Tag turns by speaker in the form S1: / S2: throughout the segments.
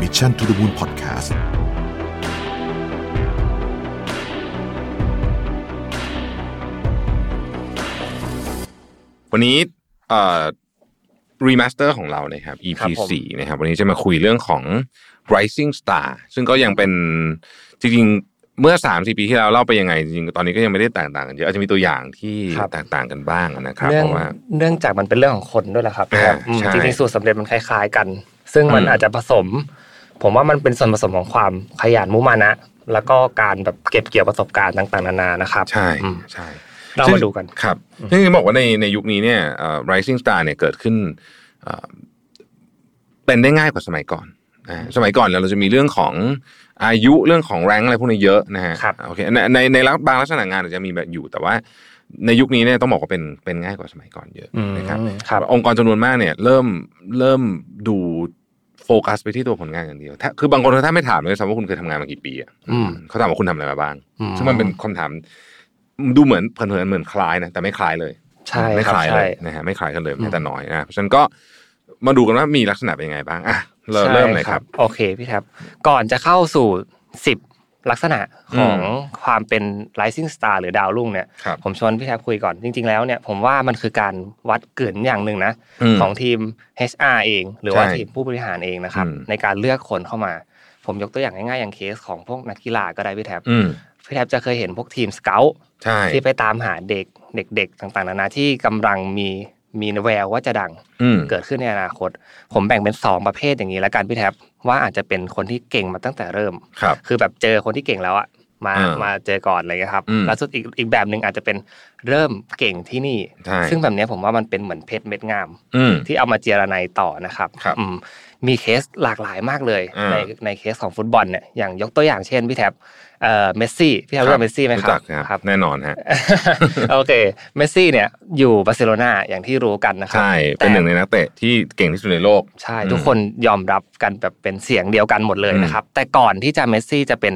S1: Mission to the Moon Podcast
S2: Podcast วันนี้เอ่อรีมาสเตอร์ของเรานะครับ EP
S3: ครับผม
S2: สี่นะครับ วันนี้จะมาคุยเรื่องของ Rising Star ซึ่งก็ยังเป็นจริงๆ เมื่อ3ามสี่ปีที่แล้วเล่าไปยังไง จริงๆ ตอนนี้ก็ยังไม่ได้แตกต่างกันเยอะอาจจะมีตัวอย่างที่
S3: ครับ
S2: แตกต่างกันบ้างนะครับ
S3: เนื่
S2: เพ
S3: อง
S2: ราะว่า
S3: เนื่องจากมันเป็นเรื่องของคนด้วยแหละครับ
S2: อ่า
S3: ครับอืม
S2: ใช่
S3: จริงๆสูตรสำเร็จมันคล้าย ๆกัน ซึ่งมัน
S2: อืม
S3: อาจจะผสม ผมว่ามันเป็นส่วนผสมของความขยันมุมานะ แล้วก็การแบบเก็บเกี่ยวประสบการณ์ต่างๆนานานะครับ
S2: ใช่
S3: อืม
S2: ใช่
S3: เรามาดูกัน
S2: ครับซึ่งจะบอกว่าในในยุคนี้เนี่ยเอ่อ rising star เนี่ยเกิดขึ้นเอ่อเป็นได้ง่ายกว่าสมัยก่อนอ่าสมัยก่อนเนี่ยเราจะมีเรื่องของอายุเรื่องของแรงอะไรพวกนี้เยอะนะฮะ
S3: ครับ
S2: โอเคในในในบางลักษณะงานอาจจะมีแบบอยู่ แต่ว่าในยุคนี้เนี่ยต้องบอกว่าเป็นเป็นง่ายกว่าสมัยก่อนเยอะ
S3: อืม
S2: นะครับ
S3: ครับ
S2: องค์กรจำนวนมากเนี่ยเริ่มเริ่มดูโฟกัสไปที่ตัวผลงานอย่างเดียวถ้าคือบางคนถ้าไม่ถามเลยซ้ำว่าคุณเคยทำงานมากี่ปีอ่ะ
S3: อืม
S2: เขาถามว่าคุณทำอะไรมาบ้าง
S3: อืม
S2: ซึ่งมันเป็นคำถามดูเหมือนเผินๆเหมือนคล้ายนะแต่ไม่คล้ายเลย
S3: ใช่
S2: ไม่
S3: ครั
S2: ค
S3: บ
S2: ล้ายเล
S3: ใช่
S2: ยนะฮะไม่คล้ายกันเลย
S3: อืม
S2: แม้แต่น้อยนะเพราะฉะนั้นก็มาดูกันว่ามีลักษณะเป็นยังไงบ้างอ่ะเริ่ม
S3: ใช่
S2: เริ่มเลยครับ
S3: โอเคพี่แท็บก่อนจะเข้าสู่ 10 ลักษณะของ
S2: อืม
S3: ความเป็น rising star หรือดาวรุ่งเนี่ย
S2: ครับ
S3: ผมชวนพี่แท็บคุยก่อนจริง ๆ แล้วเนี่ยผมว่ามันคือการวัดเกินอย่างหนึ่งนะ
S2: ม
S3: ของทีม HR เอง หรือว่า
S2: ใช่
S3: ทีมผู้บริหารเองนะครับ
S2: อืม
S3: ในการเลือกคนเข้ามา ผมยกตัวอย่างง่ายๆ อย่างเคสของพวกนักกีฬาก็ได้พี่แท็บ
S2: อืม
S3: พี่แท็บจะเคยเห็นพวกทีมสเกล
S2: ใช่
S3: ที่ไปตามหาเด็กเด็กๆ ต่างๆนานาที่กำลังมีมีแววว่าจะดัง
S2: อืม
S3: เกิดขึ้นในอนาคต ผมแบ่งเป็น 2 ประเภทอย่างนี้แล้วกันพี่แท็บว่าอาจจะเป็นคนที่เก่งมาตั้งแต่เริ่ม
S2: ครับ
S3: คือแบบเจอคนที่เก่งแล้วอะมา
S2: อ่า
S3: มาเจอก่อนอะไรเงี้ยครับ
S2: อืม
S3: แล้วสุดอีกอีกแบบหนึ่งอาจจะเป็นเริ่มเก่งที่นี่
S2: ใช่
S3: ซึ่งแบบเนี้ยผมว่ามันเป็นเหมือนเพชรเม็ดงาม
S2: อืม
S3: ที่เอามาเจรไนายต่อนะครับ
S2: ครับ
S3: อืมมีเคสหลากหลายมากเลย
S2: อ่า
S3: ในในเคสของฟุตบอลเนี่ยอย่างยกตัวอย่างเช่นพี่แท็บเอ่อเมสซี่พี่แท็บรู้จักเมสซี่ไหมครั
S2: จั
S3: บ
S2: กครับแน่นอนฮะ
S3: โอเคเมสซี่เนี่ยอยู่บาร์เซโลนาอย่างที่รู้กันนะครั
S2: ใช่เป็นหนึ่งในนักเตะที่เก่งที่สุดในโลก
S3: ใช่ทุกคนยอมรับกันแบบเป็นเสียงเดียวกันหมดเลยนะครับ แต่ก่อนที่จะเมสซี่จะเป็น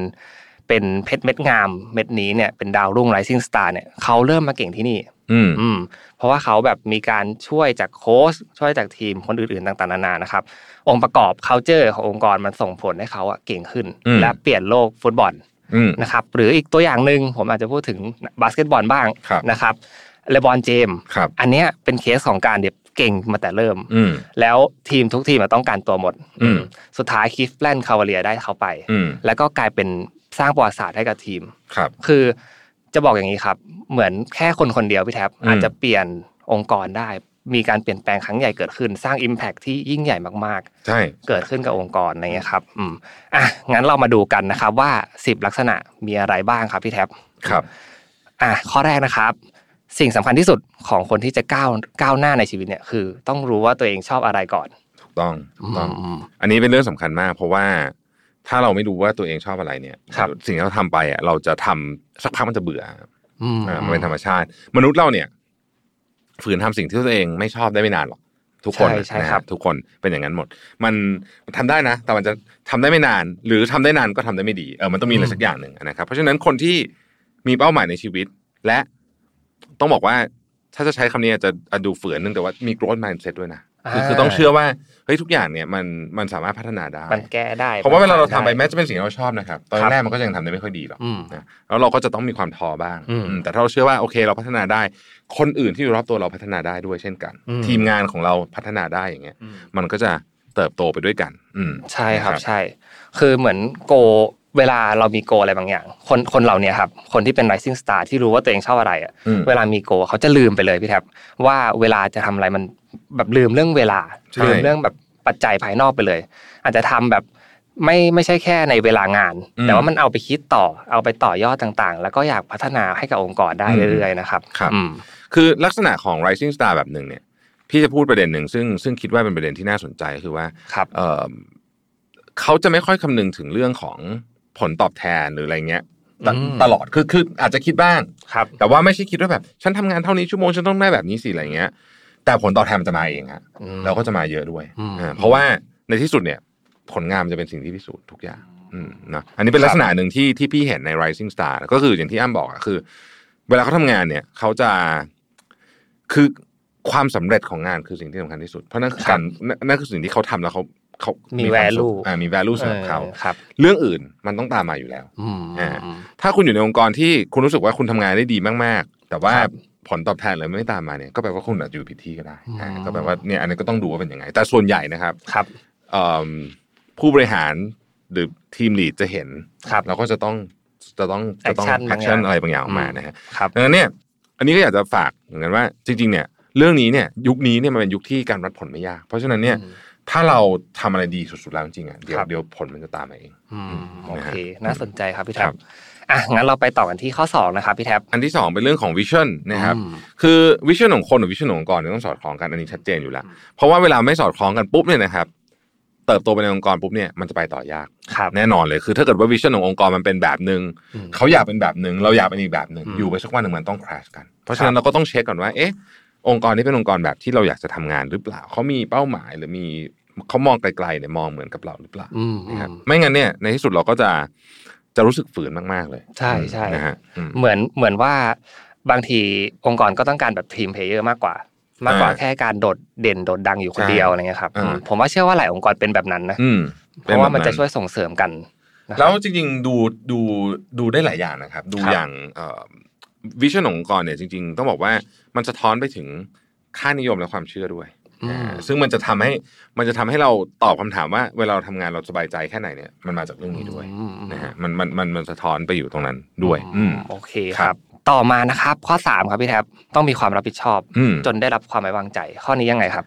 S3: เป็นเพชรเม็ดงามเม็ดนี้เนี่ยเป็นดาวรุ่งไรซิ่งสตาร์เนี่ยเขาเริ่มมาเก่งที่นี่
S2: อืม
S3: อืมเพราะว่าเขาแบบมีการช่วยจากโค้ชช่วยจากทีมคนอื่นๆต่างๆนานานะครับ องค์ประกอบ c u เจอร์ขององค์กรมันส่งผลให้เขาอะเก่งขึ้น
S2: อืม
S3: และเปลี่ยนโลกฟุตบอล
S2: อืม
S3: นะครับหรืออีกตัวอย่างหนึ่งผมอาจจะพูดถึงบาสเกตบอลบ้าง
S2: ครับ
S3: นะครับเลบอนเจมส์
S2: ครับ
S3: อันเนี้ยเป็นเคสของการเด็บเก่งมาแต่เริ่ม
S2: อืม
S3: แล้วทีมทุกทีมอะต้องการตัวหมด
S2: อืม
S3: สุดท้ายคิฟแลนด์คาวาเลียได้เขาไป
S2: อืม
S3: แล้วก็กลายเป็นสร้างประวัติศาสตร์ให้กับทีม
S2: ครับ
S3: คือจะบอกอย่างนี้ครับ เหมือนแค่คนคนเดียวพี่แท็บ
S2: อืม
S3: อาจจะเปลี่ยนองค์กรได้ มีการเปลี่ยนแปลงครั้งใหญ่เกิดขึ้น สร้าง Impact ที่ยิ่งใหญ่มาก
S2: ใช่
S3: ๆ เกิดขึ้นกับองค์กรอะไรเงี้ยครับอืมอ่ะงั้นเรามาดูกันนะครับว่า 10 ลักษณะมีอะไรบ้างครับพี่แท็บ
S2: ครับ
S3: อ่ะข้อแรกนะครับ สิ่งสำคัญที่สุดของคนที่จะก้าวก้าวหน้าในชีวิตเนี่ยคือ ต้องรู้ว่าตัวเองชอบอะไรก่อน
S2: ถูกต้องถูกต้อง
S3: อืม
S2: อันนี้เป็นเรื่องสำคัญมาก เพราะว่าถ้าเราไม่รู้ว่าตัวเองชอบอะไรเนี่ย
S3: ครับ
S2: สิ่งที่เราทำไปอ่ะเราจะทำสักพักมันจะเบื่อ
S3: อืม
S2: อ่ามันเป็นธรรมชาติ มนุษย์เราเนี่ย ฝืนทำสิ่งที่ตัวเองไม่ชอบได้ไม่นานหรอกทุกคน
S3: ใช่ใช่ครั
S2: นะ
S3: บ
S2: ฮะทุกคนเป็นอย่างนั้นหมด มันมันทำได้นะ แต่มันจะทำได้ไม่นาน หรือทำได้นานก็ทำได้ไม่ดีเออมันต้องมีอะไรสักอย่างหนึ่งนะครับ เพราะฉะนั้นคนที่มีเป้าหมายในชีวิต และต้องบอกว่าถ้าจะใช้คำนี้อาจจะอาจดูฝืนนึงแต่ว่ามี growth mindset ด้วยนะคือคือต้องเชื่อว่าเฮ้ยทุกอย่างเนี่ยมันมันสามารถพัฒนาได้
S3: มันแก้ได้
S2: เพราะว่าเวลาเราทำไป
S3: ด้
S2: แม้จะเป็นสิ่งที่เราชอบนะครับตอน
S3: ครับ
S2: แรกมันก็ยังทำได้ไม่ค่อยดีหรอก
S3: อืม
S2: นะแล้วเราก็จะต้องมีความท้อบ้าง
S3: อืม
S2: อืมแต่ถ้าเราเชื่อว่าโอเคเราพัฒนาได้ คนอื่นที่อยู่รอบตัวเราพัฒนาได้ด้วยเช่นกัน
S3: อืม
S2: ทีมงานของเราพัฒนาได้อย่างเงี้ย มันก็จะเติบโตไปด้วยกัน อืม
S3: ใช่ครับ
S2: นะครับ
S3: ใช่ คือเหมือนโกเวลาเรามีโกอะไรบางอย่าง คนคนเราเนี่ยครับคนที่เป็น rising star ที่รู้ว่าตัวเองชอบอะไรอ่ะ
S2: อืม
S3: เวลามีโกเขาจะลืมไปเลยพี่แท็บว่าเวลาจะทำอะไรมันแบบลืมเรื่องเวลา
S2: ใช่
S3: ลืมเรื่องแบบปัจจัยภายนอกไปเลย อาจจะทำแบบไม่ไม่ใช่แค่ในเวลางาน แต่ว่ามันเอาไปคิดต่อเอาไปต่อยอดต่างๆ แล้วก็อยากพัฒนาให้กับองค์กรได้เรื่อยๆนะครับ
S2: ครับ
S3: อืม
S2: คือลักษณะของ rising star แบบหนึ่งเนี่ย พี่จะพูดประเด็นหนึ่งซึ่งซึ่งคิดว่าเป็นประเด็นที่น่าสนใจคือว่า
S3: ครับ
S2: เอ่อเขาจะไม่ค่อยคำนึงถึงเรื่องของผลตอบแทนหรืออะไรเงี้ยต
S3: อืม
S2: ตลอดคือคืออาจจะคิดบ้าง
S3: ครับ
S2: แต่ว่าไม่ใช่คิดว่าแบบ ฉันทำงานเท่านี้ชั่วโมงฉันต้องได้แบบนี้สิอะไรเงี้ย แต่ผลตอบแทนมันจะมาเองฮะ
S3: อืม
S2: แล้วก็จะมาเยอะด้วย
S3: อืม
S2: อ่าเพราะว่าในที่สุดเนี่ย ผลงานมันจะเป็นสิ่งที่พิสูจน์ทุกอย่างอืมนะอันนี้เป็นลักษณะหนึ่งที่ที่พี่เห็นใน rising star ก็คืออย่างที่อ้ำบอกอะคือ เวลาเขาทำงานเนี่ยเขาจะคือความสำเร็จของงานคือสิ่งที่สำคัญที่สุด เพราะนั่นคือการนั่นนั่นคือสิ่งที่เขาทำแล้วเขา เขา
S3: มี
S2: มีควาสุข
S3: value
S2: อ่ามี value สำหรับเขา
S3: ออครับ
S2: เรื่องอื่นมันต้องตามมาอยู่แล้ว
S3: อืม
S2: อ่า
S3: อืม
S2: ถ้าคุณอยู่ในองค์กรที่คุณรู้สึกว่าคุณทำงานได้ดีมาก ๆ แต่ว่า
S3: ครับ
S2: ผลตอบแทนอะไรไม่ตามมาเนี่ยก็แปลว่าคุณอาจจะอยู่ผิดที่ก็ได้อ่า
S3: อืม
S2: ก็แปลว่าเนี่ยอันนี้ก็ต้องดูว่าเป็นยังไง แต่ส่วนใหญ่นะครับ
S3: ครับ
S2: เอิ่มผู้บริหารหรือทีมลีดจะเห็น
S3: ครับ
S2: เราก็จะต้องจะต้องจะต้อง
S3: Action
S2: แอคชั่น
S3: บางอย่าง
S2: อะไรบางอย่างออกมานะฮะ
S3: ครับ
S2: ดังนั้นเนี่ยอันนี้ก็อยากจะฝากเหมือนกันว่าจริงๆเนี่ยเรื่องนี้เนี่ยยุคนี้เนี่ยมันเป็นยุคที่การวัดผลไม่ยาก เพราะฉะนั้นเนี่ย
S3: อืม
S2: ถ้าเราทำอะไรดีสุดๆแล้วจริงๆอ่ะเดี๋ยว
S3: ครับ
S2: เดี๋ยวผลมันจะตามมาเอง
S3: อืม
S2: นะฮะ
S3: โอเค น่าสนใจครับพี่
S2: ค
S3: แท็
S2: รับ บ
S3: อ่ะ งั้นเราไปต่อกันที่ข้อสองนะครับพี่แท็บ
S2: อันที่สองเป็นเรื่องของวิชั่นนะครับ
S3: อืม
S2: คือวิชั่นของคนกับวิชั่นขององค์กรเนี่ยต้องสอดคล้องกันอันนี้ชัดเจนอยู่แล้ว
S3: อืม
S2: เพราะว่าเวลาไม่สอดคล้องกันปุ๊บเนี่ยนะครับเติบโตไปในองค์กรปุ๊บเนี่ยมันจะไปต่อยาก
S3: ครับ
S2: แน่นอนเลยคือถ้าเกิดว่าวิชั่นขององค์กรมันเป็นแบบหนึ่ง
S3: อืม
S2: เขาอยากเป็นแบบหนึ่งเราอยากเป็นอีกแบบหนึ่ง
S3: อืม
S2: อยู่ไปสักวันหนึ่งมันต้อง crash กัน เพราะฉะนั้นเราก็ต้องเช็คก่อนว่าเอ๊ะ องค์กรนี้เป็นองค์กรแบบที่เราอยากจะทำงานหรือเปล่า เขามีเป้าหมายหรือมีเขามองไกลๆเนี่ยมองเหมือนกับเราหรือเปล่า
S3: อืมอื
S2: นะครับ
S3: ม
S2: ไม่งั้นเนี่ยในที่สุดเราก็จะจะรู้สึกฝืนมากๆเลย
S3: ใช่ใช่
S2: นะฮะอืม
S3: เหมือนเหมือนว่าบางทีองค์กรก็ต้องการแบบทีมเพลเยอร์มากกว่า มากกว่า
S2: อ่า
S3: แค่การโดดเด่นโดดดังอยู่คน
S2: ใช่
S3: เดียวอะไรเงี้ยครับ
S2: อ่า
S3: อืมผมว่าเชื่อว่าหลายองค์กรเป็นแบบนั้นนะ
S2: อืม
S3: เพราะว่ามัน
S2: เป็
S3: จะ
S2: แบบ
S3: ช่วยส่งเสริมกันนะค
S2: แล้
S3: รับ
S2: วจริงๆดูดูดูได้หลายอย่างนะครับ ดู
S3: ครับ
S2: อย่างวิชั่นขององค์กรเนี่ยจริง ๆ ต้องบอกว่ามันสะท้อนไปถึงค่านิยมและความเชื่อด้วย
S3: อืม
S2: อ่าซึ่งมันจะทำให้มันจะทำให้เราตอบคำถามว่า เวลาเราทำงานเราสบายใจแค่ไหนเนี่ยมันมาจากเรื่องนี้ด้วย
S3: อืม
S2: นะฮะมันมันมันมันสะท้อนไปอยู่ตรงนั้นด้วย อืม
S3: โอเค
S2: ค
S3: ค
S2: รั
S3: รับ บ ต่อมานะครับข้อสามครับพี่แท็บต้องมีความรับผิดชอบ
S2: อืม
S3: จนได้รับความไว้วางใจ ข้อนี้ยังไงครับ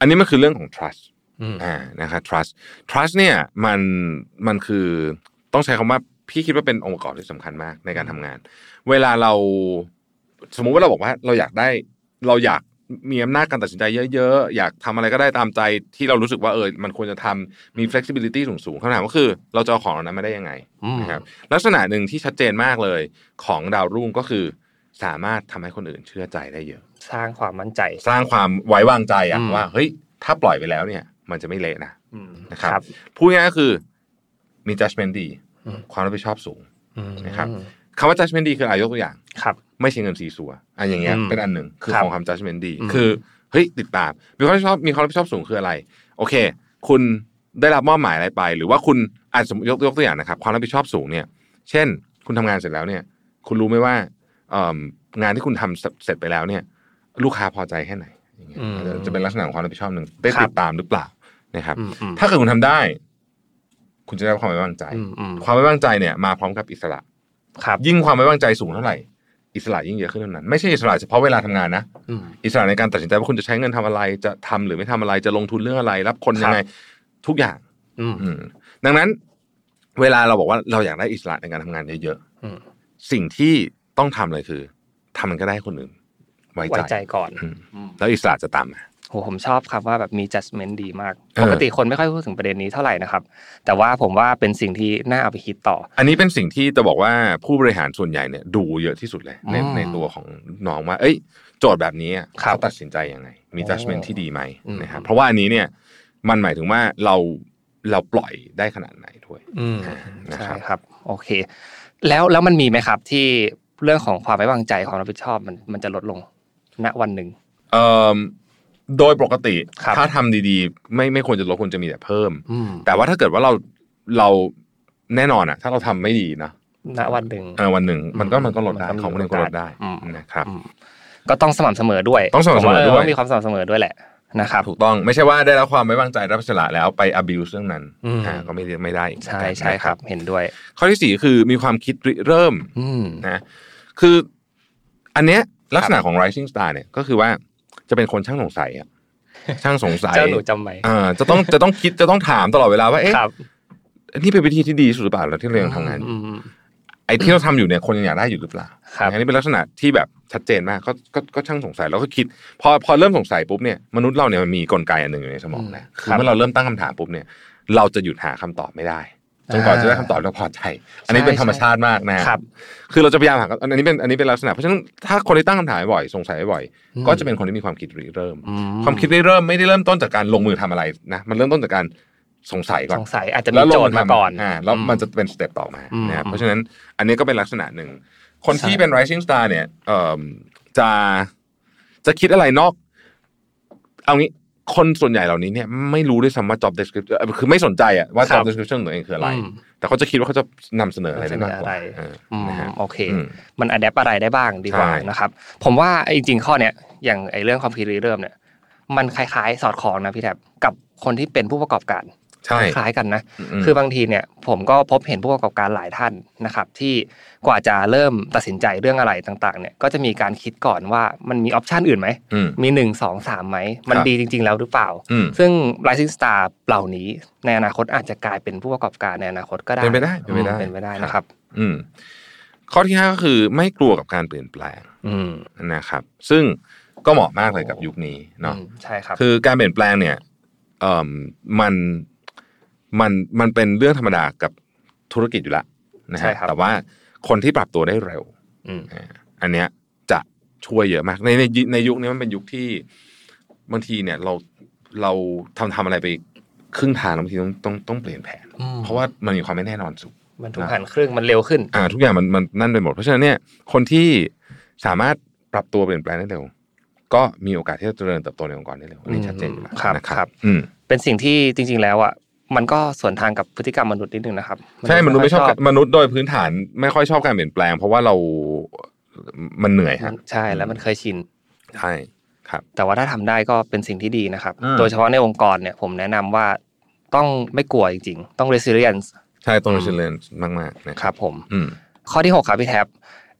S2: อันนี้มันคือเรื่องของ trust
S3: อืม
S2: อ่านะครับ trust trust เนี่ยมันมันคือต้องใช้คำว่าพี่คิดว่าเป็นองค์ประกอบที่สำคัญมากในการทำงาน เวลาเราสมมุติว่าเราบอกว่าเราอยากได้เราอยากมีอำนาจการตัดสินใจเยอะๆ อยากทำอะไรก็ได้ตามใจที่เรารู้สึกว่าเออมันควรจะทำมี flexibility สูงๆคำถามก็คือ เราจะเอาของเหล่านั้นมาได้ยังไง
S3: อืม
S2: นะครับลักษณะหนึ่งที่ชัดเจนมากเลยของดาวรุ่งก็คือ สามารถทำให้คนอื่นเชื่อใจได้เยอะ
S3: สร้างความมั่นใจ
S2: สร้างความไว้วางใจอะ
S3: อืม
S2: ว่าเฮ้ยถ้าปล่อยไปแล้วเนี่ย มันจะไม่เละนะ
S3: อืม
S2: นะครับ พูดง่ายๆก็คือมี judgment ดี ความรับผิดชอบสูง
S3: อืม
S2: นะครับ คำว่า judgment ดีคืออะไรยกตัวอย่าง
S3: ครับ
S2: ไม่ใช่เงินซีซัวอันอย่างเงี้ย
S3: อืม
S2: เป็นอันหนึ่งคือ
S3: ครับ
S2: ของความ judgment ดี
S3: อืม
S2: คือเฮ้ยติดตามมีความรับผิดชอบมีความรับผิดชอบสูงคืออะไร โอเค คุณได้รับมอบหมายอะไรไป หรือว่าคุณอาจสมมติยกยกตัวอย่างนะครับ ความรับผิดชอบสูงเนี่ย เช่น คุณทำงานเสร็จแล้วเนี่ย คุณรู้ไหมว่าเอิ่มงานที่คุณทำเสร็จไปแล้วเนี่ย ลูกค้าพอใจแค่ไหนอย่างเงี้ย
S3: อืม
S2: จะเป็นลักษณะของความรับผิดชอบหนึ่งได้
S3: ครั
S2: ติด
S3: บ
S2: ตามหรือเปล่านะครับ
S3: อืมอืม
S2: ถ้าเกิดคุณทำได้ คุณจะได้รับความไว้วางใจ
S3: อืมอืม
S2: ความไว้วางใจเนี่ยมาพร้อมกับอิสระ
S3: ครับ
S2: ยิ่งความไว้วางใจสูงเท่าไหร่ อิสระยิ่งเยอะขึ้นเท่านั้น ไม่ใช่อิสระเฉพาะเวลาทำงานนะ
S3: อืม
S2: อิสระในการตัดสินใจว่าคุณจะใช้เงินทำอะไร จะทำหรือไม่ทำอะไรจะลงทุนเรื่องอะไร รับคน
S3: ครั
S2: ยั
S3: บ
S2: งไง ทุกอย่าง
S3: อืม
S2: อืมดังนั้น เวลาเราบอกว่าเราอยากได้อิสระในการทำงานเยอะ
S3: อืม
S2: ๆสิ่งที่ต้องทำเลยคือทำมันก็ได้ให้คนอื่นไว้
S3: ไว้
S2: ใจ
S3: ใจก่อน
S2: อืมแล้วอิสระจะตามมา
S3: โหผมชอบครับว่าแบบมี judgment ดีมาก
S2: เออ
S3: ปกติคนไม่ค่อยพูดถึงประเด็นนี้เท่าไหร่นะครับ แต่ว่าผมว่าเป็นสิ่งที่น่าเอาไปคิดต่อ
S2: อันนี้เป็นสิ่งที่จะบอกว่าผู้บริหารส่วนใหญ่เนี่ยดูเยอะที่สุดเลยใน
S3: อืม
S2: ในตัวของน้องว่า เอ้ย โจทย์แบบนี้อะ
S3: ครั
S2: เขา
S3: บ
S2: ตัดสินใจยังไง มี judgment
S3: โอ้
S2: ที่ดีไหมนะครับ
S3: อืม
S2: เพราะว่าอันนี้เนี่ยมันหมายถึงว่าเราเราปล่อยได้ขนาดไหนด้วย
S3: อืม
S2: นะ
S3: ใช่
S2: ครับ
S3: ครับ โอเค แล้วแล้วมันมีไหมครับที่เรื่องของความไว้วางใจความรับผิดชอบมันมันจะลดลงณวันหนึ่ง
S2: เอ่อโดยปกติ
S3: ครับ
S2: ถ้าทำดีๆ ไม่ไม่ควรจะลดควรจะมีแต่เพิ่ม
S3: อืม
S2: แต่ว่าถ้าเกิดว่าเราเราแน่นอนอะถ้าเราทำไม่ดีนะ
S3: ณวันหนึ่ง
S2: เออวันหนึ่งมันก็
S3: อืม
S2: มันก็ลดได้
S3: มันก็มี
S2: ของคนหนึ่งก็ลดได้
S3: อืม
S2: นะครับ
S3: อืมก็ต้องสม่ำเสมอด้วย
S2: ต้องสม่ำเสมอด้วย
S3: ผามีความสม่ำเสมอด้วยแหละนะครับ
S2: ถูกต้องไม่ใช่ว่าได้รับความไว้วางใจรับอิสระแล้วไป abuse เรื่องนั้น
S3: อืม
S2: อ่าก็ไม่ได้ไม่ได้อีก
S3: ใช่
S2: นะ
S3: ใช่ครับ เห็นด้วย
S2: ข้อที่สี่คือมีความคิดริเริ่ม
S3: อืม
S2: นะคืออันเนี้ยลักษณะของ rising star เนี่ยก็คือว่าจะเป็นคนช่างสงสัย อะช่างสงสัย
S3: เจ้าหนูจำไหม
S2: อ่าจะต้องจะต้องคิดจะต้องถามตลอดเวลาว่าเอ๊ะ
S3: ครับ
S2: นี่เป็นวิธีที่ดีที่สุดหรือเปล่าเราที่เรายังทำงานอยู่
S3: อืมอืม
S2: ไอ้ที่เราทำอยู่เนี่ยคนยังอยากได้อยู่หรือเปล่า
S3: ครับ
S2: อันนี้เป็นลักษณะที่แบบชัดเจนมากก็ก็ก็ช่างสงสัยแล้วก็คิด พอพอเริ่มสงสัยปุ๊บเนี่ยมนุษย์เราเนี่ยมันมีกลไกอันหนึ่งอยู่ในสมองนะคือเมื่อเราเริ่มตั้งคำถามปุ๊บเนี่ย เราจะหยุดหาคำตอบไม่ได้จนกว่าจะได้คำตอบที่เราพอใจ อันนี้เป็นธรรมชาติมากนะ
S3: ครับ
S2: คือเราจะพยายามหาอันนี้เป็นอันนี้เป็นลักษณะเพราะฉะนั้นถ้าคนที่ตั้งคำถามบ่อยๆสงสัยบ่อยๆ
S3: อืม
S2: ก็จะเป็นคนที่มีความคิดริเริ่ม
S3: อื
S2: ความคิดริเริ่มไม่ได้เริ่มต้นจากการลงมือทำอะไรนะมันเริ่มต้นจากการสงสัยก่อน
S3: สงสัยอาจจะ
S2: แล้
S3: มี
S2: วล
S3: โจ
S2: ง
S3: ทย์มาก่อน
S2: อ่าแล้วมันจะเป็นสเต็ปต่อมา
S3: อืม
S2: นะครับ
S3: อืม
S2: เพราะฉะนั้นอันนี้ก็เป็นลักษณะหนึ่ง คนที่
S3: ใช่
S2: เป็น rising star เนี่ยเอ่อจะจะคิดอะไรนอก เอางี้ คนส่วนใหญ่เหล่านี้เนี่ยไม่รู้ด้วยซ้ำว่า job description เอ่อคือไม่สนใจอะว่า
S3: ครั
S2: job
S3: บ
S2: description ของตัวเองคืออะไร
S3: อืม
S2: แต่เขาจะคิดว่าเขาจะนำเสนออะไรได้มากกว่า
S3: เสนออะไร
S2: เออ
S3: อืม
S2: นะฮะ
S3: โอเค
S2: อืม
S3: มันอัดแอปอะไรได้บ้างดีกว่า
S2: ใช่
S3: นะครับ ผมว่าไอ้จริงๆข้อเนี้ยอย่างไอ้เรื่องความคิดริเริ่มเนี่ย มันคล้ายๆ สอดคล้องนะพี่แทบกับคนที่เป็นผู้ประกอบการ
S2: ใช่
S3: คล้ายกันนะ
S2: ม
S3: คือบางทีเนี่ยผมก็พบเห็นผู้ประกอบการหลายท่านนะครับ ที่กว่าจะเริ่มตัดสินใจเรื่องอะไรต่างๆ เนี่ยก็จะมีการคิดก่อนว่ามันมีออปชันอื่นไหมมี 1 2 3ไหมมัน
S2: ครับ
S3: ดีจริง ๆ แล้วหรือเปล่า
S2: อืม
S3: ซึ่ง rising star เหล่านี้ในอนาคตอาจจะกลายเป็นผู้ประกอบการในอนาคตก็ได้
S2: เป็นไปได้เป็นไปได้
S3: อืมเป็นไปได้นะครับ
S2: อืมข้อที่ห้าก็คือไม่กลัวกับการเปลี่ยนแปลง
S3: อืม
S2: นะครับ ซึ่งก็เหมาะมากเลยกับยุคนี้เนาะ
S3: อืมใช่ครับ
S2: คือการเปลี่ยนแปลงเนี่ยเอ่มมันมันมันเป็นเรื่องธรรมดากับธุรกิจอยู่และนะ
S3: ใช่
S2: ฮะ
S3: ครับ
S2: แต่ว่าคนที่ปรับตัวได้เร็ว
S3: อืม
S2: อันเนี้ยจะช่วยเยอะมากในในในยุคนี้มันเป็นยุคที่บางทีเนี่ยเราเราทำทำอะไรไปครึ่งทางแล้วบางทีต้องต้องต้องเปลี่ยนแผน
S3: อืม
S2: เพราะว่ามันมีความไม่แน่นอนสูง
S3: มันถูกหันเครื่องมันเร็วขึ้น
S2: อ่าทุกอย่างมันมันนั่นไปหมดเพราะฉะนั้นเนี่ยคนที่สามารถปรับตัวเปลี่ยนแปลงได้เร็วก็มีโอกาสที่จะเจริญเติบโตในองค์กรได้เร็วอันนี้
S3: อืม
S2: ชัดเจนอยู่แล้ว
S3: ครับ
S2: นะค
S3: ครั
S2: รับ บ อืม
S3: เป็นสิ่งที่จริง ๆ แล้วอ่ะมันก็สวนทางกับพฤติกรรมมนุษย์นิดนึงนะครับ
S2: ใช่มนุษย์ไม่ชอบ
S3: ค่ย
S2: มนุษย์โดยพื้นฐานไม่ค่อยชอบการเปลี่ยนแปลง เพราะว่าเรามันเหนื่อยฮะ
S3: ใช่แล้วมันเคยชิน
S2: ใช่ครับ
S3: แต่ว่าถ้าทำได้ก็เป็นสิ่งที่ดีนะครับ
S2: อืม
S3: โดยเฉพาะในองค์กรเนี่ยผมแนะนำว่าต้องไม่กลัวจริงๆ ต้อง resilience
S2: ใช่ต้อง resilience มากๆนะ
S3: ค
S2: ครับ
S3: รับผม
S2: อืม
S3: ข้อที่ 6 ครับพี่แท็บ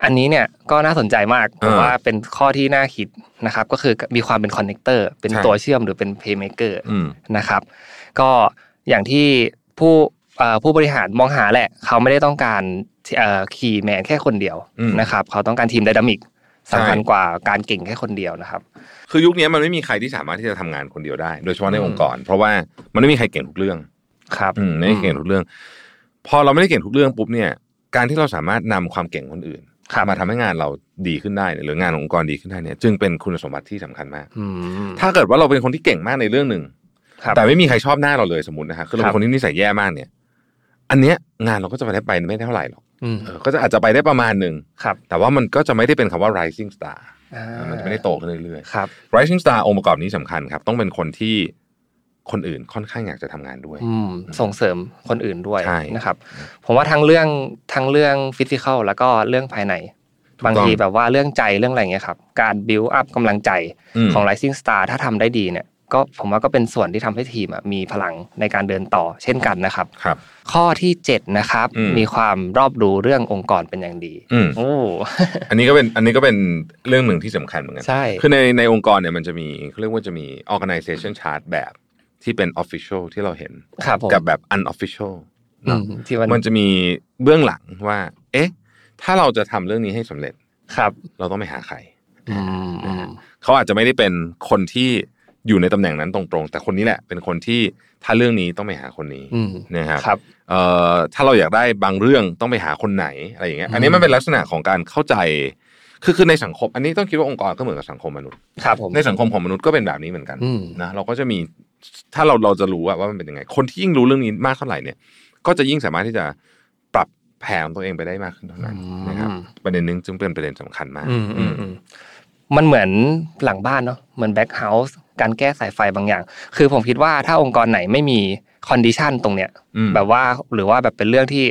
S3: อันนี้เนี่ยก็น่าสนใจมากผม
S2: อ่า
S3: ว่าเป็นข้อที่น่าคิดนะครับก็คือมีความเป็น connector เป็น
S2: ใช่
S3: ตัวเชื่อมหรือเป็น playmaker
S2: อืม
S3: นะครับ ก็อย่างที่ผู้เอ่อผู้บริหารมองหาแหละ เขาไม่ได้ต้องการคีย์แมนแค่คนเดียว
S2: อืม
S3: นะครับ เขาต้องการทีมไดนามิกสำคัญ
S2: ใช่
S3: กว่าการเก่งแค่คนเดียวนะครับ
S2: คือยุคนี้มันไม่มีใครที่สามารถที่จะทำงานคนเดียวได้ โดยเฉพาะใน
S3: อืม
S2: องค์กร เพราะว่ามันไม่มีใครเก่งทุกเรื่อง
S3: ครับ
S2: อืมไม่ได้เก่งทุกเรื่อง พอเราไม่ได้เก่งทุกเรื่องปุ๊บเนี่ย การที่เราสามารถนำความเก่งคนอื่น
S3: ครับ
S2: มาทำให้งานเราดีขึ้นได้เนี่ยหรืองานขององค์กรดีขึ้นได้เนี่ยจึงเป็นคุณสมบัติที่สำคัญมาก
S3: อืม
S2: ถ้าเกิดว่าเราเป็นคนที่เก่งมากในเรื่องหนึ่ง
S3: ครับ
S2: แต่ไม่มีใครชอบหน้าเราเลยสมมตินะฮะคือเรา
S3: ครั
S2: เป็น
S3: บ
S2: คนที่นิสัยแย่มากเนี่ย อันเนี้ยงานเราก็จะไปได้ไปไม่ได้เท่าไหร่หรอก
S3: อืม
S2: เออก็จะอาจจะไปได้ประมาณหนึ่ง
S3: ครับ
S2: แต่ว่ามันก็จะไม่ได้เป็นคำว่า rising star
S3: อ่า
S2: มันจะไม่ได้โตขึ้นเรื่อยๆ
S3: ครับ
S2: rising star องค์ประกอบนี้สำคัญครับ ต้องเป็นคนที่คนอื่นค่อนข้างอยากจะทำงานด้วย
S3: อืมส่งเสริมคนอื่นด้วย
S2: ใช่
S3: นะครับ ผมว่าทั้งเรื่องทั้งเรื่องฟิสิก a l แล้วก็เรื่องภายใน
S2: ถูกต้อง
S3: บางทีแบบว่าเรื่องใจเรื่องอะไรเงี้ยครับ การบิวอัพกำลังใจ
S2: ม
S3: ของ Rising Star ถ้าทำได้ดีเนี่ย ก็ผมว่าก็เป็นส่วนที่ทำให้ทีมอะมีพลังในการเดินต่อเช่นกันนะครับ
S2: ครับ
S3: ข้อที่ 7 นะครับ
S2: อืม
S3: มีความรอบรู้เรื่ององค์กรเป็นอย่างดี
S2: อืม
S3: โอ้
S2: อันนี้ก็เป็นอันนี้ก็เป็นเรื่องหนึ่งที่สำคัญเหมือนกัน
S3: ใช่
S2: คือในในองค์กรเนี่ยมันจะมีเขาเรียกว่าจะมี organization chart แบบที่เป็น official ที่เราเห็น
S3: ครับผม
S2: กับแบบ unofficial
S3: อืมที่มัน
S2: มันจะมีเบื้องหลังว่า เอ๊ะ ถ้าเราจะทำเรื่องนี้ให้สำเร็จ
S3: ครับ
S2: เราต้องไปหาใคร
S3: อืมอืม
S2: เขาอาจจะไม่ได้เป็นคนที่อยู่ในตำแหน่งนั้นตรงๆ แต่คนนี้แหละ เป็นคนที่ถ้าเรื่องนี้ต้องไปหาคนนี้
S3: อืม
S2: นะครับ
S3: ครับ
S2: เอ่อถ้าเราอยากได้บางเรื่องต้องไปหาคนไหนอะไรอย่างเงี้ยอันนี้
S3: อืม
S2: มันเป็นลักษณะของการเข้าใจคือคือในสังคม อันนี้ต้องคิดว่าองค์กรก็เหมือนกับสังคมมนุษย์
S3: ครับผม
S2: ในสังคมของมนุษย์ก็เป็นแบบนี้เหมือนกัน
S3: อืม
S2: นะเราก็จะมีถ้าเราเราจะรู้อะว่ามันเป็นยังไง คนที่ยิ่งรู้เรื่องนี้มากเท่าไหร่เนี่ย ก็จะยิ่งสามารถที่จะปรับแผนของตัวเองไปได้มากขึ้นเท่านั้น
S3: อืม
S2: นะครับประเด็นนึงจึงเป็นประเด็นสำคัญมาก
S3: อืมอืมอืมมันเหมือนหลังบ้านเนาะเหมือนแบ็ k เฮาส์การแก้สายไฟบางอย่าง คือผมคิดว่าถ้าองค์กรไหนไม่มีคอนดิชันตรงเนี้ย
S2: อืม
S3: แบบว่าหรือว่าแบบเป็นเรื่องที่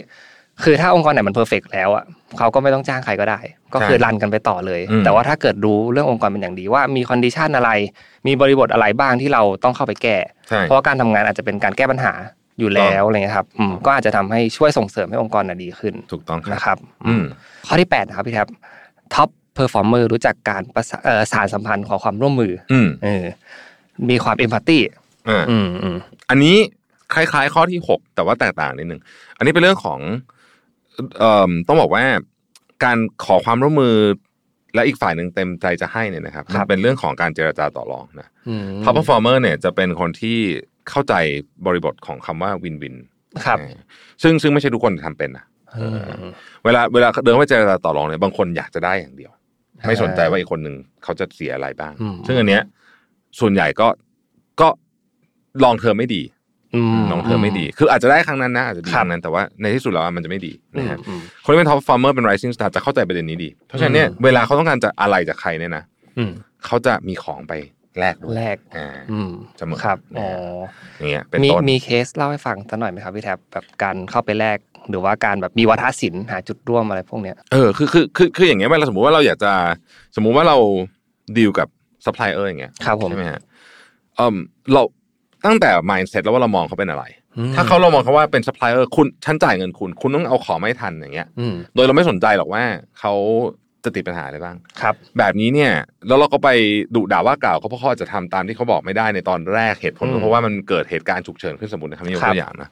S3: คือถ้าองค์กรไหนมันเพอร์เฟกแล้วอ่ะเขาก็ไม่ต้องจ้างใครก็ได้ ก็คือรันกันไปต่อเลย
S2: อืม
S3: แต่ว่าถ้าเกิดรู้เรื่ององค์กรเป็นอย่างดีว่ามีคอนดิชันอะไร มีบริบทอะไรบ้างที่เราต้องเข้าไปแก้
S2: ใช่
S3: เพราะว่าการทำงานอาจจะเป็นการแก้ปัญหาอยู่แล้วอะไรเงี้ยครับอืมก็อาจจะทำให้ช่วยส่งเสริมให้องค์กรน่ะดีขึ้น
S2: ถูกต้องครับ
S3: นะครับ
S2: อืม
S3: ข้อที่ 8 นะครับพี่แท็บท็อปเพอร์ฟอร์เมอร์รู้จักการประสาเอ่อสารสัมพันธ์ของความร่วมมือ
S2: อืม
S3: เออมีความเอมพัตตี
S2: อ่า
S3: อืมอืม
S2: อันนี้คล้าย ๆ ข้อที่หกแต่ว่าแตกต่างนิดนึงอันนี้เป็นเรื่องของเอ่อต้องบอกว่าการขอความร่วมมือ และอีกฝ่ายหนึ่งเต็มใจจะให้เนี่ยนะครับมันเป็นเรื่องของการเจรจาต่อรองนะ
S3: อืม
S2: ท็อปเปอร์ฟอร์เมอร์เนี่ยจะเป็นคนที่เข้าใจบริบทของคำว่าวินวิน
S3: ครับ
S2: เออซึ่งซึ่งไม่ใช่ทุกคนทำเป็นนะ
S3: อืม
S2: เวลาเวลาเดินไปเจรจาต่อรองเนี่ยบางคนอยากจะได้อย่างเดียว ไม่สนใจว่าอีกคนหนึ่งเขาจะเสียอะไรบ้าง
S3: อืม
S2: ซึ่งอันเนี้ยส่วนใหญ่ก็ก็ลองเทอมไม่ดี
S3: อืม
S2: ลองเทอมไม่ดี คืออาจจะได้ครั้งนั้นนะอาจจะดีครั้งนั้นแต่ว่าในที่สุดแล้วมันจะไม่ดี
S3: อื
S2: นะ
S3: ม
S2: ครับ
S3: อืม
S2: คนที่เป็นท็อปฟอร์เมอร์เป็นไรซิ่งสตาร์จะเข้าใจประเด็นนี้ดีเพราะฉะนั้นเนี่ย
S3: อืม
S2: เวลาเขาต้องการจะอะไรจากใครเนี่ยนะ
S3: อืม
S2: เขาจะมีของไป แลกด้วย
S3: แรก
S2: อ่า
S3: อืม
S2: เสมอ
S3: ครับ
S2: นะ
S3: อ๋อ
S2: ฮะ เนี่ยเป็น
S3: มี
S2: ต้น
S3: มีเคสเล่าให้ฟังสักหน่อยไหมครับพี่แท็บแบบการเข้าไปแลกหรือว่าการแบบมีวัฒนศิลป์หาจุดร่วมอะไรพวกเนี้ย
S2: เออคือคือคือคืออย่างเงี้ยเวลาสมมติว่าเราอยากจะสมมุติว่าเราดีลกับซัพพลายเออร์อย่างเงี้ย
S3: ครับผม
S2: ใช่ไหมฮะเออเราตั้งแต่ mindset แล้วว่าเรามองเขาเป็นอะไร
S3: อืม
S2: ถ้าเขาเรามองเขาว่าเป็นซัพพลายเออร์คุณฉันจ่ายเงินคุณ คุณต้องเอาของไม่ทันอย่างเงี้ย
S3: อืม
S2: โดยเราไม่สนใจหรอกว่าเขาจะติดปัญหาอะไรบ้าง
S3: ครับ
S2: แบบนี้เนี่ยแล้วเราก็ไปดุด่าว่ากล่าวเขาเพราะเขาอาจจะทำตามที่เขาบอกไม่ได้ในตอนแรกเหตุผล
S3: อื
S2: ก็
S3: ม
S2: เพราะว่ามันเกิดเหตุการณ์ฉุกเฉินขึ้นสมมตินะครับนี่ยก
S3: ครั
S2: ตั
S3: บ
S2: วอย่างนะ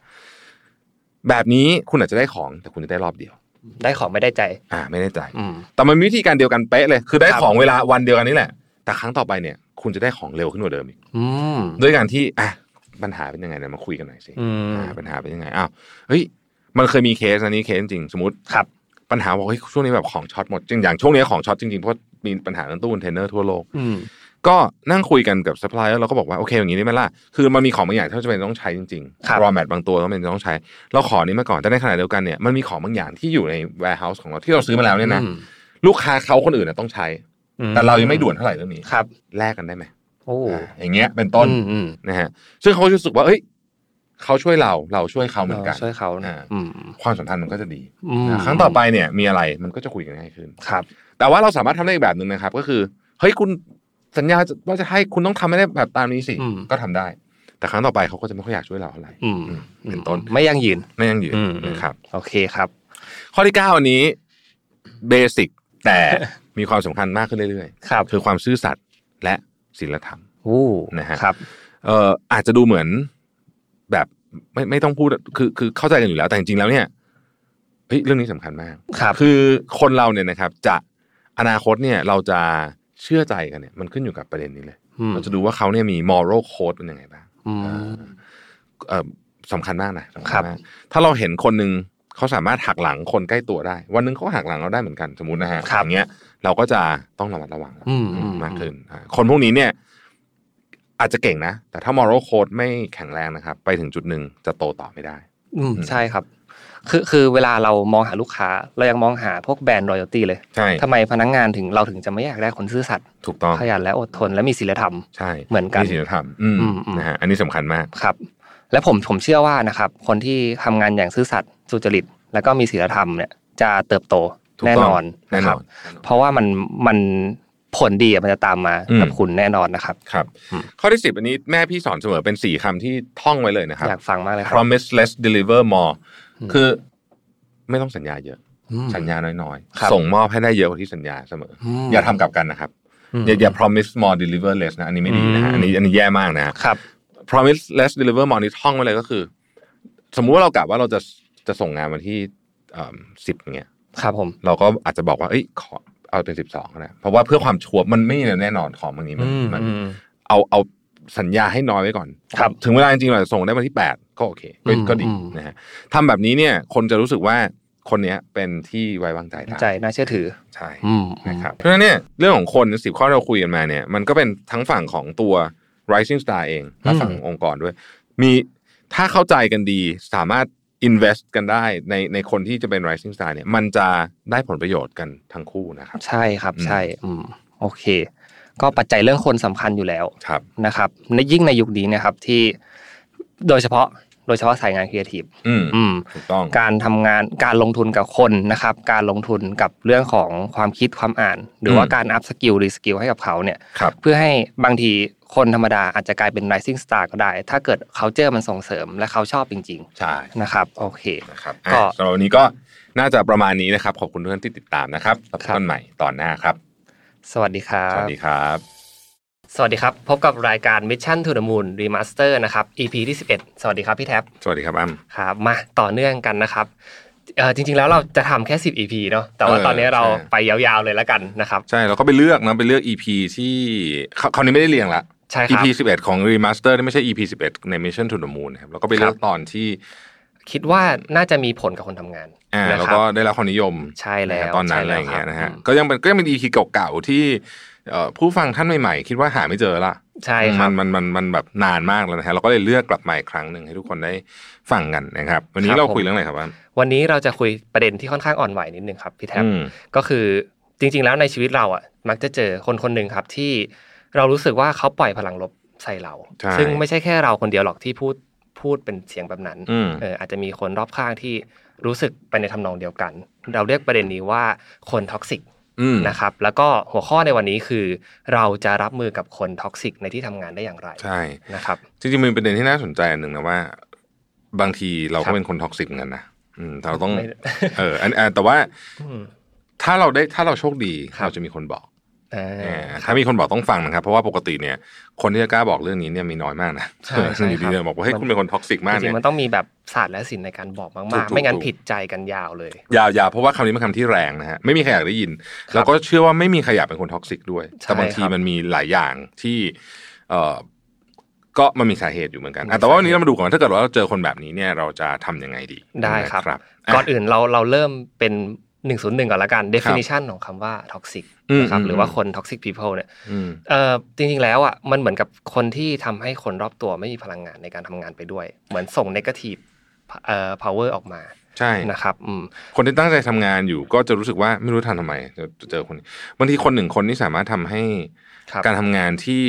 S2: แบบนี้คุณอาจจะได้ของแต่คุณจะได้รอบเดียว
S3: ได้ของไม่ได้ใจ
S2: อ่า ไม่แน่ใจ
S3: อืม
S2: แต่มันมีวิธีการเดียวกันเป๊ะเลย คือได้
S3: ครับ
S2: ของเวลาวันเดียวกันนี่แหละ แต่ครั้งต่อไปเนี่ย คุณจะได้ของเร็วขึ้นกว่าเดิมอีก
S3: อืม
S2: ด้วยการที่อ่ะปัญหาเป็นยังไงเนี่ยมาคุยกันหน่อยสิ
S3: อืม
S2: อ่าปัญหาเป็นยังไงอ้าวเฮ้ยมันเคยมีเคสอันนี้เคสจริงๆสมมติ
S3: ครับ
S2: ปัญหาบอกเฮ้ยช่วงนี้แบบของช็อตหมดจริงอย่างช่วงนี้ของช็อตจริงๆเพราะมีปัญหาเรื่องตู้คอนเทนเนอร์ทั่วโลก
S3: อืม
S2: ก็นั่งคุยกันกับซัพพลายเออร์เราก็บอกว่าโอเคอย่างนี้ได้ไหมล่ะคือมันมีของบางอย่างที่เราจะเป็นต้องใช้จริง
S3: ครับ
S2: ๆรอแมทบางตัวต้องเป็นต้องใช้ เราขอนี้มาก่อนแต่ในขณะเดียวกันเนี่ยมันมีของบางอย่างที่อยู่ใน warehouse ของเราที่เราซื้อมาแล้วเนี่ยนะ
S3: อืม
S2: ลูกค้าเขาคนอื่นนะต้องใช้
S3: อื
S2: แต่เรายังไม่ด่วนเท่าไหร่เรื่องนี้
S3: ครับ
S2: แลกกันได้ไหม
S3: โอ้
S2: อ่าอย่างเงี้ยเป็นต้น
S3: อืมอืม
S2: นะฮะซึ่งเขาจะรู้สึกว่าเอ้ยเขาช่วยเราเราช่วยเขาเหมือนกัน
S3: ราช่วยเขา
S2: อ่า
S3: อืม
S2: ความสัมพันธ์มันก็จะดี
S3: อืม
S2: นะครั้งต่อไปเนี่ยมีอะไรมันก็จะคุยกันง่ายขึ้น
S3: ครับ
S2: แต่ว่าเราสามารถทำได้อีกแบบหนึ่งนะครับ ก็คือเฮ้ยคุณสัญญาว่าจะให้คุณต้องทำให้ได้แบบตามนี้สิ
S3: อืม
S2: ก็ทำได้ แต่ครั้งต่อไปเขาก็จะไม่ค่อยอยากช่วยเราเท่าไหร่
S3: อืม
S2: อืมเป็นต้น
S3: ไม่ยั่งยืน
S2: ไม่ยั่งยืน
S3: อืม
S2: นะครับ
S3: โอเคครับ
S2: ข้อที่เก้าอันนี้เบสิกแต่มีความสำคัญมากขึ้นเรื่อย
S3: ครับ
S2: ๆ คือความซื่อสัตย์และศีลธรรม
S3: อู้
S2: นะฮะ
S3: ครับ
S2: เอ่ออาจจะดูเหมือนแบบไม่ไม่ต้องพูดคือคือเข้าใจกันอยู่แล้วแต่จริงๆแล้วเนี่ยเฮ้ยเรื่องนี้สำคัญมาก
S3: ครับ
S2: คือคนเราเนี่ยนะครับจะอนาคตเนี่ยเราจะเชื่อใจกันเนี่ยมันขึ้นอยู่กับประเด็นนี้เลย
S3: อืม
S2: เราจะดูว่าเขาเนี่ยมี moral code เป็นยังไงบ้าง
S3: อืม
S2: เอ่อสำคัญมากนะสำคัญ
S3: ครับ
S2: มากถ้าเราเห็นคนหนึ่งเขาสามารถหักหลังคนใกล้ตัวได้ วันหนึ่งเขาหักหลังเราได้เหมือนกันสมมตินะฮะ
S3: ครับ
S2: อย่างเงี้ยเราก็จะต้องระมัดระวัง
S3: อืมอืม
S2: มากขึ้นอ่าคนพวกนี้เนี่ย อาจจะเก่งนะ แต่ถ้า moral code ไม่แข็งแรงนะครับ ไปถึงจุดหนึ่งจะโตต่อไม่ได้
S3: อืม
S2: อืม
S3: ใช่ครับ คือคือเวลาเรามองหาลูกค้า เรายังมองหาพวกแบรนด์รอยัลตี้เลย
S2: ใช่
S3: ทำไมพนักงานถึงเราถึงจะไม่อยากได้คนซื่อสัตย์
S2: ถูกต้อง
S3: ขยันและอดทนและมีศีลธรรม
S2: ใช่
S3: เหมือนกัน
S2: ศีลธรรมอืม
S3: อืมอืม
S2: นะฮะอันนี้สำคัญมาก
S3: ครับ และผมผมเชื่อว่านะครับคนที่ทำงานอย่างซื่อสัตย์สุจริต แล้วก็มีศีลธรรมเนี่ยจะเติบโต
S2: ถูกต้
S3: แน่
S2: อง
S3: นอน
S2: แน่นอน
S3: ครับ เพราะว่ามันมันผลดีอะมันจะตามมา
S2: อืม
S3: กับคุณแน่นอนนะครับ
S2: ครับ
S3: อืม
S2: ข้อที่สิบอันนี้แม่พี่สอนเสมอเป็นสี่คำที่ท่องไว้เลยนะครับ
S3: อยากฟังมากเลยครับ
S2: promise less deliver more
S3: อืม
S2: คือไม่ต้องสัญญาเยอะ
S3: อืม
S2: สัญญาน้อย
S3: ครับ
S2: ๆ ส่งมอบให้ได้เยอะกว่าที่สัญญาเสมออ
S3: ม
S2: อย่าทำกลับกันนะครับ
S3: ม
S2: อย่าอย่า promise more deliver less นะอันนี้ไม่ดีนะฮะ
S3: อืม
S2: อันนี้อันนี้แย่มากนะฮะ
S3: ครับ
S2: promise less deliver more นี่ท่องไว้เลยก็คือ สมมุติว่าเรากะว่าเราจะจะส่งงานวันที่สิบอย่างเงี้ย
S3: ครับผม
S2: เราก็อาจจะบอกว่าเอ้ยขอเอาเป็นสิบสองก็ได้เพราะว่าเพื่อความชัวร์มันไม่มีอะไรแน่นอนของบางนี้มันมัน เอาเอาสัญญาให้น้อยไว้ก่อน
S3: ครับ
S2: ถึงเวลาจริงๆเราจะส่งได้วันที่ 8 ก็โอเคก็
S3: อืม
S2: ก็ดี
S3: อืม
S2: นะฮะทำแบบนี้เนี่ย คนจะรู้สึกว่าคนเนี้ยเป็นที่ไว้วางใจได้
S3: ใจน่าเชื่อถือ
S2: ใช่
S3: อืม
S2: นะครับเพราะฉะนั้นเนี่ยเรื่องของคนสิบข้อที่เราคุยกันมาเนี่ย มันก็เป็นทั้งฝั่งของตัว rising star เองและฝั่งขององค์กรด้วย มีถ้าเข้าใจกันดีสามารถ invest กันได้ในในคนที่จะเป็น rising star เนี่ย มันจะได้ผลประโยชน์กันทั้งคู่นะครับ
S3: ใช่ครับ
S2: อืม
S3: ใช่อืมโอเค ก็ปัจจัยเรื่องคนสำคัญอยู่แล้ว
S2: ครับ
S3: นะครับในยิ่งในยุคนี้นะครับที่โดยเฉพาะโดยเฉพาะสายงานครีเอทีฟ
S2: อืม
S3: อืม
S2: ถูกต้อง
S3: การทำงานการลงทุนกับคนนะครับ การลงทุนกับเรื่องของความคิดความอ่าน หรือว่า
S2: อืม
S3: การอัพสกิลรีสกิลให้กับเขาเนี่ย
S2: ครับ
S3: เพื่อให้บางทีคนธรรมดาอาจจะกลายเป็น rising star ก็ได้ ถ้าเกิด culture มันส่งเสริมและเขาชอบจริง
S2: ใช่
S3: ๆ นะครับ โอเค
S2: นะครับ
S3: ก็
S2: อ่ะสำหรับวันนี้ก็น่าจะประมาณนี้นะครับ ขอบคุณทุกท่านที่ติดตามนะครับแล้วพบ
S3: ครั
S2: กับ นใหม่ตอนหน้าครับ
S3: สวัสดีครับ
S2: สวัสดีครับ
S3: สวัสดีครับ พบกับรายการ Mission to the Moon Remaster นะครับ EP ที่ 11 สวัสดีครับพี่แท็บ
S2: สวัสดีครับอ้ำ
S3: ครับมาต่อเนื่องกันนะครับเอ่อจริงๆ แล้วเราจะทำแค่ 10 EP เนาะแต่ว่า
S2: เออ
S3: ตอนนี้เรา
S2: ใช่
S3: ไปยาวๆเลยแล้วกันนะครับ
S2: ใช่เราก็ไปเลือกนะไปเลือก EP ที่คราวคราวนี้ไม่ได้เรียงละ
S3: ใช่ครับ
S2: EP 11 ของ Remaster นี่ไม่ใช่ EP 11 ใน Mission to the Moon นะครับแล้วก็ไปเลือกตอนที่
S3: คิดว่าน่าจะมีผลกับคนทำงาน
S2: อ่า
S3: นะ
S2: แล้ว
S3: ครับ
S2: ก็ได้รับความนิยม
S3: ใช่แล้ว
S2: นะฮะตอนนั้นอะ
S3: ใช่แล้
S2: ไร
S3: ว
S2: อย่างเงี้ยนะ
S3: ครั
S2: ฮะ
S3: บ
S2: ก็ยังเป็นก็ยังเป็น EP เก่าๆที่เอ่อผู้ฟังท่านใหม่ๆ คิดว่าหาไม่เจอละ
S3: ใช่ค
S2: มั
S3: รับ
S2: นมันมันมันแบบนานมากแล้วนะฮะเราก็เลยเลือกกลับมาอีกครั้งหนึ่งให้ทุกคนได้ฟังกันนะครับวันนี้
S3: ครับ
S2: เรา
S3: ผม
S2: คุยเรื่องอะไรครับอ้ำ
S3: วันนี้เราจะคุยประเด็นที่ค่อนข้างอ่อนไหวนิดนึงครับพี่แท็บ
S2: อืม
S3: ก็คือจริงๆ แล้วในชีวิตเราอ่ะมักจะเจอคนคนหนึ่งครับที่ เรารู้สึกว่าเขาปล่อยพลังลบใส่เรา
S2: ใช่
S3: ซึ่งไม่ใช่แค่เราคนเดียวหรอกที่พูดพูดเป็นเสียงแบบนั้น
S2: อืม
S3: เอออาจจะมีคนรอบข้างที่รู้สึกไปในทำนองเดียวกัน เราเรียกประเด็นนี้ว่าคนท็อกซิก
S2: อืม
S3: นะครับ แล้วก็หัวข้อในวันนี้คือ เราจะรับมือกับคนท็อกซิกในที่ทำงานได้อย่างไร
S2: ใช่
S3: นะครับ
S2: จริงๆมันเป็นประเด็นที่น่าสนใจอันหนึ่งนะว่า บางทีเรา
S3: ครั
S2: ก็
S3: บ
S2: เป็นคนท็อกซิกเหมือนกันนะอืมแต่เราต้อง
S3: ไม่
S2: เอออันอันแต่ว่า
S3: อืม
S2: ถ้าเราได้ถ้าเราโชคดี
S3: ครับ
S2: เราจะมีคนบอก
S3: เอ
S2: เอ
S3: อ
S2: อถ้ามีคนบอกต้องฟังนะครับ เพราะว่าปกติเนี่ย คนที่จะกล้าบอกเรื่องนี้เนี่ยมีน้อยมากนะ
S3: ใช่ใช่ครับ
S2: อยู่ดีเนี่ยบอกว่าให้ยคุณเป็นคนท็อกซิกมาก
S3: จริ
S2: เนี่ย
S3: งๆมันต้องมีแบบศาสตร์และศิลป์ในการบอก
S2: ถู
S3: มาก
S2: ก
S3: ๆ ไม่งั้น
S2: ถูก
S3: ผิดใจกันยาวเลย
S2: ยาวๆเพราะว่าคำนี้เป็นคำที่แรงนะฮะไม่มีใครอยากได้ยิน แล้วก็เชื่อว่าไม่มีใครอยากเป็นคนท็อกซิกด้วย แต่บางทีมันมีหลายอย่างที่เออก็มันมีสาเหตุอยู่เหมือนกันอ่ะแต่ว่าวันนี้เรามาดูก่อนว่าถ้าเกิดว่าเราเจอคนแบบนี้เนี่ยเราจะทำยังไงดี
S3: ได้ครับ
S2: นะ
S3: ก่อนอื่นเราเราเริ่มเป็น 101 ก่อนละกัน definition ของคำว่าท็อกซิกนะครับ
S2: อืม
S3: หรือว่าคน toxic people เนี่ย
S2: อืม
S3: เอ่อจริงๆแล้วอ่ะมันเหมือนกับคนที่ทำให้คนรอบตัวไม่มีพลังงานในการทำงานไปด้วย เหมือนส่งเนกาทีฟเอ่อ power ออกมา
S2: ใช่
S3: นะครับอืม
S2: คนที่ตั้งใจทำงานอยู่ก็จะรู้สึกว่าไม่รู้ทำทำไมจะเจอคนนี้บางทีคนหนึ่งคนนี่สามารถทำให้
S3: ครับ
S2: การทำงานที่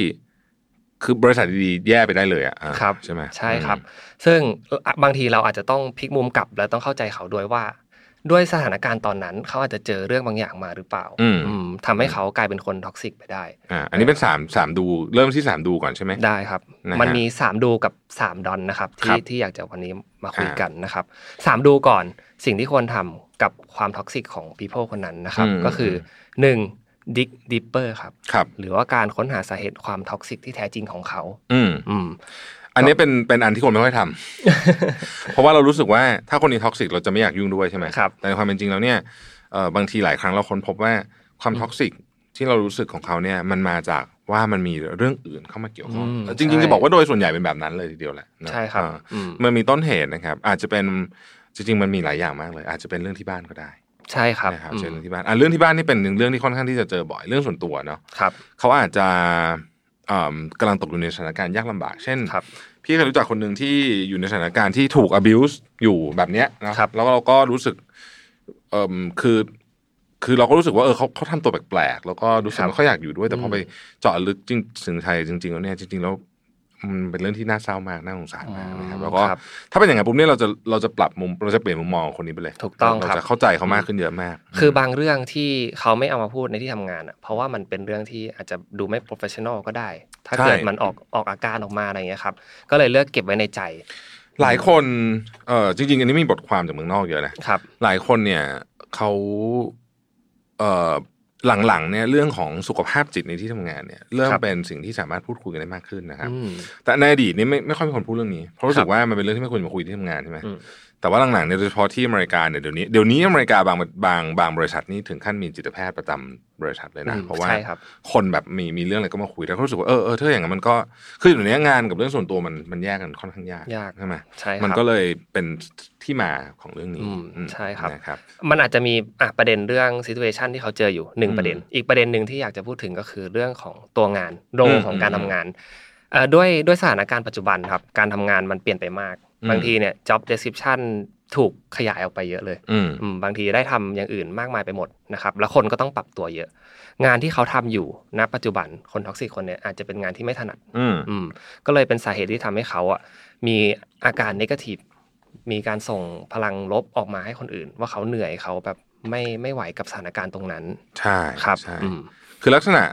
S2: คือบริษัทดีๆแย่ไปได้เลยอ่ะอ่ะ
S3: ครับ
S2: ใช่ไหม
S3: ใช่ครับ ซึ่งอ่ะบางทีเราอาจจะต้องพลิกมุมกลับและต้องเข้าใจเขาด้วยว่า ด้วยสถานการณ์ตอนนั้นเขาอาจจะเจอเรื่องบางอย่างมาหรือเปล่า
S2: อืม
S3: อืมทำให้เขากลายเป็นคนท็อกซิกไปได้
S2: อ่าอันนี้เป็นสามสามดูเริ่มที่สามดูก่อนใช่ไหม
S3: ได้ครับ
S2: นะฮะ
S3: มันมีสามดูกับสามดอนนะครับ
S2: ครั
S3: ที่
S2: บ
S3: ที่อยากจะวันนี้มาคุย
S2: อ่ากั
S3: กันนะครับสามดูก่อนสิ่งที่ควรทำกับความท็อกซิกของ people คนนั้นนะครับ
S2: อืม
S3: ก็คือหนึ่ง dig deeper ครับ
S2: ครับ
S3: หรือว่าการค้นหาสาเหตุความท็อกซิกที่แท้จริงของเขา
S2: อืม
S3: อืม
S2: อันนี้เป็นเป็นอันที่คนไม่ค่อยทำ เพราะว่าเรารู้สึกว่าถ้าคนนี้ท็อกซิกเราจะไม่อยากยุ่งด้วยใช่ไหม
S3: ครับ
S2: แต่ในความเป็นจริงแล้วเนี่ยเอ่อบางทีหลายครั้งเราค้นพบว่าความท็อกซิกที่เรารู้สึกของเขาเนี่ยมันมาจากว่ามันมีเรื่องอื่นเข้ามาเกี่ยวข้อง
S3: อืม
S2: จริง
S3: ใช่
S2: ๆจะบอกว่าโดยส่วนใหญ่เป็นแบบนั้นเลยทีเดียวแหละนะ
S3: ใช่ครับ
S2: เออ
S3: อืม
S2: มันมีต้นเหตุนะครับ อาจจะเป็นจริงๆมันมีหลายอย่างมากเลย อาจจะเป็นเรื่องที่บ้านก็ได้
S3: ใช่ครับ
S2: นะครับ
S3: อืม
S2: เช่นเรื่องที่บ้านอ่ะเรื่องที่บ้านนี่เป็นหนึ่งเรื่องที่ค่อนข้างที่จะเจอบ่อยเรื่องส่วนตัวเนาะ
S3: ครับ
S2: เขาอาจจะเอิ่มกำลังตกอยู่ในสถานการณ์ยากลำบากเช่น
S3: ครับ
S2: พี่เคยรู้จักคนหนึ่งที่อยู่ในสถานการณ์ที่ถูก abuse อยู่แบบเนี้ยนะครับ แล้วเราก็รู้สึกเอ่มคือ คือเราก็รู้สึกว่าเออเขาเขาทำตัวแปลกๆแล้วก็รู้สึกไม่ค่อยอยากอยู่ด้วย แต่พอไปเจาะลึกจริงถึงไทยจริงๆแล้วเนี่ยจริงๆแล้วมันเป็นเรื่องที่น่าเศร้ามากน่าสงสารมากนะครับแล้วก็
S3: ครับ
S2: ถ้าเป็นอย่างนั้นปุ๊บเนี่ยเราจะเราจะปรับมุมเราจะเปลี่ยนมุมมองคนนี้ไปเลย
S3: ถูกต้อง
S2: เรา
S3: ครับ
S2: จะเข้าใจเขามากขึ้นเยอะมาก
S3: คือบางเรื่องที่เขาไม่เอามาพูดในที่ทำงานอ่ะเพราะว่ามันเป็นเรื่องที่อาจจะดูไม่ professional ก็ได้ ถ้า
S2: ใช่
S3: เกิดมันออกออกอาการออกมาอะไรอย่างเงี้ยครับก็เลยเลือกเก็บไว้ในใจ
S2: หลายคนเออจริงๆ อันนี้มีบทความจากเมืองนอกเยอะนะ
S3: ครับ
S2: หลายคนเนี่ยเขาเอ่อหลังๆเนี่ยเรื่องของสุขภาพจิตในที่ทำงานเนี่ยเริ่ม
S3: ครับ
S2: เป็นสิ่งที่สามารถพูดคุยกันได้มากขึ้นนะครับ
S3: อืม
S2: แต่ในอดีตนี่ไม่ไม่ค่อยมีคนพูดเรื่องนี้เพราะรู้สึ
S3: ค
S2: ก
S3: รับ
S2: ว่ามันเป็นเรื่องที่ไม่ควรมาคุยที่ทำงานใช่ไหม
S3: อืม
S2: แต่ว่าหลังๆเนี่ยโดยเฉพาะที่อเมริกาเนี่ยเดี๋ยวนี้เดี๋ยวนี้อเมริกาบางบางบางบริษัทนี่ถึงขั้นมีจิตแพทย์ประจำบริษัทเลยนะ
S3: อืม
S2: เพราะว่า
S3: ใช่ครับ
S2: คนแบบมีมีเรื่องอะไรก็มาคุยแล้วก็รู้สึกว่าเออเออถ้าอย่างนั้นมันก็คืออยู่ในยงานกับเรื่องส่วนตัวมันมันแยกกันค่อนข้างยาก
S3: ยาก
S2: ใช่ไหม
S3: ใช่ครับ
S2: มันก็เลยเป็นที่มาของเรื่องนี้
S3: อืม
S2: อืม
S3: ใช่ครับ
S2: นะครับ
S3: มันอาจจะมีอ่ะประเด็นเรื่องซิทูเอชันที่เขาเจออยู่หนึ่ง
S2: อืม
S3: ประเด็น อีกประเด็นหนึ่งที่อยากจะพูดถึงก็คือเรื่องของตัวงานโร
S2: อื
S3: ง
S2: ม
S3: ของการทำงานเอ่อด้วยด้วยสถานการณ์ปัจจุบันครับ การทำงานมันเปลี่ยนไปมาก
S2: อืม
S3: บางทีเนี่ย job description ถูกขยายออกไปเยอะเลย
S2: อืม
S3: อืมบางทีได้ทำอย่างอื่นมากมายไปหมดนะครับแล้วคนก็ต้องปรับตัวเยอะ งานที่เขาทำอยู่ณปัจจุบันคนท็อกซิคนเนี่ยอาจจะเป็นงานที่ไม่ถนัด
S2: อืม
S3: อืมก็เลยเป็นสาเหตุที่ทำให้เขาอ่ะมีอาการนกาทีฟมีการส่งพลังลบออกมาให้คนอื่น ว่าเขาเหนื่อยเขาแบบไม่ไม่ไหวกับสถานการณ์ตรงนั้น
S2: ใช่
S3: ครับ
S2: ใช่
S3: อืม
S2: คือลักษณะ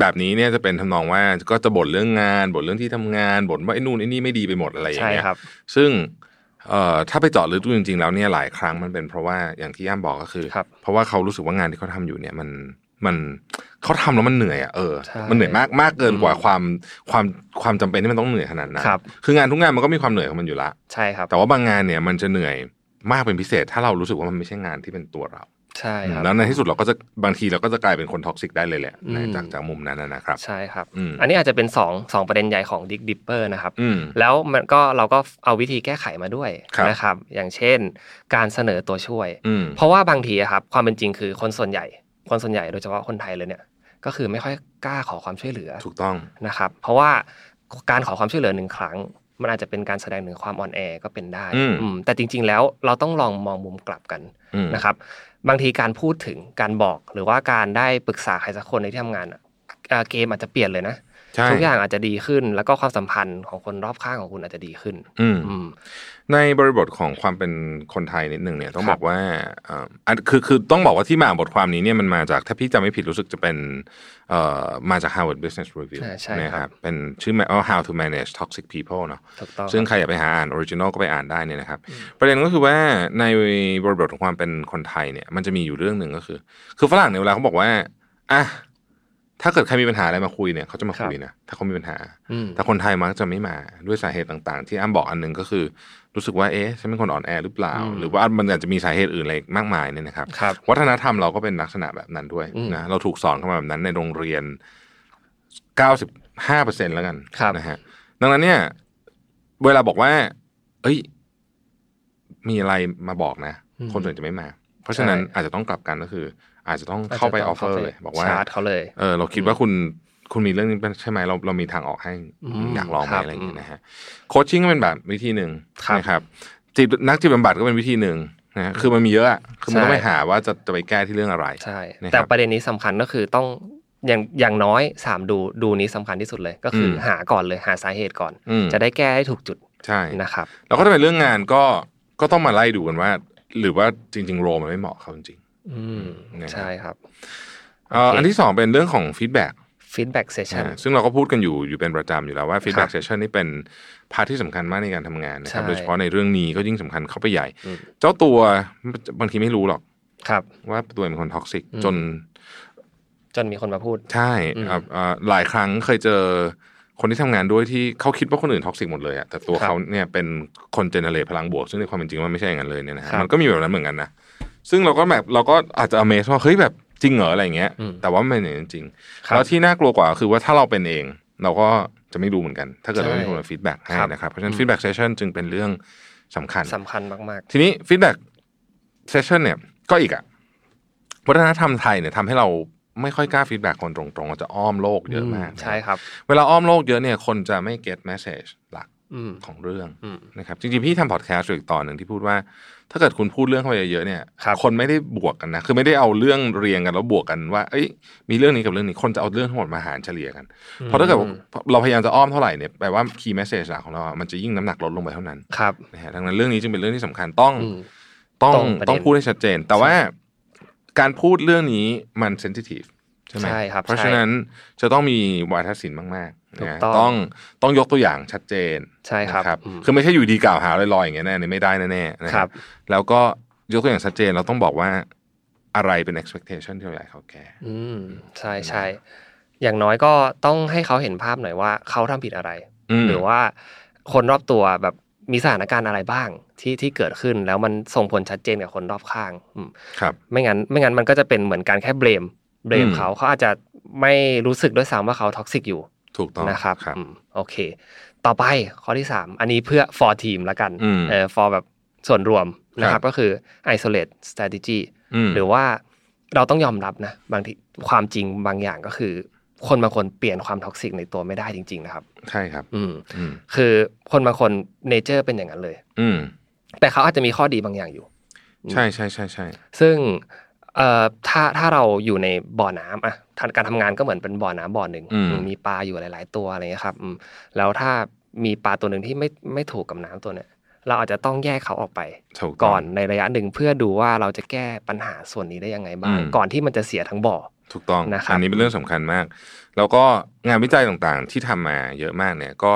S2: แบบนี้เนี่ยจะเป็นทำนองว่าก็จะบ่นเรื่องงานบ่นเรื่องที่ทำงานบ่นว่าไอ้นู่นไอ้นี่ไม่ดีไปหมดอะไรอย่าง
S3: ใช่
S2: เงี้ย
S3: ครับ
S2: ซึ่งเอ่อถ้าไปเจาะลึกดูจริงๆแล้วเนี่ยหลายครั้งมันเป็นเพราะว่าอย่างที่ย่ามบอกก็คือ
S3: ครับ
S2: เพราะว่าเขารู้สึกว่างานที่เขาทำอยู่เนี่ยมันมันเขาทำแล้วมันเหนื่อยอ่ะเออ
S3: ใช่
S2: มันเหนื่อยมากมากเกินกว่า
S3: อืม
S2: ความความความจำเป็นที่มันต้องเหนื่อยขนาดนั้น
S3: ครับ
S2: คืองานทุกงานมันก็มีความเหนื่อยของมันอยู่ละ
S3: ใช่ครับ
S2: แต่ว่าบางงานเนี่ยมันจะเหนื่อยมากเป็นพิเศษ ถ้าเรารู้สึกว่ามันไม่ใช่งานที่เป็นตัวเรา
S3: ใช่ครับ
S2: แล้วในที่สุดเราก็จะบางทีเราก็จะกลายเป็นคนท็อกซิกได้เลยแหละ
S3: อืม
S2: นะจากจากมุมนั้นนะนะครับ
S3: ใช่ครับ
S2: อืม
S3: อันนี้อาจจะเป็นสองสองประเด็นใหญ่ของดิกดิปเปอร์นะครับ
S2: อืม
S3: แล้วมันก็เราก็เอาวิธีแก้ไขมาด้วย
S2: ครับ
S3: นะครับ อย่างเช่น การเสนอตัวช่วย
S2: อืม
S3: เพราะว่าบางทีอะครับความเป็นจริงคือคนส่วนใหญ่ คนส่วนใหญ่โดยเฉพาะคนไทยเลยเนี่ย ก็คือไม่ค่อยกล้าขอความช่วยเหลือ
S2: ถูกต้อง
S3: นะครับเพราะว่าการขอความช่วยเหลือหนึ่งครั้ง มันอาจจะเป็นการแสดงถึงความอ่อนแอก็เป็นได้
S2: อืม
S3: อืมแต่จริง ๆ แล้วเราต้องลองมองมุมกลับกัน
S2: อืม
S3: นะครับ บางทีการพูดถึงการบอกหรือว่าการได้ปรึกษาใครสักคนในที่ทำงานอะเอ่อเกมอาจจะเปลี่ยนเลยนะ
S2: ใช่
S3: ทุกอย่างอาจจะดีขึ้น แล้วก็ความสัมพันธ์ของคนรอบข้างของคุณอาจจะดีขึ้น
S2: อืม
S3: อืม
S2: ในบริบทของความเป็นคนไทยนิดหนึ่งเนี่ยต้อง
S3: ครับ บ
S2: อกว่าเอ่ออันคือคือต้องบอกว่าที่มาของบทความนี้เนี่ยมันมาจากถ้าพี่จำไม่ผิดรู้สึกจะเป็นเอ่อมาจาก Harvard Business Review
S3: อ่าใช่
S2: นะค
S3: ครั
S2: รับ บเป็นชื่อแมเอ่อ How to Manage Toxic People เนาะ
S3: ถูกต้อง
S2: ซึ่งใครอยากไปหาอ่านออริจินอลก็ไปอ่านได้เนี่ยนะครับ ประเด็นก็คือว่าในบริบทของความเป็นคนไทยเนี่ยมันจะมีอยู่เรื่องหนึ่งก็คือ คือฝรั่งเนี่ยเวลาเขาบอกว่าอ่ะถ้าเกิดใครมีปัญหาอะไรมาคุยเนี่ยเขาจะมาคุยนะถ้าเขามีปัญหา
S3: อืม
S2: แต่คนไทยมักจะไม่มาด้วยสาเหตุต่างๆ ที่อ้ำบอกอันหนึงก็คือ รู้สึกว่าเอ๊ะฉันเป็นคนอ่อนแอหรือเปล่า หรือว่ามันอาจจะมีสาเหตุอื่นอะไรมากมายเนี่ยนะครับ
S3: ครับ
S2: วัฒนธรรมเราก็เป็นลักษณะแบบนั้นด้วย
S3: อืม
S2: นะเราถูกสอนเข้ามาแบบนั้นในโรงเรียน 95%แล้วกัน
S3: ครับ
S2: นะฮะดังนั้นเนี่ย เวลาบอกว่า เอ้ย มีอะไรมาบอกนะ คนส่วนใหญ่จะไม่มา เพราะฉะนั้นอาจจะต้องกลับกันก็คือ อาจจะต้องเข้าไปออฟเฟอร์เลย บอกว่า
S3: ชาร์จเขาเลย
S2: เออเราคิดว่าคุณคุณมีเรื่องนี้เป็นใช่ไหมเราเรามีทางออกให้
S3: อืม
S2: อยากลองไหม
S3: ครับ
S2: อะไรอย่างเงี้ยนะฮะโคชชิ่งก็เป็นแบบวิธีหนึ่ง
S3: ครับ
S2: นะครับจิตนักจิตบำบัดก็เป็นวิธีหนึ่งนะฮะคือมันมีเยอะอะคือมัน
S3: ใช่
S2: ต้องไปหาว่าจะจะไปแก้ที่เรื่องอะไร
S3: ใช่
S2: นะครับ
S3: แต่ประเด็นนี้สำคัญก็คือต้องอย่างอย่างน้อยสามดูดูนี้สำคัญที่สุดเลย ก็คืออ
S2: ม
S3: หาก่อนเลยหาสาเหตุก่อน
S2: อืม
S3: จะได้แก้ให้ถูกจุด
S2: ใช่
S3: นะครับ
S2: แล้วก็ถ้าเป็นเรื่องงานก็ก็ต้องมาไล่ดูกันว่า หรือว่าจริง ๆ โรมันไม่เหมาะเขาจริง
S3: อืม
S2: นะครับ
S3: ใช่ครับ
S2: ๆเอ่อ
S3: โอเค
S2: อันที่สองเป็นเรื่องของฟีดแบ็ก
S3: feedback session
S2: อ่าซึ่งเราก็พูดกันอยู่อยู่เป็นประจำอยู่แล้วว่า feedback session นี่เป็นพาร์ทที่สำคัญมากในการทำงานนะครับ
S3: ใช่
S2: โดยเฉพาะในเรื่องนี้ก็ยิ่งสำคัญเข้าไปใหญ่
S3: อืม
S2: เจ้าตัวบางทีไม่รู้หรอก
S3: ครับ
S2: ว่าตัวเองเป็นคนท็อกซิก
S3: อืม
S2: จน
S3: จนมีคนมาพูด
S2: ใช่
S3: อืม
S2: อ่ะอ่ะหลายครั้งเคยเจอคนที่ทำงานด้วยที่เขาคิดว่าคนอื่นท็อกซิกหมดเลยอะแต่ตัว
S3: ครับ
S2: เขาเนี่ยเป็นคนเจเนเรตพลังบวก ซึ่งในความเป็นจริงมันไม่ใช่อย่างนั้นเลยเนี่ยนะฮะ
S3: ครับ
S2: มันก็มีแบบนั้นเหมือนกันนะซึ่งเราก็แบบเราก็อาจจะอเมซว่าเฮ้ยแบบจริงเหรออะไรอย่างเงี้ย
S3: อืม
S2: แต่ว่ามันเป็นอย่างนั้นจริง
S3: ครั
S2: แล้
S3: บ
S2: วที่น่ากลัวกว่าคือว่าถ้าเราเป็นเอง เราก็จะไม่รู้เหมือนกัน ถ้าเกิดเราไม่มี
S3: ใช่
S2: คนมาฟีดแบ็กให้
S3: ครับ
S2: นะครับเพราะฉะนั้นฟีดแบ็กเซสชั่นจึงเป็นเรื่องสำคัญ
S3: สำคัญมาก
S2: ทีนี้ฟีดแบ็กเซสชันเนี่ยก็อีกอะวัฒนธรรมไทยเนี่ยทำให้เราไม่ค่อยกล้าฟีดแบ็กคนตรงๆเราจะอ้อมโลก
S3: ๆ
S2: เยอะมาก
S3: ใช่ครับ
S2: เวลาอ้อมโลกเยอะเนี่ยคนจะไม่เก็ตแมสเซจหลัก
S3: อืม
S2: ของเรื่อง
S3: อืม
S2: นะครับจริงๆพี่ทำพอดแคสต์อยู่อีกตอนหนึ่งที่พูดว่า ถ้าเกิดคุณพูดเรื่องเข้าไปเยอะๆเนี่ย
S3: ครับ
S2: นไม่ได้บวกกันนะคือไม่ได้เอาเรื่องเรียงกันแล้วบวกกันว่าเอ้ยมีเรื่องนี้กับเรื่องนี้คนจะเอาเรื่องทั้งหมดมาหารเฉลี่ยกันเพราะถ้าเกิดว่า
S3: อืม
S2: เราพยายามจะอ้อมเท่าไหร่เนี่ยแปลว่าคีย์แมสเซจหลักของเราอะมันจะยิ่งน้ำหนักลดลงไปเท่านั้น
S3: ครับ
S2: นะฮะดังนั้นเรื่องนี้จึงเป็นเรื่องที่สำคัญต้อง
S3: อืม
S2: ต้อง
S3: ตรงประเด็น
S2: ต้องพูดให้ชัดเจน แต่ว่าการพูดเรื่องนี้มันเซนซิทีฟใช่ไหม
S3: ใช่ครับ
S2: เพราะ
S3: ใช่
S2: ฉะนั้นจะต้องมีวาทศิลป์มากๆ
S3: ถูก
S2: นะ
S3: ต้อง
S2: ต้องต้องยกตัวอย่างชัดเจน
S3: ใช่ครับ
S2: นะ
S3: อืม
S2: คือไม่ใช่อยู่ดีกล่าวหาลอยๆอย่างเงี้ยนะอันนี้ไม่ได้แน่ๆนะ
S3: ค
S2: ค
S3: รั
S2: รับ บแล้วก็ยกตัวอย่างชัดเจนเราต้องบอกว่าอะไรเป็น expectation ที่เราอยากให้เขาแก้
S3: อืมใช่ใช่อย่างน้อยก็ต้องให้เขาเห็นภาพหน่อยว่าเขาทำผิดอะไร
S2: ม
S3: หรือว่าคนรอบตัวแบบมีสถานการณ์อะไรบ้างที่ที่เกิดขึ้นแล้วมันส่งผลชัดเจนกับคนรอบข้างอืม
S2: ครับ
S3: ไม่งั้นไม่งั้นมันก็จะเป็นเหมือนการแค่เบลมเบลม
S2: อืม
S3: เขาเขาอาจจะไม่รู้สึกด้วยซ้ำว่าเขาท็อกซิกอยู่
S2: ถูกต้อง
S3: นะครับ
S2: ครับ
S3: อืมโอเค ต่อไปข้อที่ 3 อันนี้เพื่อ for team ละกัน
S2: อืม
S3: เออ for แบบส่วนรวมนะค
S2: ครั
S3: รับบ ก็คือ isolate strategy
S2: อืม
S3: หรือว่าเราต้องยอมรับนะบางทีความจริงบางอย่างก็คือ คนบางคนเปลี่ยนความท็อกซิกในตัวไม่ได้จริง ๆ นะครับ
S2: ใช่ครับ
S3: อืม
S2: อืม
S3: คือคนบางคนเนเจอร์เป็นอย่างนั้นเลย
S2: อืม
S3: แต่เขาอาจจะมีข้อดีบางอย่างอยู่
S2: ใช่ใช่ใช่ใช่
S3: ซึ่งเอ่อถ้าถ้าเราอยู่ในบ่อน้ำอ่ะทางการทำงานก็เหมือนเป็นบ่อน้ำบ่อหนึ่งอืมมีปลาอยู่หลาย ๆ ตัวอะไรเงี้ยครับอืมแล้วถ้ามีปลาตัวหนึ่งที่ไม่ไม่ถูกกับน้ำตัวเนี้ยเราอาจจะต้องแยกเขาออกไป
S2: ถูกต้ง
S3: ก่อนในระยะหนึ่งเพื่อดูว่าเราจะแก้ปัญหาส่วนนี้ได้ยังไงบ้าง
S2: อืม
S3: ก่อนที่มันจะเสียทั้งบ่อ
S2: ถูกต้อง
S3: นะครับ
S2: อันนี้เป็นเรื่องสำคัญมาก แล้วก็งานวิจัยต่างๆ ที่ทำมาเยอะมากเนี่ย ก็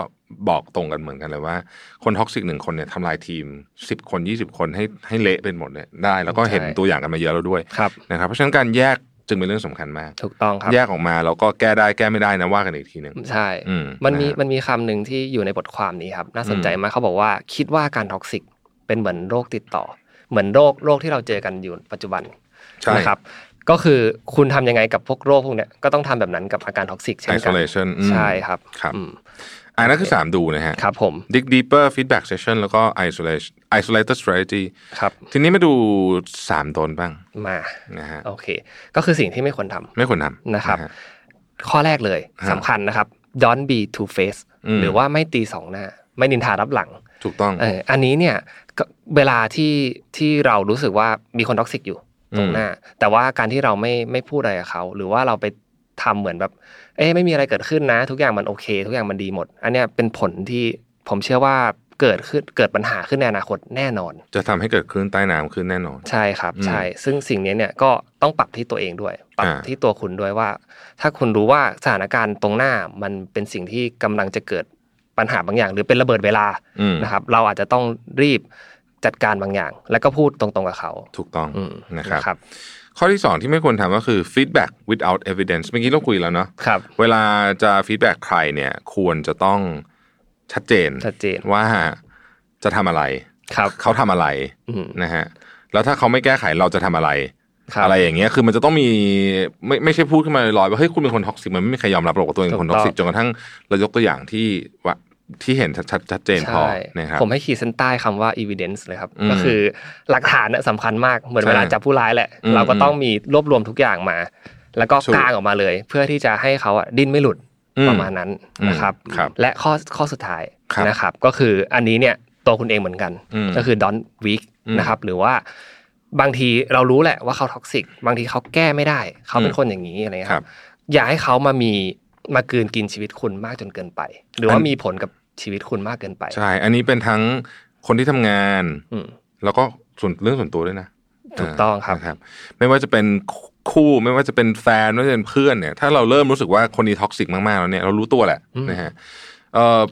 S2: บอกตรงกันเหมือนกันเลยว่า คนท็อกซิกหนึ่งคนเนี่ยทำลายทีม 10 คน 20 คนให้ให้เละเป็นหมดเนี่ยได้ แล้วก็เห็น
S3: ใช่
S2: ตัวอย่างกันมาเยอะแล้วด้วย
S3: ครับ
S2: นะครับ เพราะฉะนั้นการแยกจึงเป็นเรื่องสำคัญมาก
S3: ถูกต้องครับ
S2: แยกออกมาแล้วก็แก้ได้แก้ไม่ได้นะว่ากันอีกทีหนึ่ง
S3: ใช่
S2: อื
S3: มันมี
S2: ะฮะ
S3: มันมีคำหนึ่งที่อยู่ในบทความนี้ครับ น่าสนใจ
S2: อืม
S3: มากเขาบอกว่าคิดว่าการท็อกซิกเป็นเหมือนโรคติดต่อ เหมือนโรคโรคที่เราเจอกันอยู่ปัจจุบัน
S2: ใช่
S3: นะครับ ก็คือคุณทำยังไงกับพวกโรคพวกเนี้ยก็ต้องทำแบบนั้นกับอาการท็อกซิกเช่นกัน
S2: isolation อืม
S3: ใช่ครับ
S2: ครับ
S3: อืม
S2: อันนั้นคือ 3 ดูนะฮะ
S3: ครับผม
S2: dig deeper feedback session แล้วก็ isolation isolated strategy
S3: ครับ
S2: ทีนี้มาดู 3ตนบ้าง
S3: มา
S2: นะฮะ
S3: โอเค ก็คือสิ่งที่ไม่ควรทำ
S2: ไม่ควรทำ
S3: นะครับ
S2: ฮ
S3: ข้อแรกเลย
S2: ฮะ
S3: สำคัญนะครับ don't be two face
S2: อืม
S3: หรือว่าไม่ตีสองหน้า ไม่นินทารับหลัง
S2: ถูกต้อง
S3: เอออันนี้เนี่ยก็เวลาที่ที่เรารู้สึกว่ามีคนท็อกซิกอยู่ตรงหน้า แต่ว่าการที่เราไม่ไม่พูดอะไรกับเขา หรือว่าเราไป ทำเหมือนแบบ เอ้ไม่มีอะไรเกิดขึ้นนะ ทุกอย่างมันโอเค ทุกอย่างมันดีหมด อันเนี้ยเป็นผลที่ผมเชื่อว่าเกิดขึ้นเกิดปัญหาขึ้นในอนาคตแน่นอน
S2: จะทำให้เกิดคลื่นใต้น้ำขึ้นแน่นอน
S3: ใช่ครับ
S2: อืม
S3: ใช่ซึ่งสิ่งนี้เนี่ยก็ต้องปรับที่ตัวเองด้วย ปรับ
S2: อ่า
S3: ที่ตัวคุณด้วยว่า ถ้าคุณรู้ว่าสถานการณ์ตรงหน้ามันเป็นสิ่งที่กำลังจะเกิดปัญหาบางอย่าง หรือเป็นระเบิดเวลา
S2: อืม
S3: นะครับ เราอาจจะต้องรีบจัดการบางอย่าง แล้วก็พูดตรงๆกับเขา
S2: ถูกต้อง
S3: อืม
S2: นะครับ
S3: ครับ
S2: ข้อที่สองที่ไม่ควรทำก็คือ feedback without evidence เมื่อกี้เราคุยแล้วเนาะ
S3: ครับ
S2: เวลาจะ feedback ใครเนี่ยควรจะต้องชัดเจน
S3: ชัดเจน
S2: ว่าจะทำอะไร
S3: ครับ
S2: เขาทำอะไร
S3: อืม
S2: นะฮะแล้วถ้าเขาไม่แก้ไขเราจะทำอะไร
S3: ครับ
S2: อะไรอย่างเงี้ย คือมันจะต้องมีไม่ไม่ใช่พูดขึ้นมาลอยๆว่าเฮ้ยคุณเป็นคนท็อกซิกมันไม่มีใครยอมรับหรอกว่าตัวเองเป็นคน
S3: ถู
S2: ท็
S3: กต้
S2: อ
S3: อก ง
S2: ซิกจนกระทั่งเรายกตัวอย่างที่ว่าที่เห็นชัดๆชัดเจนพอ
S3: ใช่
S2: นะครับ
S3: ผมให้ขีดเส้นใต้คำว่า evidence เลยครับ
S2: อืม
S3: ก็คือหลักฐานน่ะสำคัญมาก เหมือน
S2: ใช่
S3: เวลาจับผู้ร้ายแหละ
S2: อืม
S3: เราก็ต้องมีรวบรวมทุกอย่างมา แล้วก็
S2: ถูก
S3: กางออกมาเลย เพื่อที่จะให้เขาอะดิ้นไม่หลุด
S2: อื
S3: ประมาณนั้นนะครับ
S2: อืมครับ
S3: และข้อข้อสุดท้าย
S2: ครับ
S3: นะครับ ก็คืออันนี้เนี่ยตัวคุณเองเหมือนกัน
S2: อืม
S3: ก็คือ don't weak
S2: อืม
S3: นะครับ หรือว่าบางทีเรารู้แหละว่าเขาท็อกซิกบางทีเขาแก้ไม่ได้ เขาเป็น
S2: อืม
S3: คนอย่างนี้อะไรเงี้ย
S2: ค
S3: ค
S2: รั
S3: รับ บ อย่าให้เขามามีมากลืนกินชีวิตคุณมากจนเกินไป หรือว่ามีผลกับชีวิตคุณมากเกินไป
S2: ใช่ อันนี้เป็นทั้งคนที่ทำงาน
S3: อืม
S2: แล้วก็ส่วนเรื่องส่วนตัวด้วยนะ
S3: ถูกต้องครับ
S2: นะไม่ว่าจะเป็นคู่ไม่ว่าจะเป็นแฟนไม่ว่าจะเป็นเพื่อนเนี่ย ถ้าเราเริ่มรู้สึกว่าคนนี้ท็อกซิกมากๆแล้วเนี่ยเรารู้ตัวแหละ
S3: อืม
S2: นะฮะเอ่อ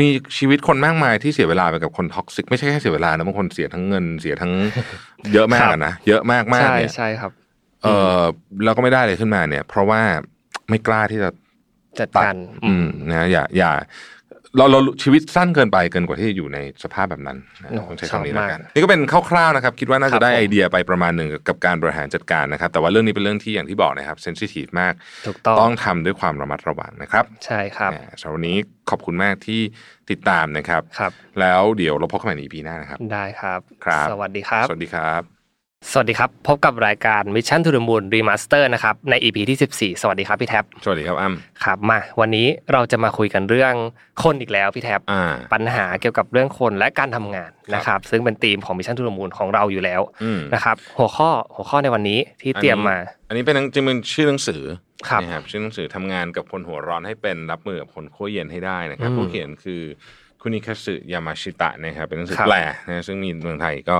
S2: มีชีวิตคนมากมายที่เสียเวลาไปกับคนท็อกซิกไม่ใช่แค่เสียเวลานะบางคนเสียทั้งเงินเสียทั้ง เยอะมากอะนะเยอะมากมาก
S3: ใช่
S2: เนี่ย
S3: ใช่ครับ
S2: เออเราก็ไม่ได้เลยขึ้นมาเนี่ย เพราะว่าไม่กล้าที่จะ
S3: จัด
S2: ตัด
S3: การ
S2: อืมนะอย่าอย่าเราเราชีวิตสั้นเกินไปเกินกว่าที่จะอยู่ในสภาพแบบนั้นนะผมใช้คำนี้แล้วกันนี่ก็เป็นคร่าวๆนะครับ คิดว่าน่าจะได้ไอเดียไปประมาณหนึ่งกับการบริหารจัดการนะครับ แต่ว่าเรื่องนี้เป็นเรื่องที่อย่างที่บอกนะครับเซนซิทีฟมาก
S3: ถูกต้อง
S2: ต้องทำด้วยความระมัดระวังนะครับ
S3: ใช่ครับ
S2: อ่าสำหรับวันนี้ขอบคุณมากที่ติดตามนะครับ
S3: ครับ
S2: แล้วเดี๋ยวเราพบกันใหม่ใน EP หน้านะครับ
S3: ได้ครับ
S2: ครับ
S3: สวัสดีครับ
S2: สวัสดีครับ
S3: สวัสดีครับ พบกับรายการ Mission to the Moon Remaster นะครับ ใน EP ที่ 14 สวัสดีครับพี่แท็บ
S2: สวัสดีครับอ้ำ
S3: ครับมา วันนี้เราจะมาคุยกันเรื่องคนอีกแล้วพี่แท็บ
S2: อ่า
S3: ปัญหาเกี่ยวกับเรื่องคนและการทำงานนะค
S2: ครั
S3: รับ บ ซึ่งเป็นธีมของ Mission to the Moon ของเราอยู่แล้ว
S2: อืม
S3: นะครับ หัวข้อหัวข้อในวันนี้ที่
S2: อันนี้
S3: เตรียมมา
S2: อันนี้เป็นหนังจริงๆเป็นชื่อหนังสือ
S3: ครับ
S2: นะครับชื่อหนังสือทำงานกับคนหัวร้อนให้เป็นรับมือกับคนขั้วเย็นให้ได้นะครับ
S3: อืม
S2: ผู้เขียนคือคุณิคัตสึยามาชิตะนะครับเป็นหนังสือ
S3: ครับ
S2: แปลนะซึ่งมีเมืองไทยก็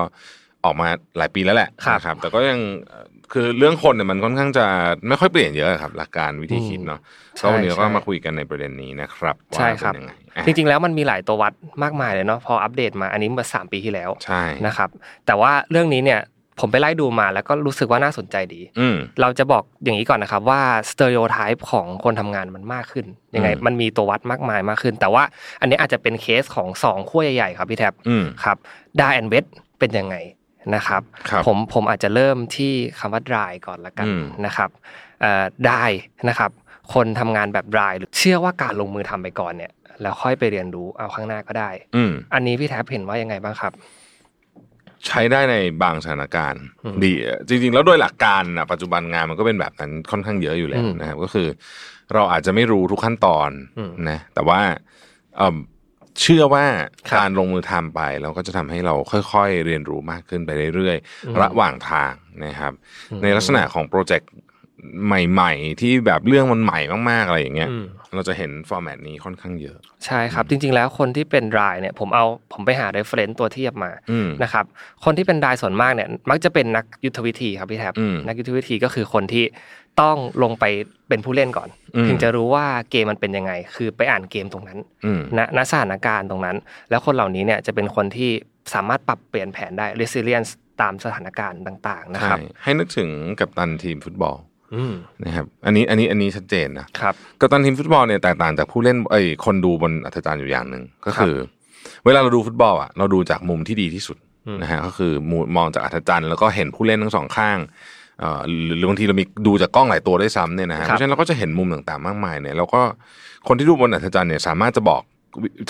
S2: ออกมาหลายปีแล้วแหละ
S3: ครับ
S2: นะครับแต่ก็ยังเอ่อคือเรื่องคนเนี่ยมันค่อนข้างจะไม่ค่อยเปลี่ยนเยอะครับ หลักการวิธีคิดเนาะ
S3: ใช่
S2: ก็วันนี้เราก็
S3: ใช่
S2: มาคุยกันในประเด็นนี้นะครับว่า
S3: ใช่
S2: เป็
S3: ครั
S2: น
S3: บ
S2: ยังไงอ่ะ
S3: จริง ๆ แล้วมันมีหลายตัววัดมากมายเลยเนาะพออัปเดตมาอันนี้เมื่อสามปีที่แล้ว
S2: ใช่
S3: นะครับแต่ว่าเรื่องนี้เนี่ยผมไปไล่ดูมาแล้วก็รู้สึกว่าน่าสนใจดี
S2: อืม
S3: เราจะบอกอย่างนี้ก่อนนะครับว่าสเตอริโอไทป์ของคนทำงานมันมากขึ้นยังไง
S2: อืม
S3: มันมีตัววัดมากมายมากขึ้น แต่ว่าอันนี้อาจจะเป็นเคสของสองขั้วใหญ่ๆครับพี่แท็บ
S2: อืม
S3: ครับดาแอนเวสเป็นยังไงนะครับ
S2: ครับ
S3: ผมผมอาจจะเริ่มที่คำว่า dry ก่อนละกัน
S2: อืม
S3: นะครับดายนะครับคนทำงานแบบ dry หรือเชื่อว่าการลงมือทำไปก่อนเนี่ยแล้วค่อยไปเรียนรู้เอาข้างหน้าก็ได้
S2: อืม
S3: อันนี้พี่แท็บเห็นว่ายังไงบ้างครับ
S2: ใช้ได้ในบางสถานการณ์
S3: อืม
S2: ดีเอ่อจริง ๆ แล้วโดยหลักการนะปัจจุบันงานมันก็เป็นแบบนั้นค่อนข้างเยอะอยู่แล้ว
S3: อืม
S2: นะครับ ก็คือ เราอาจจะไม่รู้ทุกขั้นตอน
S3: อืม
S2: นะแต่ว่าเอิ่มเชื่อว่า
S3: ครับ
S2: การลงมือทำไปเราก็จะทำให้เราค่อยๆ เรียนรู้มากขึ้นไปเรื่อย
S3: อืม
S2: ๆ ระหว่างทางนะครับ
S3: อืม
S2: ในลักษณะของโปรเจกต์ใหม่ ๆ ที่แบบเรื่องมันใหม่มากๆอะไรอย่างเงี้ย
S3: อืม
S2: เราจะเห็นฟอร์แมตนี้ค่อนข้างเยอะ
S3: ใช่ครับ จริงๆแล้วคนที่เป็นรายเนี่ยผมเอาผมไปหาเรฟเฟรนซ์ตัวเทียบมา
S2: อืม
S3: นะครับคนที่เป็นรายส่วนมากเนี่ยมักจะเป็นนักยุทธวิธีครับพี่แท็บ
S2: อืม
S3: นักยุทธวิธีก็คือคนที่ต้องลงไปเป็นผู้เล่นก่อน
S2: อืม
S3: ถึงจะรู้ว่าเกมมันเป็นยังไง คือไปอ่านเกมตรงนั้น
S2: อืม
S3: ณณสถานการณ์ตรงนั้น แล้วคนเหล่านี้เนี่ยจะเป็นคนที่สามารถปรับเปลี่ยนแผนได้ resilience ตามสถานการณ์ต่าง ๆ นะค
S2: ใช่
S3: รับ
S2: ให้นึกถึงกับตันทีมฟุตบอล
S3: อืม
S2: นะครับอันนี้อันนี้อันนี้ชัดเจนนะ
S3: ครับ
S2: กัปตันทีมฟุตบอลเนี่ยแตกต่างจากผู้เล่นไอ้ยคนดูบนอัธจารย์อยู่อย่างหนึ่งก็คือ เวลาเราดูฟุตบอลอ่ะเราดูจากมุมที่ดีที่สุด
S3: อืม
S2: นะฮะก็คือมุมมองจากอัธจารย์ แล้วก็เห็นผู้เล่นทั้งสองข้างเอ่อหรือหรือบางทีเรามีดูจากกล้องหลายตัวด้วยซ้ำเนี่ยนะฮะเพราะฉะนั้นเราก็จะเห็นมุมต่างๆมากมายเนี่ยแล้วก็คนที่ดูบนอัธจารย์เนี่ยสามารถจะบอก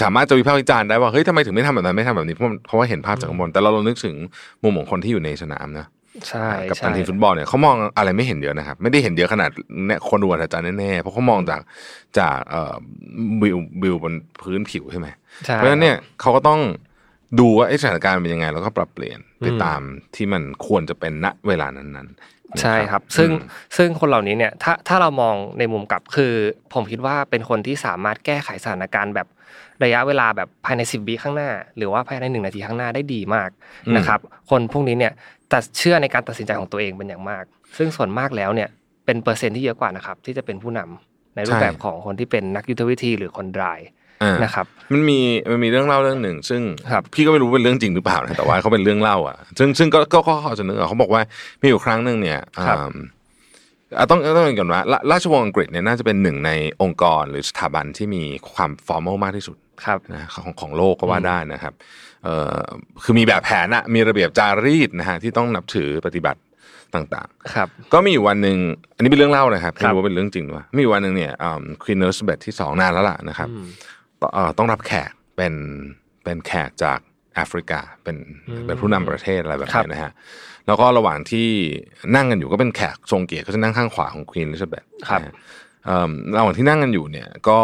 S2: สามารถจะวิพากษ์วิจารณ์ได้ว่าเฮ้ยทำไมถึงไม่ทำแบบนั้นไม่ทำแบบนี้เพราะเพราะว่าเห็นภาพจากข้างบนแต่เราลองนึกถึงมุมของคนที่อยู่ในสนามนะ
S3: ใช่
S2: กับ
S3: ใช่
S2: ทางทีมฟุตบอลเนี่ยเขามองอะไรไม่เห็นเยอะนะครับ ไม่ได้เห็นเยอะขนาดเนี่ยคนดูอาจจะแน่ๆเพราะเขามองจากจากเอ่อวิววิวบนพื้นผิวใช่ไหม
S3: ใช่
S2: เพราะฉะนั้นเนี่ยเขาก็ต้อง ดูว่าไอ้สถานการณ์เป็นยังไง แล้วก็ปรับเปลี่ยนไป
S3: อืม
S2: ตามที่มันควรจะเป็นณเวลานั้นๆนะ
S3: ใช่ครับ ซึ่ง
S2: อืม
S3: ซึ่งคนเหล่านี้เนี่ยถ้าถ้าเรามองในมุมกลับคือ ผมคิดว่าเป็นคนที่สามารถแก้ไขสถานการณ์แบบระยะเวลาแบบภายใน 10วิข้างหน้า หรือว่าภายในหนึ่งนาทีข้างหน้าได้ดีมาก
S2: อืม
S3: นะครับคนพวกนี้เนี่ยตัดเชื่อในการตัดสินใจของตัวเองเป็นอย่างมาก ซึ่งส่วนมากแล้วเนี่ยเป็นเปอร์เซ็นต์ที่เยอะกว่านะครับที่จะเป็นผู้นำในรูปแบบของคนที่เป็นนักยุทธวิธีหรือคนดราย
S2: อ่า
S3: นะครับ
S2: มันมีมันมีเรื่องเล่าเรื่องหนึ่ง ซึ่ง
S3: ครับ
S2: พี่ก็ไม่รู้เป็นเรื่องจริงหรือเปล่านะแต่ว่าเขาเป็นเรื่องเล่าอ่ะ ซึ่งซึ่งก็ก็ก็เขาจะนึกออกเขาบอกว่ามีอยู่ครั้งหนึ่งเนี่ย
S3: ครับ
S2: อ่าอ่ะต้องต้องเรียนก่อนว่าราราชวงศ์อังกฤษเนี่ยน่าจะเป็นหนึ่งในองค์กรหรือสถาบันที่มีความฟอร์ม l มากที่สุด
S3: ครับ
S2: นะของของโลกก็ว่าได้นะครับเอ่อคือมีแบบแผนอะมีระเบียบจารีตนะฮะที่ต้องนับถือปฏิบัติต่างๆ
S3: ครับ
S2: ก็มีอยู่วันหนึ่งอันนี้เป็นเรื่องเล่านะครับไม่
S3: ครับ
S2: รู้ว่าเป็นเรื่องจริงหรือเปล่ามีอยู่วันหนึ่งเนี่ยควีนเนอร์สเบตที่สองนานแล้วล่ะนะครับ
S3: อืม
S2: เอ่อต้องรับแขกเป็นเป็นแขกจากแอฟริกาเป็น
S3: อืม
S2: เป็นผู้นำประเทศอะไรแบบ
S3: ครับ
S2: นี้นะฮะแล้วก็ระหว่างที่นั่งกันอยู่ก็เป็นแขกทรงเกียรติเขาจะนั่งข้างขวาของควีนลิซาเบธนะฮะเอิ่มระหว่างที่นั่งกันอยู่เนี่ยก็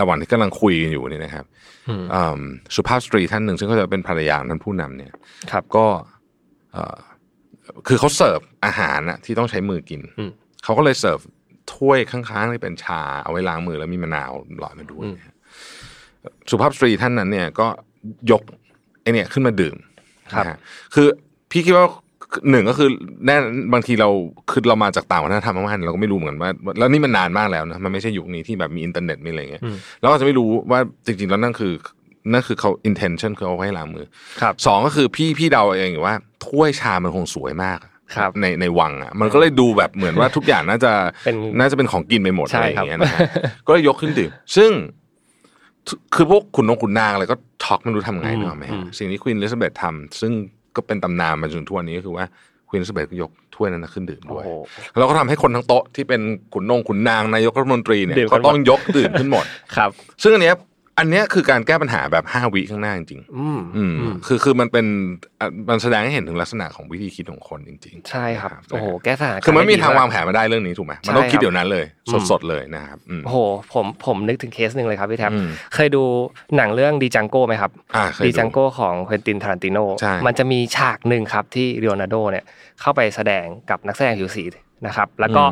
S2: ระหว่างที่กำลังคุยกันอยู่เนี่ยนะครับ
S3: อืม
S2: เอิ่มสุภาพสตรีท่านหนึ่งซึ่งเขาจะเป็นภรรยาของท่านผู้นำเนี่ย
S3: ครับ
S2: ก็เอ่อคือเขาเสิร์ฟอาหารน่ะที่ต้องใช้มือกิน
S3: อืม
S2: เขาก็เลยเสิร์ฟถ้วยข้างๆที่เป็นชาเอาไว้ล้างมือแล้วมีมะนาวลอยมาด้วย สุภาพสตรีท่านนั้นเนี่ยก็ยกไอเนี่ยขึ้นมาดื่ม
S3: ครับ
S2: นะฮะคือพี่คิดว่าหนึ่งก็คือแน่บางทีเราคือเรามาจากต่างวัฒนธรรมมากๆเราก็ไม่รู้เหมือนกันว่าแล้วนี่มันนานมากแล้วนะมันไม่ใช่ยุคนี้ที่แบบมีอินเทอร์เน็ตมีอะไรอย่างเงี้ยเราก็จะไม่รู้ว่าจริงๆแล้วนั่นคือนั่นคือเขา intention คือเอาไว้ให้ล้างมือ
S3: ครับ
S2: สองก็คือพี่พี่เดาเองอยู่ว่าถ้วยชามันคงสวยมากอะ
S3: ครับ
S2: ในในวังอ่ะมันก็เลยดูแบบเหมือนว่าทุกอย่างน่าจะ
S3: เป็น
S2: น่าจะเป็นของกินไปหมด
S3: ใช่
S2: อะไรอย่า
S3: ครับ
S2: งเงี้ยนะฮะ ก็เลยยกขึ้นดื่มซึ่ง คือพวกขุนนงขุนนางอะไรก็ช็อกไม่รู้ทำไง
S3: อืม
S2: เนกอะไหม
S3: อื
S2: ฮะ
S3: ม
S2: สิ่งที่ควีนเลสเบธทำซึ่งก็เป็นตำนานมาจนถึงทุกวันนี้ก็คือว่าควีนเลสเบธก็ยกถ้วยนั้นนะขึ้นดื่ม
S3: โอ้
S2: ด้วย
S3: โห
S2: แล้วก็ทำให้คนทั้งโต๊ะที่เป็นขุนนงขุนนางนายกรัฐมนตรีเนี่ย
S3: ดื่มกัน
S2: เขาต้องยกดื่มขึ้นหมด
S3: ครับ
S2: ซึ่งอันเนี้ยอันเนี้ยคือการแก้ปัญหาแบบห้าวิข้างหน้าจริง
S3: อืม
S2: ๆอืม
S3: อืม
S2: คือคือมันเป็นอ่ะมันแสดงให้เห็นถึงลักษณะของวิธีคิดของคนจริง
S3: ใช่ครับ
S2: นะครับ
S3: โอ้โห แก้สถานการ
S2: ๆ
S3: ณ์
S2: คือมันไม่มี
S3: ด้ดี
S2: ทางวาง
S3: ก
S2: แผนมาได้เรื่องนี้ถูกไหมมัน
S3: ใช่
S2: ต้องคิด
S3: ครับ
S2: เดี๋ยวนั้นเลย
S3: อืม
S2: สดๆเลยนะครับอืม
S3: โอ้โห ผมผมนึกถึงเคสหนึ่งเลยครับพี่แท็บ
S2: อืม
S3: เคยดูหนังเรื่องดีจังโก้ไหมครับ
S2: อ่าเคย
S3: ดี
S2: ดู
S3: จังโก้ของเควินตินทารันติโน
S2: ใช่
S3: มันจะมีฉากหนึ่งครับที่เรียนาโดเนี่ยเข้าไปแสดงกับนักแสดงผิวสีนะครับ แล้วก็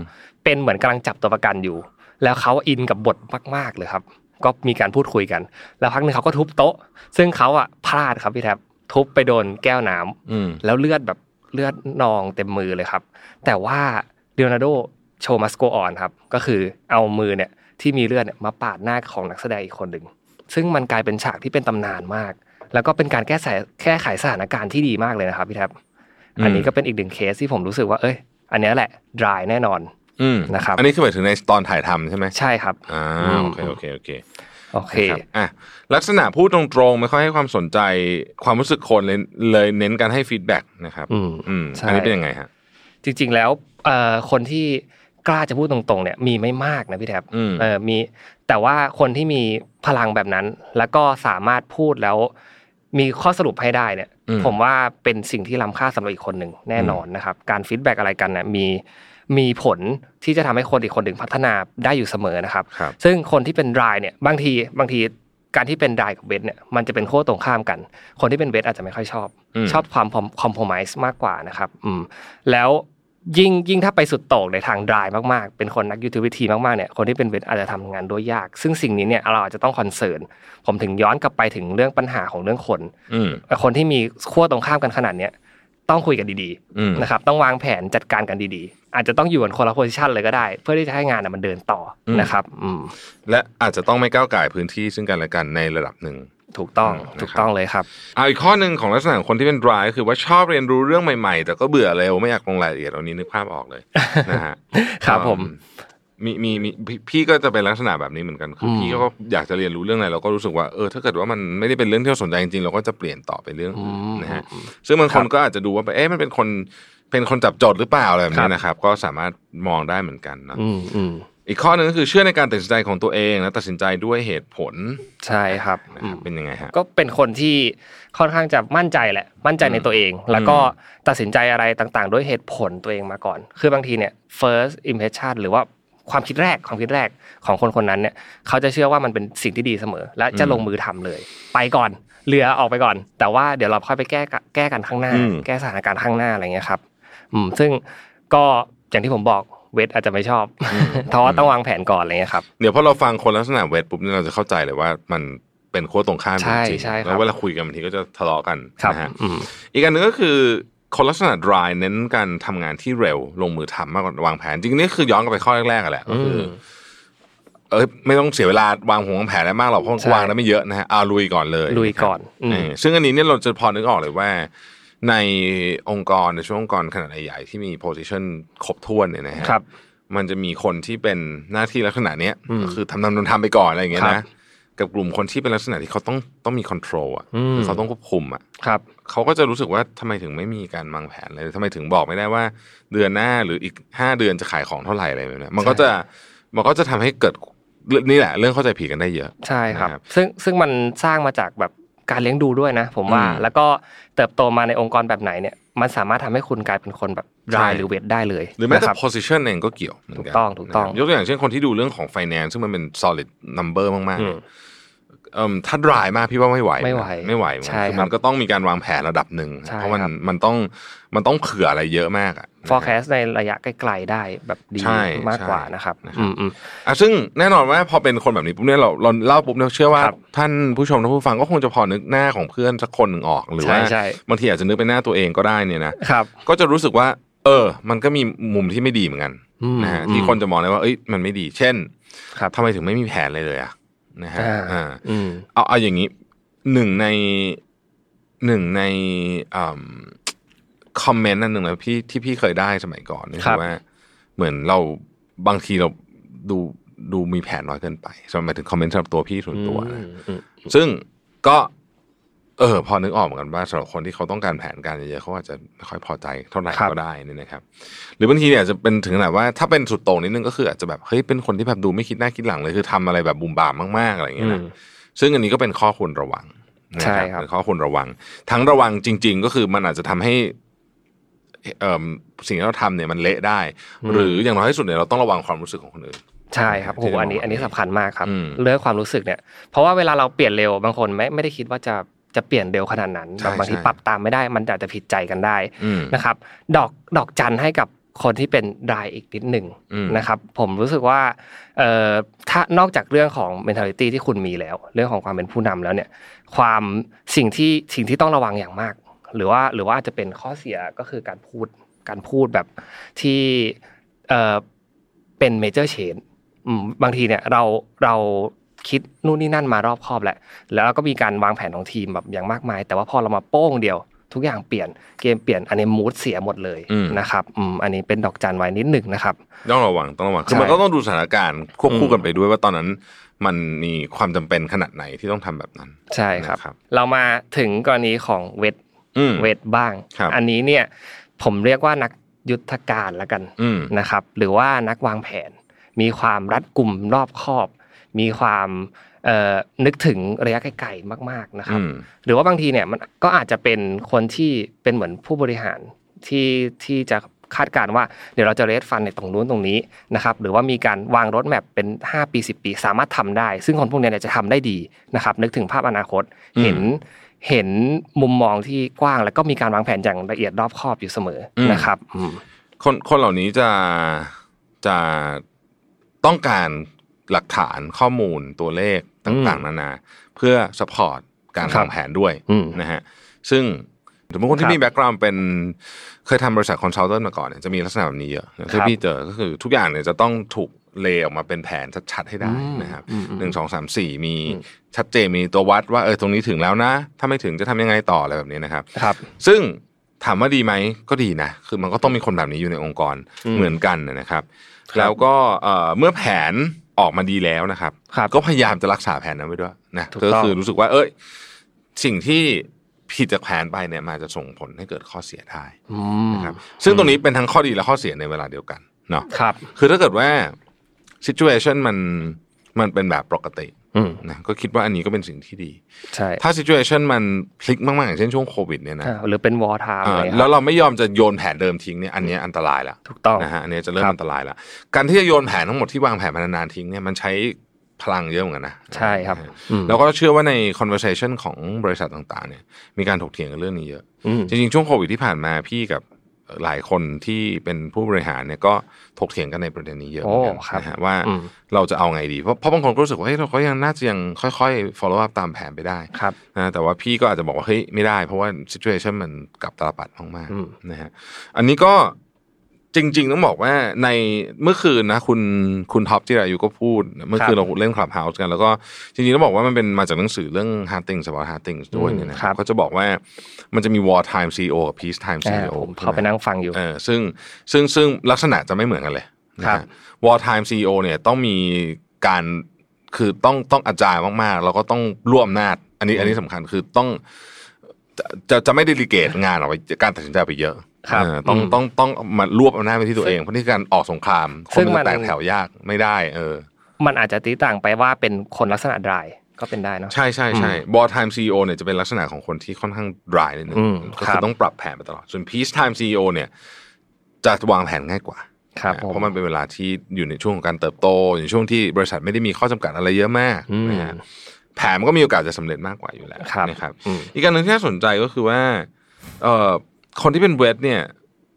S3: เป็นเหมือนกำลังจับตัวประกันอยู่ แล้วเขาอินกับบทมาก ๆเลยครับ ก็มีการพูดคุยกัน แล้วพักหนึ่งเขาก็ทุบโต๊ะ ซึ่งเขาอ่ะพลาดครับพี่แท็บทุบไปโดนแก้วน้ำ
S2: อืม
S3: แล้วเลือดแบบเลือดนองเต็มมือเลยครับ แต่ว่าเดโอนาโดโชมัสโกออนครับ ก็คือเอามือเนี่ยที่มีเลือดเนี่ยมาปาดหน้าของนักแสดงอีกคนหนึ่ง ซึ่งมันกลายเป็นฉากที่เป็นตำนานมาก แล้วก็เป็นการแก้ไขแก้ไขสถานการณ์ที่ดีมากเลยนะครับพี่แท็บ
S2: อืม
S3: อันนี้ก็เป็นอีกหนึ่งเคสที่ผมรู้สึกว่า เอ้ย อันเนี้ยแหละ dry แน่นอน
S2: อืม
S3: นะครับ
S2: อันนี้คือหมายถึงในตอนถ่ายทำใช่ไหม
S3: ใช่ครับ
S2: อ่า
S3: อืม
S2: โอเคโอเคโอเค
S3: โอเค
S2: นะครับอ่ะลักษณะพูดตรงๆ ไม่ค่อยให้ความสนใจความรู้สึกคนเลยเลยเน้นการให้ฟีดแบ็กนะครับ
S3: อืม
S2: อืม
S3: ใช่
S2: อันนี้เป็นยังไงฮะ
S3: จริงๆแล้วเอ่อคนที่กล้าจะพูดตรงๆเนี่ยมีไม่มากนะพี่แท็บ
S2: อืม
S3: เออมีแต่ว่าคนที่มีพลังแบบนั้น แล้วก็สามารถพูดแล้ว มีข้อสรุปให้ได้เนี่ย
S2: อื
S3: ผมว่าเป็นสิ่งที่ล้ำค่าสำหรับอีกคนหนึ่งแน่นอนนะครับ การฟีดแบ็กอะไรกันเนี่ยมีมีผลที่จะทำให้คนอีกคนหนึ่งพัฒนาได้อยู่เสมอนะครับ
S2: ครับ
S3: ซึ่งคนที่เป็นรายเนี่ยบางทีบางทีการที่เป็นรายกับเวทเนี่ยมันจะเป็นขั้วตรงข้ามกัน คนที่เป็นเวทอาจจะไม่ค่อยชอบ
S2: อืม
S3: ชอบความคอมโพมิสมากกว่านะครับอืมแล้วยิ่งยิ่งถ้าไปสุดโต่งในทางดรายมากๆ เป็นคนนักยุทธวิธีมากๆเนี่ยคนที่เป็นเวทอาจจะทำงานด้วยยาก ซึ่งสิ่งนี้เนี่ยเราอาจจะต้องคอนเซิร์นผมถึงย้อนกลับไปถึงเรื่องปัญหาของเรื่องคน
S2: อืม
S3: แต่คนที่มีขั้วตรงข้ามกันขนาดเนี้ยต้องคุยกันดี
S2: อืม
S3: ๆนะครับต้องวางแผนจัดการกันดีๆ อาจจะต้องอยู่กันคนละโพซิชันเลยก็ได้ เพื่อที่จะให้งานน่ะมันเดินต่อนะครับอืม
S2: และอาจจะต้องไม่ก้าวไก่ายพื้นที่ซึ่งกันและกันในระดับหนึ่ง
S3: ถูกต้อง
S2: อืม
S3: ถูกต้องเลยครับ
S2: เอาอีกข้อหนึ่งของลักษณะของคนที่เป็น dry ก็คือว่าชอบเรียนรู้เรื่องใหม่ๆ แต่ก็เบื่อเร็วไม่อยากลงรายละเอียดเอานี้นึกภาพออก เลยนะฮะ
S3: ครับผม
S2: มีมีมีพี่พี่ก็จะเป็นลักษณะแบบนี้เหมือนกันคืออ
S3: ม
S2: พี่ก็อยากจะเรียนรู้เรื่องอะไรเราก็รู้สึกว่าเออถ้าเกิดว่ามันไม่ได้เป็นเรื่องที่เราสนใจจริงๆเราก็จะเปลี่ยนต่อไปเรื่องอื่น
S3: อืม
S2: นะฮะซึ่งบางคนก็อาจจะดูว่าเอ๊ะมันเป็นคนเป็นคนจับจดหรือเปล่าอะไรแบบ
S3: ครั
S2: นี้
S3: บ
S2: นะครับ ก็สามารถมองได้เหมือนกันนะ
S3: อืมอืม
S2: อีกข้อหนึ่งก็คือเชื่อในการตัดสินใจของตัวเองและตัดสินใจด้วยเหตุผล
S3: ใช่ครับ
S2: นะ
S3: อื
S2: ครั
S3: ม
S2: บเป็นยังไงฮะ
S3: ก็เป็นคนที่ค่อนข้างจะมั่นใจแหละ มั่นใจในตัวเอง แล้วก็ตัดสินใจอะไรต่างๆ ด้วยเหตุผลตัวเองมาก่อน คือบางทีเนี่ย first impression หรือว่าความคิดแรกความคิดแรกของคนคนนั้นเนี่ย เขาจะเชื่อว่ามันเป็นสิ่งที่ดีเสมอ และจะลงมือทำเลย ไปก่อน เรือออกไปก่อน แต่ว่าเดี๋ยวเราค่อยไปแก้กะแก้กันข้างหน้า
S2: อืม
S3: แก้สถานการณ์ข้างหน้าอะไรเงี้ยครับ อืมซึ่งก็อย่างที่ผมบอกเวทอาจจะไม่ชอบ เพราะว่าต้องวางแผนก่อนอะไรเงี้ยครับ
S2: เดี๋ยวพอเราฟังคนลักษณะเวทปุ๊บเนี่ยเราจะเข้าใจเลยว่ามันเป็นขั้วตรงข้าม
S3: ใช่
S2: จริงๆ
S3: ใช่ครับ
S2: แล้วเวลาคุยกันบางทีก็จะทะเลาะกัน
S3: ครับ
S2: นะฮะ
S3: อืม
S2: อีกอันหนึ่งก็คือคนลักษณะ dry เน้นการทำงานที่เร็วลงมือทำมากกว่าวางแผน จริงๆนี่คือย้อนกลับไปข้อแรกๆอะแหละก็คืออ
S3: ม
S2: เอ้ยไม่ต้องเสียเวลาวางหงวางแผนอะไรมากหรอกเพราะ
S3: ใช่
S2: วางแล้วไม่เยอะนะฮะเอาลุยก่อนเลย
S3: ลุยก่อนอืม
S2: เออซึ่งอันนี้เนี่ยเราจะพอนึกออกเลยว่า ในองค์กรในช่วงองค์กรขนาดใหญ่ๆที่มี position ครบถ้วนเนี่ยนะฮะ
S3: ครับ
S2: มันจะมีคนที่เป็นหน้าที่ลักษณะเนี้ย
S3: อืม
S2: ก็คือทำทำทำทำไปก่อนอะไรอย่างเงี้ย
S3: ครั
S2: นะ
S3: บ
S2: กับกลุ่มคนที่เป็นลักษณะที่เขาต้องต้องมี control อ่ะ
S3: อืม
S2: คือเขาต้องควบคุมอ่ะ
S3: ครับ
S2: เขาก็จะรู้สึกว่าทำไมถึงไม่มีการวางแผนเลยทำไมถึงบอกไม่ได้ว่า เดือนหน้าหรืออีกห้าเดือนจะขายของเท่าไหร่อะไรแบบเนี้ยมันก็จะมันก็จะทำให้เกิดนี่แหละ เรื่องเข้าใจผิดกันได้เยอะ
S3: ใช่ครับ
S2: นะครับ
S3: ซึ่งซึ่งมันสร้างมาจากแบบการเลี้ยงดูด้วยนะ ผมว่า
S2: อืม
S3: แล้วก็เติบโตมาในองค์กรแบบไหนเนี่ยมันสามารถทำให้คุณกลายเป็นคนแบบ
S2: ใช่
S3: รายหรือเวทได้เลย
S2: หรือแม้แต่
S3: นะคบ
S2: position เองก็เกี่ยวเหมือน
S3: ถูก
S2: กัน
S3: ต้องถูกต้อง
S2: นะครับยกตัวอย่างเช่นคนที่ดูเรื่องของ finance ซึ่งมันเป็น solid number มากๆ
S3: อื
S2: เนี่
S3: ม
S2: ยเอิ่มถ้าดรายมากพี่ว่าไม่ไหวนะ
S3: ไม่ไหว
S2: ไม่ไหวเหมือน
S3: ใช่
S2: กันคือ
S3: ครับ
S2: มันก็ต้องมีการวางแผนระดับหนึ่ง
S3: ใช่
S2: เพราะมัน
S3: ครับ
S2: มันต้องมันต้องเผื่ออะไรเยอะมากอะนะครับ
S3: forecast ในระยะไกลๆได้แบบดี
S2: ใช่
S3: มากกว่า
S2: ใช่
S3: นะครับ
S2: นะครับ
S3: อืมอืม
S2: อ่ะซึ่งแน่นอนว่าพอเป็นคนแบบนี้ปุ๊บเนี่ยเราเราเล่าปุ๊บเนี่ยเชื่อว่า
S3: ครับ
S2: ท่านผู้ชมท่านผู้ฟังก็คงจะพอนึกหน้าของเพื่อนสักคนหนึ่งออกหรือ
S3: ใช่
S2: ว่า
S3: ใช่
S2: บางทีอาจจะนึกเป็นหน้าตัวเองก็ได้เนี่ยนะครับ ก็จะรู้สึกว่า เออ มันก็มีมุมที่ไม่ดีเหมือนกัน
S3: อืม
S2: นะฮะที่คนจะมองได้ว่าเอ้ยมันไม่ดี เช่น
S3: ครับ
S2: ทำไมถึงไม่มีแผนเลยเลยอ่ะนะฮะ
S3: อ่า
S2: อ่า
S3: อืม
S2: เอาเอาอย่างนี้หนึ่งในหนึ่งในคอมเมนต์นั่นหนึ่งนะพี่ที่พี่เคยได้สมัยก่อนนี่
S3: ค
S2: คื
S3: รับ
S2: อว่า เหมือนเราบางทีเราดูดูมีแผนน้อยเกินไปสำหรับหมายถึงคอมเมนต์สำหรับตัวพี่ส่วนตัวนะ
S3: อืมอืม
S2: ซึ่งก็ เออ พอนึกออกเหมือนกันว่าสำหรับคนที่เขาต้องการแผนการเยอะๆเขาอาจจะไม่ค่อยพอใจเท่าไหร่
S3: ครับ
S2: ก็ได้นี่นะครับ หรือบางทีเนี่ยอาจจะเป็นถึงขนาดว่าถ้าเป็นสุดโต่งนิดนึงก็คืออาจจะแบบเฮ้ยเป็นคนที่แบบดูไม่คิดหน้าคิดหลังเลยคือทำอะไรแบบบุมบามมากๆอะไรอย่างเงี้ยนะ
S3: อืม
S2: ซึ่งอันนี้ก็เป็นข้อควรระวังนะ
S3: ใช่ครับ
S2: เป็นข้อควรระวัง ทั้งระวังจริง ๆ ก็คือมันอาจจะทำให้ เอิ่มสิ่งที่เราทำเนี่ยมันเละได้ หรืออย่างน้อยที่สุดเนี่ยเราต้องระวังความรู้สึกของคนอื่น
S3: ใช่ครับโอ้
S2: ที่
S3: โห
S2: จะ
S3: อัน
S2: บ
S3: นี้
S2: อก
S3: อันนี้
S2: ว่า
S3: สำคัญมากครับ
S2: อืม
S3: เรื่องความรู้สึกเนี่ย เพราะว่าเวลาเราเปลี่ยนเร็วบางคนไม่ไม่ได้คิดว่าจะจะเปลี่ยนเร็วขนาดนั้น
S2: ใช่
S3: แบบบางที
S2: ใช่
S3: ปรับตามไม่ได้มันอาจจะผิดใจกันได้
S2: อืม
S3: นะครับดอกดอกจันให้กับคนที่เป็นรายอีกนิดหนึ่ง
S2: อืม
S3: นะครับผมรู้สึกว่าเอ่อถ้านอกจากเรื่องของ mentality ที่คุณมีแล้ว เรื่องของความเป็นผู้นำแล้วเนี่ยความสิ่งที่สิ่งที่ต้องระวังอย่างมาก หรือว่าหรือว่าอาจจะเป็นข้อเสียก็คือการพูดการพูดแบบที่เอ่อเป็น major change อืมบางทีเนี่ยเราเราคิดนู่นนี่นั่นมารอบคอบแหละ แล้วก็มีการวางแผนของทีมแบบอย่างมากมาย แต่ว่าพอเรามาโป้งเดียว ทุกอย่างเปลี่ยนเกมเปลี่ยนอันนี้มูดเสียหมดเลย
S2: อืม
S3: นะครับอืมอันนี้เป็นดอกจันไว้นิดหนึ่งนะครับ
S2: ต้องระวังต้องระวังคือ
S3: ใช่
S2: มันก็ต้องดูสถานการณ์ควบคู่
S3: อืม
S2: กันไปด้วยว่าตอนนั้น มันมีความจำเป็นขนาดไหนที่ต้องทำแบบนั้น
S3: ใช่ครับ
S2: นะครับ
S3: เรามาถึงกรณีของเวท
S2: อืม
S3: เวทบ้าง
S2: ครับ
S3: อันนี้เนี่ยผมเรียกว่านักยุทธการละกัน
S2: อืม
S3: นะครับหรือว่านักวางแผน มีความรัดกุมรอบคอบ มีความเอ่อนึกถึงระยะไกลๆมากๆนะครับ
S2: อืม
S3: หรือว่าบางทีเนี่ยมันก็อาจจะเป็นคนที่เป็นเหมือนผู้บริหารที่ที่จะคาดการณ์ว่าเดี๋ยวเราจะเรดฟันในตรงนู้นตรงนี้นะครับหรือว่ามีการวางรถแมพเป็น 5 ปี 10 ปี สามารถทำได้ ซึ่งคนพวกเนี้ยเนี่ยจะทำได้ดีนะครับนึกถึงภาพอนาคต
S2: อืม
S3: เห็น เห็นมุมมองที่กว้าง แล้วก็มีการวางแผนอย่างละเอียดรอบคอบอยู่เสมออ
S2: ม
S3: นะครับอืม
S2: คนคนเหล่านี้จะจะต้องการหลักฐานข้อมูลตัวเลขต่าง ๆ นานา เพื่อสปอร์ตการ
S3: ครับ
S2: วางแผนด้วย
S3: อืม
S2: นะฮะซึ่งสมมติคน
S3: ครั
S2: ที่
S3: บ
S2: มีแบ็กกราวน์เป็นเคยทำบริษัทคอนซัลเทนมาก่อนเนี่ยจะมีลักษณะแบบนี้เยอะที่พี่เจอก็คือทุกอย่างเนี่ยจะต้องถูกเลออกมาเป็นแผนชัดๆให้ได้
S3: อืม
S2: นะครับ
S3: อืมอืม
S2: หนึ่งสองสามสี่มี
S3: อืม
S2: ชัดเจนมีตัววัดว่าเออตรงนี้ถึงแล้วนะ ถ้าไม่ถึงจะทำยังไงต่ออะไรแบบนี้นะครับ
S3: ครับ
S2: ซึ่งถามว่าดีไหมก็ดีนะ คือมันก็ต้องมีคนแบบนี้อยู่ในองค์กร
S3: อืม
S2: เหมือนกันนะครับ แล้วก็เอ่อเมื่อแผนออกมาดีแล้วนะครับ
S3: ครับ
S2: ก็พยายามจะรักษาแผนนั้นไว้ด้วยนะ
S3: ถูกต้
S2: ก็
S3: อง
S2: คือรู้สึกว่า เอ้ยสิ่งที่ผิดจากแผนไปเนี่ยมันอาจจะส่งผลให้เกิดข้อเสียได้
S3: อืม
S2: นะครับ ซึ่งตรงนี้เป็นทั้งข้อดีและข้อเสียในเวลาเดียวกันเนาะ
S3: ครับ
S2: คือถ้าเกิดว่า situation มันมันเป็นแบบปกติ
S3: อืม
S2: นะก็คิดว่าอันนี้ก็เป็นสิ่งที่ดี
S3: ใช่
S2: ถ้า situation มันพลิกมากๆอย่างเช่นช่วงโควิดเนี่ยนะ
S3: อ่าหรือเป็นวอร์ไทม์อะไร
S2: อ่า
S3: ค
S2: แล้
S3: รับ
S2: วเราไม่ยอมจะโยนแผนเดิมทิ้งเนี่ยอันเนี้ยอันตรายแล้ว
S3: ถูกต้อง
S2: นะฮะอันเนี้ยจะเริ่ม
S3: ครับ
S2: อันตรายแล้วการที่จะโยนแผนทั้งหมดที่วางแผนมานานๆทิ้งเนี่ยมันใช้พ พลังเยอะเหมือนกันนะ
S3: ใช่ครับอืม
S2: แล้วก็เชื่อว่าใน conversation ของบริษัทต่างๆ เนี่ย มีการถกเถียงกันเรื่องนี้เยอะ
S3: อืม
S2: จริงๆ ช่วงโควิดที่ผ่านมาพี่กับหลายคนที่เป็นผู้บริหารเนี่ยก็ถกเถียงกันในประเด็นนี้เยอะเหมือนกัน
S3: โอ้ครับ
S2: นะฮะว่า
S3: อืม
S2: เราจะเอาไงดี เพราะเพราะบางคนก็รู้สึกว่าเฮ้ยเราก็ยังน่าจะยังค่อยๆ follow up ตามแผนไปได้
S3: ครับ
S2: นะแต่ว่าพี่ก็อาจจะบอกว่าเฮ้ยไม่ได้ เพราะว่า situation มันกลับตาลปัดมาก
S3: อืม
S2: ๆนะฮะอันนี้ก็จริง ๆ ต้องบอกว่าในเมื่อคืนนะคุณคุณท็อปจิรายุก็พูด เมื่อคืนเราเล่นคลับเฮาส์กัน แล้วก็จริงๆต้องบอกว่ามันเป็นมาจากหนังสือเรื่อง hard things about hard things ด้วยเนี่ยนะค
S3: ค
S2: รั
S3: รั
S2: บบ เขาจะบอกว่ามันจะมี war time CEO กับ peace time
S3: อ่า
S2: CEO
S3: ผม
S2: ใช่ห
S3: เข้าไปนั่งฟังอยู่
S2: เออซึ่งซึ่งซึ่งลักษณะจะไม่เหมือนกันเลยนะ
S3: ครั
S2: ฮะ
S3: บ
S2: วอลไทม์ซีอเนี่ยต้องมีการคือต้องต้องอาจายมากๆ แล้วก็ต้องร่วมอำนาจ อันนี้อันนี้สำคัญคือต้องจะจะจะไม่ไดิลิเกตงานออกไปการตัดสินใจไปเยอะ
S3: ครับ
S2: เออต้อง
S3: อืม
S2: ต้องต้องต้องมารวบอำนาจไปที่ตัวเองเพราะนี่การออกสงครามค
S3: ซึ่
S2: น
S3: ง
S2: มัน
S3: มั
S2: จะ
S3: น
S2: แตกแถวยากไม่ได้ เออ
S3: มันอาจจะตีต่างไปว่าเป็นคนลักษณะดรายก็เป็นได้เนอะ
S2: ใช่ใช่ใช่บอลไทม์ซีอเนี่ยจะเป็นลักษณะของคนที่ค่อนข้างดรายนิดนึง
S3: อืม
S2: ก็
S3: ครั
S2: คือบ ต้องปรับแผนไปตลอดส่วนพีชไทม์ซีอเนี่ยจะวางแผนง่ายกว่า
S3: ครับ
S2: นะ
S3: ผ
S2: เพ
S3: ม
S2: ราะมันเป็นเวลาที่อยู่ในช่วงของการเติบโตอยู่ในช่วงที่บริษัทไม่ได้มีข้อจำกัดอะไรเยอะมาก
S3: อืม
S2: นะฮะแผนมันก็มีโอกาสจะสำเร็จมากกว่าอยู่แล้ว
S3: ครับ
S2: นะครับ
S3: อืม
S2: อีกการหนึ่งที่น่าสนใจก็คือว่าเอ่อคนที่เป็นเวทเนี่ย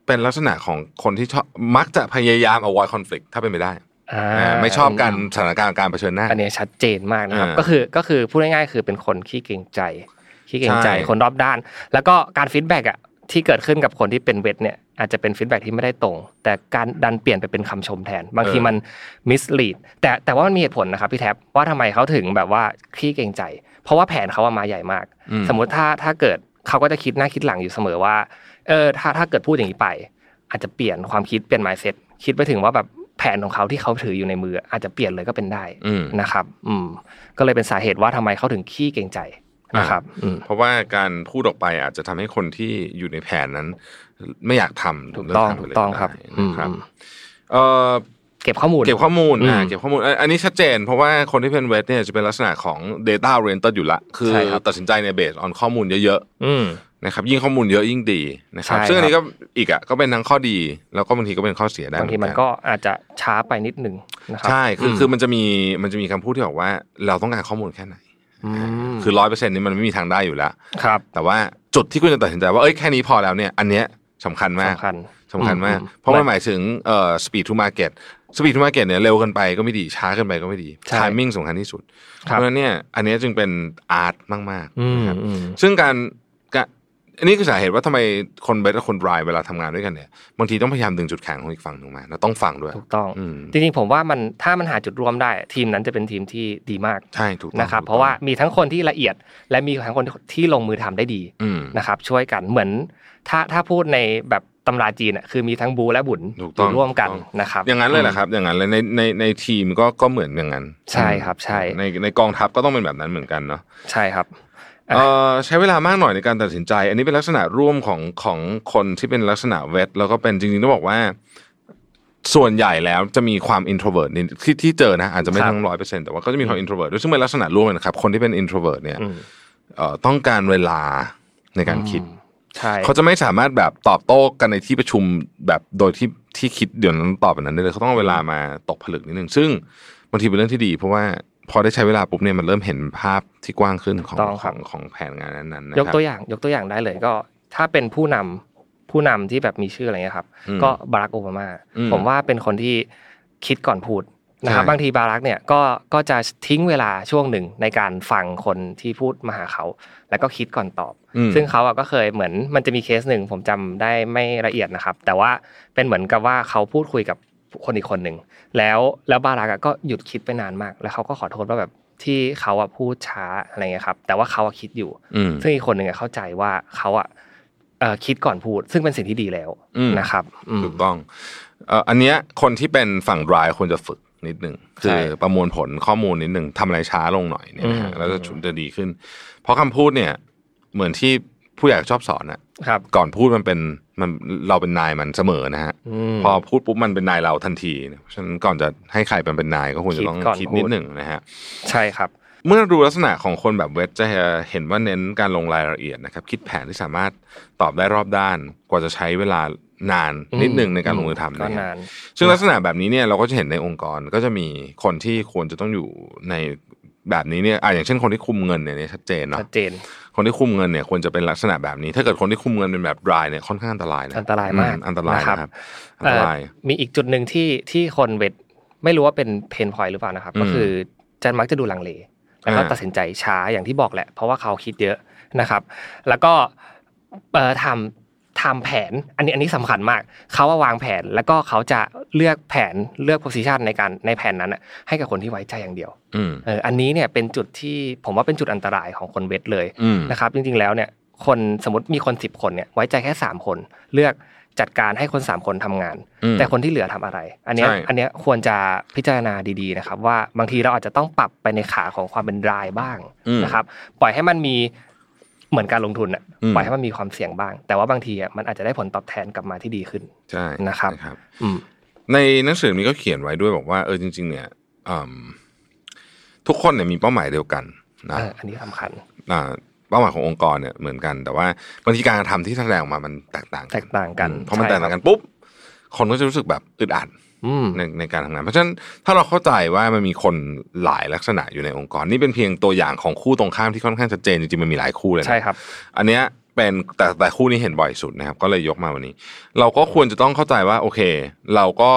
S2: เป็นลักษณะของคนที่ชอบมักจะพยายาม avoid conflict ถ้าเป็นไปได้
S3: อ่า
S2: อ่าไม่ชอบการสถานการณ์การเผชิญหน้า
S3: อันเนี้ยชัดเจนมากนะครับ
S2: อ่า
S3: ก็คือก็คือพูดง่ายๆคือเป็นคนขี้เกรงใจขี้เกรงใจ
S2: ใช่
S3: คนรอบด้าน แล้วก็การฟีดแบ็กอะที่เกิดขึ้นกับคนที่เป็นเวทเนี่ยอาจจะเป็นฟีดแบ็กที่ไม่ได้ตรง แต่การดันเปลี่ยนไปเป็นคำชมแทน บางทีมันมิสลีดแต่แต่ว่ามันมีเหตุผลนะครับพี่แท็บว่าทำไมเขาถึงแบบว่าขี้เกรงใจ เพราะว่าแผนเขาอะมาใหญ่มาก
S2: อื
S3: สมมติถ้าถ้าเกิดเขาก็จะคิดหน้าคิดหลังอยู่เสมอว่าเออถ้าถ้าเกิดพูดอย่างนี้ไป อาจจะเปลี่ยนความคิดเปลี่ยน mindset คิดไปถึงว่าแบบแผนของเขาที่เขาถืออยู่ในมือ อาจจะเปลี่ยนเลยก็เป็นได้
S2: อืม
S3: นะครับ อืม ก็เลยเป็นสาเหตุว่าทำไมเขาถึงขี้เกรงใจนะครับ อืม
S2: เพราะว่าการพูดออกไปอาจจะทำให้คนที่อยู่ในแผนนั้น ไม่อยากทำหรื
S3: ถูกต้อง
S2: เลิทำไปเลย
S3: ถูกต้องครับ
S2: ได้นะครับ
S3: อืม
S2: เอ่อ
S3: เก็บข้อมูล
S2: เก็บข้อมูลอ่า
S3: อืม
S2: เก็บข้อมูลอ่ะอันนี้ชัดเจน เพราะว่าคนที่เป็นเวทเนี่ยจะเป็นลักษณะของ Data o r i e n t e d อยู่ละคือ
S3: ใช่ครับ
S2: ตัดสินใจในเบสออนข้อมูลเยอะ
S3: อืม
S2: ๆนะครับยิ่งข้อมูลเยอะยิ่งดีนะครับ
S3: ใช่ครับ
S2: ซึ่งอันนี้ก็อีกอ่ะก็เป็นทั้งข้อดี แล้วก็บางทีก็เป็นข้อเสียได้
S3: บางทีมัน
S2: เหอ
S3: ก็อาจจะช้าไปนิดนึงนะครับ
S2: ใช่คือคือมันจะมีมันจะมีคำพูดที่บอกว่าเราต้องการข้อมูลแค่ไหน
S3: อืม
S2: คือร้อยเปอร์เซ็นต์นี้มันไม่มีทางได้อยู่แล้ว
S3: ครับ
S2: แต่ว่าจุดที่คุณจะตัดสินใจว่าเอ้ยแค่นี้พอแล้วเนี่ยอันเนี้ยสำคัญมาก
S3: สำคัญ
S2: สำคัญมาก
S3: อืม
S2: เพราะมันหมายถึงเอ่อ speed to market speed to market เนี่ยเร็วเกินไปก็ไม่ดีช้าเกินไปก็ไม่ดี
S3: ใช่
S2: timing สำคัญที่สุด เพ
S3: ครับ
S2: ราะฉะนั้นเนี่ยอันเนี้ยจึงเป็นอาร์ตมาก
S3: อื
S2: ๆ
S3: ม
S2: นะครับ
S3: อืม
S2: ซึ่งการกะอันนี้คือสาเหตุว่าทำไมคนเบสและคนรายเวลาทำงานด้วยกันเนี่ยบางทีต้องพยายามดึงจุดแข็งของอีกฝั่งหนึ่งมาแล้วต้องฟังด้วย
S3: ถูกต้อง
S2: อืม
S3: จริงๆผมว่ามันถ้ามันหาจุดร่วมได้ ทีมนั้นจะเป็นทีมที่ดีมาก
S2: ใช่ถูกต้อง
S3: นะครับ
S2: ถูก
S3: เพ
S2: ต้อง
S3: ราะว่ามีทั้งคนที่ละเอียด และมีทั้งคนที่ลงมือทำได้ดี
S2: อืม
S3: นะครับช่วยกันเหมือนถ้าถ้าพูดในแบบตำราจีนอ่ะคือมีทั้งบูและบุญ
S2: ถูกต้อง
S3: ยู่ร่วมกัน
S2: ถูกต้อง
S3: นะครับ
S2: อย่างนั้นเลยแหละครับ อย่างนั้นเลยในในในทีมก็ก็เหมือนอย่างนั้น
S3: ใช่ครับใช่
S2: ในในกองทัพก็ต้องเป็นแบบนั้นเหมือนกันเนาะ
S3: ใช่ครับ อ่ะ
S2: เอ่อใช้เวลามากหน่อยในการตัดสินใจ อันนี้เป็นลักษณะร่วมของของคนที่เป็นลักษณะเวทแล้วก็เป็นจริงๆต้องบอกว่า ส่วนใหญ่แล้วจะมีความ introvert นิดที่ที่เจอนะอาจจะไม่ทั้งร้อยเปอร์เซ็นต์แต่ว่าก็จะมีความ introvert ด้วยซึ่งเป็นลักษณะร่วมกันนะครับ คนที่เป็น introvert เนี่ย
S3: อืม
S2: เอ่อต้องการเวลาในการคิด
S3: ใช่
S2: เขาจะไม่สามารถแบบตอบโต้กันในที่ประชุมแบบโดยที่ที่คิดเดี๋ยวนั้นตอบแบบนั้นได้เลยเขาต้องเอาเวลามาตกผลึกนิดนึงซึ่งบางทีเป็นเรื่องที่ดี เพราะว่าพอได้ใช้เวลาปุ๊บเนี่ยมันเริ่มเห็นภาพที่กว้างขึ้นของของของแผนงานนั้นๆนะ
S3: ยก
S2: ครับ
S3: ตัวอย่างยกตัวอย่างได้เลยก็ ถ้าเป็นผู้นำผู้นำที่แบบมีชื่ออะไรเงี้ยครับ
S2: อืม
S3: ก็บารักโอบามา
S2: อืม
S3: ผมว่าเป็นคนที่คิดก่อนพูดนะครับ
S2: ใช่
S3: บางทีบารักเนี่ยก็ก็จะทิ้งเวลาช่วงหนึ่งในการฟังคนที่พูดมาหาเขา แล้วก็คิดก่อนตอบ
S2: อืม
S3: ซึ่งเขาอะก็เคยเหมือนมันจะมีเคสหนึ่งผมจำได้ไม่ละเอียดนะครับ แต่ว่าเป็นเหมือนกับว่าเขาพูดคุยกับคนอีกคนหนึ่งแล้วแล้วบารักอะก็หยุดคิดไปนานมาก แล้วเขาก็ขอโทษว่าแบบที่เขาอะพูดช้าอะไรเงี้ยครับ แต่ว่าเขาอะคิดอยู่
S2: อืม
S3: ซึ่งอีกคนหนึ่งอะเข้าใจว่าเขาอะเอ่อคิดก่อนพูด ซึ่งเป็นสิ่งที่ดีแล้ว
S2: อืม
S3: นะครับอืม
S2: ถูกต้องเอ่ออันเนี้ยคนที่เป็นฝั่งรายควรจะฝึกนิดหนึ่งคื
S3: ใช่
S2: อประมวลผลข้อมูลนิดหนึ่งทำอะไรช้าลงหน่อยเนี่ยนะฮะ
S3: อืม
S2: แล้วจะจะดีขึ้น เพราะคำพูดเนี่ย เหมือนที่ผู้ใหญ่ชอบสอนอะ
S3: ครับ
S2: ก่อนพูดมันเป็นมันเราเป็นนายมันเสมอนะฮะ
S3: ม
S2: พอพูดปุ๊บมันเป็นนายเราทันทีนะเพราะฉะนั้นก่อนจะให้ใครเป็นเป็นนายก็ควรจะต้อง
S3: คิดก่อน
S2: คิด
S3: พูด
S2: นิดหนึ่งนะฮะ
S3: ใช่ครับ
S2: เมื่อดูลักษณะของคนแบบเวทจะเห็นว่าเน้นการลงรายละเอียดนะครับ คิดแผนที่สามารถตอบได้รอบด้าน กว่าจะใช้เวลา นานนิดหนึ่งในการลงมือทำ
S3: ก็
S2: นะครับ
S3: นาน
S2: ซึ่งลักษณะแบบนี้เนี่ยเราก็จะเห็นในองค์กรก็จะมีคนที่ควรจะต้องอยู่ในแบบนี้เนี่ยอ่ะอย่างเช่นคนที่คุมเงินเนี่ยชัดเจนเนาะ
S3: ชัดเจน
S2: คนที่คุมเงินเนี่ยควรจะเป็นลักษณะแบบนี้ ถ้าเกิดคนที่คุมเงินเป็นแบบรายเนี่ยค่อนข้างอันตรายนะ
S3: อันตรายมาก
S2: อือันตราย
S3: นะ
S2: นะ
S3: ค
S2: ครับ รับอันตราย
S3: เอ่อมีอีกจุดหนึ่งที่ที่คนเวทไม่รู้ว่าเป็นเพนพอยหรือเปล่านะครับ
S2: อืม
S3: ก็คือจะมักจะดูลังเล แล้วก็
S2: อ่า
S3: ตัดสินใจช้าอย่างที่บอกแหละ เพราะว่าเขาคิดเยอะนะครับ แล้วก็เอ่อทำทำแผนอันนี้อันนี้สำคัญมาก เขาว่าวางแผนแล้วก็เขาจะเลือกแผนเลือกโพซิชันในการในแผนนั้นน่ะให้กับคนที่ไว้ใจอย่างเดียว
S2: อืม
S3: เอออันนี้เนี่ยเป็นจุดที่ผมว่าเป็นจุดอันตรายของคนเวทเลย
S2: อืม
S3: นะครับจริงๆแล้วเนี่ยคนสมมติมีคนสิบคนเนี่ยไว้ใจแค่สามคน เลือกจัดการให้คนสามคนทำงาน
S2: อืม
S3: แต่คนที่เหลือทำอะไร อันเนี้ย
S2: ใช่
S3: อันเนี้ยควรจะพิจารณาดีๆนะครับ ว่าบางทีเราอาจจะต้องปรับไปในขาของความเป็นรายบ้าง
S2: อืม
S3: นะครับ ปล่อยให้มันมีเหมือนการลงทุนอะ
S2: อืม
S3: ปล่อยให้มันมีความเสี่ยงบ้าง แต่ว่าบางทีอะมันอาจจะได้ผลตอบแทนกลับมาที่ดีขึ้น
S2: ใช่
S3: นะครับ
S2: นะครับ
S3: อืม
S2: ในหนังสือนี้ก็เขียนไว้ด้วยบอกว่าเออจริง ๆ เนี่ยอืมทุกคนเนี่ยมีเป้าหมายเดียวกันนะ
S3: เอออันนี้สำคัญ
S2: อ่าเป้าหมายขององค์กรเนี่ยเหมือนกัน แต่ว่าบางทีการกระทำที่แสดงออกมามันแตกต่าง
S3: แตกต่างกัน
S2: อืมพอมันแตกต่างกันปุ๊บคนก็จะรู้สึกแบบอึดอัด
S3: อืม
S2: ในในการทำงาน เพราะฉะนั้นถ้าเราเข้าใจว่ามันมีคนหลายลักษณะอยู่ในองค์กร นี่เป็นเพียงตัวอย่างของคู่ตรงข้ามที่ค่อนข้างชัดเจนจริงๆมันมีหลายคู่เลยนะ
S3: ใช่ครับ
S2: อันเนี้ยเป็นแต่แต่คู่นี้เห็นบ่อยสุดนะครับ ก็เลยยกมาวันนี้ เราก็ควรจะต้องเข้าใจว่าโอเค เราก็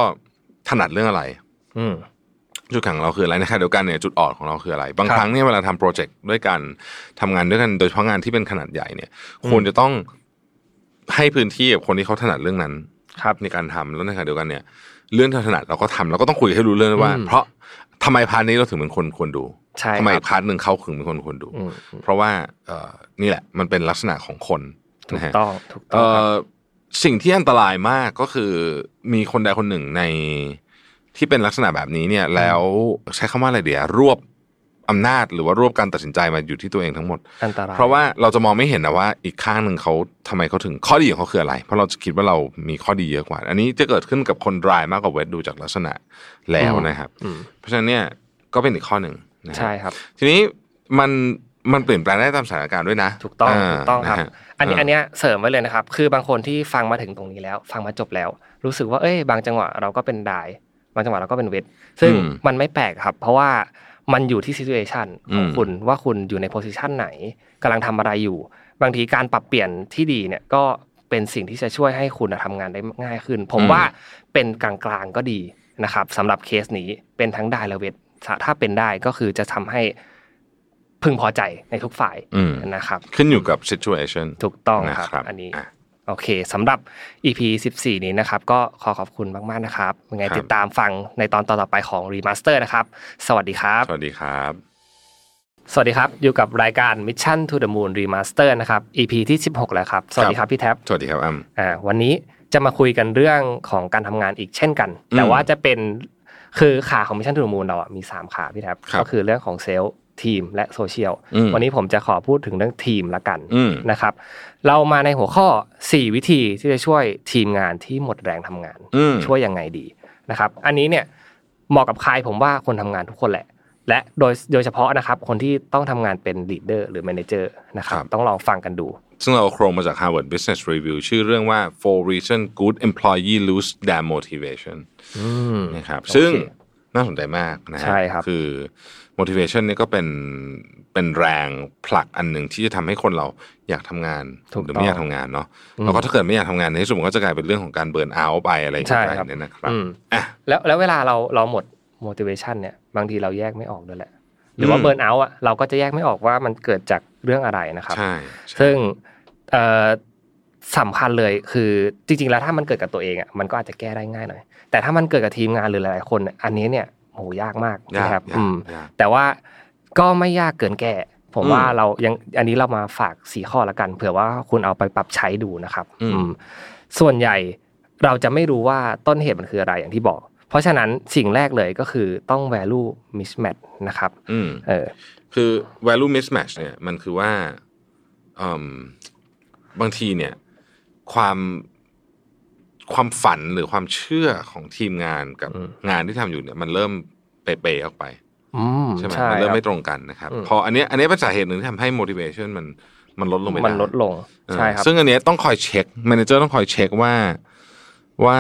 S2: ถนัดเรื่องอะไร
S3: อืม
S2: จุดแข็งของเราคืออะไรนะครับเดียวกันเนี่ยจุดอ่อนของเราคืออะไร บาง
S3: ครับ
S2: ครั้งเนี่ยเวลาทำโปรเจกต์ด้วยกันทำงานด้วยกันโดยเฉพาะงานที่เป็นขนาดใหญ่เนี่ยควรจะต้องให้พื้นที่กับคนที่เขาถนัดเรื่องนั้น
S3: ครับ
S2: ในการทำแล้วในขณะเดียวกันเนี่ย เรื่องที่ถนัดเราก็ทำเราก็ต้องคุยให้รู้เรื่องด้วยว่า
S3: อืม
S2: เพราะทำไมพาร์ทนี้เราถึงเป็นคนควรดู
S3: ใช่
S2: ทำไม
S3: ครับ
S2: พาร์ทหนึ่งเขาถึงเป็นคนควรดู
S3: อืม
S2: เพราะว่าเอ่อนี่แหละมันเป็นลักษณะของคน
S3: ถู
S2: นะ
S3: ก
S2: ฮะ
S3: ต้องถูกต้
S2: เอ่
S3: องครับ
S2: อสิ่งที่อันตรายมากก็คือมีคนใดคนหนึ่งในที่เป็นลักษณะแบบนี้เนี่ย แล้วใช้คำว่าอะไรเดี๋ยวรวบอำนาจหรือว่ารวบการตัดสินใจมาอยู่ที่ตัวเองทั้งหมด
S3: อันตราย
S2: เพราะว่าเราจะมองไม่เห็นนะว่าอีกข้างหนึ่งเขาทำไมเขาถึงข้อดีของเขาคืออะไร เพราะเราจะคิดว่าเรามีข้อดีเยอะกว่า อันนี้จะเกิดขึ้นกับคนรายมากกว่าเวทดูจากลักษณะแล้วนะครับ
S3: อืม
S2: เพราะฉะนั้นเนี่ยก็เป็นอีกข้อหนึ่งนะฮะ
S3: ใช่ครับ
S2: ทีนี้มันมันเปลี่ยนแปลงได้ตามสถานการณ์ด้วยนะ
S3: ถูกต้อง
S2: า
S3: ถูกต้องครับ
S2: นะฮะ
S3: อันนี้
S2: อ่า
S3: อันเนี้ยเสริมไว้เลยนะครับ คือบางคนที่ฟังมาถึงตรงนี้แล้ว ฟังมาจบแล้ว รู้สึกว่าเอ้ยบางจังหวะเราก็เป็นดายบางจังหวะเราก็เป็นเวทซึ่งมันไม่แปลกครับ เพราะว่ามันอยู่ที่ซิทูเอชันของคุณว่าคุณอยู่ในโพสิชันไหนกำลังทำอะไรอยู่ บางทีการปรับเปลี่ยนที่ดีเนี่ยก็เป็นสิ่งที่จะช่วยให้คุณอะทำงานได้ง่ายขึ้น ผม
S2: อืม
S3: ว่าเป็นกลางๆก็ดีนะครับสำหรับเคสนี้เป็นทั้งดายและเวทถ้าเป็นได้ก็คือจะทำให้พึงพอใจในทุกฝ่าย
S2: อืม
S3: นะครับ
S2: ขึ้นอยู่กับ situation
S3: ถูกต้อง
S2: นะค
S3: ค
S2: รั
S3: รับ
S2: บ
S3: อันนี้
S2: อ่ะ
S3: โอเคสำหรับ EP 14 นี้นะครับ ก็ขอขอบคุณมากๆนะครับยังไง
S2: ครับ
S3: ติดตามฟังในตอนต่อๆไปของ Remaster นะครับ สวัสดีครับ
S2: สวัสดีครับ
S3: สวัสดีครับ อยู่กับรายการ Mission to the Moon Remaster นะครับ EP ที่ 16 แล้วครับ สวัสดีครับพี่แท็บ
S2: สวัสดีครับอ้ำ
S3: อ่าวันนี้จะมาคุยกันเรื่องของการทำงานอีกเช่นกัน
S2: อืม
S3: แต่ว่าจะเป็นคือขาของ Mission to the Moon เราอะมี 3 ขาพี่แท็บ
S2: ครับ
S3: ก็คือเรื่องของเซลล์ทีมและโซเชียล
S2: อืม
S3: วันนี้ผมจะขอพูดถึงเรื่องทีมละกัน
S2: อืม
S3: นะครับเรามาในหัวข้อ 4 วิธีที่จะช่วยทีมงานที่หมดแรงทำงาน
S2: อืม
S3: ช่วยยังไงดีนะครับอันนี้เนี่ยเหมาะกับใครผมว่าคนทำงานทุกคนแหละ และโดยโดยเฉพาะนะครับคนที่ต้องทำงานเป็นลีดเดอร์หรือแมเนเจอร์นะครับ
S2: ครับ
S3: ต้องลองฟังกันดู
S2: ซึ่งเราโครงมาจาก Harvard Business Review ชื่อเรื่องว่า four reason good employee lose their motivation นะครับ ซึ่งน่าสนใจมากนะฮะ
S3: ใช่ครับ
S2: คือ motivation เนี่ยก็เป็นเป็นแรงผลักอันหนึ่งที่จะทำให้คนเราอยากทำงานหรือไม่อยากทำงานเนาะแล้วก็ถ้าเกิดไม่อยากทำงานในที่สุดมันก็จะกลายเป็นเรื่องของการเบิร์นเอาไปอะไรอย่างเงี้ยไปเนี่ยนะครับ
S3: อืม
S2: อ่ะ
S3: แล้วแล้วเวลาเราเราหมด motivation เนี่ยบางทีเราแยกไม่ออกด้วยแหละหรือว่า
S2: อืม
S3: เบิร์นเอาท์อะเราก็จะแยกไม่ออกว่ามันเกิดจากเรื่องอะไรนะครับ
S2: ใช่ใช่
S3: ซึ่งเอ่อสำคัญเลยคือจริง ๆ แล้วถ้ามันเกิดกับตัวเองอ่ะมันก็อาจจะแก้ได้ง่ายหน่อย แต่ถ้ามันเกิดกับทีมงานหรือหลายๆคนอะอันนี้เนี่ยโหยากมาก
S2: ยาก
S3: นะครับ
S2: ยาก
S3: อืม
S2: ยาก
S3: แต่ว่าก็ไม่ยากเกินแก่ ผม
S2: อืม
S3: ว่าเรายังอันนี้เรามาฝากสี่ข้อละกันเผื่อว่าคุณเอาไปปรับใช้ดูนะครับ
S2: อืม
S3: อืมส่วนใหญ่เราจะไม่รู้ว่าต้นเหตุมันคืออะไรอย่างที่บอก เพราะฉะนั้นสิ่งแรกเลยก็คือต้อง value mismatch นะครับ
S2: อืม
S3: เออ
S2: คือ value mismatch เนี่ยมันคือว่าอืมบางทีเนี่ย ความความฝันหรือความเชื่อของทีมงานกับ
S3: อืม
S2: งานที่ทำอยู่เนี่ย มันเริ่มเปย์ๆออกไป
S3: อืม
S2: ใช่ไหม
S3: ใช่
S2: มันเริ่ม
S3: ครับ
S2: ไม่ตรงกันนะครับ
S3: อืม
S2: พออันเนี้ยอันเนี้ยเป็นสาเหตุหนึ่งที่ทำให้ motivation มันมันลดลงไป
S3: มันลดลง
S2: เออ
S3: ใช่ครับ
S2: ซึ่งอันเนี้ยต้องคอยเช็ค manager ต้องคอยเช็คว่า ว่า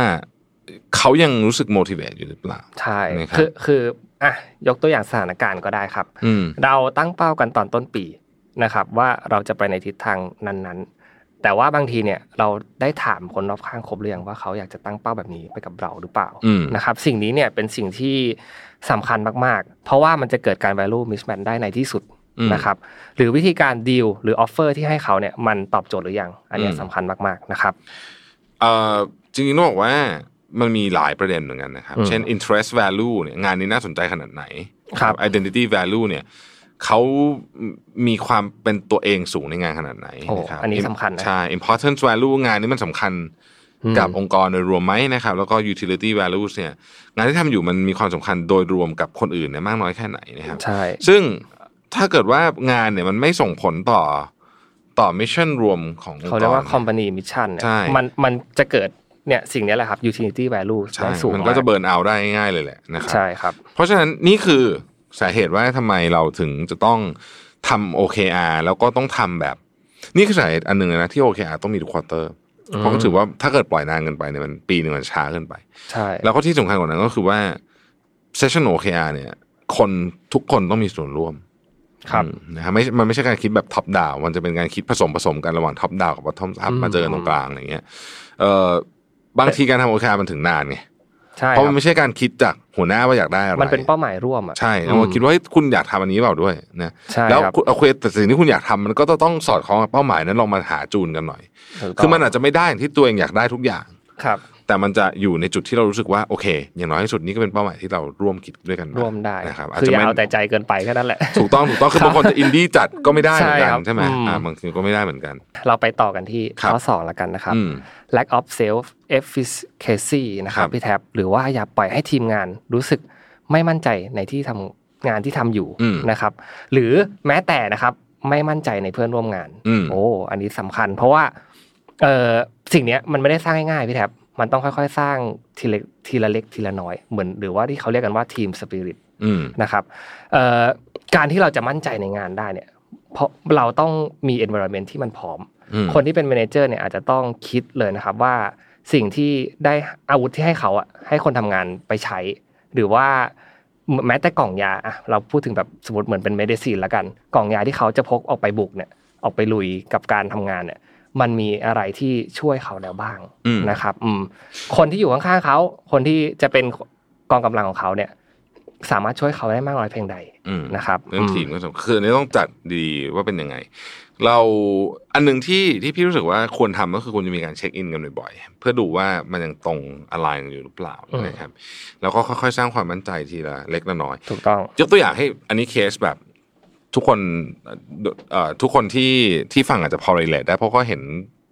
S2: เขายังรู้สึก motivate อยู่หรือเปล่า
S3: ใช่
S2: นะครับ
S3: คือคืออ่ะยกตัวอย่างสถานการณ์ก็ได้ครับ
S2: อืม
S3: เราตั้งเป้ากันตอนต้นปีนะครับ ว่าเราจะไปในทิศทางนั้นๆ แต่ว่าบางทีเนี่ยเราได้ถามคนรอบข้างครบหรือยังว่าเขาอยากจะตั้งเป้าแบบนี้ไปกับเราหรือเปล่า
S2: อืม
S3: นะครับ สิ่งนี้เนี่ยเป็นสิ่งที่สำคัญมากๆ เพราะว่ามันจะเกิดการ value mismatch ได้ในที่สุด
S2: อืม
S3: นะครับ หรือวิธีการดีลหรือออฟเฟอร์ที่ให้เขาเนี่ยมันตอบโจทย์หรือยังอันเนี้ย
S2: อืม
S3: สำคัญมากๆนะครับ
S2: เอ่อจริงๆต้องบอกว่ามันมีหลายประเด็นเหมือนกันนะครับ
S3: อืม
S2: เช่น interest value เนี่ยงานนี้น่าสนใจขนาดไหน
S3: ครับ
S2: identity value เนี่ยเขามีความเป็นตัวเองสูงในงานขนาดไหน
S3: โอ้
S2: ะครับ
S3: อันนี้สำคัญนะ
S2: ใช่ importance value งานนี้มันสำคัญ
S3: อืม
S2: กับองค์กรโดยรวมไหมนะครับ แล้วก็ utility values เนี่ยงานที่ทำอยู่มันมีความสำคัญโดยรวมกับคนอื่นเนี่ยมากน้อยแค่ไหนนะครับ
S3: ใช่
S2: ซึ่งถ้าเกิดว่างานเนี่ยมันไม่ส่งผลต่อต่อมิชชั่นรวมขององค์กร
S3: เขาเรียกว่า company mission เนี่ย
S2: ใช่
S3: มันมันจะเกิดเนี่ยสิ่งเนี้ยแหละครับ utility value
S2: ใช่
S3: ได้สูง
S2: มันก็จะ
S3: มา
S2: เบิร์นเอาท์ได้ง่ายๆเลยแหละนะครั
S3: ใช่ครับ
S2: เพราะฉะนั้นนี่คือสาเหตุว่าทำไมเราถึงจะต้องทำ OKR แล้วก็ต้องทำแบบ นี่คือสาเหตุอันหนึ่งเลยนะที่ OKR ต้องมีทุกควอเตอร์เพราะถือว่าถ้าเกิดปล่อยนานเกินไปเนี่ยมันปีหนึ่งมันช้าเกินไป
S3: ใช่
S2: แล้วก็ที่สำคัญกว่านั้นก็คือว่าเซสชั่น OKR เนี่ย คนทุกคนต้องมีส่วนร่วม
S3: ครับ
S2: อืมนะฮะไม่มันไม่ใช่การคิดแบบท็อปดาวมันจะเป็นการคิดผสมผสมกันระหว่างท็อปดาวกับบอททอมอัพ
S3: อืม
S2: มาเจอกันตรงกลางอย่างเงี้ยเอ่อบางทีการทำโอคามันถึงนานไง
S3: ใช่
S2: เพ
S3: ค
S2: ราะ
S3: รั
S2: มัน
S3: บ
S2: ไม่ใช่การคิดจากหัวหน้าว่าอยากได้อะไร
S3: มันเป็นเป้าหมายร่วมอ่ะ
S2: ใช่แล้วคิดว่าเฮ้ยคุณอยากทำอันนี้เปล่าด้วยนะ
S3: ใช่
S2: แล้ว
S3: ครับ
S2: คุณเอาเควสแต่สิ่งที่คุณอยากทำมันก็ต้องสอดคล้องกับเป้าหมายนั้นลองมาหาจูนกันหน่อย
S3: ถูกต้ง
S2: คือมันอาจจะไม่ได้อย่างที่ตัวเองอยากได้ทุกอย่าง
S3: ครับ
S2: แต่มันจะอยู่ในจุดที่เรารู้สึกว่าโอเค อย่างน้อยที่สุดนี่ก็เป็นเป้าหมายที่เราร่วมคิดด้วยกัน
S3: ร่วมได้
S2: นะครับ
S3: คืออย่า
S2: ไม่
S3: เอาแต่ใจเกินไปแค่นั้นแหละ
S2: ถูกต้องถูก ต้องคือบางคนจะอินดี้จัดก็ไม่ได้เหมือนกัน
S3: ใช่ครับ
S2: ใช่ไหม
S3: อืม
S2: อ่าบางทีก็ไม่ได้เหมือนกัน
S3: เราไปต่อกันที่
S2: ครับ
S3: ข้อสองแล้วกันนะครับ
S2: อืม
S3: lack of self efficacy นะครั
S2: ครับ บ
S3: พี่แท็บหรือว่าอย่าปล่อยให้ทีมงานรู้สึกไม่มั่นใจในที่ทำงานที่ทำอยู่
S2: อืม
S3: นะครับ หรือแม้แต่นะครับไม่มั่นใจในเพื่อนร่วมงาน
S2: อืม
S3: โอ้อันนี้สำคัญ เพราะว่าเออสิ่งเนี้ยมันไม่ได้สร้างง่ายๆพี่แท็บมันต้องค่อยๆ สร้างทีละทีละเล็กทีละน้อยเหมือนหรือว่าที่เขาเรียกกันว่าทีมสปิริต
S2: อืม
S3: นะครับเอ่อการที่เราจะมั่นใจในงานได้เนี่ยเพราะเราต้องมี environment ที่มันพร้อม
S2: อืม
S3: คนที่เป็น manager เนี่ยอาจจะต้องคิดเลยนะครับว่าสิ่งที่ได้อาวุธที่ให้เขาอะให้คนทำงานไปใช้ หรือว่าแม้แต่กล่องยาอะเราพูดถึงแบบสมมติเหมือนเป็น medicine ละกัน กล่องยาที่เขาจะพกออกไปบุกเนี่ยออกไปลุยกับการทำงานเนี่ยมันมีอะไรที่ช่วยเขาแล้วบ้าง
S2: อืม
S3: นะครับอืมคนที่อยู่ข้างๆเขา คนที่จะเป็นกองกำลังของเขาเนี่ย สามารถช่วยเขาได้มากน้อยเพียงใด
S2: อืม
S3: นะครับ
S2: เรื่องทีมก็สำคัญคืออันนี้ต้องจัดดีว่าเป็นยังไง เราอันหนึ่งที่ที่พี่รู้สึกว่าควรทำก็คือควรจะมีการเช็คอินกันบ่อยๆ เพื่อดูว่ามันยังตรงอะไรกันอยู่หรือเปล่านะครับ แล้วก็ค่อยๆ สร้างความมั่นใจทีละเล็กละน้อย
S3: ถูกต้อง
S2: ยกตัวอย่างให้อันนี้เคสแบบทุกคนเอ่อทุกคนที่ที่ฟังอาจจะพอรีเลทได้เพราะก็เห็น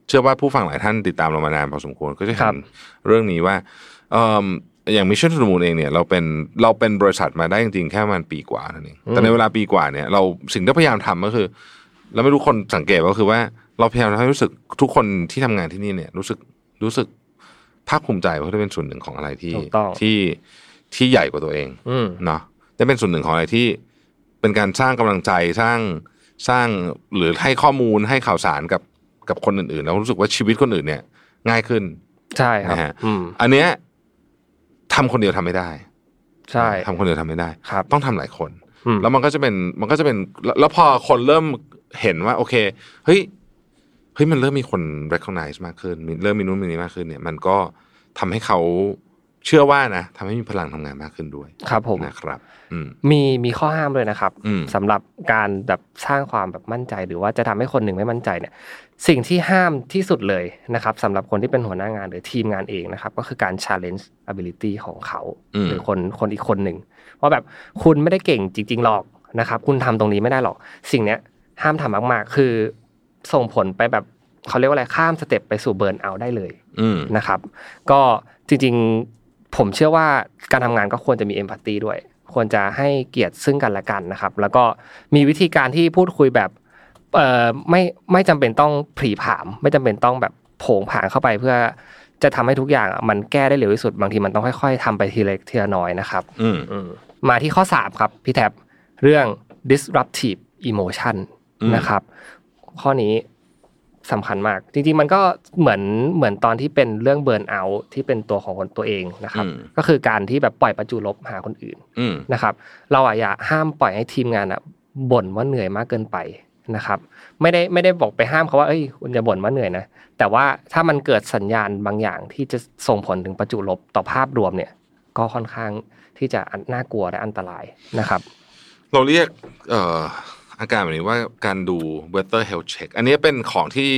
S2: เชื่อว่าผู้ฟังหลายท่านติดตามเรามานานพอสมควรก็จะ
S3: ค
S2: เห็
S3: รั
S2: น
S3: บ
S2: เรื่องนี้ว่าเอิ่มอย่างมิชชั่นทูมูนเองเนี่ยเราเป็นเราเป็นบริษัทมาได้จริงๆแค่ประมันปีกว่าเท่านั่นเองแต่ในเวลาปีกว่าเนี่ยเราสิ่งที่พยายามทำก็คือ เราไม่รู้คนสังเกตก็คือว่าเราพยายามทำให้รู้สึกทุกคนที่ทำงานที่นี่เนี่ยรู้สึกรู้สึกภาคภูมิใจเพราะได้เป็นส่วนหนึ่งของอะไรที่
S3: ถูกต้อง
S2: ที่ที่ใหญ่กว่าตัวเอง
S3: อืม
S2: เนาะได้เป็นส่วนหนึ่งของอะไรที่เป็นการสร้างกำลังใจสร้างสร้างหรือให้ข้อมูลให้ข่าวสารกับกับคนอื่นๆ แล้วรู้สึกว่าชีวิตคนอื่นเนี่ย ง่ายขึ้น
S3: ใช่ครับ
S2: นะฮะ
S3: อืม
S2: อันเนี้ยทำคนเดียวทำไม่ได้
S3: ใช่
S2: ทำคนเดียวทำไม่ได้
S3: ครับ
S2: ต้องทำหลายคน
S3: อืม
S2: แล้วมันก็จะเป็นมันก็จะเป็นแล้วแล้วพอคนเริ่มเห็นว่า โอเคเฮ้ยเฮ้ยมันเริ่มมีคน recognize มากขึ้นมีเริ่มมีนู้นมีนี้มากขึ้นเนี่ย มันก็ทำให้เขาเชื่อว่านะทำให้มีพลังทำงานมากขึ้นด้วย
S3: ครับผม
S2: นะครับ อืม
S3: มีมีข้อห้ามเลยนะครับ
S2: อืม
S3: สำหรับการแบบสร้างความแบบมั่นใจ หรือว่าจะทำให้คนหนึ่งไม่มั่นใจเนี่ย สิ่งที่ห้ามที่สุดเลยนะครับสำหรับคนที่เป็นหัวหน้างานหรือทีมงานเองนะครับ ก็คือการ challenge ability ของเขา
S2: อืม
S3: หรือคนคนอีกคนหนึ่งว่าแบบคุณไม่ได้เก่งจริง ๆ หรอกนะครับ คุณทำตรงนี้ไม่ได้หรอก สิ่งเนี้ยห้ามทำมากๆ คือ ส่งผลไปแบบเขาเรียกว่าอะไรข้ามสเต็ปไปสู่เบิร์นเอาได้เลย
S2: อืม
S3: นะครับก็จริงๆผมเชื่อว่าการทำงานก็ควรจะมีเอมพัตตีด้วย ควรจะให้เกียรติซึ่งกันและกันนะครับ แล้วก็มีวิธีการที่พูดคุยแบบเอ่อไม่ไม่จำเป็นต้องผลีผาม ไม่จำเป็นต้องแบบโผงผางเข้าไปเพื่อจะทำให้ทุกอย่างอะมันแก้ได้เร็วที่สุด บางทีมันต้องค่อยๆทำไปทีเล็กทีละน้อยนะครับ
S2: อืม
S3: มาที่ข้อ 3 ครับ พี่แท็บเรื่อง disruptive emotion
S2: อืม
S3: นะครับ ข้อนี้ สำคัญมาก จริงๆ มันก็เหมือนเหมือนตอนที่เป็นเรื่องเบิร์นเอาท์ที่เป็นตัวของคนตัวเองนะครับ
S2: อืม
S3: ก็คือการที่แบบปล่อยประจุลบหาคนอื่น
S2: อืม
S3: นะครับ เราอะอย่าห้ามปล่อยให้ทีมงานอะบ่นว่าเหนื่อยมากเกินไปนะครับ ไม่ได้ไม่ได้บอกไปห้ามเขาว่าเอ้ยคุณอย่าบ่นว่าเหนื่อยนะแต่ว่าถ้ามันเกิดสัญญาณบางอย่างที่จะส่งผลถึงประจุลบต่อภาพรวมเนี่ย ก็ค่อนข้างที่จะน่ากลัวและอันตรายนะครับ
S2: เราเรียกเอ่ออาการแบบนี้ว่าการดู weather health check อันนี้เป็นของที่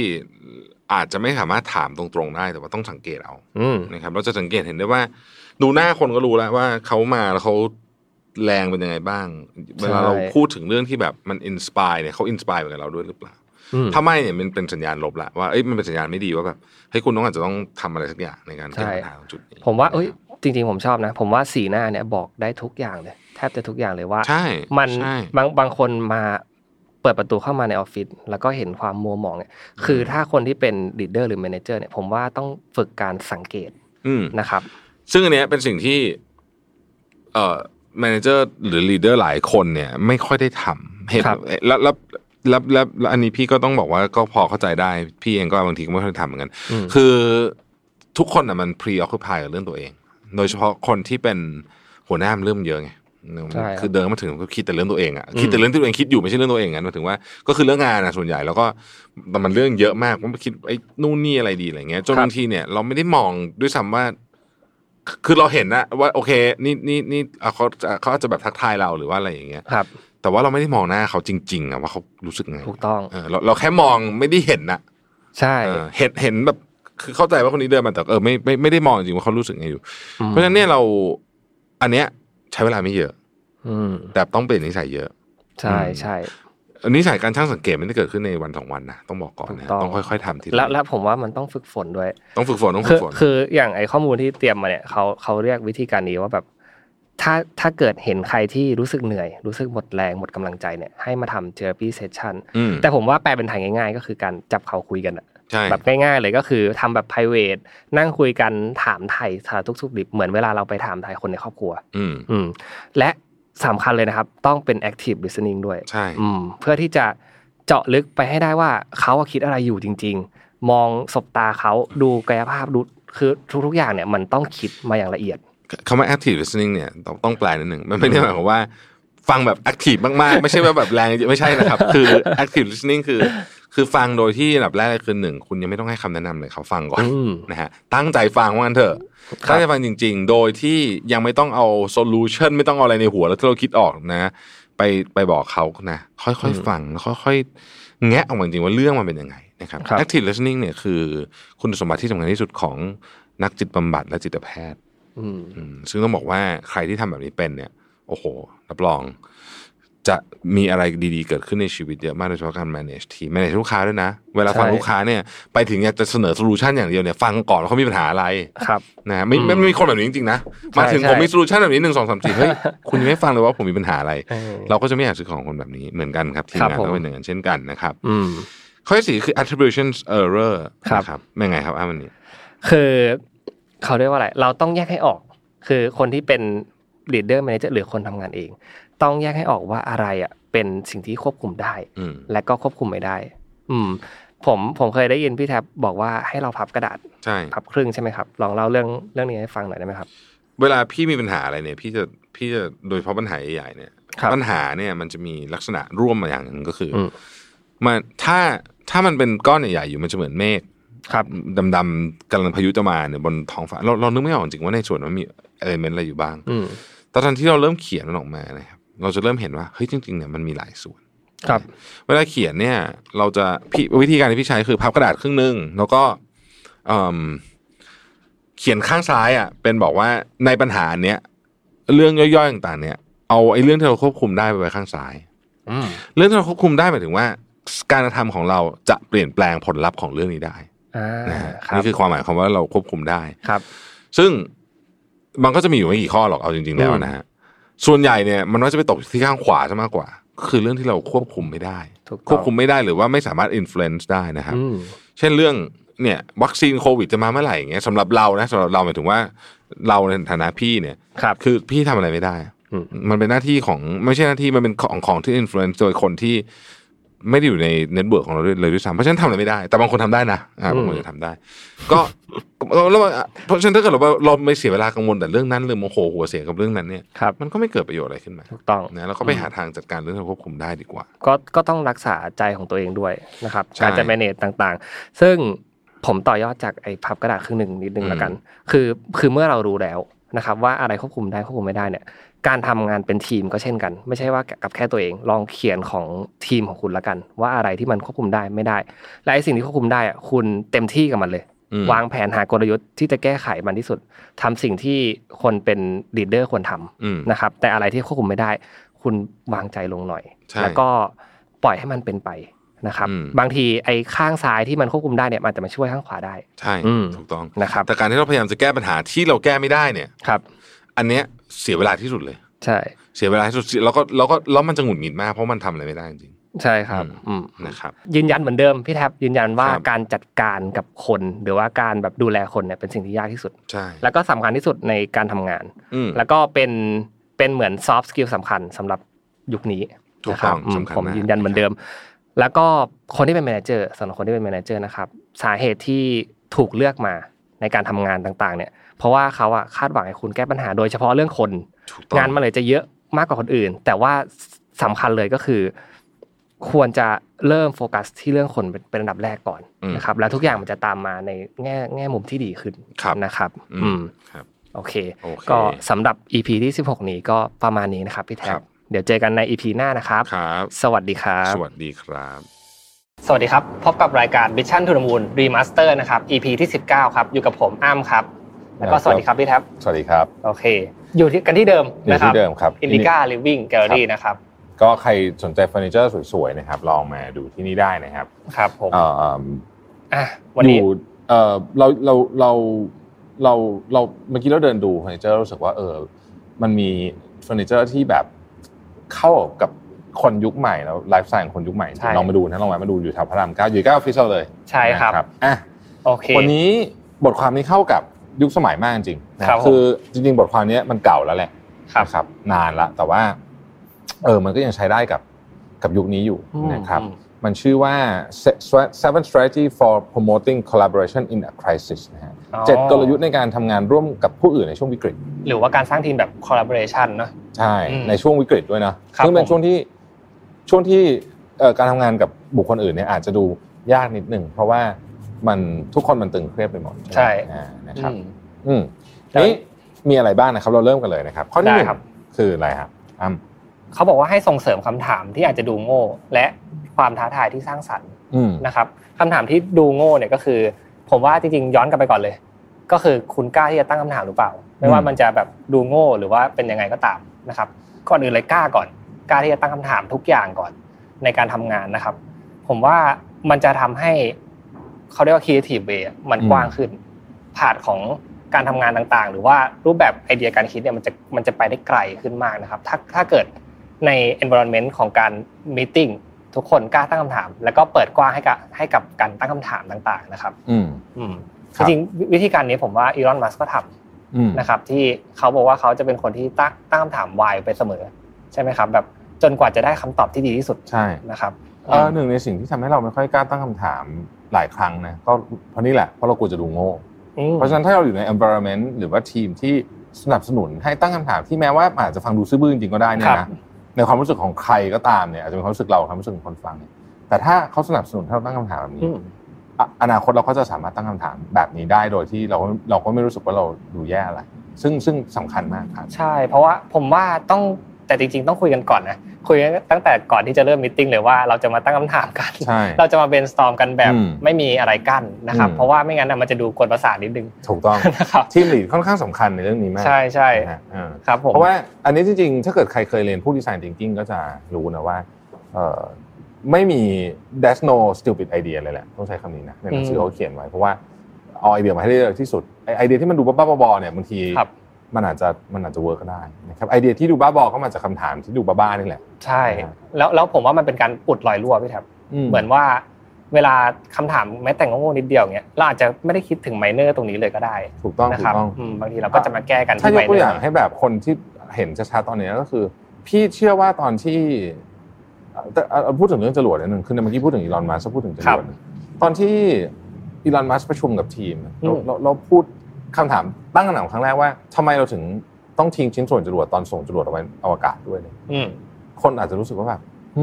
S2: อาจจะไม่สามารถถามตรงๆได้แต่ว่าต้องสังเกตเอา
S3: อืม
S2: นะครับเราจะสังเกตเห็นได้ว่า ดูหน้าคนก็รู้แล้วว่าเขามาแล้วเขาแรงเป็นยังไงบ้าง เวลาเราพูดถึงเรื่องที่แบบมันอินสปายเนี่ยเขาอินสปายเหมือนกับเราด้วยหรือเปล่า
S3: อืม
S2: ถ้าไม่เนี่ยมันเป็นสัญญาณลบละว่าเอ้ยมันเป็นสัญญาณไม่ดีว่าแบบเฮ้ยคุณต้องอาจจะต้องทำอะไรสักอย่างในการแก้ปัญหาตรงจุดนี้
S3: ผมว่าเอ้ยจริงๆผมชอบนะ ผมว่าสีหน้าเนี่ยบอกได้ทุกอย่างเลย แทบจะทุกอย่างเลยว่า
S2: ใช่
S3: มัน
S2: ใช่
S3: บางบางคนมาเปิดประตูเข้ามาในออฟฟิศแล้วก็เห็นความมัวหมองเนี่ยคือถ้าคนที่เป็นลีดเดอร์หรือแมเนเจอร์เนี่ยผมว่าต้องฝึกการสังเกต
S2: อืม
S3: นะครับ
S2: ซึ่งอันเนี้ยเป็นสิ่งที่เอ่อแมเนเจอร์หรือลีดเดอร์หลายคนเนี่ย ไม่ค่อยได้ทำเหตุ
S3: ครับ
S2: แล้วแล้วแล้วแล้วแล้วอันนี้พี่ก็ต้องบอกว่าก็พอเข้าใจได้ พี่เองก็บางทีก็ไม่ค่อยทำเหมือนกัน
S3: อืม
S2: คือทุกคนอ่ะมัน preoccupy กับเรื่องตัวเอง โดยเฉพาะคนที่เป็นหัวหน้ามันเริ่มเยอะไง
S3: ใช่ครับ
S2: คือเดินมาถึงก็คิดแต่เรื่องตัวเองอ่ะ
S3: อืม
S2: คิดแต่เรื่องที่ตัวเองคิดอยู่ไม่ใช่เรื่องตัวเองนะหมายถึงว่าก็คือเรื่องงานอ่ะส่วนใหญ่แล้วก็แต่มันเรื่องเยอะมากมันคิดไอ้นู่นนี่อะไรดีอะไรเงี้ยจนบางทีเนี่ยเราไม่ได้มองด้วยซ้ำว่า คือเราเห็นนะว่าโอเค นี่นี่นี่อ่ะเขาเขาอาจจะแบบทักทายเราหรือว่าอะไรอย่างเงี้ย
S3: ครับ
S2: แต่ว่าเราไม่ได้มองหน้าเขาจริงๆอะว่าเขารู้สึกไง
S3: ถูกต้อง
S2: เออเราเราแค่มองไม่ได้เห็นนะ
S3: ใช่
S2: เออเห็นเห็นแบบคือเข้าใจว่าคนนี้เดินมาแต่เออไม่ไม่ไม่ได้มองจริงว่าเขารู้สึกไงอยู่
S3: ม
S2: เพราะฉะนั้นเนี่ยเราอันเนี้ยใช้เวลาไม่เยอะ
S3: อืม
S2: แต่ต้องเปลี่ยนนิสัยเยอะ
S3: ใช่
S2: อืม
S3: ใช่
S2: นิสัยการช่างสังเกตไม่ได้เกิดขึ้นในวันสองวันนะต้องบอกก่อนนะต้องค่อยๆทำที
S3: แล้ว
S2: ละ
S3: แล้วผมว่ามันต้องฝึกฝนด้วย
S2: ต้องฝึกฝนต้องฝึ
S3: คือก
S2: ฝน
S3: คืออย่างไอข้อมูลที่เตรียมมาเนี่ยเขาเขาเรียกวิธีการนี้ว่าแบบ ถ้าถ้าเกิดเห็นใครที่รู้สึกเหนื่อย รู้สึกหมดแรงหมดกำลังใจเนี่ยให้มาทำเทอราปีเซสชัน
S2: อืม
S3: แต่ผมว่าแปลเป็นไทยง่ายๆ ก็คือการจับเขาคุยกันอะ
S2: ใช่
S3: แบบง่ายๆเลยก็คือทำแบบ p r i v a t นั่งคุยกันถามไทยสารทุกข์สุขดิบเหมือนเวลาเราไปถามไทยคนในครอบครัว
S2: อืม
S3: อืมและสำคัญเลยนะครับ ต้องเป็น active listening ด้วย
S2: ใช่
S3: อืมเพื่อที่จะเจาะลึกไปให้ได้ว่าเขาอะคิดอะไรอยู่จริง ๆ มองสบตาเขาดูกายภาพดูคือทุกๆอย่างเนี่ยมันต้องคิดมาอย่างละเอียด
S2: คำว่า active listening เนี่ยต้องต้องแปลนิดหนึ่งมันไม่ได้หมายความว่าฟังแบบ active มากๆ ไม่ใช่ว่าแบบแรงเยอะไม่ใช่นะครับ คือ active listening คือ คือฟังโดยที่อันดับแรกเลยคือหนึ่งคุณยังไม่ต้องให้คำแนะนำเลยเขาฟังก่อน
S3: อืม
S2: นะฮะตั้งใจฟังว่างั้นเถอะ
S3: ครับ
S2: ตั้งใจฟังจริง ๆ โดยที่ยังไม่ต้องเอาโซลูชันไม่ต้องเอาอะไรในหัวแล้วที่เราคิดออกนะ ไปไปบอกเขานะค่อยๆฟังแล้วค่อยๆแงะออกมาจริงๆว่าเรื่องมันเป็นยังไงนะครับ
S3: ครับ
S2: active listening เนี่ยคือคุณสมบัติที่สำคัญที่สุดของนักจิตบำบัดและจิตแพทย์
S3: อืม
S2: อืมซึ่งต้องบอกว่าใครที่ทำแบบนี้เป็นเนี่ย โอ้โหรับรอง จะมีอะไรดีๆ เกิดขึ้นในชีวิตเยอะมากโดยเฉพาะการ manage ทีม manage ลูกค้าด้วยนะ เวลาฟังลูกค้าเนี่ยไปถึงอยากจะเสนอโซลูชันอย่างเดียวเนี่ยฟังก่อนว่าเขามีปัญหาอะไร
S3: ครับ
S2: นะฮะไม่ไม่ไม่มีคนแบบนี้จริงๆนะ
S3: ใช่
S2: มาถึง
S3: ใช่
S2: ผมมีโซลูชันแบบนี้หนึ่งสองสามสี่ เฮ้ย คุณยังไม่ฟังเลยว่าผมมีปัญหาอะไร
S3: เออ
S2: เราก็จะไม่อยากซื้อของคนแบบนี้เหมือนกันครับ ทีม
S3: ครับ
S2: งาน
S3: ผม
S2: ก็เป็นอย่างนั้นเช่นกันนะครับ
S3: อืม
S2: ข้อที่สี่คือ attribution error
S3: ครับ
S2: นะครับเป็นไงครับอ้ามันนี้
S3: คือเขาเรียกว่าอะไร เราต้องแยกให้ออก คือคนที่เป็นลีดเดอร์แมเนเจอร์หรือคนทำงานเอง ต้องแยกให้ออกว่าอะไรอ่ะเป็นสิ่งที่ควบคุมได้
S2: อืม
S3: และก็ควบคุมไม่ได้ อืม ผมผมเคยได้ยินพี่แท็บบอกว่าให้เราพับกระดาษ
S2: ใช่
S3: พับครึ่งใช่ไหมครับ ลองเล่าเรื่องเรื่องนี้ให้ฟังหน่อยได้ไหมครับ
S2: เวลาพี่มีปัญหาอะไรเนี่ย พี่จะพี่จะโดยเฉพาะปัญหาใหญ่ๆเนี่ย
S3: ครับ
S2: ปัญหาเนี่ยมันจะมีลักษณะร่วมมาอย่างหนึ่งก็คืออ
S3: ม
S2: มันถ้าถ้ามันเป็นก้อนใหญ่ๆอยู่มันจะเหมือนเมฆ
S3: ครับ
S2: ดำๆกำลังพายุจะมาเนี่ยบนท้องฟ้าเราเรานึกไม่ออกจริงว่าในส่วนมันมีเอลเมนต์อะไรอยู่บ้าง
S3: อืม
S2: ตอนที่เราเริ่มเขียนมันออกมานะครับเราจะเริ่มเห็นว่าเฮ้ยจริงๆเนี่ยมันมีหลายส่วน
S3: ครับ
S2: เวลาเขียนเนี่ย เราจะพี่วิธีการที่พี่ใช้คือพับกระดาษครึ่งหนึ่งแล้วก็เอิ่มเขียนข้างซ้ายอ่ะเป็นบอกว่าในปัญหาเนี้ยเรื่องย่อยๆต่างๆ เนี่ย เอาไอ้เรื่องที่เราควบคุมได้ไปไว้ข้างซ้าย
S3: อืม
S2: เรื่องที่เราควบคุมได้หมายถึงว่า การกระทำของเราจะเปลี่ยนแปลงผลลัพธ์ของเรื่องนี้ได้
S3: อ่า
S2: นะฮะ
S3: ครับ
S2: นี่คือความหมายของว่าเราควบคุมได้
S3: ครับ
S2: ซึ่งมันก็จะมีอยู่ไม่กี่ข้อหรอกเอาจริงๆแล้วนะฮะส่วนใหญ่เนี่ยมันว่าจะไปตกที่ข้างขวาซะมากกว่า คือเรื่องที่เราควบคุมไม่ได้
S3: ถูกต้อง
S2: ควบคุมไม่ได้หรือว่าไม่สามารถ influence ได้นะครับ
S3: อืม
S2: เช่นเรื่องเนี่ยวัคซีนโควิดจะมาเมื่อไหร่อย่างเงี้ยสำหรับเรานะสำหรับเราหมายถึงว่าเราในฐานะพี่เนี่ย
S3: ครับ
S2: คือพี่ทำอะไรไม่ได้
S3: อืม
S2: มันเป็นหน้าที่ของไม่ใช่หน้าที่มันเป็นของของที่ influence โดยคนที่
S4: ไม่ได้อยู่ในเน็ตเวิร์กของเราด้วยเลยด้วยซ้ำเพราะฉะนั้นทำอะไรไม่ได้ แต่บางคนทำได้นะอ่าบางคน
S3: อืม
S4: จะทำได้ ก็ก็แล้วเพราะฉะนั้นถ้าเกิดเราเราไม่เสียเวลากังวลแต่เรื่องนั้นหรือโมโหหัวเสียกับเรื่องนั้นเนี่ย
S3: ครับ
S4: มันก็ไม่เกิดประโยชน์อะไรขึ้นมา
S3: ถูกต้อง
S4: นะแล้วก็ไปหาทางจัดการเรื่องที่เราควบคุมได้ดีกว่า
S3: ก็ก็ต้องรักษาใจของตัวเองด้วยนะครับ
S4: ใช่
S3: การจะ manage ต่างๆ ซึ่งผมต่อยอดจากไอ้พับกระดาษครึ่งหนึ่งนิดนึง
S4: อืม
S3: แล้วกัน คือคือเมื่อเรารู้แล้วนะครับ ว่าอะไรควบคุมได้ควบคุมไม่ได้เนี่ย การทำงานเป็นทีมก็เช่นกัน ไม่ใช่ว่ากับแค่ตัวเอง ลองเขียนของทีมของคุณละกัน ว่าอะไรที่มันควบคุมได้ไม่ได้ และไอ้สิ่งที่ควบคุมได้อะคุณเต็มที่กับมันเลย
S4: อืม
S3: วางแผนหากลยุทธ์ที่จะแก้ไขมันที่สุดทำสิ่งที่คนเป็นลีดเดอร์ควรทำ
S4: อืม
S3: นะครับแต่อะไรที่ควบคุมไม่ได้ คุณวางใจลงหน่อย
S4: ใช่
S3: แล้วก็ปล่อยให้มันเป็นไปนะครับ
S4: อืม
S3: บางทีไอ้ข้างซ้ายที่มันควบคุมได้เนี่ยมันอาจจะมาช่วยข้างขวาได้
S4: ใช่
S3: อืม
S4: ถูกต้อง
S3: นะครับ
S4: แต่การที่เราพยายามจะแก้ปัญหาที่เราแก้ไม่ได้เนี่ย
S3: ครับ
S4: อันเนี้ยเสียเวลาที่สุดเลย
S3: ใช่
S4: เสียเวลาที่สุดแล้วก็แล้วก็แล้วมันจะหงุดหงิดมากเพราะมันทำอะไรไม่ได้จริง
S3: ใช่ครับอืม
S4: นะครับ
S3: ยืนยันเหมือนเดิมพี่แท็บยืนยันว่า
S4: ครับ
S3: การจัดการกับคน หรือว่าการแบบดูแลคนเนี่ยเป็นสิ่งที่ยากที่สุด
S4: ใช่
S3: แล้วก็สำคัญที่สุดในการทำงาน
S4: อืม
S3: แล้วก็เป็นเป็นเหมือนซอฟต์สกิลสำคัญสำหรับยุคนี้
S4: ถูก
S3: นะครั
S4: ต้
S3: บ
S4: อง
S3: อืม
S4: สำคัญ
S3: ผม
S4: มาก
S3: ยืนยันเหมือนเดิม แล้วก็คนที่เป็นแมเนเจอร์สำหรับคนที่เป็นแมเนเจอร์นะครับสาเหตุที่ถูกเลือกมาในการทำงานต่างๆ เนี่ย เพราะว่าเขาอะคาดหวังให้คุณแก้ปัญหาโดยเฉพาะเรื่องคน
S4: ถูกต้อง
S3: งานมันเลยจะเยอะมากกว่าคนอื่น แต่ว่าสำคัญเลยก็คือ ควรจะเริ่มโฟกัสที่เรื่องคนเป็นเป็นอันดับแรกก่อน
S4: อืม
S3: นะครับ แล้วทุกอย่างมันจะตามมาในแง่แง่มุมที่ดีขึ้น
S4: ครับ
S3: นะครับ
S4: อื
S3: อื
S4: ม
S3: ม
S4: ครับ
S3: โอเค
S4: โอเค
S3: ก็สำหรับ EP ที่ 16 นี้ก็ประมาณนี้นะครับพี่แท็
S4: ครับ บ
S3: เดี๋ยวเจอกันใน EP หน้านะครับ
S4: ครับ
S3: สวัสดีครับ
S4: สวัสดีครับ
S3: สวัสดีครับ พบกับรายการ Mission to the Moon Remaster นะครับ EP ที่ 19 ครับ อยู่กับผมอ้ามครับ แล้ว
S2: ค
S3: ก็
S2: รับ
S3: สวัสดีครับพี่แท็บ
S2: สวัสดีครับ
S3: โอเค อยู่ที่กันที่เดิม
S2: อยู่
S3: นะครั
S2: ที่
S3: บ
S2: เดิมครับ
S3: Indica Living Gallery นะครับ
S2: ก็ใครสนใจเฟอร์นิเจอร์สวยๆนะครับลองมาดูที่นี่ได้นะครับ
S3: ครับผม
S2: เอ่อ
S3: อ่ะวัน
S2: อ
S3: นี้
S2: ยู่เอ่อเราเราเราเราเราเมื่อกี้เราเดินดูเฟอร์นิเจอร์รู้สึกว่าเออมันมีเฟอร์นิเจอร์ที่แบบเข้ากับคนยุคใหม่แล้วไลฟ์สไตล์ของคนยุคใหม่
S3: ใช่
S2: ลองมาดูนะลองมาดูอยู่แถวพระรามเก้าอยู่ใกล้ออฟฟิศเราเลย
S3: ใช่ครับ
S2: นะอ่ะ
S3: โอเค
S2: วันนี้บทความนี้เข้ากับยุคสมัยมากจริงๆนะครับ
S3: ผม
S2: อจริงๆ บทความนี้มันเก่าแล้วแหละ
S3: ครับ
S2: นะครับ นานละแต่ว่าเออมันก็ยังใช้ได้กับกับยุคนี้อยู่
S3: อืม
S2: นะครับ
S3: อืม
S2: มันชื่อว่า seven strategy for promoting collaboration in a crisis นะฮะ
S3: อ๋อ
S2: เจ็ดกลยุทธ์ในการทำงานร่วมกับผู้อื่นในช่วงวิกฤต
S3: หรือว่าการสร้างทีมแบบ collaboration เนอะ
S2: ใช่
S3: อืม
S2: ในช่วงวิกฤตด้วยนะครับ ซึ่งเป็น
S3: ผม
S2: ช่วงที่ช่วงที่เอ่อการทำงานกับบุคคลอื่นเนี่ยอาจจะดูยากนิดหนึ่งเพราะว่ามันทุกคนมันตึงเครียดไปหมดไหมอ่านะครับ
S3: อืม
S2: อืมทีนี้มีอะไรบ้างนะครับ เราเริ่มกันเลยนะครับ ข้อที่
S3: ได้
S2: หนึ่ง
S3: ครับ
S2: คืออะไรครับอ้ำ
S3: เขาบอกว่าให้ส่งเสริมคำถามที่อาจจะดูโง่ และความท้าทายที่สร้างสรรค์
S2: อืม
S3: นะครับคำถามที่ดูโง่เนี่ยก็คือ ผมว่าจริงๆย้อนกลับไปก่อนเลย ก็คือคุณกล้าที่จะตั้งคำถามหรือเปล่า ไม่ว่า
S2: อืม
S3: มันจะแบบดูโง่หรือว่าเป็นยังไงก็ตามนะครับก่อนอื่นเลยกล้าก่อนกล้าที่จะตั้งคำถามทุกอย่างก่อนในการทำงานนะครับ ผมว่ามันจะทำให้เขาเรียกว่า creative way อะมันกว้างขึ้นผาดของการทำงานต่างๆ หรือว่ารูปแบบไอเดียการคิดเนี่ยมันจะมันจะไปได้ไกลขึ้นมากนะครับ ถ้าถ้าเกิดใน environment ของการ meeting ทุกคนกล้าตั้งคำถาม แล้วก็เปิดกว้างให้กับให้กับการตั้งคำถามต่างๆนะครับ
S2: อืม
S3: อืม
S2: ค
S3: จ
S2: รับ
S3: ริงๆวิวิธีการนี้ผมว่าอีลอนมัสก็ทำ
S2: อืม
S3: นะครับ ที่เขาบอกว่าเขาจะเป็นคนที่ตั้งตั้งคำถามวายไปเสมอ ใช่ไหมครับ แบบจนกว่าจะได้คำตอบที่ดีที่สุด
S2: ใช่
S3: นะครับ
S2: เออหนึ่งในสิ่งที่ทำให้เราไม่ค่อยกล้าตั้งคำถามหลายครั้งนะก็เพราะนี่แหละเพราะเรากลัวจะดูโง่
S3: อืม
S2: เพราะฉะนั้นถ้าเราอยู่ใน environment หรือว่าทีมที่สนับสนุนให้ตั้งคำถามที่แม้ว่าอาจจะฟังดูซื่อบื้อจริงๆก็ได้เนี่
S3: ค
S2: ย
S3: รับ
S2: นะในความรู้สึกของใครก็ตามเนี่ยอาจจะเป็นความรู้สึกเราความรู้สึกของคนฟังเนี่ยแต่ถ้าเขาสนับสนุนให้เราตั้งคำถามแบบนี้
S3: อืม
S2: อ่ะอนาคตเราก็จะสามารถตั้งคำถามแบบนี้ได้โดยที่เราก็เราก็ไม่รู้สึกว่าเราดูแย่อะไร ซึ่งซึ่งสำคัญมากครับ
S3: ใช่ เพราะว่าผมว่าต้องแต่จริง ๆ ต้องคุยกันก่อนนะคุยกันตั้งแต่ก่อนที่จะเริ่มมตติ팅เลยว่าเราจะมาตั้งคำถามกัน
S2: ใช่
S3: เราจะมาเบนสตอมกันแบบ
S2: อืม
S3: ไม่มีอะไรกั้นนะครับ
S2: อืม
S3: เพราะว่าไม่งั้นน่ะมันจะดูกวนประสาทนิดนึง
S2: ถูกต้อง
S3: นะครับ
S2: ทีมลีดค่อนข้างสำคัญในเรื่องนี้มาก
S3: ใช่ใช่
S2: นะฮะอ่า
S3: ครับผม
S2: เพราะว่าอันนี้จริงๆ ถ้าเกิดใครเคยเรียนผู้ดีไซน์ thinking ก็จะรู้นะว่าเอ่อไม่มี there's no stupid idea เลยแหละ ต้องใช้คำนี้นะในหนังสือเขาเขียนไว้ เพราะว่าเอาไอเดียมาให้ได้เยอะที่สุดไอไอเดียที่มันดูบ้าๆบอๆเนี่ยบางที
S3: ครับ
S2: มันอาจจะมันอาจจะเวิร์กก็ได้นะครับไอเดียที่ดูบ้าบอก็มาจากคำถามที่ดูบ้าๆนี่แหละ
S3: ใช่แล้วแล้วผมว่ามันเป็นการอุดรอยรั่วพี่แท็บ เหมือนว่าเวลาคำถามแม้แต่งโง่ๆนิดเดียวเนี้ยเราอาจจะไม่ได้คิดถึงไมเนอร์ตรงนี้เลยก็ได้
S2: ถูกต้อง
S3: นะ
S2: ถู
S3: ครับ
S2: กต้อง
S3: อืมบางทีเราก็จะมาแก้กัน
S2: ถ้า
S3: ที่
S2: ย
S3: ไม
S2: ก
S3: เน
S2: ตัว
S3: อร์
S2: อย่างให้แบบคนที่เห็นชัดๆตอนเนี้ยก็คือ พี่เชื่อว่าตอนที่ แต่เอาเอาพูดถึงเรื่องจรวดนิดนึงคือเมื่อกี้พูดถึงอีลอนมัสก์พูดถึงจรวดตอนที่อีลอนมัสก์ประชุมกับทีมเราเราเราพูดคำถามตั้งคำถามครั้งแรกว่าทำไมเราถึงต้องทิ้งชิ้นส่วนจรวดตอนส่งจรวดออกไปอวกาศด้วยเนี่ย
S3: อืม
S2: คนอาจจะรู้สึกว่าแบบหึ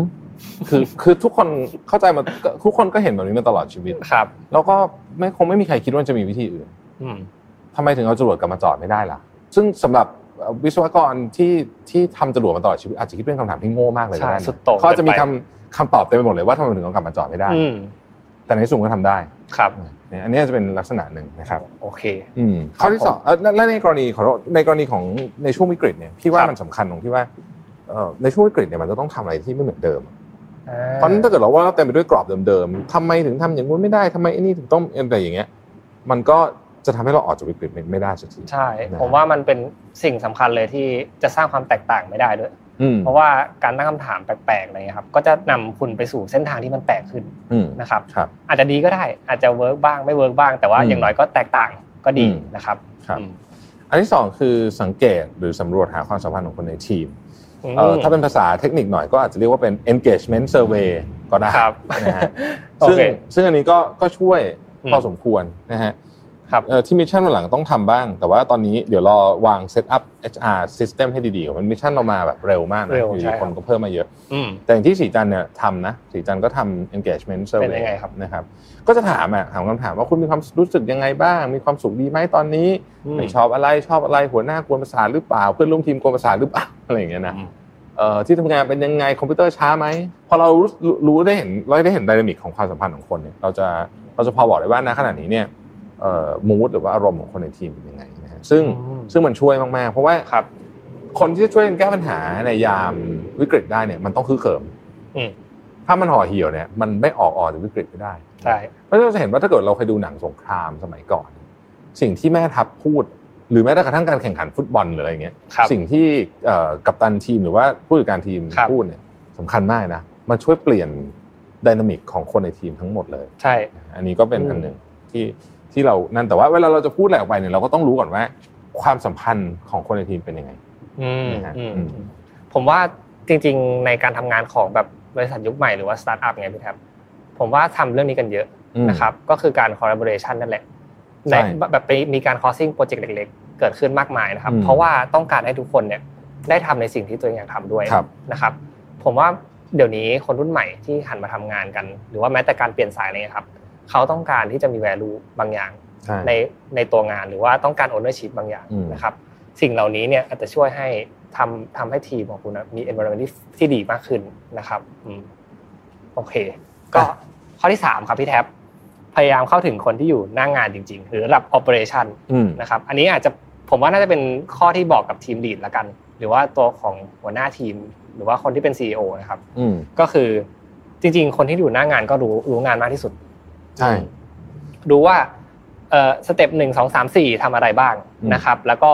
S2: คือคือทุกคนเข้าใจมาทุกคนก็เห็นแบบนี้มาตลอดชีวิต
S3: ครับ
S2: แล้วก็ไม่คงไม่มีใครคิดว่าจะมีวิธีอื่น
S3: อืม
S2: ทำไมถึงเอาจรวดกลับมาจอดไม่ได้ล่ะ ซึ่งสำหรับวิศวกรที่ที่ทำจรวดมาตลอดชีวิตอาจจะคิดเป็นคำถามที่โง่มากเลยก็ได้
S3: ใช่
S2: นะ
S3: สุดโต่ง
S2: เขาอาจจะมีคำคำตอบเต็มไปหมดเลยว่าทำไมถึงเอากลับมาจอดไม่ได้
S3: อืม
S2: แต่ในที่สุดก็ทำได้
S3: ครับ
S2: เนี่ยอันนี้จะเป็นลักษณะหนึ่งนะครับ
S3: โอเค
S2: อืมข้อที่สองเอ่อและและในกรณีของเราในกรณีของในช่วงวิกฤตเนี่ยพี่ว่า
S3: ครับ
S2: มันสำคัญตรงที่ว่าเอ่อในช่วงวิกฤตเนี่ยมันจะต้องทำอะไรที่ไม่เหมือนเดิม
S3: อ่
S2: เพราะฉะนั้นถ้าเกิดเราว่าเราเต็มไปด้วยกรอบเดิมๆทำไมถึงทำอย่างนู้นไม่ได้ทำไมไอ้นี่ถึงต้องอะไรอย่างเงี้ย มันก็จะทำให้เราออกจากวิกฤตไม่ได้สักที
S3: ใช่ ผมว่ามันเป็นสิ่งสำคัญเลยที่จะสร้างความแตกต่างไม่ได้ด้วย
S2: อืม
S3: เพราะว่าการตั้งคำถามแปลกๆอะไรเงี้ยครับ ก็จะนำคุณไปสู่เส้นทางที่มันแปลกขึ้น
S2: อืม
S3: นะครับ
S2: ครับ
S3: อาจจะดีก็ได้ อาจจะเวิร์กบ้างไม่เวิร์กบ้าง แต่ว่า
S2: อืม
S3: อย่างน้อยก็แตกต่างก็ดี
S2: อืม
S3: นะครับ
S2: ครับ
S3: อืม
S2: อันที่สองคือสังเกตหรือสำรวจหาความสัมพันธ์ของคนในทีม
S3: อืม
S2: เอ่อถ้าเป็นภาษาเทคนิคหน่อยก็อาจจะเรียกว่าเป็น engagement survey ก็ได้
S3: ครับ
S2: นะฮะ
S3: โอ
S2: ซึ่ง
S3: เค
S2: ซึ่งอันนี้ก็ก็ช่วย
S3: อืม
S2: พอสมควรนะฮะ
S3: ครับ
S2: เอ่อที่มิชชั่นวันหลังต้องทำบ้าง แต่ว่าตอนนี้เดี๋ยวรอวางเซตอัพ HR system ให้ดีๆก่อนมันมิชชั่นเรามาแบบเร็วมากนะ
S3: เร็ว
S2: อยู่
S3: ใช่
S2: ดี
S3: ครับ
S2: คนก็เพิ่มมาเยอะ
S3: อืม
S2: แต่อย่างที่สีจันเนี่ยทำนะสีจันก็ทำ engagement
S3: เป็นยั
S2: survey
S3: งไงครับ
S2: นะครับ ก็จะถามอ่ะถามคำถามว่าคุณมีความรู้สึกยังไงบ้าง มีความสุขดีไหมตอนนี้ ไม่ชอบอะไรชอบอะไรหัวหน้ากวนประสาทหรือเปล่า เพื่อนร่วมทีมกวนประสาทหรือเปล่า อะไรอย่างเงี้ยนะ
S3: อืม
S2: เอ่อที่ทำงานเป็นยังไงคอมพิวเตอร์ช้าไหมพอเรารู้รู้ได้เห็นเราได้เห็นไดนามิกของความสัมพันธ์ของคนเนี่ยเราจะเราจะพอบอกได้ว่าณขณะนี้เนี่ยมูดหรือว่าอารมณ์ของคนในทีมเป็นยังไงนะฮะซึ่ง
S3: อืม
S2: ซึ่งมันช่วยมากๆ เพราะว่า
S3: ครับ
S2: คนที่จะช่วยกันแก้ปัญหาในยามวิกฤตได้เนี่ยมันต้องคือเขิม
S3: อืม
S2: ถ้ามันห่อเหี่ยวเนี่ยมันไม่ออกออนจากวิกฤตไม่ได้
S3: ใช่
S2: เพราะฉะนั้นเราจะเห็นว่าถ้าเกิดเราเคยดูหนังสงครามสมัยก่อน สิ่งที่แม่ทัพพูด หรือแม้แต่กระทั่งการแข่งขันฟุตบอลหรืออะไรเงี้ย
S3: ครับ
S2: สิ่งที่เอ่อกัปตันทีมหรือว่าผู้จัดการทีม
S3: ครับ
S2: พูดเนี่ยสำคัญมากนะมันช่วยเปลี่ยนดินามิกของคนในทีมทั้งหมดเลย
S3: ใช่
S2: อันนี้ก็เป็น
S3: อืม
S2: อันหนึ่งที่ที่เรานั่นแต่ว่าเวลาเราจะพูดอะไรออกไปเนี่ยเราก็ต้องรู้ก่อนว่า ความสัมพันธ์ของคนในทีมเป็นยังไง
S3: อืม
S2: นะฮะ
S3: อืม
S2: อืม
S3: ผมว่าจริง ๆ ในการทำงานของแบบบริษัทยุคใหม่หรือว่าสตาร์ทอัพไงพี่แทบผมว่าทำเรื่องนี้กันเยอะ
S2: อืม
S3: นะครับ ก็คือการ collaboration นั่นแหละ
S2: ใช่
S3: ในแบบไปมีการ crossing โปรเจกต์เล็ก ๆ เกิดขึ้นมากมายนะครับ
S2: อืม
S3: เพราะว่าต้องการให้ทุกคนเนี่ยได้ทำในสิ่งที่ตัวเองอยากทำด้วย
S2: ครับ
S3: นะครับผมว่าเดี๋ยวนี้คนรุ่นใหม่ที่หันมาทำงานกัน หรือว่าแม้แต่การเปลี่ยนสายอะไรเงี้ยครับเขาต้องการที่จะมี value บางอย่าง
S2: ใช่
S3: ในในตัวงานหรือว่าต้องการ ownership บางอย่าง
S2: อืม
S3: นะครับสิ่งเหล่านี้เนี่ยอาจจะช่วยให้ทำทำให้ทีมของคุณนะมี environment ที่ที่ดีมากขึ้นนะครับอืมโอเค ก็ข้อที่ 3 ครับพี่แท็บพยายามเข้าถึงคนที่อยู่หน้างงานจริง ๆ หรือระดับ operation
S2: อืม
S3: นะครับอันนี้อาจจะผมว่าน่าจะเป็นข้อที่บอกกับทีมลีดละกัน หรือว่าตัวของหัวหน้าทีม หรือว่าคนที่เป็น CEO นะครับ
S2: อืม
S3: ก็คือจริง ๆ คนที่อยู่หน้างานก็รู้รู้งานมากที่สุด
S2: ใช่
S3: รู้ว่าเอ่อสเต็ปหนึ่งสองสามสี่ทำอะไรบ้าง
S2: อืม
S3: นะครับ แล้วก็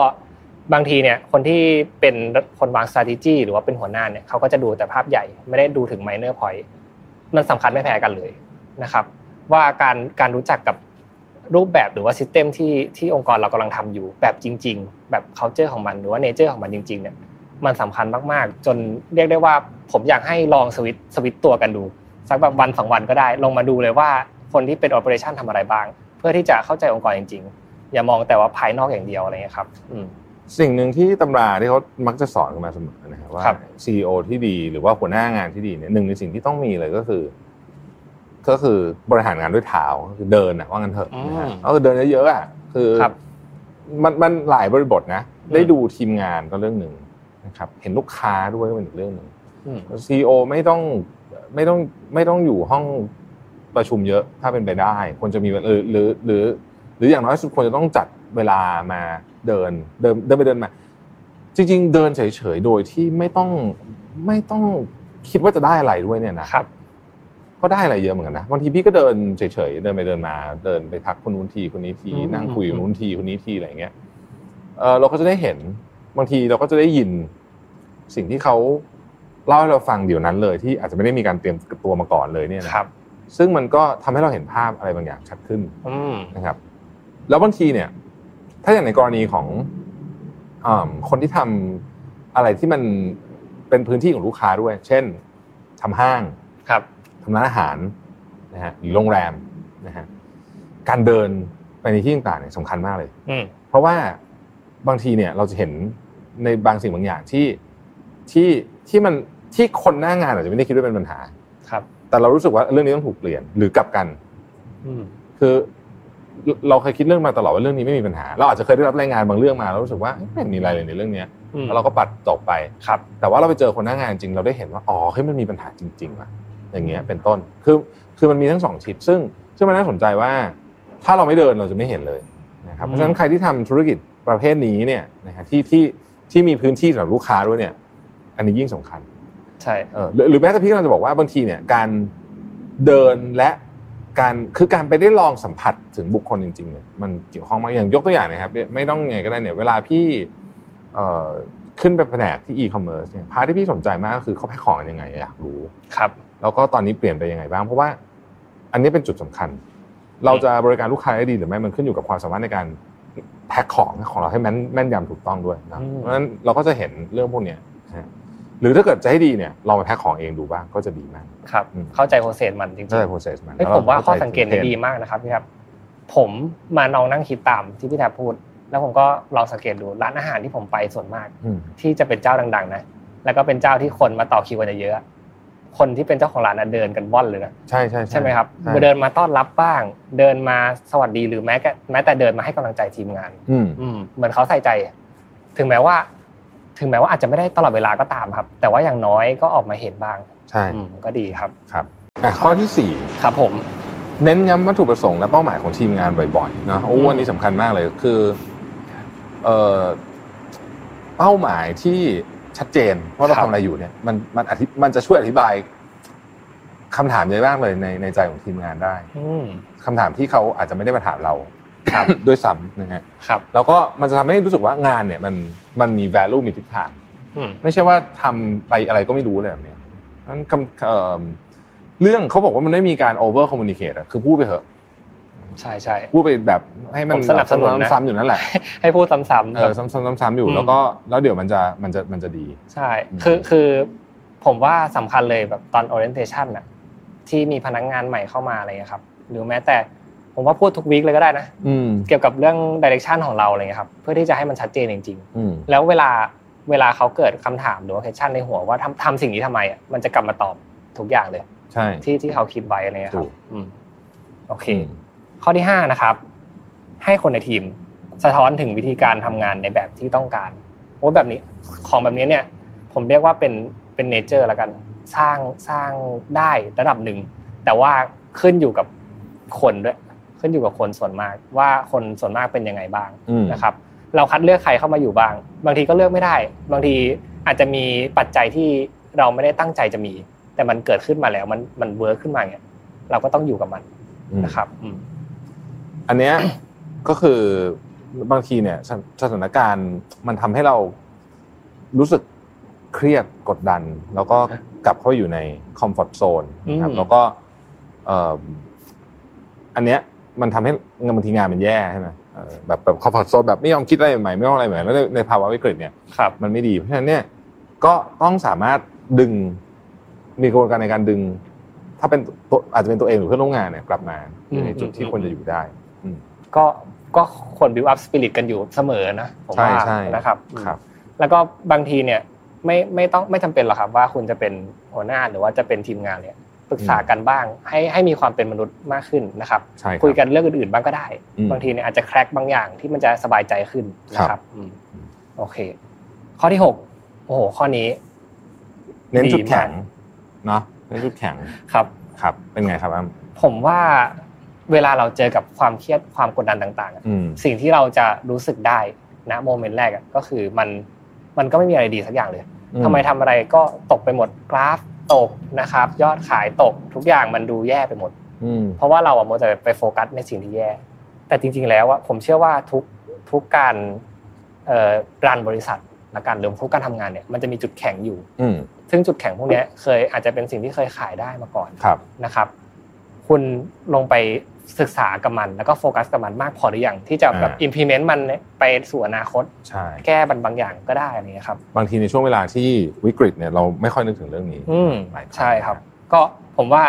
S3: บางทีเนี่ยคนที่เป็นคนวาง strategy หรือว่าเป็นหัวหน้าเนี่ยเขาก็จะดูแต่ภาพใหญ่ไม่ได้ดูถึง minor point มันสำคัญไม่แพ้กันเลยนะครับ ว่าการการรู้จักกับรูปแบบหรือว่าซิสเต็มที่ที่องค์กรเรากำลังทำอยู่แบบจริง ๆ แบบ c u เจอร์ของมันหรือว่าเนเจอร์ของมันจริง ๆ เนี่ยมันสำคัญมากๆ จนเรียกได้ว่าผมอยากให้ลองสวิตสวิตตัวกันดู สักแบบวันสองวันก็ได้ ลงมาดูเลยว่าคนที่เป็น operation ทำอะไรบ้าง เพื่อที่จะเข้าใจองค์กรจริง ๆ อย่ามองแต่ว่าภายนอกอย่างเดียวอะไรเงี้ยครับ อืม
S2: สิ่งหนึ่งที่ตำราที่เขามักจะสอนกันมาเสมอนะครับว่า
S3: ครับ
S2: CEO ที่ดีหรือว่าหัวหน้างานที่ดีเนี่ยหนึ่งในสิ่งที่ต้องมีเลยก็คือ ก็คือบริหารงานด้วยเท้าก็คือเดินอะว่างั้นเถอะนะฮะ
S3: อืม
S2: ก็คือเดินเยอะๆอะคือ
S3: ครับ
S2: มันมันหลายบริบทนะ
S3: อืม
S2: ได้ดูทีมงานก็เรื่องหนึ่งนะครับ เห็นลูกค้าด้วยก็เป็นอีกเรื่องหนึ่ง
S3: อืม
S2: ซีอไม่ต้องไม่ต้องไม่ต้องอยู่ห้องประชุมเยอะถ้าเป็นไปได้ควรจะมีเวลาเออหรือหรือ หรืออย่างน้อยสุดควรจะต้องจัดเวลามาเดินเดินเดินไปเดินมา จริง ๆ เดินเฉยๆโดยที่ไม่ต้องไม่ต้องคิดว่าจะได้อะไรด้วยเนี่ยนะครับ ก็ได้อะไรเยอะเหมือนกันนะบางทีพี่ก็เดินเฉยๆเดินไปเดินมา เดินไปทักคนนู้นทีคนนี้ที
S3: อืม
S2: นั่งคุยกับคนนู้นทีคนนี้ทีอะไรอย่างเงี้ยเออเราก็จะได้เห็น บางทีเราก็จะได้ยินสิ่งที่เขาเล่าให้เราฟังเดี๋ยวนั้นเลย ที่อาจจะไม่ได้มีการเตรียมตัวมาก่อนเลยเนี่ยนะครับ ซึ่งมันก็ทำให้เราเห็นภาพอะไรบางอย่างชัดขึ้น
S3: อืม
S2: นะครับ แล้วบางทีเนี่ย ถ้าอย่างในกรณีของอ่าคนที่ทำอะไรที่มันเป็นพื้นที่ของลูกค้าด้วย เช่น ทำห้าง
S3: ครับ
S2: ทำร้านอาหารนะฮะหรือโรงแรมนะฮะการเดินไปในที่ต่างๆเนี่ยสำคัญมากเลย
S3: อืม
S2: เพราะว่าบางทีเนี่ยเราจะเห็นในบางสิ่งบางอย่างที่ที่ที่มันที่คนหน้างานอาจจะไม่ได้คิดว่าเป็นปัญหา
S3: ครับ
S2: แต่เรารู้สึกว่าเรื่องนี้ต้องถูกเปลี่ยนหรือกลับกัน
S3: อืม
S2: คือเราเคยคิดเรื่องมาตลอดว่าเรื่องนี้ไม่มีปัญหา เราอาจจะเคยได้รับรายงานบางเรื่องมาแล้วรู้สึกว่าเอ๊ะไม่มีอะไรเลยในเรื่องเนี้ย
S3: อืม
S2: แล้วเราก็ปัดตกไป
S3: ครับ
S2: แต่ว่าเราไปเจอคนหน้างานจริงเราได้เห็นว่าอ๋อเฮ้ยมันมีปัญหาจริงๆว่ะอย่างเงี้ยเป็นต้นคือคือมันมีทั้งสองทิศซึ่งซึ่งมันน่าสนใจว่า ถ้าเราไม่เดินเราจะไม่เห็นเลยนะครับ
S3: อื
S2: เพ
S3: ม
S2: ราะฉะนั้นใครที่ทำธุรกิจประเภทนี้เนี่ยนะฮะที่ที่ที่มีพื้นที่สำหรับลูกค้าด้วยเนี่ย อันนี้ยิ่งสำคัญ
S3: ใช่
S2: เออหรือหรือแม้แต่พี่กำลังจะบอกว่าบางทีเนี่ยการเดินและการคือการไปได้ลองสัมผัสถึงบุคคลจริงๆเนี่ยมันเกี่ยวข้องมากอย่างยกตัวอย่างนะครับเนี่ยไม่ต้องไงก็ได้เนี่ยเวลาพี่เอ่อ ขึ้นไปแผนกที่ e-commerce เนี่ยพาร์ทที่พี่สนใจมากก็คือเขาแพ็คของกันยังไงอยากรู้
S3: ครับ
S2: แล้วก็ตอนนี้เปลี่ยนไปยังไงบ้าง เพราะว่าอันนี้เป็นจุดสำคัญ เราจะบริการลูกค้าได้ดีหรือไม่มันขึ้นอยู่กับความสามารถในการแพ็คของของเราให้แม่นแม่นยำถูกต้องด้วยนะ
S3: อืม
S2: เพราะฉะนั้นเราก็จะเห็นเรื่องพวกเนี้ยนะฮะหรือถ้าเกิดจะให้ดีเนี่ยลองไปแพ็คของเองดูบ้างก็จะดีมาก
S3: ครับ
S2: อืม
S3: เข้าใจโปรเซสมันจริง
S2: เข้าใจ process มัน
S3: ๆเฮ้ย
S2: แล้ร
S3: ผมว่าข้อสังเกต
S2: ข้า
S3: เนี่
S2: ใจ
S3: ยดีมากนะครับพี่ครับ ผมมาลองนั่งคิดตามที่พี่แทบพูด แล้วผมก็ลองสังเกตดูร้านอาหารที่ผมไปส่วนมาก
S2: อืม
S3: ที่จะเป็นเจ้าดังๆนะ แล้วก็เป็นเจ้าที่คนมาต่อคิวกันเยอะๆอะคนที่เป็นเจ้าของร้านน่ะเดินกันว่อนเลยนะ
S2: ใช่ใช่
S3: ใช่ไหมครับ
S2: ใช่
S3: เดินมาต้อนรับบ้าง เดินมาสวัสดีหรือแม้แต่แม้แต่เดินมาให้กำลังใจทีมงาน
S2: อืม
S3: อืมเหมือนเขาใส่ใจ ถึงแม้ว่า ถึงแม้ว่าอาจจะไม่ได้ตลอดเวลาก็ตามครับ แต่ว่าอย่างน้อยก็ออกมาเห็นบ้าง
S2: ใช่
S3: อืมก็ดีครับ
S2: อ่ะข้อที่สี่
S3: ครับผม
S2: เน้นย้ำวัตถุประสงค์และเป้าหมายของทีมงานบ่อยๆนะโอ้
S3: อืม
S2: วันนี้สำคัญมากเลยคือเอ่อเป้าหมายที่ชัดเจนว่าเราทำอะไรอยู่เนี่ยมันมันอธิมันจะช่วยอธิบายคำถามเยอะมากเลยในในใจของทีมงานได้
S3: อืม
S2: คำถามที่เขาอาจจะไม่ได้มาถามเรา ด้วยซ้ำนะฮะ
S3: ครับ
S2: แล้วก็มันจะทำให้รู้สึกว่างานเนี่ย มันมันมี value มีทิศทาง
S3: อืม
S2: ไม่ใช่ว่าทำไปอะไรก็ไม่รู้เลยแบบเนี้ยนั้นคำเอ่อเรื่องเขาบอกว่ามันไม่มีการ over communicate อะคือพูดไปเถอะ
S3: ใช่ใช่
S2: พูดไปแบบให้มัน
S3: ผมสนับสนุนนะ
S2: ซ้ำๆอยู่นั่นแหละ
S3: ให้พูดซ้ำๆ
S2: เอ
S3: แบ
S2: อบ ซ้ำๆซ้ำๆอยู่
S3: อืม
S2: แล้วก็แล้วเดี๋ยวมันจะมันจะมันจะดี
S3: ใช่ คือคือผมว่าสำคัญเลยแบบตอน orientation น่ะที่มีพนักงานใหม่เข้ามาอะไรเงี้ยครับ หรือแม้แต่ผมว่าพูดทุกวีคเลยก็ได้นะ
S2: อืม
S3: เกี่ยวกับเรื่องดิเรกชันของเราอะไรเงี้ยครับเพื่อที่จะให้มันชัดเจนจริง
S2: อืม
S3: ๆ แล้วเวลาเวลาเขาเกิดคำถามหรือว่าเ s ชันในหัวว่าทำทำสิ่งนี้ทำไมอ่ะมันจะกลับมาตอบทุกอย่างเลย
S2: ใช่
S3: ที่ที่เขาคิดไว้อะไรเงี้ยครั
S2: ถู
S3: บ
S2: ก
S3: อืมโอเค
S2: อืม
S3: ข้อที่ห้านะครับ ให้คนในทีมสะท้อนถึงวิธีการทำงานในแบบที่ต้องการโอ้ยแบบนี้ของแบบนี้เนี่ย ผมเรียกว่าเป็นเป็นเนเจอร์ละกัน สร้างสร้างได้ระดับหนึ่ง แต่ว่าขึ้นอยู่กับคนด้วย ขึ้นอยู่กับคนส่วนมาก ว่าคนส่วนมากเป็นยังไงบ้าง
S2: อืม
S3: นะครับเราคัดเลือกใครเข้ามาอยู่บ้าง บางทีก็เลือกไม่ได้ บางทีอาจจะมีปัจจัยที่เราไม่ได้ตั้งใจจะมี แต่มันเกิดขึ้นมาแล้วมันมันเวิร์กขึ้นมาเนี่ยเราก็ต้องอยู่กับมัน
S2: อืม
S3: นะครับอืม
S2: อันเนี้ยก็คือบางทีเนี่ยสถสถานการณ์มันทำให้เรารู้สึกเครียดกดดัน แล้วก็กลับเข้าไปอยู่ในคอมฟอร์ทโซนนะครับแล้วก็เอ่ออันเนี้ยมันทำให้บางทีงานมันแย่ใช่ไหมเอ่อแบบแบบคอมฟอร์ทโซนแบบไม่ยอมคิดอะไรใหม่ๆไม่ยอมอะไรใหม่แล้วในในภาวะวิกฤตเนี่ย
S3: ครับ
S2: มันไม่ดีเพราะฉะนั้นเนี่ยก็ต้องสามารถดึงมีกระบวนการในการดึง ถ้าเป็นตัวอาจจะเป็นตัวเองหรือเพื่อนร่วมงานเนี่ยกลับมาอยู่ในจุดที่
S3: อืม
S2: ควรจะอยู่ได้
S3: ก็ก็ควร build up spirit กันอยู่เสมอนะผม
S2: ใช่
S3: ว่า
S2: ใช่
S3: นะครับอืม
S2: ครับ
S3: แล้วก็บางทีเนี่ยไม่ไม่ต้องไม่จำเป็นหรอกครับว่าคุณจะเป็นหัวหน้าหรือว่าจะเป็นทีมงานเนี่ยปรึกษากันบ้าง ให้ให้มีความเป็นมนุษย์มากขึ้นนะครับ
S2: ใช่รับ
S3: คุยกันเรื่องอื่นๆบ้างก็ได้
S2: อืม
S3: บางทีเนี่ยอาจจะแครกบางอย่างที่มันจะสบายใจขึ้นนะค
S2: ครั
S3: รั
S2: บบ
S3: อืมโอเค ข้อที่หกโอ้โห ข้อนี้
S2: เน้นจุด
S3: มาก
S2: แข็งเนาะเน้นจุดแข็ง
S3: ครับ
S2: ครับ เป็นไงครับอ้ำ
S3: ผมว่าเวลาเราเจอกับความเครียดความกดดันต่างๆอะ
S2: อืม
S3: สิ่งที่เราจะรู้สึกได้นะโมเมนต์แรกอะก็คือมันมันก็ไม่มีอะไรดีสักอย่างเลยทำไมทำอะไรก็ตกไปหมดกราฟตกนะครับ ยอดขายตกทุกอย่างมันดูแย่ไปหมด
S2: อืม
S3: เพราะว่าเราอะมัวแต่ไปโฟกัสในสิ่งที่แย่ แต่จริง ๆ แล้วอะผมเชื่อว่าทุกทุกการเอ่อรันบริษัทและการหรือทุกการทำงานเนี่ยมันจะมีจุดแข็งอยู่
S2: อืม
S3: ซึ่งจุดแข็งพวกเนี้ยเคยอาจจะเป็นสิ่งที่เคยขายได้มาก่อน
S2: ครับ
S3: นะครับ คุณลงไป ศึกษากับมัน แล้วก็โฟกัสกับมันมากพอหรือยังที่จะแบบ
S1: อ่า
S3: implement มันไปสู่อนาคต
S1: ใช่
S3: แก้บันบางอย่างก็ได้อะไรเงี้ยครับ
S1: บางทีในช่วงเวลาที่วิกฤตเนี่ยเราไม่ค่อยนึกถึงเรื่องนี้
S3: อืม
S1: หลายง
S3: ใช่ครับ ก็ผมว่า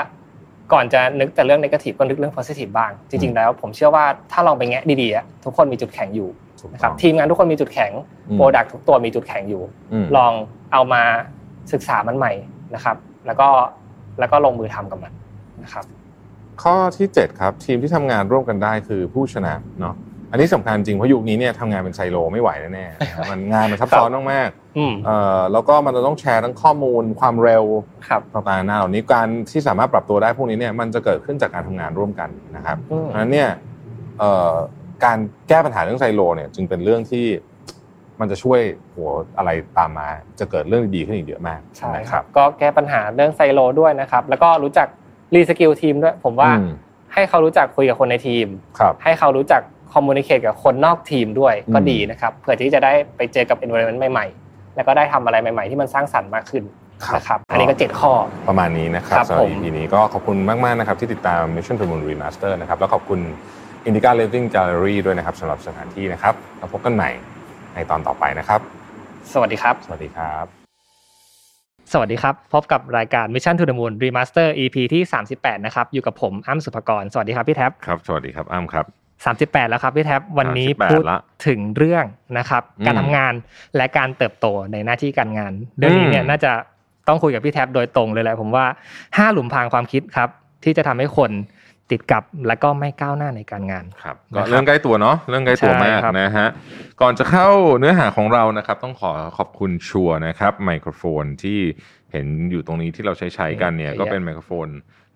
S3: ก่อนจะนึกแต่เรื่อง negative ก็นึกเรื่อง positive บ้าง จริง ๆ แล้ว ผมเชื่อว่าถ้าลองไปแงะดีๆอะทุกคนมีจุดแข็งอยู่
S1: ถูก
S3: นะค
S1: ต้
S3: รั
S1: อบ ง
S3: ทีมงานทุกคนมีจุดแข็ง
S1: อืม
S3: โปรดักทุกตัวมีจุดแข็งอยู่
S1: ม
S3: ลองเอามาศึกษามันใหม่นะครับ แล้วก็แล้วก็ลงมือทำกับมันนะครับ
S1: ข้อที่ 7 ครับ ทีมที่ทำงานร่วมกันได้คือผู้ชนะเนาะอันนี้สำคัญจริงเพราะยุคนี้เนี่ยทำงานเป็นไซโลไม่ไหวแน่ๆ นะครับมันงานมันซับซ้อนมาก
S3: อืม
S1: ๆเอ่อแล้วก็มันจะต้องแชร์ทั้งข้อมูล ความเร็ว
S3: ครับ
S1: ต่างๆนานาเหล่านี้การที่สามารถปรับตัวได้พวกนี้เนี่ยมันจะเกิดขึ้นจากการทำงานร่วมกันนะครับ
S3: อืม
S1: เพราะฉะนั้นเนี่ยเอ่อการแก้ปัญหาเรื่องไซโลเนี่ยจึงเป็นเรื่องที่มันจะช่วยโหัวอะไรตามมาจะเกิดเรื่องดีๆขึ้นอีกเยอะมาก
S3: ใช่
S1: นะ
S3: ครับ ก็แก้ปัญหาเรื่องไซโลด้วยนะครับ แล้วก็รู้จักรีสกิลทีมด้วย ผมว่า
S1: อืม
S3: ให้เขารู้จักคุยกับคนในทีม
S1: ครับ
S3: ให้เขารู้จักคอมมูนิเค e กับคนนอกทีมด้วย
S1: อืม
S3: ก็ดีนะครับเผื่อที่จะได้ไปเจอกับ environment ใหม่ๆ แล้วก็ได้ทำอะไรใหม่ๆ ที่มันสร้างสรรค์มากขึ้นนะครับ อันนี้ก็ 7 ข้อ
S1: ประมาณนี้นะครับ
S3: ครับ
S1: สำหรับ
S3: ผม
S1: EP นี้ก็ขอบคุณมาก ๆ นะครับ ที่ติดตาม Mission to Moon Remaster นะครับ แล้วขอบคุณ Indica Living Gallery ด้วยนะครับสำหรับสถานที่นะครับ แล้วพบกันใหม่ในตอนต่อไปนะครับ
S3: สวัสดีครับ
S1: สวัสดีครับ
S3: สวัสดีครับ พบกับรายการ Mission to the Moon Remaster EP ที่ 38 นะครับ อยู่กับผมอ้ำสุภกร สวัสดีครับพี่แท็บ
S2: ครับ สวัสดีครับอ้ำครับ
S3: 38 แล้วครับพี่แท็บ วันนี้
S2: 38
S3: พูด
S2: ละ
S3: ถึงเรื่องนะครับ
S2: อืม
S3: การทำงานและการเติบโตในหน้าที่การงาน เรื่องนี้เนี่ย
S2: อืม
S3: น่าจะต้องคุยกับพี่แท็บโดยตรงเลยแหละผมว่าห้าหลุมพรางความคิดครับ ที่จะทำให้คนติดกับและก็ไม่ก้าวหน้าในการงาน
S2: ครับ
S3: นะครั
S2: ก็
S3: บ
S2: เรื่องใกล้ตัวเนาะเรื่องใกล้ตัวมาก
S3: ใช่ครับ
S2: นะฮะก่อนจะเข้าเนื้อหาของเรานะครับ ต้องขอขอบคุณชัวร์นะครับไมโครโฟนที่เห็นอยู่ตรงนี้ที่เราใช้ใช้ๆกันเนี่ยก็เป็นไมโครโฟน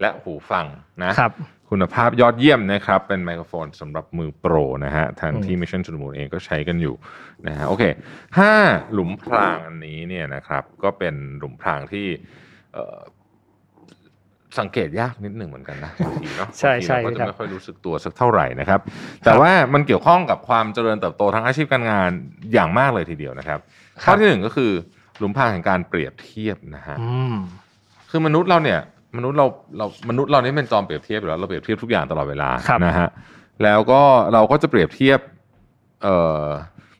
S2: และหูฟังนะ
S3: ครับ
S2: คุณภาพยอดเยี่ยมนะครับ เป็นไมโครโฟนสำหรับมือโปรนะฮะทาง
S3: อืม
S2: ที่ Mission to the Moon เองก็ใช้กันอยู่นะฮะโอเคห้าหลุมพรางอันนี้เนี่ยนะครับ ก็เป็นหลุมพรางที่เอ่อสังเกตยากนิดหนึ่งเหมือนกันนะบางทีเนาะ
S3: ใช่ใช่
S2: บางที
S3: ครั
S2: เราก็จะ
S3: บ
S2: ไม่ค่อยรู้สึกตัวสักเท่าไหร่นะครับ แต่ว่ามันเกี่ยวข้องกับความเจริญเติบโตทางอาชีพการงานอย่างมากเลยทีเดียวนะครับ
S3: ครับ
S2: ข้อที่หนึ่งก็คือหลุมพรางแห่งการเปรียบเทียบนะฮะ
S3: อืม
S2: คือมนุษย์เราเนี่ยมนุษย์เราเรามนุษย์เรานี่เป็นจอมเปรียบเทียบอยู่แล้วเราเปรียบเทียบทุกอย่างตลอดเวลา
S3: ครับ
S2: นะฮะแล้วก็เราก็จะเปรียบเทียบเอ่อ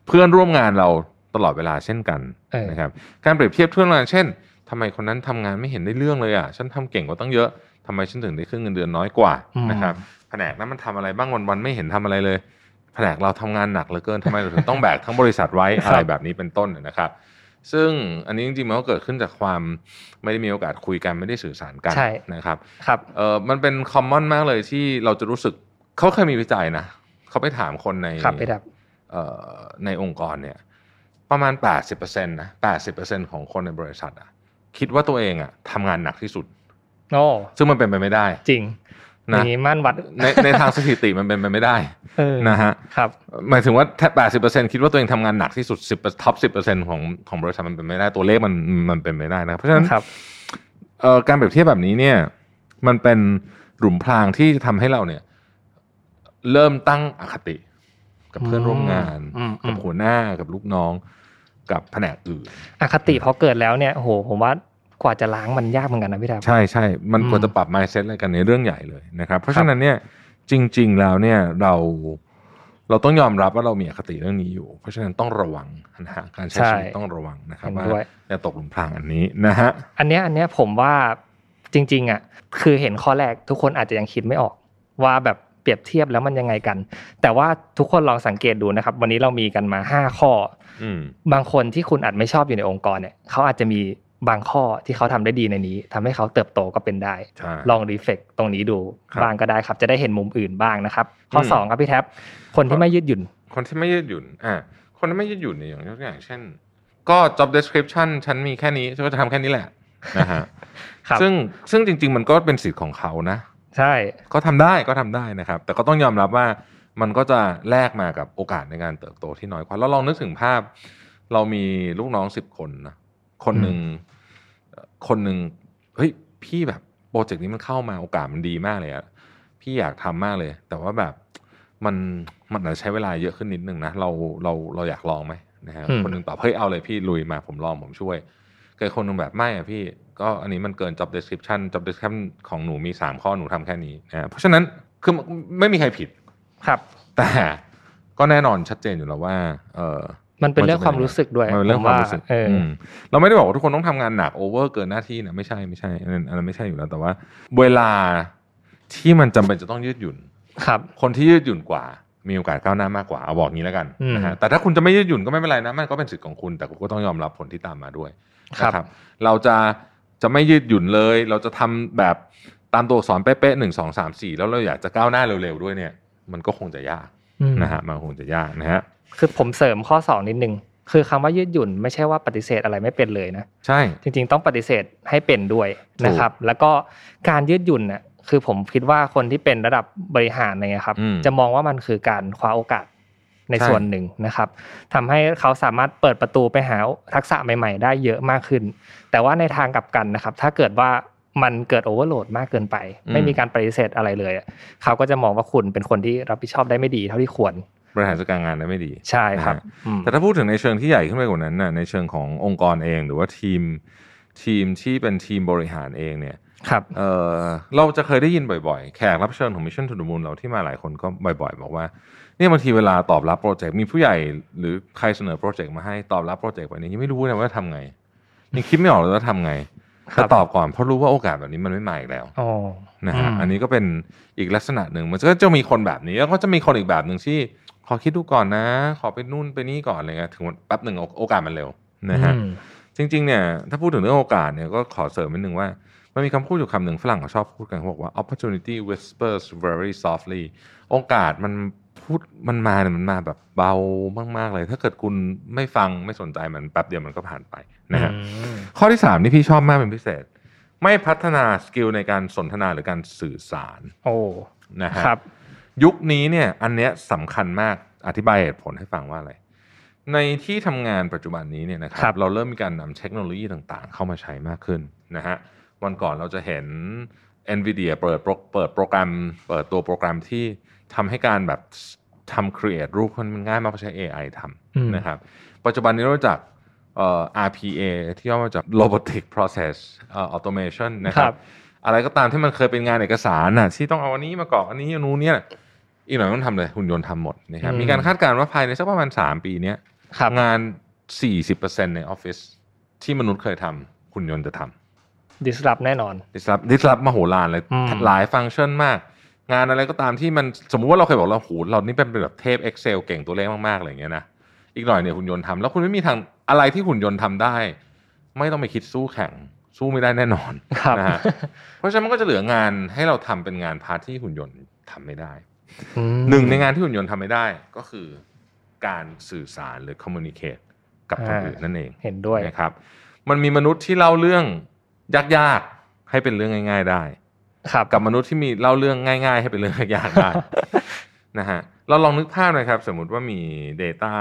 S2: เพื่อนร่วมงานเราตลอดเวลาเช่นกัน
S3: เออ
S2: นะครับการเปรียบเทียบเพื่อนร่วมงานเช่นทำไมคนนั้นทำงานไม่เห็นได้เรื่องเลยอ่ะฉันทำเก่งกว่าตั้งเยอะทำไมฉันถึงได้ขึ้นเงินเดือนน้อยกว่า
S3: อืม
S2: นะครับแผนกนั้นมันทำอะไรบ้างวันๆไม่เห็นทำอะไรเลย แผนกเราทำงานหนักเหลือเกินทำไมเราถึงต้องแบกทั้งบริษัทไว้
S3: ครับ
S2: อะไรแบบนี้เป็นต้นนะครับ ซึ่งอันนี้จริงๆมันก็เกิดขึ้นจากความไม่ได้มีโอกาสคุยกันไม่ได้สื่อสารกัน
S3: ใช่
S2: นะครับ
S3: ครับ
S2: เออมันเป็นคอมมอนมากเลยที่เราจะรู้สึกเขาเคยมีวิจัยนะเขาไปถามคนใน
S3: ครับพี่แท็บ
S2: เอ่อในองค์กรเนี่ยประมาณ 80%นะ80%ของคนในบริษัทอะคิดว่าตัวเองอะทำงานหนักที่สุด
S3: โอ้
S2: ซึ่งมันเป็นไปไม่ได้
S3: จริงอ
S2: นะ
S3: ย่างนี้ม่านวัด
S2: ในในทางสถิติมันเป็นไปไม่ได้
S3: เออ
S2: นะฮะ
S3: ครับ
S2: หมายถึงว่าแทบแปดสิบเปอร์เซ็นคิดว่าตัวเองทำงานหนักที่สุดสิบท็อปสิบเปอร์เซ็นของของบริษัทมันเป็นไม่ได้ตัวเลขมันมันเป็นไม่ได้นะครับเพราะฉะนั้น
S3: ครับ
S2: เอ่อการเปรียบเทียบแบบนี้เนี่ยมันเป็นหลุมพรางที่ทำให้เราเนี่ยเริ่มตั้งอคติ กับเพื่อนร่วมงาน
S3: อืมอืม
S2: กับหัวหน้ากับลูกน้อง กับแผนกอื่น
S3: อคติพอเกิดแล้วเนี่ยโอ้โหผมว่ากว่าจะล้างมันยากเหมือนกันนะพี่แท็บ
S2: ใช่ใช่ มัน
S3: อืม
S2: ควรจะปรับ mindset อะไรกันในเรื่องใหญ่เลยนะครับ เพราะ
S3: ครับ
S2: ฉะนั้นเนี่ยจริง ๆ แล้วเนี่ยเราเราต้องยอมรับว่าเรามีอคติเรื่องนี้อยู่ เพราะฉะนั้นต้องระวังนะฮะการใช้
S3: ใช่
S2: ชีวิตต้องระวังนะครับ
S3: เห็
S2: ว่า
S3: นด้วย
S2: อย่าตกหลุมพรางอันนี้นะฮะ
S3: อันเนี้ยอันเนี้ยผมว่าจริงๆอ่ะคือเห็นข้อแรกทุกคนอาจจะยังคิดไม่ออก ว่าแบบเปรียบเทียบแล้วมันยังไงกัน แต่ว่าทุกคนลองสังเกตดูนะครับ วันนี้เรามีกันมา 5 ข้อ
S2: อืม
S3: บางคนที่คุณอาจไม่ชอบอยู่ในองค์กรเนี่ยเขาอาจจะมีบางข้อที่เขาทำได้ดีในนี้ทำให้เขาเติบโตก็เป็นได้
S2: ใช่
S3: ลองรีเฟกตรงนี้ดู
S2: ครับ
S3: บ้างก็ได้ครับ จะได้เห็นมุมอื่นบ้างนะครับ ข้อ
S2: อืม
S3: 2 ครับพี่แท็บคนที่ไม่ยืดหยุ่น
S2: คนที่ไม่ยืดหยุ่น อ่า คนที่ไม่ยืดหยุ่นเนี่ยอย่างยกตัวอย่างเช่น ก็ job description ฉันมีแค่นี้ฉันก็จะทำแค่นี้แหละนะฮะ
S3: ครับ
S2: ซึ่งซึ่งจริง ๆ มันก็เป็นสิทธิ์ของเขานะ
S3: ใช่
S2: ก็ทำได้ก็ทำได้นะครับ แต่ก็ต้องยอมรับว่ามันก็จะแลกมากับโอกาสในการเติบโตที่น้อยกว่าแล้วลองนึกถึงภาพ เรามีลูกน้องสิบคนนะคนหนึ่งเอ่อคนหนึ่งเฮ้ยพี่แบบโปรเจกต์นี้มันเข้ามาโอกาสมันดีมากเลยอะพี่อยากทำมากเลย แต่ว่าแบบมันมันอาจจะใช้เวลาเยอะขึ้นนิดนึงนะเราเราเราอยากลองไหมนะฮะคนหนึ่งตอบเฮ้ยเอาเลยพี่ลุยมาผมลองผมช่วย เกิดคนหนึ่งแบบไม่อะพี่ก็อันนี้มันเกิน job description job description ของหนูมี 3 ข้อหนูทำแค่นี้นะเพราะฉะนั้น คือไม่มีใครผิด
S3: ครับ
S2: แต่ก็แน่นอนชัดเจนอยู่แล้วว่า เออ
S3: มันเป็นเรื่องความรู้สึกด้วย
S2: มันเป็นเรื่อง
S3: ผ
S2: ความรู้สึก
S3: เอออ
S2: มเราไม่ได้บอกว่าทุกคนต้องทำงานหนักโอเวอร์เกินหน้าที่นะไม่ใช่ไม่ใช่อันนั้นอันนั้นไม่ใช่อยู่แล้ว แต่ว่า เวลาที่มันจำเป็นจะต้องยืดหยุ่น
S3: ครับ
S2: คนที่ยืดหยุ่นกว่า มีโอกาสก้าวหน้ามากกว่าเอาบอกงี้แล้วกัน
S3: อืม
S2: นะฮะแต่ถ้าคุณจะไม่ยืดหยุ่นก็ไม่เป็นไรนะมันก็เป็นสิทธิ์ของคุณ แต่คุณก็ต้องยอมรับผลที่ตามมาด้วย
S3: ครับ
S2: นะเราจะจะไม่ยืดหยุ่นเลย เราจะทำแบบตามตัวอักษรเป๊ะๆหนึ่งสองสามสี่แล้วเราอยากจะก้าวหน้าเร็วๆด้วยเนี่ย มันก็คงจะยากนะฮะมันคงจะยากนะฮะ
S3: คือผมเสริมข้อสองนิดนึงคือคำว่ายืดหยุ่นไม่ใช่ว่าปฏิเสธอะไรไม่เป็นเลยนะ
S2: ใช่
S3: จริงๆ ต้องปฏิเสธให้เป็นด้วยนะครับ แล้วก็การยืดหยุ่นน่ะคือผมคิดว่าคนที่เป็นระดับบริหารอะไรเงี้ยครับ
S2: อืม
S3: จะมองว่ามันคือการคว้าโอกาสใน
S2: ใช่
S3: ส่วนหนึ่งนะครับทำให้เขาสามารถเปิดประตูไปหาทักษะใหม่ๆ ได้เยอะมากขึ้น แต่ว่าในทางกลับกันนะครับ ถ้าเกิดว่ามันเกิดโอเวอร์โหลดมากเกินไป ไม่มีการปฏิเสธอะไรเลยอะเขาก็จะมองว่าคุณเป็นคนที่รับผิดชอบได้ไม่ดีเท่าที่ควร
S2: บริหารจัดการงานได้ไม่ดี
S3: ใช่ครับ
S2: นะฮะ
S3: อืม
S2: แต่ถ้าพูดถึงในเชิงที่ใหญ่ขึ้นไปกว่านั้นน่ะในเชิงขององค์กรเองหรือว่าทีมทีมที่เป็นทีมบริหารเองเนี่ย
S3: ครับ
S2: เออเราจะเคยได้ยินบ่อยๆ แขกรับเชิญของ Mission to the Moon เราที่มาหลายคนก็บ่อยๆ บอกว่าเนี่ยบางทีเวลาตอบรับโปรเจกต์มีผู้ใหญ่หรือใครเสนอโปรเจกต์มาให้ตอบรับโปรเจกต์ไปเนี่ยยังไม่รู้เลยว่าทำไงยังคิดไม่ออกเลยว่าทำไง
S3: ครั
S2: แต่
S3: บ
S2: ตอบก่อนเพราะรู้ว่าโอกาสแบบนี้มันไม่มาอีกแล้ว
S3: อ๋อ
S2: นะฮะ
S3: อืม
S2: อันนี้ก็เป็นอีกลักษณะหนึ่งมันก็จะมีคนแบบนี้แล้วก็จะมีคนอีกแบบหนึ่งที่ขอคิดดูก่อนนะ ขอไปนู่นไปนี่ก่อนอะไรเงี้ยถึงวันแป๊บหนึ่งโอโอกาสมันเร็วนะฮะจริงๆเนี่ยถ้าพูดถึงเรื่องโอกาสเนี่ยก็ขอเสริมนิดนึงว่ามันมีคำพูดอยู่คำหนึ่งฝรั่งเขาชอบพูดกันเขาบอกว่า opportunity whispers very softly โอกาสมันพูดมันมาเนี่ยมันมาแบบเบามากๆเลย ถ้าเกิดคุณไม่ฟังไม่สนใจมันแป๊บเดียวมันก็ผ่านไปนะฮะ ข้อที่ 3 นี่พี่ชอบมากเป็นพิเศษ ไม่พัฒนาสกิลในการสนทนาหรือการสื่อสาร
S3: โอ้
S2: นะฮะ
S3: ครับ
S2: ยุคนี้เนี่ยอันเนี้ยสำคัญมากอธิบายเหตุผลให้ฟังว่าอะไร ในที่ทำงานปัจจุบันนี้เนี่ยนะครั
S3: ครับ บ
S2: เราเริ่มมีการนำเทคโนโลยีต่างๆ เข้ามาใช้มากขึ้นนะฮะวันก่อนเราจะเห็น NVIDIA เปิดโปรเปิดโปรแกรม เปิดตัวโปรแกรมที่ทำให้การแบบทำ create รูปมันง่ายมากเพราะใช้ AI ท
S3: อืม
S2: ำนะครับ ปัจจุบันนี้เรารู้จักเอ่อ RPA ที่ย่อมาจาก Robotic Process เอ่อ Automation นะค
S3: ค
S2: รั
S3: รับ บ
S2: อะไรก็ตามที่มันเคยเป็นงานเอกสารน่ะที่ต้องเอาอันนี้มากรอกอันนี้อันนู้นเนี่ยอีกหน่อยต้องทำเลยหุ่นยนต์ทำหมดนะครับ
S3: อืม
S2: มีการคาดการณ์ว่าภายในสักประมาณ 3 ปีเนี้ย
S3: ครับ
S2: งาน 40%ในออฟฟิศที่มนุษย์เคยทำหุ่นยนต์จะทำ
S3: ดิสรับแน่นอน
S2: ดิสรับดิสรับมโหฬารเลย
S3: อืม
S2: หลายฟังก์ชันมาก งานอะไรก็ตามที่มันสมมุติว่าเราเคยบอกเราโหเรานี่เป็นแบบเทพ Excel เก่งตัวเลขมากๆอะไรอย่างเงี้ยนะอีกหน่อยเนี่ยหุ่นยนต์ทำแล้วคุณไม่มีทางอะไรที่หุ่นยนต์ทำได้ ไม่ต้องไปคิดสู้แข่งสู้ไม่ได้แน่นอน
S3: ครับ
S2: นะฮะเพราะฉะนั้นมันก็จะเหลืองานให้เราทำเป็นงานพาร์ทที่หุ่นยนต์ทำไม่ได้ หนึ่งในงานที่หุ่นยนต์ทำไม่ได้ก็คือการสื่อสารหรือ communicate กับคน
S3: อ่า
S2: อื่นนั่นเอง
S3: เห็นด้วย
S2: นะครับมันมีมนุษย์ที่เล่าเรื่องยากๆให้เป็นเรื่องง่าย ๆ ได้
S3: ครับ
S2: กับมนุษย์ที่มีเล่าเรื่องง่าย ๆ ให้เป็นเรื่องยากๆได้ นะฮะเราลองนึกภาพหนะครับ สมมุติว่ามี Data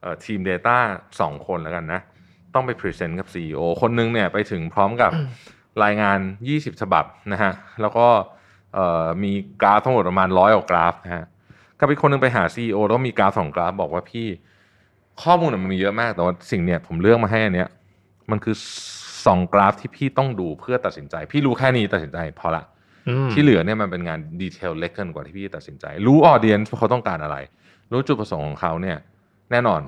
S2: เอ่อทีม Data สองคนแล้วกันนะ ต้องไปพรีเซนต์กับ CEO คนหนึงเนี่ยไปถึงพร้อมกับ รายงาน 20 ฉบับนะฮะแล้วก็เอ่อมีกราฟทั้งหมดประมาณร้อยกว่ากราฟนะฮะก็ไปคนหนึงไปหา CEO แล้วมีกราฟสองกราฟบอกว่าพี่ข้อมูลน่ะมันมีเยอะมากแต่ว่าสิ่งเนี่ยผมเลือกมาให้อันเนี้ยมันคือสองกราฟที่พี่ต้องดูเพื่อตัดสินใจ พี่รู้แค่นี้ตัดสินใจพอละ
S3: อืม
S2: ที่เหลือเนี่ยมันเป็นงานดีเทลเล็กเกินกว่าที่พี่ตัดสินใจ รู้ออเดียนเขาต้องการอะไร รู้จุดประสงค์ของเขาเนี่ย แน่นอน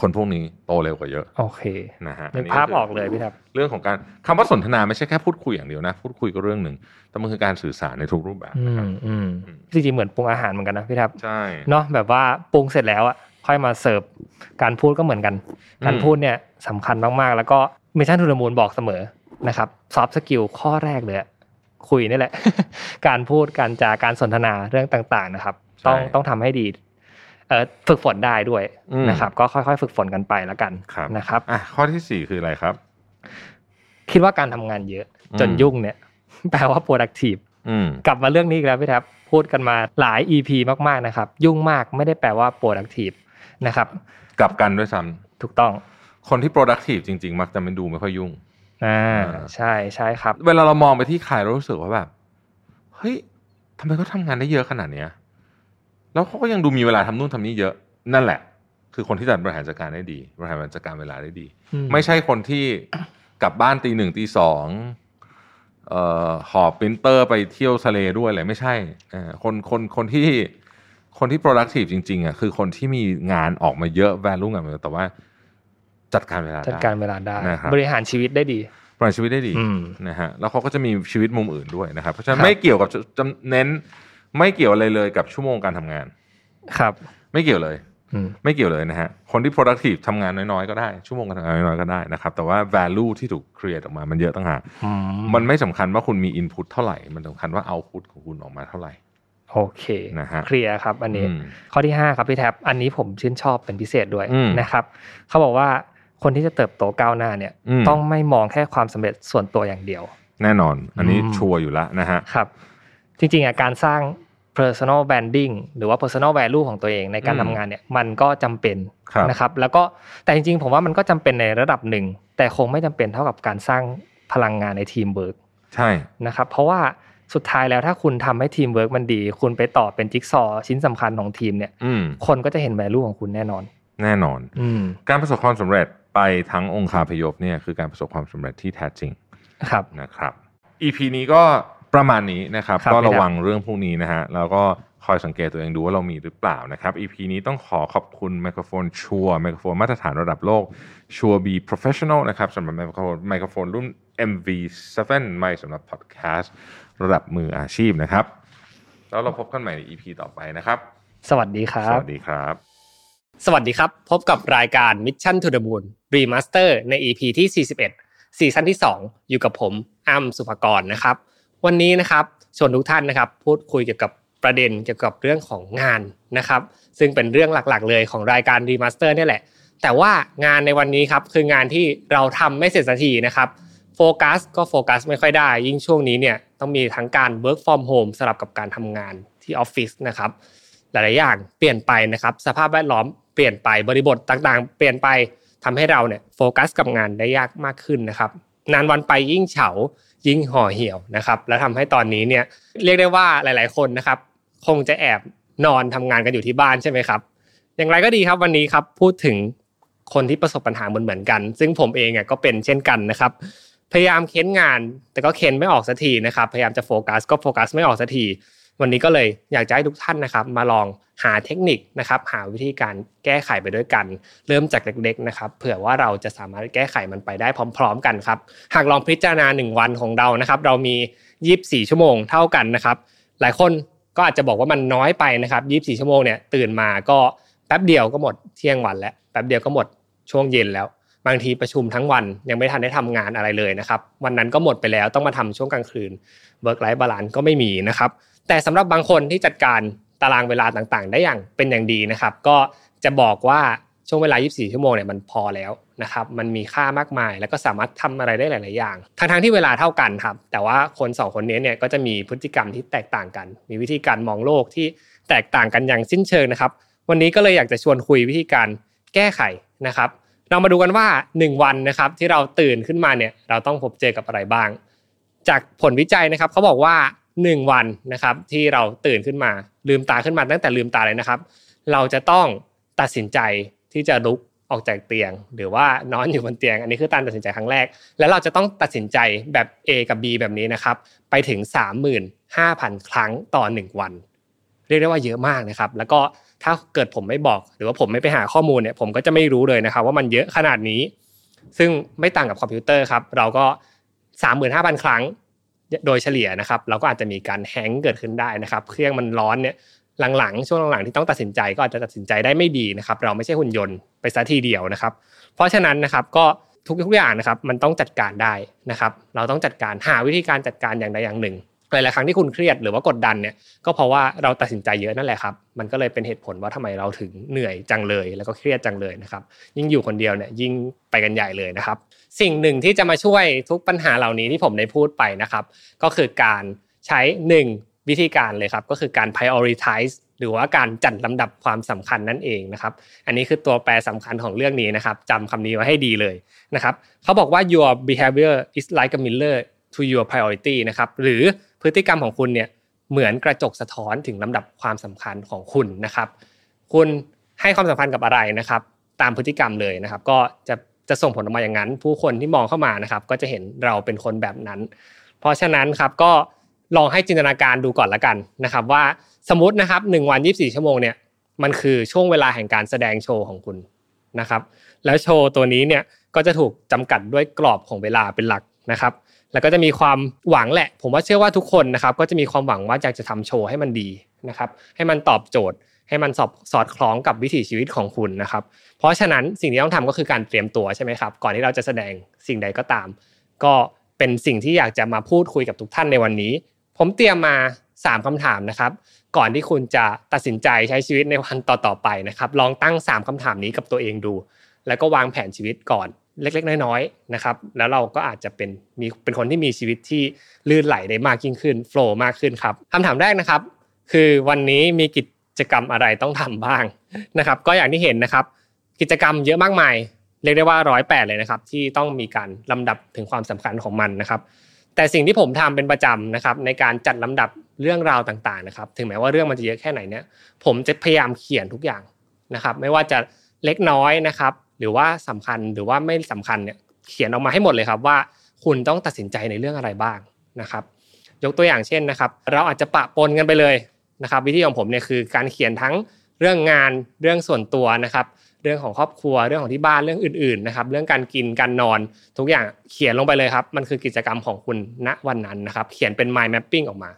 S2: คนพวกนี้โตเร็วกว่าเยอะ
S3: โอเค
S2: นะฮะ
S3: นึก
S2: นนี้
S3: ภาพ
S2: คื
S3: ออกเลยพี่ครับ
S2: เรื่องของการคำว่าสนทนาไม่ใช่แค่พูดคุยอย่างเดียวนะ พูดคุยก็เรื่องหนึ่งแต่มันคือการสื่อสารในทุกรูปแบบ
S3: อื
S2: นะครับ
S3: มอืม
S2: อืม
S3: จริงๆ เหมือนปรุงอาหารเหมือนกันนะพี่ครับ
S2: ใช่
S3: เนาะแบบว่าปรุงเสร็จแล้วอ่ะค่อยมาเสิร์ฟการพูดก็เหมือนกัน
S2: อืม
S3: การพูดเนี่ยสำคัญมากๆ แล้วก็มิชชั่นทูนมูลบอกเสมอนะครับซอฟต์สกิลข้อแรกเลยอะคุยนี่แหละ การพูดการจาการสนทนาเรื่องต่างๆนะครับ ต้องต้องทำให้ดีเอ่อฝึกฝนได้ด้วยนะครับ ก็ค่อยๆ ฝึกฝนกันไปแล้วกัน
S2: ครับ
S3: นะครับ
S2: อ่ะข้อที่สี่คืออะไรครับ
S3: คิดว่าการทำงานเยอะ
S2: อืม
S3: จนยุ่งเนี่ย แปลว่า productive
S2: อืม
S3: กลับมาเรื่องนี้อีกแล้วพี่แท็บพูดกันมาหลาย EP มากๆนะครับ ยุ่งมากไม่ได้แปลว่า productive นะครับ
S2: กลับกันด้วยซ้ำ
S3: ถูกต้อง
S2: คนที่ productive จริง ๆ มักจะไม่ดูไม่ค่อยยุ่ง
S3: อ่า
S2: อ่า
S3: ใช่ใช่ครับ
S2: เวลาเรามองไปที่ใครเรารู้สึกว่าแบบ เฮ้ยทำไมเขาทำงานได้เยอะขนาดเนี้ย แล้วเขาก็ยังดูมีเวลาทำนู่นทำนี่เยอะ นั่นแหละ คือคนที่จัดบริหารจัดการได้ดี บริหารจัดการเวลาได้ดี ไม่ใช่คนที่กลับบ้านตีหนึ่งตีสอง เอ่อหอบปรินเตอร์ไปเที่ยวทะเลด้วยอะไรไม่ใช่เอ่อคนคนคนที่คนที่ productive จริงๆอ่ะคือคนที่มีงานออกมาเยอะ value งานมาเยอะแต่ว่าจัดการเวลา
S3: จัดการ
S2: ไ
S3: เวลาได้
S2: นะครับ
S3: บริหารชีวิตได้ดี
S2: บริหารชีวิตได้ดี
S3: อืม
S2: นะฮะแล้วเขาก็จะมีชีวิตมุมอื่นด้วยนะครับ เพราะฉะนั้
S3: คน รับ
S2: ไม่เกี่ยวกับจะจะเน้นไม่เกี่ยวอะไรเลยกับชั่วโมงการทำงาน
S3: ครับ
S2: ไม่เกี่ยวเลย
S3: อืม
S2: ไม่เกี่ยวเลยนะฮะ คนที่ productive ทำงานน้อยๆ ก็ได้ ชั่วโมงการทำงานน้อยๆ ก็ได้นะครับ แต่ว่า value ที่ถูก create ออกมา มันเยอะต่างหาก มันไม่สำคัญว่าคุณมี input เท่าไหร่ มันสำคัญว่า output ของคุณออกมาเท่าไหร่
S3: โอเค
S2: นะฮะ
S3: เคลียร์ครับ อันนี้
S2: อืม
S3: ข้อที่ 5 ครับพี่แท็บอันนี้ผมชื่นชอบเป็นพิเศษด้วย
S2: อืม
S3: นะครับ เขาบอกว่าคนที่จะเติบโตก้าวหน้าเนี่ย
S2: อืม
S3: ต้องไม่มองแค่ความสำเร็จส่วนตัวอย่างเดียว
S2: แน่นอน อันนี้
S3: อืม
S2: ชัวร์อยู่ละนะฮะ
S3: ครับ จริงๆอ่ะการสร้าง personal branding หรือว่า personal value ของตัวเองในการ
S2: อืม
S3: ทำงานเนี่ยมันก็จำเป็น
S2: ครับ
S3: นะครับ แล้วก็แต่จริงๆ ผมว่ามันก็จำเป็นในระดับหนึ่ง แต่คงไม่จำเป็นเท่ากับการสร้างพลังงานในทีมเวิร์ก
S2: ใช่
S3: นะครับ เพราะว่าสุดท้ายแล้วถ้าคุณทำให้ทีมเวิร์กมันดี คุณไปต่อเป็นจิ๊กซอว์ชิ้นสำคัญของทีมเนี่ย
S2: อืม
S3: คนก็จะเห็น value ของคุณแน่นอน
S2: แน่นอน
S3: อืม
S2: การประสบความสำเร็จไปทั้งองค์คาพยพเนี่ยคือการประสบความสำเร็จที่แท้จริง
S3: ครับ
S2: นะครับ EP นี้ก็ประมาณนี้นะครับ
S3: ครับ
S2: ก็ระวังเรื่องพวกนี้นะฮะ แล้วก็คอยสังเกตตัวเองดูว่าเรามีหรือเปล่านะครับ EP นี้ต้องขอขอบคุณไมโครโฟนชัวไมโครโฟนมาตรฐานระดับโลกชัวบีโปรเฟชชั่นอลนะครับสำหรับไมโครโฟนไมโครโฟนรุ่น MV7 ไม่สำหรับพอดแคสต์ระดับมืออาชีพนะครับ แล้วเราพบกันใหม่ใน EP ต่อไปนะครับ
S3: สวัสดีครั
S2: ส
S3: บ
S2: วัสดีครับ
S3: สวัสดีครับ พบกับรายการ Mission to the Moon Remaster ใน EP ที่ 41 ซีซั่นที่ 2 อยู่กับผมอ้ำสุภกรนะครับ วันนี้นะครับชวนทุกท่านนะครับพูดคุยเกี่ยวกับประเด็นเกี่ยวกับเรื่องของงานนะครับ ซึ่งเป็นเรื่องหลักๆ เลยของรายการ Remaster เนี่ยแหละ แต่ว่างานในวันนี้ครับคืองานที่เราทำไม่เสร็จสักทีนะครับ โฟกัสก็โฟกัสไม่ค่อยได้ ยิ่งช่วงนี้เนี่ยต้องมีทั้งการ work from home สลับกับการทำงานที่ออฟฟิศนะครับ หลาย ๆ อย่างเปลี่ยนไปนะครับ สภาพแวดล้อมเปลี่ยนไปบริบทต่าง ๆ เปลี่ยนไปทำให้เราเนี่ยโฟกัสกับงานได้ยากมากขึ้นนะครับนานวันไปยิ่งเฉายิ่งห่อเหี่ยวนะครับ และทำให้ตอนนี้เนี่ยเรียกได้ว่าหลาย ๆ คนนะครับ คงจะแอบนอนทำงานกันอยู่ที่บ้านใช่ไหมครับ อย่างไรก็ดีครับวันนี้ครับพูดถึงคนที่ประสบปัญหาเหมือนเหมือนๆกัน ซึ่งผมเองอ่ะก็เป็นเช่นกันนะครับ พยายามเค้นงาน แต่ก็เค้นไม่ออกสักทีนะครับ พยายามจะโฟกัสก็โฟกัสไม่ออกสักที วันนี้ก็เลยอยากจะให้ทุกท่านนะครับ มาลองหาเทคนิคนะครับ หาวิธีการแก้ไขไปด้วยกัน เริ่มจากเล็กๆนะครับ เผื่อว่าเราจะสามารถแก้ไขมันไปได้พร้อม ๆ กันครับ หากลองพิจารณา 1 วันของเรานะครับ เรามี 24 ชั่วโมงเท่ากันนะครับ หลายคนก็อาจจะบอกว่ามันน้อยไปนะครับ 24 ชั่วโมงเนี่ยตื่นมาก็แป๊บเดียวก็หมดเที่ยงวันแล้วแป๊บเดียวก็หมดช่วงเย็นแล้ว บางทีประชุมทั้งวันยังไม่ทันได้ทำงานอะไรเลยนะครับ วันนั้นก็หมดไปแล้วต้องมาทำช่วงกลางคืนเบิร์กไลฟ์บาลานก็ไม่มีนะครับ แต่สำหรับบางคนที่จัดการตารางเวลาต่างๆ ได้อย่างเป็นอย่างดีนะครับ ก็จะบอกว่าช่วงเวลา 24 ชั่วโมงเนี่ยมันพอแล้วนะครับ มันมีค่ามากมาย แล้วก็สามารถทำอะไรได้หลาย ๆ อย่างทั้งๆที่เวลาเท่ากันครับ แต่ว่าคนสองคนนี้เนี่ยก็จะมีพฤติกรรมที่แตกต่างกัน มีวิธีการมองโลกที่แตกต่างกันอย่างสิ้นเชิงนะครับ วันนี้ก็เลยอยากจะชวนคุยวิธีการแก้ไขนะครับ เรามาดูกันว่า 1 วันนะครับที่เราตื่นขึ้นมาเนี่ยเราต้องพบเจอกับอะไรบ้าง จากผลวิจัยนะครับเขาบอกว่า 1 วันนะครับที่เราตื่นขึ้นมา ลืมตาขึ้นมาตั้งแต่ลืมตาเลยนะครับ เราจะต้องตัดสินใจที่จะลุกออกจากเตียง หรือว่านอนอยู่บนเตียง อันนี้คือการตัดสินใจครั้งแรก แล้วเราจะต้องตัดสินใจแบบ A กับ B แบบนี้นะครับ ไปถึง 35,000 ครั้งต่อ 1 วัน เรียกได้ว่าเยอะมากนะครับ แล้วก็ถ้าเกิดผมไม่บอกหรือว่าผมไม่ไปหาข้อมูลเนี่ยผมก็จะไม่รู้เลยนะครับ ว่ามันเยอะขนาดนี้ ซึ่งไม่ต่างกับคอมพิวเตอร์ครับ เราก็ 35,000 ครั้งโดยเฉลี่ยนะครับ เราก็อาจจะมีการแฮงก์เกิดขึ้นได้นะครับ เครื่องมันร้อนเนี่ยหลังๆ ช่วงหลังๆที่ต้องตัดสินใจก็อาจจะตัดสินใจได้ไม่ดีนะครับ เราไม่ใช่หุ่นยนต์ไปซะทีเดียวนะครับ เพราะฉะนั้นนะครับก็ทุกทุกอย่างนะครับมันต้องจัดการได้นะครับ เราต้องจัดการหาวิธีการจัดการอย่างใดอย่างหนึ่งหลายๆครั้งที่คุณเครียดหรือว่ากดดันเนี่ย ก็เพราะว่าเราตัดสินใจเยอะนั่นแหละครับ มันก็เลยเป็นเหตุผลว่าทำไมเราถึงเหนื่อยจังเลย แล้วก็เครียดจังเลยนะครับ ยิ่งอยู่คนเดียวเนี่ยยิ่งไปกันใหญ่เลยนะครับ สิ่งหนึ่งที่จะมาช่วยทุกปัญหาเหล่านี้ที่ผมได้พูดไปนะครับ ก็คือการใช้ 1 วิธีการเลยครับ ก็คือการ prioritize หรือว่าการจัดลำดับความสำคัญนั่นเองนะครับ อันนี้คือตัวแปรสำคัญของเรื่องนี้นะครับจำคำนี้ไว้ให้ดีเลยนะครับ เขาบอกว่า your behavior is like a mirror to your priority นะครับ หรือพฤติกรรมของคุณเนี่ย เหมือนกระจกสะท้อนถึงลำดับความสำคัญของคุณนะครับ คุณให้ความสำคัญกับอะไรนะครับ ตามพฤติกรรมเลยนะครับ ก็จะจะส่งผลออกมาอย่างนั้น ผู้คนที่มองเข้ามานะครับ ก็จะเห็นเราเป็นคนแบบนั้น เพราะฉะนั้นครับก็ลองให้จินตนาการดูก่อนละกันนะครับ ว่าสมมตินะครับหนึ่งวันยี่สิบสี่ชั่วโมงเนี่ยมันคือช่วงเวลาแห่งการแสดงโชว์ของคุณนะครับ แล้วโชว์ตัวนี้เนี่ยก็จะถูกจำกัดด้วยกรอบของเวลาเป็นหลักนะครับ แล้วก็จะมีความหวังแหละ ผมว่าเชื่อว่าทุกคนนะครับ ก็จะมีความหวังว่าอยากจะทำโชว์ให้มันดีนะครับ ให้มันตอบโจทย์ ให้มันสอบสอดคล้องกับวิถีชีวิตของคุณนะครับ เพราะฉะนั้นสิ่งที่ต้องทำก็คือการเตรียมตัวใช่ไหมครับ ก่อนที่เราจะแสดงสิ่งใดก็ตาม ก็เป็นสิ่งที่อยากจะมาพูดคุยกับทุกท่านในวันนี้ ผมเตรียมมา 3คำถามนะครับ ก่อนที่คุณจะตัดสินใจใช้ชีวิตในวันต่อๆไปนะครับ ลองตั้ง 3คำถามนี้กับตัวเองดู แล้วก็วางแผนชีวิตก่อนเล็ก ๆ น้อยๆนะครับ แล้วเราก็อาจจะเป็นมีเป็นคนที่มีชีวิตที่ลื่นไหลได้มากยิ่งขึ้นโฟล์มากขึ้นครับคำถามแรกนะครับ คือวันนี้มีกิจกรรมอะไรต้องทำบ้างนะครับ ก็อย่างที่เห็นนะครับ กิจกรรมเยอะมากมาย เรียกได้ว่าร้อยแปดเลยนะครับ ที่ต้องมีการลำดับถึงความสำคัญของมันนะครับ แต่สิ่งที่ผมทำเป็นประจำนะครับ ในการจัดลำดับเรื่องราวต่างๆนะครับ ถึงแม้ว่าเรื่องมันจะเยอะแค่ไหนเนี่ย ผมจะพยายามเขียนทุกอย่างนะครับ ไม่ว่าจะเล็กน้อยนะครับ หรือว่าสำคัญหรือว่าไม่สำคัญเนี่ยเขียนออกมาให้หมดเลยครับว่า คุณต้องตัดสินใจในเรื่องอะไรบ้างนะครับ ยกตัวอย่างเช่นนะครับ เราอาจจะปะปนกันไปเลยนะครับ วิธีของผมเนี่ยคือการเขียนทั้งเรื่องงานเรื่องส่วนตัวนะครับ เรื่องของครอบครัวเรื่องของที่บ้านเรื่องอื่นๆนะครับ เรื่องการกินการนอน ทุกอย่างเขียนลงไปเลยครับ มันคือกิจกรรมของคุณณวันนั้นนะครับ เขียนเป็น mind mapping ออกมา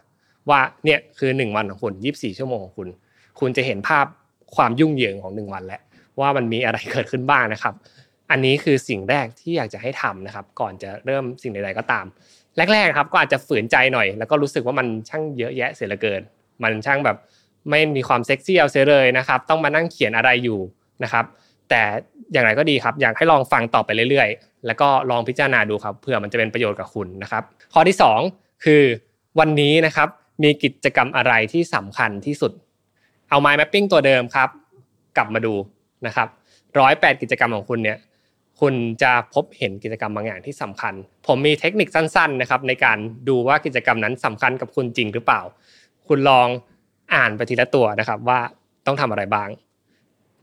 S3: ว่าเนี่ยคือ 1 วันของคุณ24 ชั่วโมงของคุณ คุณจะเห็นภาพความยุ่งเหยิงของ 1 วันแหละว่ามันมีอะไรเกิดขึ้นบ้างนะครับ อันนี้คือสิ่งแรกที่อยากจะให้ทำนะครับ ก่อนจะเริ่มสิ่งใดๆก็ตาม แรกๆครับก็อาจจะฝืนใจหน่อย แล้วก็รู้สึกว่ามันช่างเยอะแยะเสียเหลือเกิน มันช่างแบบไม่มีความเซ็กซี่เอาเสียเลยนะครับ ต้องมานั่งเขียนอะไรอยู่นะครับ แต่อย่างไรก็ดีครับ อยากให้ลองฟังต่อไปเรื่อยๆ แล้วก็ลองพิจารณาดูครับเผื่อมันจะเป็นประโยชน์กับคุณนะครับ ข้อที่ 2 คือวันนี้นะครับมีกิจกรรมอะไรที่สำคัญที่สุด เอา mind mapping ตัวเดิมครับ กลับมาดูนะครับร้อยแปดกิจกรรมของคุณเนี่ย คุณจะพบเห็นกิจกรรมบางอย่างที่สำคัญ ผมมีเทคนิคสั้นๆนะครับในการดูว่ากิจกรรมนั้นสำคัญกับคุณจริงหรือเปล่า คุณลองอ่านไปทีละตัวนะครับว่าต้องทำอะไรบ้าง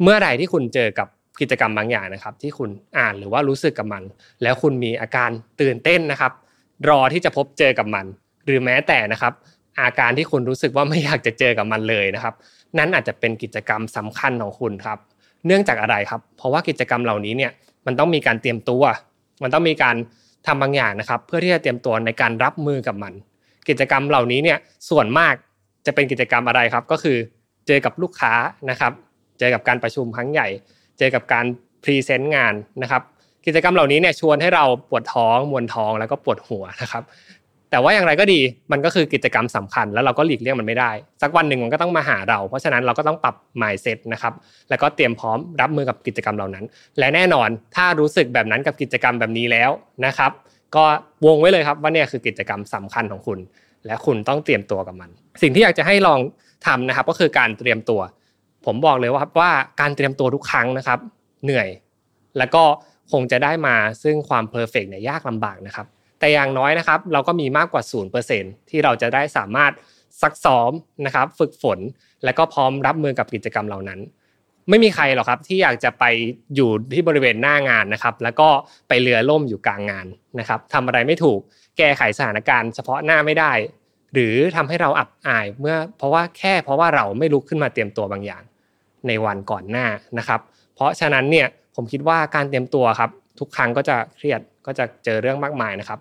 S3: เมื่อไหร่ที่คุณเจอกับกิจกรรมบางอย่างนะครับ ที่คุณอ่านหรือว่ารู้สึกกับมัน แล้วคุณมีอาการตื่นเต้นนะครับ รอที่จะพบเจอกับมัน หรือแม้แต่นะครับ อาการที่คุณรู้สึกว่าไม่อยากจะเจอกับมันเลยนะครับ นั่นอาจจะเป็นกิจกรรมสำคัญของคุณครับ เนื่องจากอะไรครับ เพราะว่ากิจกรรมเหล่านี้เนี่ยมันต้องมีการเตรียมตัว มันต้องมีการทำบางอย่างนะครับ เพื่อที่จะเตรียมตัวในการรับมือกับมัน กิจกรรมเหล่านี้เนี่ยส่วนมากจะเป็นกิจกรรมอะไรครับ ก็คือเจอกับลูกค้านะครับ เจอกับการประชุมครั้งใหญ่ เจอกับการพรีเซนต์งานนะครับ กิจกรรมเหล่านี้เนี่ยชวนให้เราปวดท้องมวนท้องแล้วก็ปวดหัวนะครับ แต่ว่าอย่างไรก็ดีมันก็คือกิจกรรมสำคัญแล้วเราก็หลีกเลี่ยงมันไม่ได้ สักวันหนึ่งมันก็ต้องมาหาเรา เพราะฉะนั้นเราก็ต้องปรับ mindset นะครับ แล้วก็เตรียมพร้อมรับมือกับกิจกรรมเหล่านั้น และแน่นอนถ้ารู้สึกแบบนั้นกับกิจกรรมแบบนี้แล้วนะครับ ก็วงไว้เลยครับว่าเนี่ยคือกิจกรรมสำคัญของคุณ และคุณต้องเตรียมตัวกับมัน สิ่งที่อยากจะให้ลองทำนะครับ ก็คือการเตรียมตัว ผมบอกเลยว่าครับว่าการเตรียมตัวทุกครั้งนะครับ เหนื่อย แล้วก็คงจะได้มาซึ่งความเพอร์เฟกเนี่ยยากลำบากนะครับ แต่อย่างน้อยนะครับ เราก็มีมากกว่า 0%ที่เราจะได้สามารถซักซ้อมนะครับ ฝึกฝน และก็พร้อมรับมือกับกิจกรรมเหล่านั้น ไม่มีใครหรอกครับที่อยากจะไปอยู่ที่บริเวณหน้างานนะครับ แล้วก็ไปเรือล่มอยู่กลางงานนะครับทำอะไรไม่ถูก แก้ไขสถานการณ์เฉพาะหน้าไม่ได้ หรือทำให้เราอับอายเมื่อเพราะว่าแค่เพราะว่าเราไม่ลุกขึ้นมาเตรียมตัวบางอย่าง ในวันก่อนหน้านะครับ เพราะฉะนั้นเนี่ยผมคิดว่าการเตรียมตัวครับ ทุกครั้งก็จะเครียดก็จะเจอเรื่องมากมายนะครับ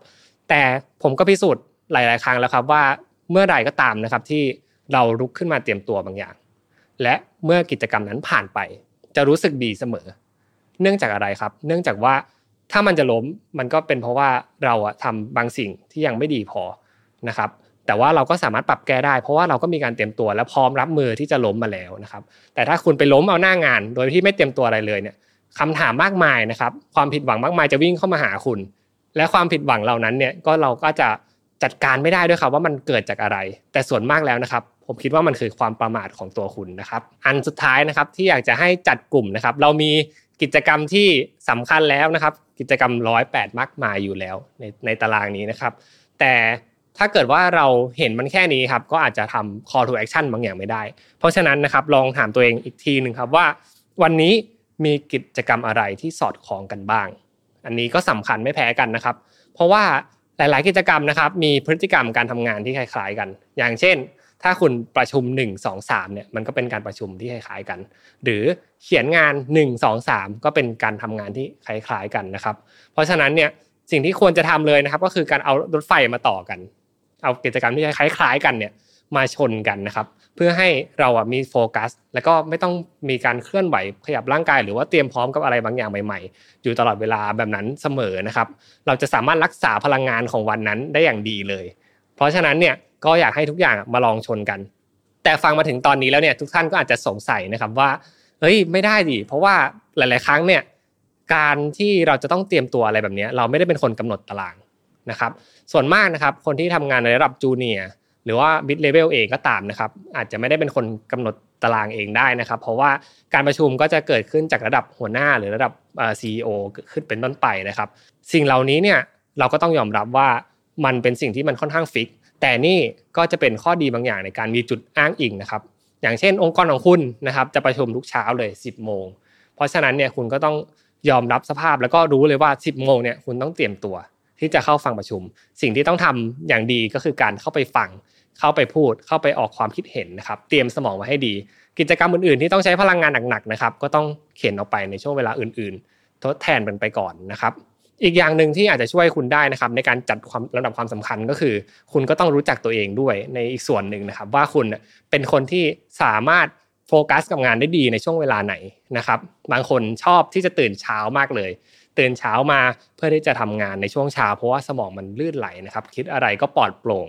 S3: แต่ผมก็พิสูจน์หลาย ๆ ครั้งแล้วครับว่าเมื่อใดก็ตามนะครับที่เราลุกขึ้นมาเตรียมตัวบางอย่าง และเมื่อกิจกรรมนั้นผ่านไป จะรู้สึกดีเสมอ เนื่องจากอะไรครับ เนื่องจากว่าถ้ามันจะล้มมันก็เป็นเพราะว่าเราอะทำบางสิ่งที่ยังไม่ดีพอนะครับ แต่ว่าเราก็สามารถปรับแก้ได้ เพราะว่าเราก็มีการเตรียมตัวและพร้อมรับมือที่จะล้มมาแล้วนะครับ แต่ถ้าคุณไปล้มเอาหน้างาน โดยที่ไม่เตรียมตัวอะไรเลยเนี่ยคำถามมากมายนะครับ ความผิดหวังมากมายจะวิ่งเข้ามาหาคุณ และความผิดหวังเหล่านั้นเนี่ยก็เราก็จะจัดการไม่ได้ด้วยครับว่ามันเกิดจากอะไร แต่ส่วนมากแล้วนะครับ ผมคิดว่ามันคือความประมาทของตัวคุณนะครับ อันสุดท้ายนะครับที่อยากจะให้จัดกลุ่มนะครับ เรามีกิจกรรมที่สำคัญแล้วนะครับ กิจกรรมร้อยแปดมากมายอยู่แล้วในในตารางนี้นะครับ แต่ถ้าเกิดว่าเราเห็นมันแค่นี้ครับก็อาจจะทำ call to action บางอย่างไม่ได้ เพราะฉะนั้นนะครับลองถามตัวเองอีกทีหนึ่งครับว่า วันนี้มีกิจกรรมอะไรที่สอดคล้องกันบ้าง อันนี้ก็สำคัญไม่แพ้กันนะครับ เพราะว่า หลาย ๆ กิจกรรมนะครับ มีพฤติกรรมการทำงานที่คล้าย ๆ กัน อย่างเช่น ถ้าคุณประชุม 1 2 3เนี่ยมันก็เป็นการประชุมที่คล้าย ๆ กัน หรือเขียนงาน 1 2 3 ก็เป็นการทำงานที่คล้าย ๆ กันนะครับ เพราะฉะนั้นเนี่ยสิ่งที่ควรจะทำเลยนะครับ ก็คือการเอารถไฟมาต่อกัน เอากิจกรรมที่คล้าย ๆ กันเนี่ยมาชนกันนะครับ เพื่อให้เราอะมีโฟกัส แล้วก็ไม่ต้องมีการเคลื่อนไหวขยับร่างกายหรือว่าเตรียมพร้อมกับอะไรบางอย่างใหม่ ๆ อยู่ตลอดเวลาแบบนั้นเสมอนะครับ เราจะสามารถรักษาพลังงานของวันนั้นได้อย่างดีเลย เพราะฉะนั้นเนี่ยก็อยากให้ทุกอย่างมาลองชนกัน แต่ฟังมาถึงตอนนี้แล้วเนี่ยทุกท่านก็อาจจะสงสัยนะครับว่าเฮ้ยไม่ได้ดิเพราะว่าหลาย ๆ ครั้งเนี่ยการที่เราจะต้องเตรียมตัวอะไรแบบเนี้ยเราไม่ได้เป็นคนกำหนดตารางนะครับ ส่วนมากนะครับคนที่ทำงานในระดับจูเนียร์ หรือว่า mid level เองก็ตามนะครับ อาจจะไม่ได้เป็นคนกำหนดตารางเองได้นะครับ เพราะว่าการประชุมก็จะเกิดขึ้นจากระดับหัวหน้าหรือระดับเอ่อ CEO ขึ้นเป็นต้นไปนะครับ สิ่งเหล่านี้เนี่ยเราก็ต้องยอมรับว่ามันเป็นสิ่งที่มันค่อนข้างฟิก แต่นี่ก็จะเป็นข้อดีบางอย่างในการมีจุดอ้างอิงนะครับ อย่างเช่น องค์กรของคุณนะครับจะประชุมทุกเช้าเลย 10 โมง เพราะฉะนั้นเนี่ยคุณก็ต้องยอมรับสภาพแล้วก็รู้เลยว่า 10 โมงเนี่ยคุณต้องเตรียมตัว ที่จะเข้าฟังประชุม สิ่งที่ต้องทำอย่างดีก็คือการเข้าไปฟัง เข้าไปพูด เข้าไปออกความคิดเห็นนะครับ เตรียมสมองไว้ให้ดี กิจกรรมอื่นๆ ที่ต้องใช้พลังงานหนักๆนะครับ ก็ต้องเข็นออกไปในช่วงเวลาอื่นๆ ทดแทนมันไปก่อนนะครับ อีกอย่างหนึ่งที่อาจจะช่วยคุณได้นะครับ ในการจัดความลำดับความสำคัญก็คือ คุณก็ต้องรู้จักตัวเองด้วยในอีกส่วนหนึ่งนะครับ ว่าคุณน่ะเป็นคนที่สามารถโฟกัสกับงานได้ดีในช่วงเวลาไหนนะครับ บางคนชอบที่จะตื่นเช้ามากเลย ตื่นเช้ามาเพื่อที่จะทำงานในช่วงเช้าเพราะว่าสมองมันลื่นไหลนะครับ คิดอะไรก็ปลอดโปร่ง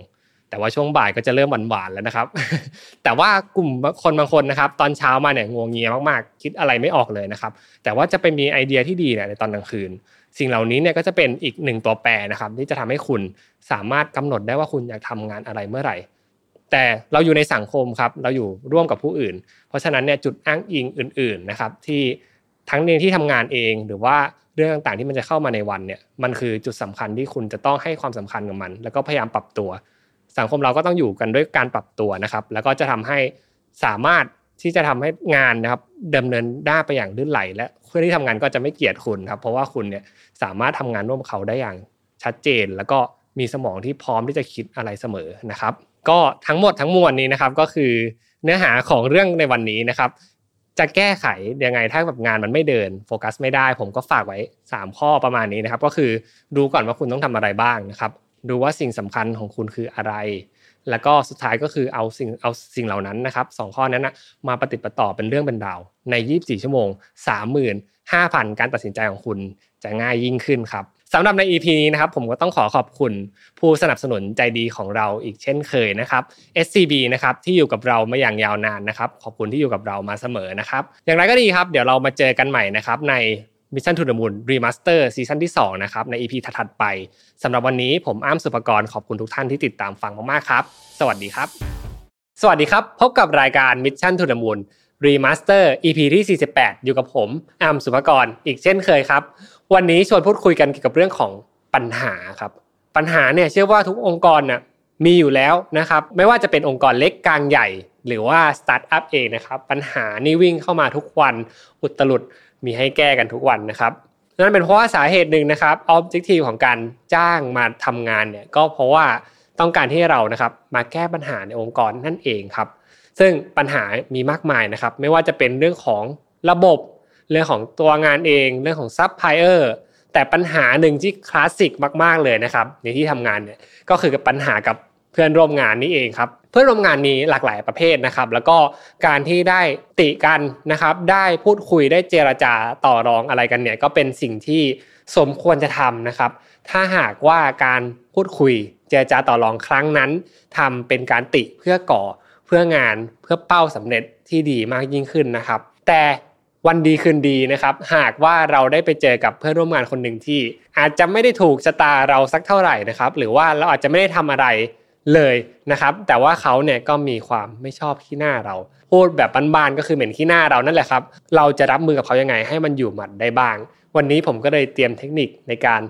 S3: แต่ว่าช่วงบ่ายก็จะเริ่มหวานๆแล้วนะครับ แต่ว่ากลุ่มคนบางคนนะครับ ตอนเช้ามาเนี่ยงวงเงียมากๆ คิดอะไรไม่ออกเลยนะครับ แต่ว่าจะไปมีไอเดียที่ดีเนี่ยในตอนกลางคืน สิ่งเหล่านี้เนี่ยก็จะเป็นอีกหนึ่งตัวแปรนะครับที่จะทำให้คุณสามารถกำหนดได้ว่าคุณอยากทำงานอะไรเมื่อไหร่ แต่เราอยู่ในสังคมครับเราอยู่ร่วมกับผู้อื่น เพราะฉะนั้นเนี่ยจุดอ้างอิงอื่น ๆนะครับ ที่ทั้งในที่ทำงานเองหรือว่าเรื่องต่างๆที่มันจะเข้ามาในวันเนี่ยมันคือจุดสำคัญที่คุณจะต้องให้ความสำคัญกับมัน แล้วก็พยายามปรับตัว สังคมเราก็ต้องอยู่กันด้วยการปรับตัวนะครับ แล้วก็จะทำให้สามารถที่จะทำให้งานนะครับดำเนินหน้าไปอย่างลื่นไหล และเพื่อนที่ทำงานก็จะไม่เกลียดคุณครับเพราะว่าคุณเนี่ยสามารถทำงานร่วมกับเขาได้อย่างชัดเจน แล้วก็มีสมองที่พร้อมที่จะคิดอะไรเสมอนะครับ ก็ทั้งหมดทั้งมวลนี้นะครับก็คือเนื้อหาของเรื่องในวันนี้นะครับ จะแก้ไขยังไงถ้าแบบงานมันไม่เดินโฟกัสไม่ได้ ผมก็ฝากไว้ 3 ข้อประมาณนี้นะครับ ก็คือดูก่อนว่าคุณต้องทำอะไรบ้างนะครับ ดูว่าสิ่งสำคัญของคุณคืออะไร แล้วก็สุดท้ายก็คือเอาสิ่งเอาสิ่งเหล่านั้นนะครับสองข้อนั้นนะมาปฏิดประต่อเป็นเรื่องเป็นราวใน 24 ชั่วโมง 35,000 การตัดสินใจของคุณจะง่ายยิ่งขึ้นครับสำหรับใน EP นี้นะครับผมก็ต้องขอขอบคุณผู้สนับสนุนใจดีของเราอีกเช่นเคยนะครับ SCB นะครับที่อยู่กับเรามาอย่างยาวนานนะครับ ขอบคุณที่อยู่กับเรามาเสมอนะครับ อย่างไรก็ดีครับ เดี๋ยวเรามาเจอกันใหม่นะครับใน Mission to the Moon Remaster ซีซั่นที่2นะครับใน EP ถัดๆไปสำหรับวันนี้ผมอ้ามสุปกรณ์ขอบคุณทุกท่านที่ติดตามฟังมากๆครับ สวัสดีครับ สวัสดีครับ พบกับรายการ Mission to the Moon Remaster EP ที่ 48 อยู่กับผมอ้ามสุภกรอีกเช่นเคยครับ วันนี้ชวนพูดคุยกันเกี่ยวกับเรื่องของปัญหาครับ ปัญหาเนี่ยเชื่อว่าทุกองค์กรน่ะมีอยู่แล้วนะครับ ไม่ว่าจะเป็นองค์กรเล็กกลางใหญ่ หรือว่าสตาร์ทอัพเองนะครับปัญหานี่วิ่งเข้ามาทุกวันอุตลุดมีให้แก้กันทุกวันนะครับนั่นเป็นเพราะว่าสาเหตุหนึ่งนะครับออบเจกตีของการจ้างมาทำงานเนี่ยก็เพราะว่าต้องการให้เรานะครับมาแก้ปัญหาในองค์กรนั่นเองครับ ซึ่งปัญหามีมากมายนะครับ ไม่ว่าจะเป็นเรื่องของระบบ เรื่องของตัวงานเอง เรื่องของซัพพลายเออร์แต่ปัญหาหนึ่งที่คลาสสิกมาก ๆเลยนะครับ ในที่ทำงานเนี่ยก็คือปัญหากับเพื่อนร่วมงานนี่เองครับ เพื่อนร่วมงานมีหลากหลายประเภทนะครับ แล้วก็การที่ได้ติกันนะครับ ได้พูดคุยได้เจรจาต่อรองอะไรกันเนี่ยก็เป็นสิ่งที่สมควรจะทำนะครับ ถ้าหากว่าการพูดคุยเจรจาต่อรองครั้งนั้นทำเป็นการติเพื่อก่อเพื่องานเพื่อเป้าสำเร็จที่ดีมากยิ่งขึ้นนะครับ แต่วันดีคืนดีนะครับ หากว่าเราได้ไปเจอกับเพื่อนร่วมงานคนหนึ่งที่ อาจจะไม่ได้ถูกชะตาเราสักเท่าไหร่นะครับ หรือว่าเราอาจจะไม่ได้ทำอะไรเลยนะครับ แต่ว่าเขาเนี่ยก็มีความไม่ชอบขี้หน้าเรา พูดแบบบ้านๆก็คือเหม็นขี้หน้าเรานั่นแหละครับ เราจะรับมือกับเขายังไงให้มันอยู่หมัดได้บ้าง วันนี้ผมก็เลยเตรียมเทคนิคในการ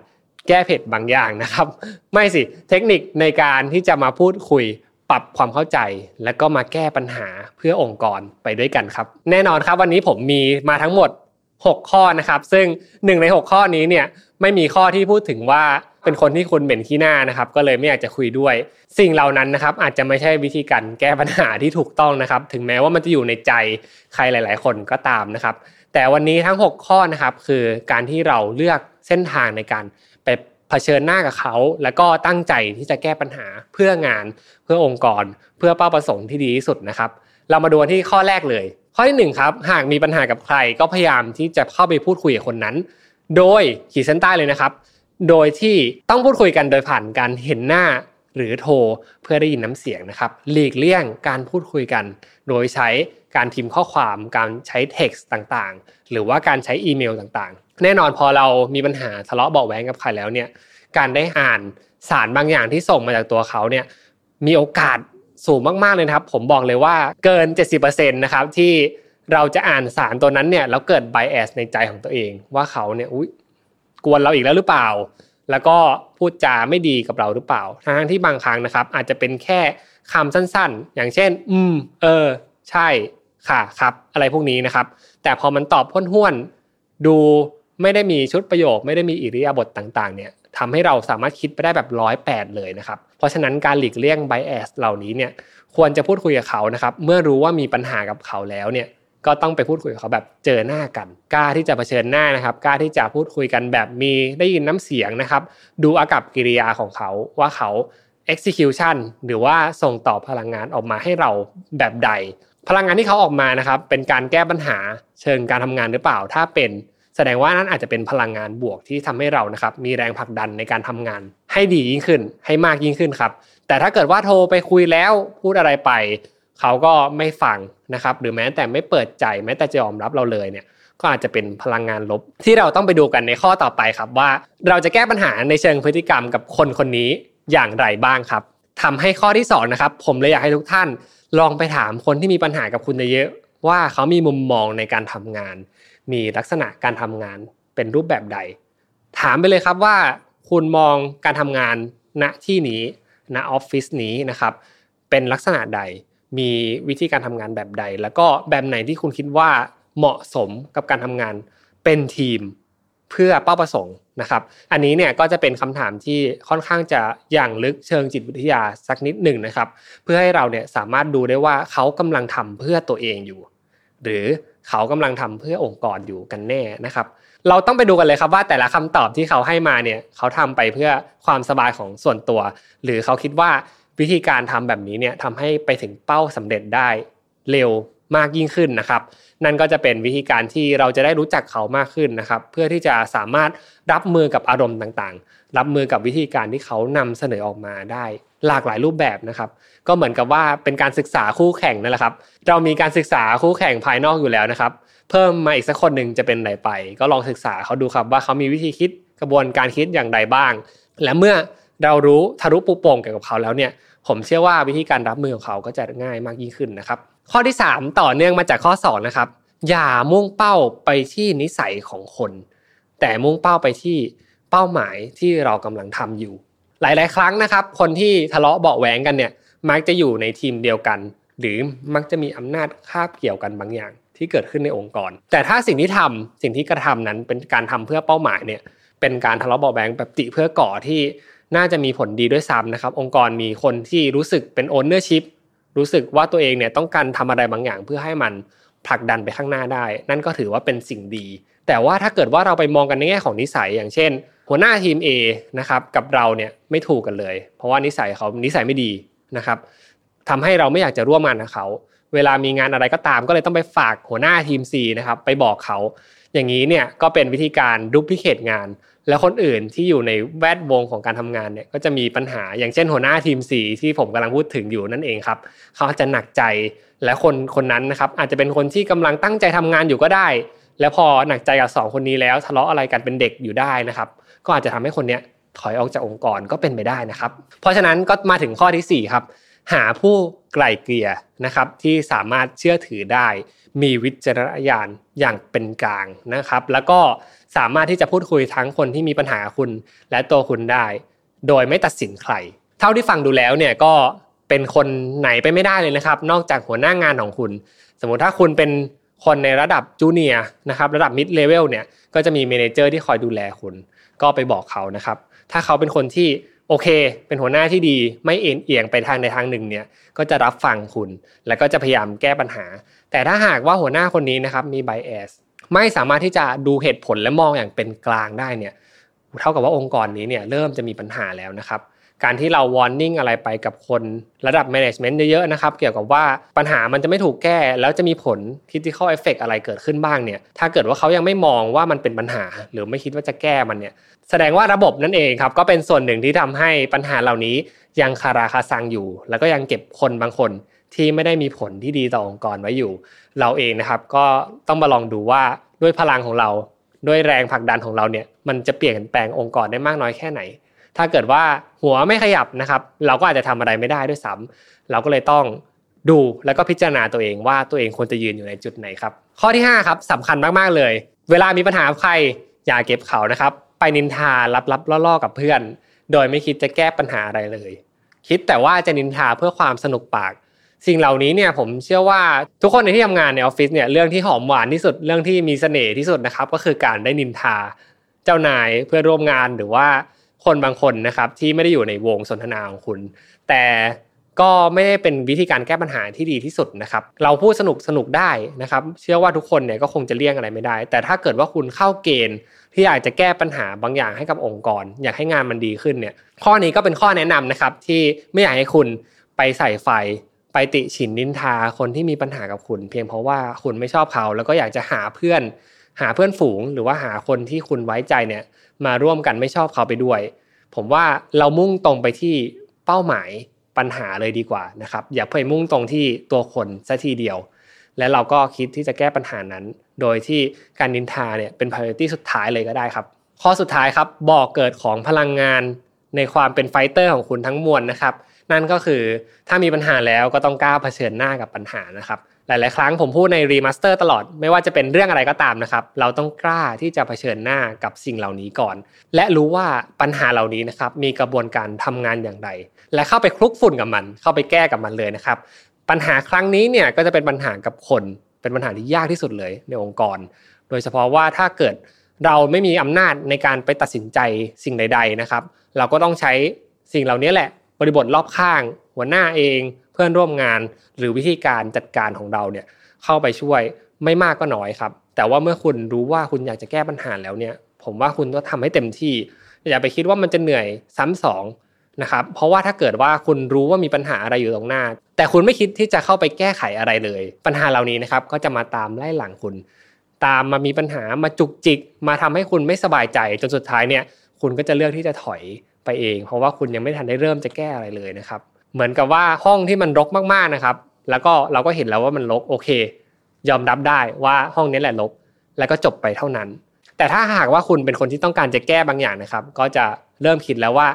S3: แก้เผ็ดบางอย่างนะครับ ไม่สิเทคนิคในการที่จะมาพูดคุยปรับความเข้าใจ แล้วก็มาแก้ปัญหาเพื่อองค์กรไปด้วยกันครับ แน่นอนครับวันนี้ผมมีมาทั้งหมด 6 ข้อนะครับ ซึ่งหนึ่งใน 6 ข้อนี้เนี่ยไม่มีข้อที่พูดถึงว่า เป็นคนที่คุณเหม็นขี้หน้านะครับ ก็เลยไม่อยากจะคุยด้วย สิ่งเหล่านั้นนะครับ อาจจะไม่ใช่วิธีการแก้ปัญหาที่ถูกต้องนะครับ ถึงแม้ว่ามันจะอยู่ในใจใครหลาย ๆ คนก็ตามนะครับ แต่วันนี้ทั้ง 6 ข้อนะครับ คือการที่เราเลือกเส้นทางในการไปเผชิญหน้ากับเขา แล้วก็ตั้งใจที่จะแก้ปัญหาเพื่องานเพื่อองค์กร เพื่อเป้าประสงค์ที่ดีที่สุดนะครับ เรามาดูกันที่ข้อแรกเลย ข้อที่หนึ่งครับหากมีปัญหากับใครก็พยายามที่จะเข้าไปพูดคุยกับคนนั้น โดยขีดเส้นใต้เลยนะครับ โดยที่ต้องพูดคุยกันโดยผ่านการเห็นหน้าหรือโทรเพื่อได้ยินน้ำเสียงนะครับ หลีกเลี่ยงการพูดคุยกัน โดยใช้การพิมพ์ข้อความ การใช้ text ต่างๆ หรือว่าการใช้อีเมลต่างๆ แน่นอนพอเรามีปัญหาทะเลาะเบาะแว้งกับใครแล้วเนี่ย การได้อ่านสารบางอย่างที่ส่งมาจากตัวเขาเนี่ยมีโอกาสสูงมากๆเลยนะครับ ผมบอกเลยว่าเกิน 70%นะครับที่เราจะอ่านสารตัวนั้นเนี่ยแล้วเกิด bias ในใจของตัวเองว่าเขาเนี่ยอุ๊ยกวนเราอีกแล้วหรือเปล่า แล้วก็พูดจาไม่ดีกับเราหรือเปล่าทั้งที่บางครั้งนะครับ อาจจะเป็นแค่คำสั้นๆ อย่างเช่น อืม เออ ใช่ค่ะครับ อะไรพวกนี้นะครับ แต่พอมันตอบพ้วนๆดูไม่ได้มีชุดประโยค ไม่ได้มีอิริยาบถต่างๆ เนี่ยทำให้เราสามารถคิดไปได้แบบร้อยแปดเลยนะครับ เพราะฉะนั้นการหลีกเลี่ยงไบแอสเหล่านี้เนี่ยควรจะพูดคุยกับเขานะครับ เมื่อรู้ว่ามีปัญหากับเขาแล้วเนี่ยก็ต้องไปพูดคุยกับเขาแบบเจอหน้ากัน กล้าที่จะเผชิญหน้านะครับ กล้าที่จะพูดคุยกันแบบมีได้ยินน้ำเสียงนะครับ ดูอากับกิริยาของเขาว่าเขา execution หรือว่าส่งต่อพลังงานออกมาให้เราแบบใด พลังงานที่เขาออกมานะครับ เป็นการแก้ปัญหาเชิงการทำงานหรือเปล่า ถ้าเป็นแสดงว่านั่นอาจจะเป็นพลังงานบวกที่ทำให้เรานะครับ มีแรงผลักดันในการทำงาน ให้ดียิ่งขึ้น ให้มากยิ่งขึ้นครับ แต่ถ้าเกิดว่าโทรไปคุยแล้วพูดอะไรไป เขาก็ไม่ฟังนะครับ หรือแม้แต่ไม่เปิดใจแม้แต่จะยอมรับเราเลยเนี่ย ก็อาจจะเป็นพลังงานลบ ที่เราต้องไปดูกันในข้อต่อไปครับว่า เราจะแก้ปัญหาในเชิงพฤติกรรมกับคนคนนี้อย่างไรบ้างครับทำให้ข้อที่สองนะครับ ผมเลยอยากให้ทุกท่าน ลองไปถามคนที่มีปัญหากับคุณเยอะๆว่าเขามีมุมมองในการทำงาน มีลักษณะการทำงานเป็นรูปแบบใด ถามไปเลยครับว่า คุณมองการทำงานณที่นี้ณออฟฟิศนี้นะครับ เป็นลักษณะใด มีวิธีการทำงานแบบใด แล้วก็แบบไหนที่คุณคิดว่าเหมาะสมกับการทำงานเป็นทีมเพื่อเป้าประสงค์นะครับ อันนี้เนี่ยก็จะเป็นคำถามที่ค่อนข้างจะอย่างลึกเชิงจิตวิทยาสักนิดหนึ่งนะครับ เพื่อให้เราเนี่ยสามารถดูได้ว่าเขากำลังทำเพื่อตัวเองอยู่ หรือเขากำลังทำเพื่อองค์กรอยู่กันแน่นะครับ เราต้องไปดูกันเลยครับว่าแต่ละคำตอบที่เขาให้มาเนี่ยเขาทำไปเพื่อความสบายของส่วนตัว หรือเขาคิดว่าวิธีการทำแบบนี้เนี่ยทำให้ไปถึงเป้าสำเร็จได้เร็วมากยิ่งขึ้นนะครับ นั่นก็จะเป็นวิธีการที่เราจะได้รู้จักเขามากขึ้นนะครับ เพื่อที่จะสามารถรับมือกับอารมณ์ต่างๆ รับมือกับวิธีการที่เขานำเสนอออกมาได้ หลากหลายรูปแบบนะครับ ก็เหมือนกับว่าเป็นการศึกษาคู่แข่งนั่นแหละครับ เรามีการศึกษาคู่แข่งภายนอกอยู่แล้วนะครับ เพิ่มมาอีกสักคนหนึ่งจะเป็นอะไรไป ก็ลองศึกษาเขาดูครับว่าเขามีวิธีคิดกระบวนการคิดอย่างไรบ้าง และเมื่อเรารู้ทะลุปุโปร่งเกี่ยวกับเขาแล้วเนี่ย ผมเชื่อว่าวิธีการรับมือของเขาก็จะง่ายมากยิ่งขึ้นนะครับ ข้อที่ 3 ต่อเนื่องมาจากข้อ 2 นะครับ อย่ามุ่งเป้าไปที่นิสัยของคน แต่มุ่งเป้าไปที่เป้าหมายที่เรากำลังทำอยู่ หลาย ๆ ครั้งนะครับ คนที่ทะเลาะเบาะแหวงกันเนี่ย มักจะอยู่ในทีมเดียวกัน หรือมักจะมีอำนาจคาบเกี่ยวกันบางอย่าง ที่เกิดขึ้นในองค์กร แต่ถ้าสิ่งที่ทำสิ่งที่กระทำนั้นเป็นการทำเพื่อเป้าหมายเนี่ย เป็นการทะเลาะเบาะแวงแบบติเพื่อก่อที่น่าจะมีผลดีด้วยซ้ำนะครับ องค์กรมีคนที่รู้สึกเป็นโอนเนอร์ชิพรู้สึกว่าตัวเองเนี่ยต้องการทำอะไรบางอย่างเพื่อให้มันผลักดันไปข้างหน้าได้ นั่นก็ถือว่าเป็นสิ่งดี แต่ว่าถ้าเกิดว่าเราไปมองกันในแง่ของนิสัยอย่างเช่น หัวหน้าทีม A นะครับกับเราเนี่ยไม่ถูกกันเลย เพราะว่านิสัยเขานิสัยไม่ดีนะครับทำให้เราไม่อยากจะร่วมงานกับเขา เวลามีงานอะไรก็ตามก็เลยต้องไปฝากหัวหน้าทีม C นะครับไปบอกเขา อย่างนี้เนี่ยก็เป็นวิธีการดูพิเคตงาน แล้วคนอื่นที่อยู่ในแวดวงของการทำงานเนี่ยก็จะมีปัญหาอย่างเช่น หัวหน้าทีม C ที่ผมกำลังพูดถึงอยู่นั่นเองครับ เขาอาจจะหนักใจและคนคนนั้นนะครับอาจจะเป็นคนที่กำลังตั้งใจทำงานอยู่ก็ได้ แล้วพอหนักใจกับสองคนนี้แล้วทะเลาะอะไรกันเป็นเด็กอยู่ได้นะครับ ก็อาจจะทำให้คนเนี้ยถอยออกจากองค์กรก็เป็นไปได้นะครับ เพราะฉะนั้นก็มาถึงข้อทีสี่4ครับ หาผู้ไกล่เกลี่ยนะครับที่สามารถเชื่อถือได้ มีวิจารณญาณอย่างเป็นกลางนะครับ แล้วก็สามารถที่จะพูดคุยทั้งคนที่มีปัญหาคุณ และตัวคุณได้ โดยไม่ตัดสินใคร เท่าที่ฟังดูแล้วเนี่ยก็เป็นคนไหนไปไม่ได้เลยนะครับ นอกจากหัวหน้างานของคุณ สมมุติถ้าคุณเป็นคนในระดับจูเนียร์นะครับระดับมิดเลเวลเนี่ยก็จะมีเมเนเจอร์ที่คอยดูแลคุณ ก็ไปบอกเขานะครับ ถ้าเขาเป็นคนที่โอเค เป็นหัวหน้าที่ดี ไม่เอ็นเอียงไปทางใดทางหนึ่งเนี่ย ก็จะรับฟังคุณ แล้วก็จะพยายามแก้ปัญหา แต่ถ้าหากว่าหัวหน้าคนนี้นะครับมีไบแอสไม่สามารถที่จะดูเหตุผลและมองอย่างเป็นกลางได้เนี่ย เท่ากับว่าองค์กรนี้เนี่ยเริ่มจะมีปัญหาแล้วนะครับ การที่เราวอร์นิ่งอะไรไปกับคนระดับ management เยอะๆนะครับ เกี่ยวกับว่าปัญหามันจะไม่ถูกแก้ แล้วจะมีผล critical effect อะไรเกิดขึ้นบ้างเนี่ย ถ้าเกิดว่าเขายังไม่มองว่ามันเป็นปัญหา หรือไม่คิดว่าจะแก้มันเนี่ย แสดงว่าระบบนั่นเองครับ ก็เป็นส่วนหนึ่งที่ทำให้ปัญหาเหล่านี้ยังคาราคาซังอยู่ แล้วก็ยังเก็บคนบางคนที่ไม่ได้มีผลที่ดีต่อองค์กรไว้อยู่ เราเองนะครับก็ต้องมาลองดูว่าด้วยพลังของเรา ด้วยแรงผลักดันของเราเนี่ยมันจะเปลี่ยนแปลงองค์กรได้มากน้อยแค่ไหน ถ้าเกิดว่าหัวไม่ขยับนะครับเราก็อาจจะทำอะไรไม่ได้ด้วยซ้ำเราก็เลยต้องดูแล้วก็พิจารณาตัวเองว่าตัวเองควรจะยืนอยู่ในจุดไหนครับ ข้อที่ห้าครับสำคัญมากๆเลย เวลามีปัญหากับใครอย่าเก็บเขานะครับ ไปนินทาลับๆล่อๆกับเพื่อน โดยไม่คิดจะแก้ปัญหาอะไรเลย คิดแต่ว่าจะนินทาเพื่อความสนุกปาก สิ่งเหล่านี้เนี่ยผมเชื่อว่าทุกคนในที่ทำงานในออฟฟิศเนี่ยเรื่องที่หอมหวานที่สุดเรื่องที่มีเสน่ห์ที่สุดนะครับ ก็คือการได้นินทาเจ้านายเพื่อนร่วมงานหรือว่าคนบางคนนะครับที่ไม่ได้อยู่ในวงสนทนาของคุณ แต่ก็ไม่ได้เป็นวิธีการแก้ปัญหาที่ดีที่สุดนะครับ เราพูดสนุกสนุกได้นะครับ เชื่อว่าทุกคนเนี่ยก็คงจะเลี่ยงอะไรไม่ได้ แต่ถ้าเกิดว่าคุณเข้าเกณฑ์ ที่อยากจะแก้ปัญหาบางอย่างให้กับองค์กร อยากให้งานมันดีขึ้นเนี่ย ข้อนี้ก็เป็นข้อแนะนำนะครับ ที่ไม่อยากให้คุณไปใส่ไฟ ไปติฉินนินทาคนที่มีปัญหากับคุณ เพียงเพราะว่าคุณไม่ชอบเขา แล้วก็อยากจะหาเพื่อน หาเพื่อนฝูง หรือว่าหาคนที่คุณไว้ใจเนี่ยมาร่วมกันไม่ชอบเขาไปด้วย ผมว่าเรามุ่งตรงไปที่เป้าหมายปัญหาเลยดีกว่านะครับ อย่าไปมุ่งตรงที่ตัวคนซะทีเดียว และเราก็คิดที่จะแก้ปัญหานั้น โดยที่การนินทาเนี่ยเป็น priority สุดท้ายเลยก็ได้ครับ ข้อสุดท้ายครับบอกเกิดของพลังงานในความเป็นไฟเตอร์ของคุณทั้งมวลนะครับ นั่นก็คือถ้ามีปัญหาแล้วก็ต้องกล้าเผชิญหน้ากับปัญหานะครับ หลาย ๆ ครั้งผมพูดในรีมาสเตอร์ตลอดไม่ว่าจะเป็นเรื่องอะไรก็ตามนะครับ เราต้องกล้าที่จะเผชิญหน้ากับสิ่งเหล่านี้ก่อน และรู้ว่าปัญหาเหล่านี้นะครับมีกระบวนการทำงานอย่างไร และเข้าไปคลุกฝุ่นกับมัน เข้าไปแก้กับมันเลยนะครับ ปัญหาครั้งนี้เนี่ยก็จะเป็นปัญหากับคน เป็นปัญหาที่ยากที่สุดเลยในองค์กร โดยเฉพาะว่าถ้าเกิดเราไม่มีอำนาจในการไปตัดสินใจสิ่งใด ๆนะครับ เราก็ต้องใช้สิ่งเหล่านี้แหละ บริบทรอบข้าง หัวหน้าเอง เพื่อนร่วมงาน หรือวิธีการจัดการของเราเนี่ยเข้าไปช่วยไม่มากก็น้อยครับ แต่ว่าเมื่อคุณรู้ว่าคุณอยากจะแก้ปัญหาแล้วเนี่ย ผมว่าคุณก็ทำให้เต็มที่ อย่าไปคิดว่ามันจะเหนื่อยซ้ำสองนะครับ เพราะว่าถ้าเกิดว่าคุณรู้ว่ามีปัญหาอะไรอยู่ตรงหน้า แต่คุณไม่คิดที่จะเข้าไปแก้ไขอะไรเลย ปัญหาเหล่านี้นะครับก็จะมาตามไล่หลังคุณ ตามมามีปัญหามาจุกจิก มาทำให้คุณไม่สบายใจจนสุดท้ายเนี่ย คุณก็จะเลือกที่จะถอยไปเอง เพราะว่าคุณยังไม่ทันได้เริ่มจะแก้อะไรเลยนะครับ เหมือนกับว่าห้องที่มันรกมากๆนะครับ แล้วก็เราก็เห็นแล้วว่ามันรกโอเค ยอมรับได้ว่าห้องนี้แหละรกแล้วก็จบไปเท่านั้น แต่ถ้าหากว่าคุณเป็นคนที่ต้องการจะแก้บางอย่างนะครับ ก็จะเริ่มคิดแล้วว่า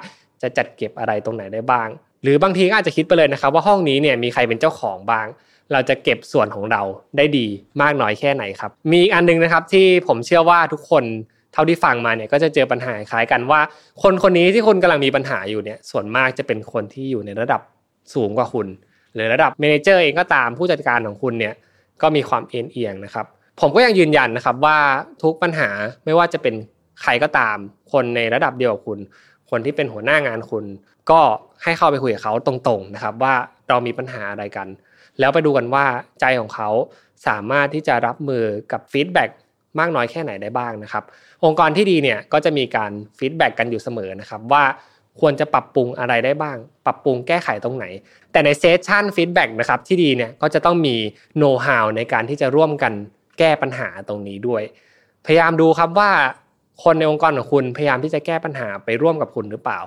S3: จะจัดเก็บอะไรตรงไหนได้บ้าง หรือบางทีก็อาจจะคิดไปเลยนะครับ ว่าห้องนี้เนี่ยมีใครเป็นเจ้าของบ้าง เราจะเก็บส่วนของเราได้ดีมากน้อยแค่ไหนครับ มีอีกอันหนึงนะครับที่ผมเชื่อว่าทุกคนเท่าที่ฟังมาเนี่ยก็จะเจอปัญหาคล้ายกันว่า คนคนนี้ที่คุณกำลังมีปัญหาอยู่เนี่ยส่วนมากจะเป็นคนที่อยู่ในระดับสูงกว่าคุณ หรือระดับเมเนเจอร์เองก็ตามผู้จัดการของคุณเนี่ย ก็มีความเอ็นเอียงนะครับ ผมก็ยังยืนยันนะครับว่าทุกปัญหาไม่ว่าจะเป็นใครก็ตาม คนในระดับเดียวกับคุณ คนที่เป็นหัวหน้างานคุณ ก็ให้เข้าไปคุยกับเขาตรงๆนะครับ ว่าเรามีปัญหาอะไรกัน แล้วไปดูกันว่าใจของเขาสามารถที่จะรับมือกับฟีดแบ็กมากน้อยแค่ไหนได้บ้างนะครับ องค์กรที่ดีเนี่ยก็จะมีการฟีดแบ็กกันอยู่เสมอนะครับว่าควรจะปรับปรุงอะไรได้บ้าง ปรับปรุงแก้ไขตรงไหน แต่ในเซสชันฟีดแบ็กนะครับที่ดีเนี่ยก็จะต้องมีโน้ตฮาวในการที่จะร่วมกันแก้ปัญหาตรงนี้ด้วย พยายามดูครับว่าคนในองค์กรของคุณพยายามที่จะแก้ปัญหาไปร่วมกับคุณหรือเปล่า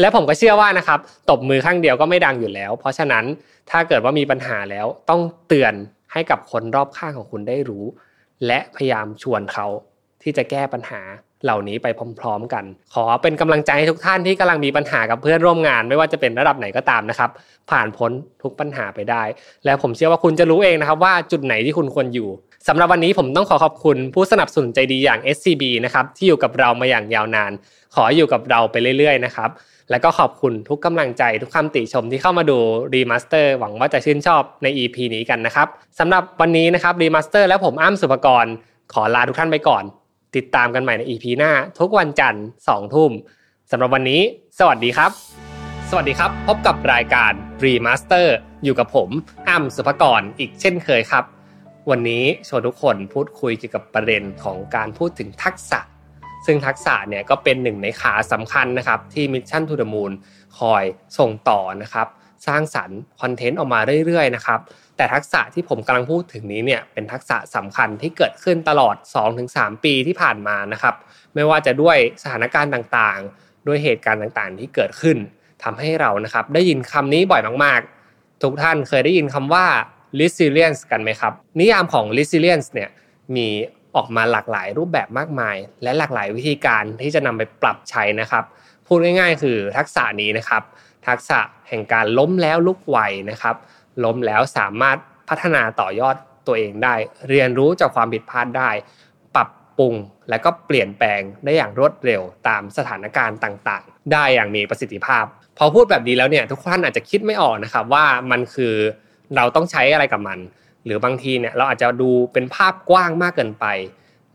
S3: และผมก็เชื่อว่านะครับตบมือข้างเดียวก็ไม่ดังอยู่แล้ว เพราะฉะนั้นถ้าเกิดว่ามีปัญหาแล้วต้องเตือนให้กับคนรอบข้างของคุณได้รู้ และพยายามชวนเขาที่จะแก้ปัญหาเหล่านี้ไปพร้อม ๆ กัน ขอเป็นกำลังใจให้ทุกท่านที่กำลังมีปัญหากับเพื่อนร่วมงาน ไม่ว่าจะเป็นระดับไหนก็ตามนะครับ ผ่านพ้นทุกปัญหาไปได้ และผมเชื่อว่าคุณจะรู้เองนะครับว่าจุดไหนที่คุณควรอยู่สำหรับวันนี้ผมต้องขอขอบคุณผู้สนับสนุนใจดีอย่าง SCB นะครับที่อยู่กับเรามาอย่างยาวนาน ขออยู่กับเราไปเรื่อยๆนะครับแล้วก็ขอบคุณทุกกำลังใจทุกคำติชมที่เข้ามาดูรีมาสเตอร์หวังว่าจะชื่นชอบใน EP นี้กันนะครับสำหรับวันนี้นะครับรีมาสเตอร์และผมอ้ำสุภกรขอลาทุกท่านไปก่อน ติดตามกันใหม่ใน EP หน้า ทุกวันจันทร์2ทุ่ม สำหรับวันนี้ สวัสดีครับ สวัสดีครับ พบกับรายการ Remaster อยู่กับผมอ้ำสุภกรอีกเช่นเคยครับ วันนี้ชวนทุกคนพูดคุยเกี่ยวกับประเด็นของการพูดถึงทักษะ ซึ่งทักษะเนี่ยก็เป็นหนึ่งในขาสำคัญนะครับ ที่ Mission to the Moon คอยส่งต่อนะครับ สร้างสรรค์คอนเทนต์ออกมาเรื่อยๆนะครับ แต่ทักษะที่ผมกำลังพูดถึงนี้เนี่ยเป็นทักษะสำคัญที่เกิดขึ้นตลอด 2-3 ปีที่ผ่านมานะครับ ไม่ว่าจะด้วยสถานการณ์ต่างๆ ด้วยเหตุการณ์ต่างๆ ที่เกิดขึ้นทำให้เรานะครับ ได้ยินคำนี้บ่อยมากๆ ทุกท่านเคยได้ยินคำว่า resilience กันไหมครับ นิยามของ resilience เนี่ยมีออกมาหลากหลายรูปแบบมากมาย และหลากหลายวิธีการที่จะนำไปปรับใช้นะครับ พูดง่ายๆ คือทักษะนี้นะครับ ทักษะแห่งการล้มแล้วลุกไหวนะครับ ล้มแล้วสามารถพัฒนาต่อยอดตัวเองได้ เรียนรู้จากความผิดพลาดได้ ปรับปรุงและก็เปลี่ยนแปลงได้อย่างรวดเร็วตามสถานการณ์ต่างๆ ได้อย่างมีประสิทธิภาพ พอพูดแบบนี้แล้วเนี่ยทุกท่านอาจจะคิดไม่ออกนะครับว่ามันคือเราต้องใช้อะไรกับมัน หรือบางทีเนี่ยเราอาจจะดูเป็นภาพกว้างมากเกินไป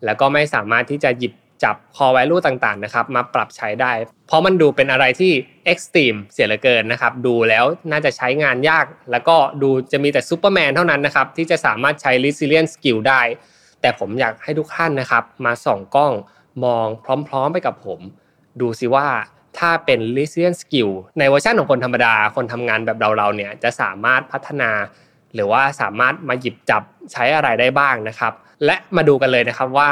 S3: แล้วก็ไม่สามารถที่จะหยิบจับ core value ต่างๆนะครับมาปรับใช้ได้ เพราะมันดูเป็นอะไรที่ extreme เสียเหลือเกินนะครับดูแล้วน่าจะใช้งานยาก แล้วก็ดูจะมีแต่ซูเปอร์แมนเท่านั้นนะครับที่จะสามารถใช้ resilient skill ได้ แต่ผมอยากให้ทุกท่านนะครับ มาส่องกล้องมองพร้อมๆไปกับผม ดูสิว่าถ้าเป็น resilient skill ในเวอร์ชันของคนธรรมดาคนทำงานแบบเราๆเนี่ยจะสามารถพัฒนา หรือว่าสามารถมาหยิบจับใช้อะไรได้บ้างนะครับ และมาดูกันเลยนะครับว่า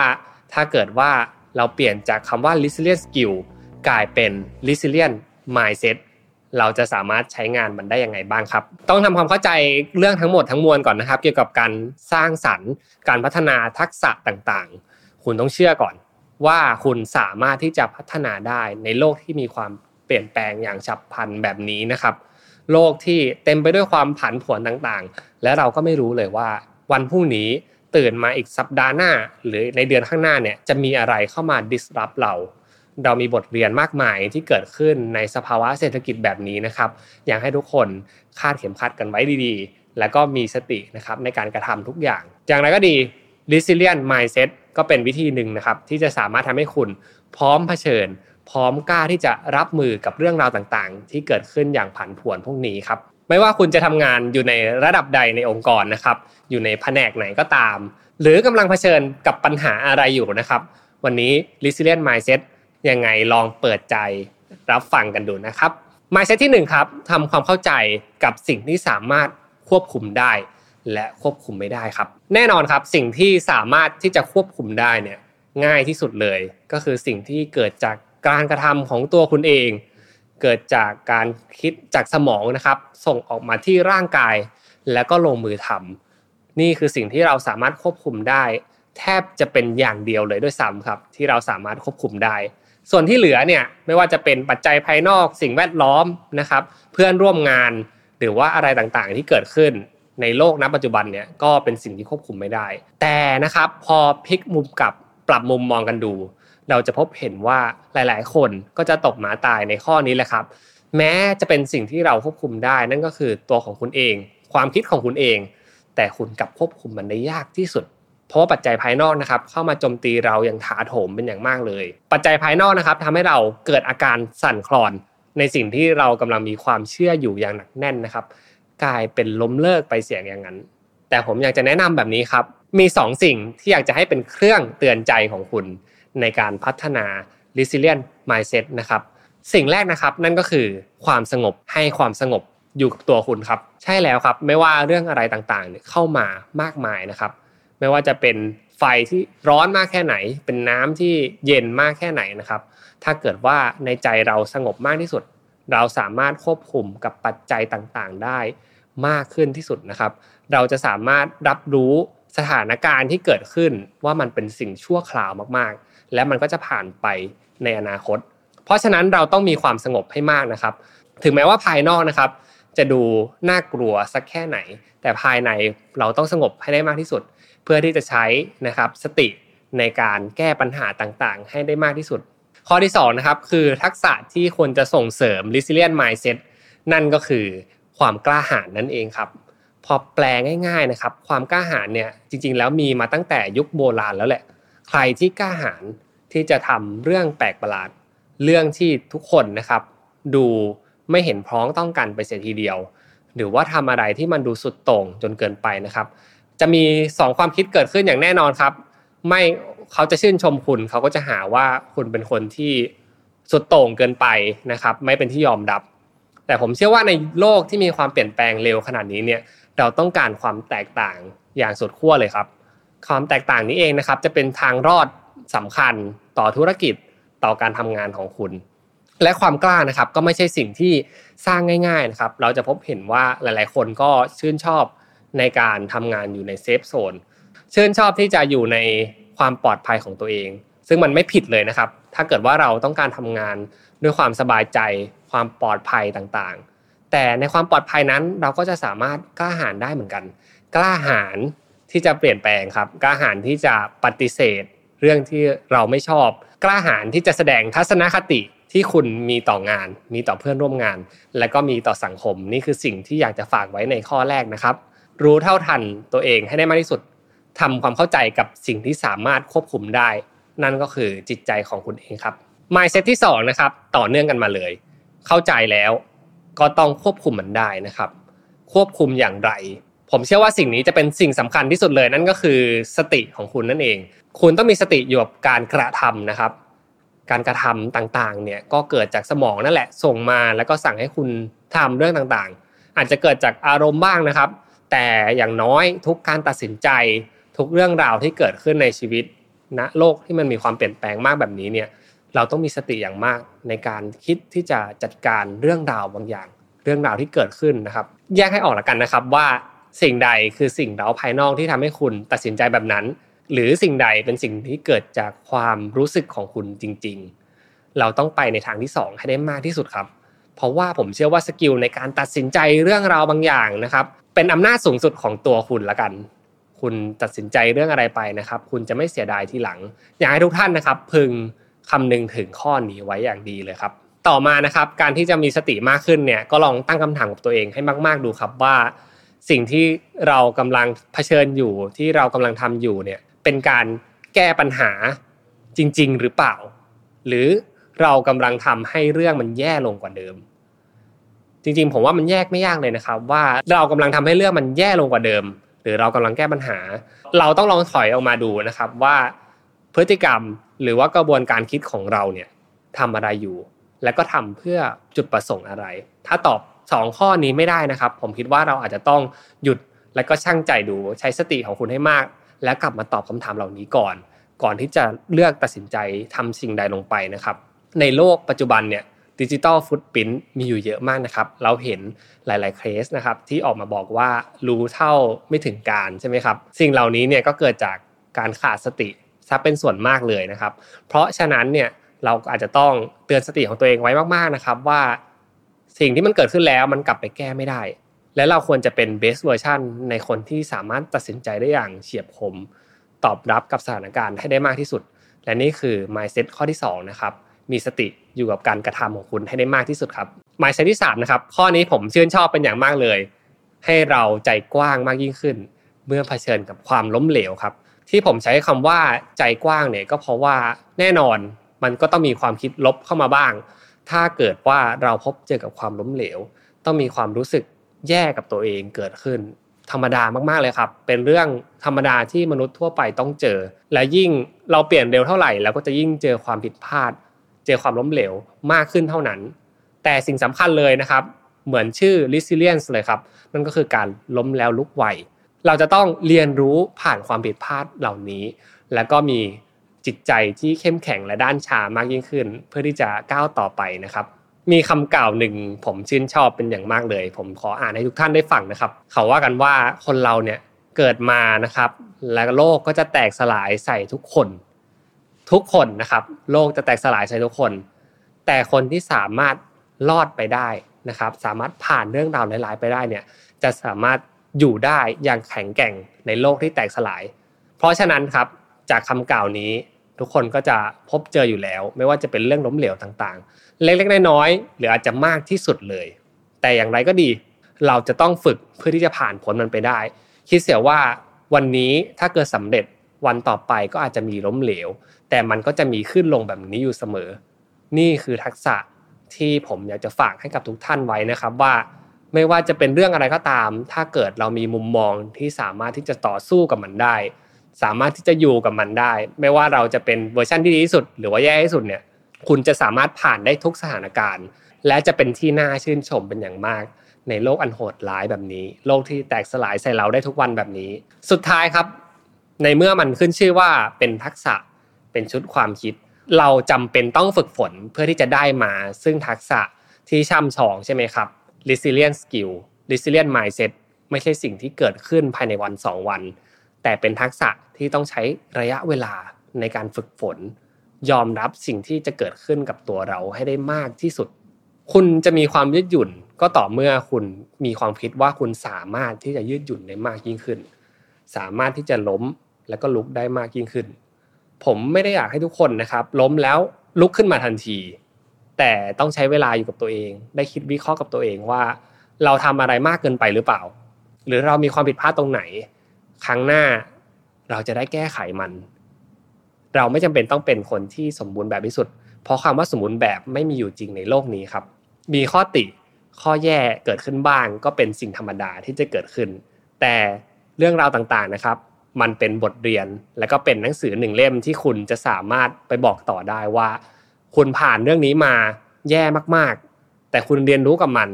S3: ถ้าเกิดว่าเราเปลี่ยนจากคำว่า resilient skill กลายเป็น resilient mindset เราจะสามารถใช้งานมันได้ยังไงบ้างครับ ต้องทำความเข้าใจเรื่องทั้งหมดทั้งมวลก่อนนะครับ เกี่ยวกับการสร้างสรรค์ การพัฒนาทักษะต่างๆ คุณต้องเชื่อก่อน ว่าคุณสามารถที่จะพัฒนาได้ในโลกที่มีความเปลี่ยนแปลงอย่างฉับพลันแบบนี้นะครับ โลกที่เต็มไปด้วยความผันผวนต่างๆ และเราก็ไม่รู้เลยว่า วันพรุ่งนี้ตื่นมาอีกสัปดาห์หน้า หรือในเดือนข้างหน้าเนี่ยจะมีอะไรเข้ามา disrupt เรา เรามีบทเรียนมากมายที่เกิดขึ้นในสภาวะเศรษฐกิจแบบนี้นะครับ อยากให้ทุกคนคาดเข็มขัดกันไว้ดีๆ แล้วก็มีสตินะครับในการกระทำทุกอย่าง อย่างไรก็ดี resilient mindset ก็เป็นวิธีหนึ่งนะครับ ที่จะสามารถทำให้คุณพร้อมเผชิญ พร้อมกล้าที่จะรับมือกับเรื่องราวต่างๆ ที่เกิดขึ้นอย่างผันผวนพวกนี้ครับ ไม่ว่าคุณจะทำงานอยู่ในระดับใดในองค์กรนะครับ อยู่ในแผนกไหนก็ตาม หรือกำลังเผชิญกับปัญหาอะไรอยู่นะครับ วันนี้ resilient mindset ยังไงลองเปิดใจรับฟังกันดูนะครับ mindset ที่หนึ่งครับทำความเข้าใจกับสิ่งที่สามารถควบคุมได้ และควบคุมไม่ได้ครับ แน่นอนครับสิ่งที่สามารถที่จะควบคุมได้เนี่ยง่ายที่สุดเลย ก็คือสิ่งที่เกิดจากการกระทำของตัวคุณเอง เกิดจากการคิดจากสมองนะครับ ส่งออกมาที่ร่างกาย แล้วก็ลงมือทำนี่คือสิ่งที่เราสามารถควบคุมได้ แทบจะเป็นอย่างเดียวเลยด้วยซ้ำครับ ที่เราสามารถควบคุมได้ ส่วนที่เหลือเนี่ยไม่ว่าจะเป็นปัจจัยภายนอกสิ่งแวดล้อมนะครับ เพื่อนร่วมงานหรือว่าอะไรต่างๆ ที่เกิดขึ้นในโลกณปัจจุบันเนี่ยก็เป็นสิ่งที่ควบคุมไม่ได้ แต่นะครับพอพลิกมุมกลับปรับมุมมองกันดู เราจะพบเห็นว่าหลายๆ คนก็จะตกหมาตายในข้อนี้แหละครับ แม้จะเป็นสิ่งที่เราควบคุมได้ นั่นก็คือตัวของคุณเอง ความคิดของคุณเอง แต่คุณกลับควบคุมมันได้ยากที่สุด เพราะว่าปัจจัยภายนอกนะครับ เข้ามาโจมตีเราอย่างถาโถมเป็นอย่างมากเลย ปัจจัยภายนอกนะครับทำให้เราเกิดอาการสั่นคลอน ในสิ่งที่เรากำลังมีความเชื่ออยู่อย่างหนักแน่นนะครับ กลายเป็นล้มเลิกไปเสียงอย่างนั้น แต่ผมอยากจะแนะนำแบบนี้ครับ มีสองสิ่งที่อยากจะให้เป็นเครื่องเตือนใจของคุณ ในการพัฒนา resilient mindset นะครับ สิ่งแรกนะครับนั่นก็คือความสงบให้ความสงบอยู่กับตัวคุณครับ ใช่แล้วครับไม่ว่าเรื่องอะไรต่างๆเนี่ยเข้ามามากมายนะครับ ไม่ว่าจะเป็นไฟที่ร้อนมากแค่ไหน เป็นน้ำที่เย็นมากแค่ไหนนะครับ ถ้าเกิดว่าในใจเราสงบมากที่สุด เราสามารถควบคุมกับปัจจัยต่างๆ ได้มากขึ้นที่สุดนะครับ เราจะสามารถรับรู้สถานการณ์ที่เกิดขึ้นว่ามันเป็นสิ่งชั่วคราวมากๆ และมันก็จะผ่านไปในอนาคต เพราะฉะนั้นเราต้องมีความสงบให้มากนะครับ ถึงแม้ว่าภายนอกนะครับ จะดูน่ากลัวสักแค่ไหน แต่ภายในเราต้องสงบให้ได้มากที่สุด เพื่อที่จะใช้นะครับสติในการแก้ปัญหาต่างๆ ให้ได้มากที่สุด ข้อที่สองนะครับคือทักษะที่ควรจะส่งเสริม resilient mindset นั่นก็คือความกล้าหาญนั่นเองครับ พอแปลง่ายๆนะครับ ความกล้าหาญเนี่ยจริงๆ แล้วมีมาตั้งแต่ยุคโบราณแล้วแหละ ใครที่กล้าหาญที่จะทำเรื่องแปลกประหลาด เรื่องที่ทุกคนนะครับ ดูไม่เห็นพ้องต้องกันไปเสียทีเดียว หรือว่าทำอะไรที่มันดูสุดโต่งจนเกินไปนะครับ จะมีสองความคิดเกิดขึ้นอย่างแน่นอนครับ ไม่เขาจะชื่นชมคุณเขาก็จะหาว่าคุณเป็นคนที่สุดโต่งเกินไปนะครับ ไม่เป็นที่ยอมรับ แต่ผมเชื่อว่าในโลกที่มีความเปลี่ยนแปลงเร็วขนาดนี้เนี่ยเราต้องการความแตกต่างอย่างสุดขั้วเลยครับ ความแตกต่างนี้เองนะครับ จะเป็นทางรอดสำคัญต่อธุรกิจต่อการทำงานของคุณ และความกล้านะครับก็ไม่ใช่สิ่งที่สร้างง่าย ๆนะครับ เราจะพบเห็นว่าหลาย ๆ คนก็ชื่นชอบในการทำงานอยู่ในเซฟโซน ชื่นชอบที่จะอยู่ในความปลอดภัยของตัวเอง ซึ่งมันไม่ผิดเลยนะครับ ถ้าเกิดว่าเราต้องการทำงานด้วยความสบายใจ ความปลอดภัยต่างๆ แต่ในความปลอดภัยนั้นเราก็จะสามารถกล้าหาญได้เหมือนกัน กล้าหาญที่จะเปลี่ยนแปลงครับ กล้าหาญที่จะปฏิเสธ เรื่องที่เราไม่ชอบ กล้าหาญที่จะแสดงทัศนคติที่คุณมีต่องาน มีต่อเพื่อนร่วมงาน และก็มีต่อสังคม นี่คือสิ่งที่อยากจะฝากไว้ในข้อแรกนะครับ รู้เท่าทันตัวเองให้ได้มากที่สุดทำความเข้าใจกับสิ่งที่สามารถควบคุมได้ นั่นก็คือจิตใจของคุณเองครับ mindset ที่สองนะครับ ต่อเนื่องกันมาเลย เข้าใจแล้ว ก็ต้องควบคุมมันได้นะครับ ควบคุมอย่างไร ผมเชื่อว่าสิ่งนี้จะเป็นสิ่งสำคัญที่สุดเลยนั่นก็คือสติของคุณนั่นเอง คุณต้องมีสติอยู่กับการกระทำนะครับ การกระทำต่างๆ เนี่ยก็เกิดจากสมองนั่นแหละ ส่งมาแล้วก็สั่งให้คุณทำเรื่องต่างๆ อาจจะเกิดจากอารมณ์บ้างนะครับ แต่อย่างน้อยทุกการตัดสินใจ ทุกเรื่องราวที่เกิดขึ้นในชีวิตณโลกที่มันมีความเปลี่ยนแปลงมากแบบนี้เนี่ย เราต้องมีสติอย่างมากในการคิดที่จะจัดการเรื่องราวบางอย่าง เรื่องราวที่เกิดขึ้นนะครับ แยกให้ออกละกันนะครับว่าสิ่งใดคือสิ่งเร้าภายนอกที่ทำให้คุณตัดสินใจแบบนั้น หรือสิ่งใดเป็นสิ่งที่เกิดจากความรู้สึกของคุณจริง ๆ เราต้องไปในทางที่สองให้ได้มากที่สุดครับ เพราะว่าผมเชื่อว่าสกิลในการตัดสินใจเรื่องราวบางอย่างนะครับ เป็นอำนาจสูงสุดของตัวคุณละกัน คุณตัดสินใจเรื่องอะไรไปนะครับ คุณจะไม่เสียดายทีหลัง อยากให้ทุกท่านนะครับ พึงคำนึงถึงข้อนี้ไว้อย่างดีเลยครับ ต่อมานะครับ การที่จะมีสติมากขึ้นเนี่ยก็ลองตั้งคำถามกับตัวเองให้มาก ๆ ดูครับว่า สิ่งที่เรากำลังเผชิญอยู่ที่เรากำลังทำอยู่เนี่ยเป็นการแก้ปัญหาจริง ๆ หรือเปล่า หรือเรากำลังทำให้เรื่องมันแย่ลงกว่าเดิม จริง ๆ ผมว่ามันแยกไม่ยากเลยนะครับ ว่าเรากำลังทำให้เรื่องมันแย่ลงกว่าเดิม หรือเรากำลังแก้ปัญหา เราต้องลองถอยออกมาดูนะครับว่าพฤติกรรมหรือว่ากระบวนการคิดของเราเนี่ยทำอะไรอยู่ แล้วก็ทำเพื่อจุดประสงค์อะไร ถ้าตอบ 2 ข้อนี้ไม่ได้นะครับ ผมคิดว่าเราอาจจะต้องหยุดแล้วก็ชั่งใจดูใช้สติของคุณให้มาก แล้วกลับมาตอบคำถามเหล่านี้ก่อน ก่อนที่จะเลือกตัดสินใจทำสิ่งใดลงไปนะครับ ในโลกปัจจุบันเนี่ยดิจิตอลฟุตพิ้นมีอยู่เยอะมากนะครับ เราเห็นหลาย ๆ เคสนะครับที่ออกมาบอกว่ารู้เท่าไม่ถึงการใช่ไหมครับ สิ่งเหล่านี้เนี่ยก็เกิดจากการขาดสติซะเป็นส่วนมากเลยนะครับ เพราะฉะนั้นเนี่ยเราอาจจะต้องเตือนสติของตัวเองไว้มากๆนะครับว่า สิ่งที่มันเกิดขึ้นแล้วมันกลับไปแก้ไม่ได้ และเราควรจะเป็นเบสเวอร์ชันในคนที่สามารถตัดสินใจได้อย่างเฉียบคม ตอบรับกับสถานการณ์ให้ได้มากที่สุด และนี่คือ mindset ข้อที่สองนะครับ มีสติอยู่กับการกระทำของคุณให้ได้มากที่สุดครับ mindset ที่สามนะครับ ข้อนี้ผมชื่นชอบเป็นอย่างมากเลย ให้เราใจกว้างมากยิ่งขึ้น เมื่อเผชิญกับความล้มเหลวครับ ที่ผมใช้คำว่าใจกว้างเนี่ยก็เพราะว่าแน่นอนมันก็ต้องมีความคิดลบเข้ามาบ้าง ถ้าเกิดว่าเราพบเจอกับความล้มเหลว ต้องมีความรู้สึกแย่กับตัวเองเกิดขึ้น ธรรมดามากๆเลยครับ เป็นเรื่องธรรมดาที่มนุษย์ทั่วไปต้องเจอ และยิ่งเราเปลี่ยนเร็วเท่าไหร่เราก็จะยิ่งเจอความผิดพลาด เจอความล้มเหลวมากขึ้นเท่านั้น แต่สิ่งสำคัญเลยนะครับ เหมือนชื่อ resilience เลยครับนั่นก็คือการล้มแล้วลุกไหว เราจะต้องเรียนรู้ผ่านความผิดพลาดเหล่านี้ แล้วก็มีจิตใจที่เข้มแข็งและด้านชามากยิ่งขึ้น เพื่อที่จะก้าวต่อไปนะครับ มีคำกล่าวหนึ่งผมชื่นชอบเป็นอย่างมากเลย ผมขออ่านให้ทุกท่านได้ฟังนะครับ เขาว่ากันว่าคนเราเนี่ยเกิดมานะครับ และโลกก็จะแตกสลายใส่ทุกคน ทุกคนนะครับ โลกจะแตกสลายใส่ทุกคน แต่คนที่สามารถรอดไปได้นะครับ สามารถผ่านเรื่องราวร้ายๆไปได้เนี่ย จะสามารถอยู่ได้อย่างแข็งแกร่งในโลกที่แตกสลาย เพราะฉะนั้นครับจากคำกล่าวนี้ทุกคนก็จะพบเจออยู่แล้ว ไม่ว่าจะเป็นเรื่องล้มเหลวต่างๆ เล็กๆน้อยๆหรืออาจจะมากที่สุดเลย แต่อย่างไรก็ดี เราจะต้องฝึกเพื่อที่จะผ่านพ้นมันไปได้ คิดเสียว่าวันนี้ถ้าเกิดสำเร็จวันต่อไปก็อาจจะมีล้มเหลว แต่มันก็จะมีขึ้นลงแบบนี้อยู่เสมอ นี่คือทักษะที่ผมอยากจะฝากให้กับทุกท่านไว้นะครับ ว่าไม่ว่าจะเป็นเรื่องอะไรก็ตาม ถ้าเกิดเรามีมุมมองที่สามารถที่จะต่อสู้กับมันได้ สามารถที่จะอยู่กับมันได้ ไม่ว่าเราจะเป็นเวอร์ชันที่ดีที่สุด หรือว่าแย่ที่สุดเนี่ย คุณจะสามารถผ่านได้ทุกสถานการณ์ และจะเป็นที่น่าชื่นชมเป็นอย่างมาก ในโลกอันโหดร้ายแบบนี้ โลกที่แตกสลายใส่เราได้ทุกวันแบบนี้ สุดท้ายครับ ในเมื่อมันขึ้นชื่อว่าเป็นทักษะเป็นชุดความคิด เราจำเป็นต้องฝึกฝนเพื่อที่จะได้มา ซึ่งทักษะที่ช่ำชองใช่ไหมครับ resilient skill resilient mindset ไม่ใช่สิ่งที่เกิดขึ้นภายในวันสองวัน แต่เป็นทักษะที่ต้องใช้ระยะเวลาในการฝึกฝน ยอมรับสิ่งที่จะเกิดขึ้นกับตัวเราให้ได้มากที่สุด คุณจะมีความยืดหยุ่นก็ต่อเมื่อคุณมีความคิดว่าคุณสามารถที่จะยืดหยุ่นได้มากยิ่งขึ้น สามารถที่จะล้มแล้วก็ลุกได้มากยิ่งขึ้น ผมไม่ได้อยากให้ทุกคนนะครับ ล้มแล้วลุกขึ้นมาทันที แต่ต้องใช้เวลาอยู่กับตัวเอง ได้คิดวิเคราะห์กับตัวเองว่า เราทำอะไรมากเกินไปหรือเปล่า หรือเรามีความผิดพลาดตรงไหน ครั้งหน้าเราจะได้แก้ไขมัน เราไม่จำเป็นต้องเป็นคนที่สมบูรณ์แบบที่สุด เพราะคำว่าสมบูรณ์แบบไม่มีอยู่จริงในโลกนี้ครับ มีข้อติข้อแย่เกิดขึ้นบ้าง ก็เป็นสิ่งธรรมดาที่จะเกิดขึ้น แต่เรื่องราวต่างๆนะครับ มันเป็นบทเรียนและก็เป็นหนังสือหนึ่งเล่มที่คุณจะสามารถไปบอกต่อได้ว่า คุณผ่านเรื่องนี้มาแย่มากๆ แต่คุณเรียนรู้กับมัน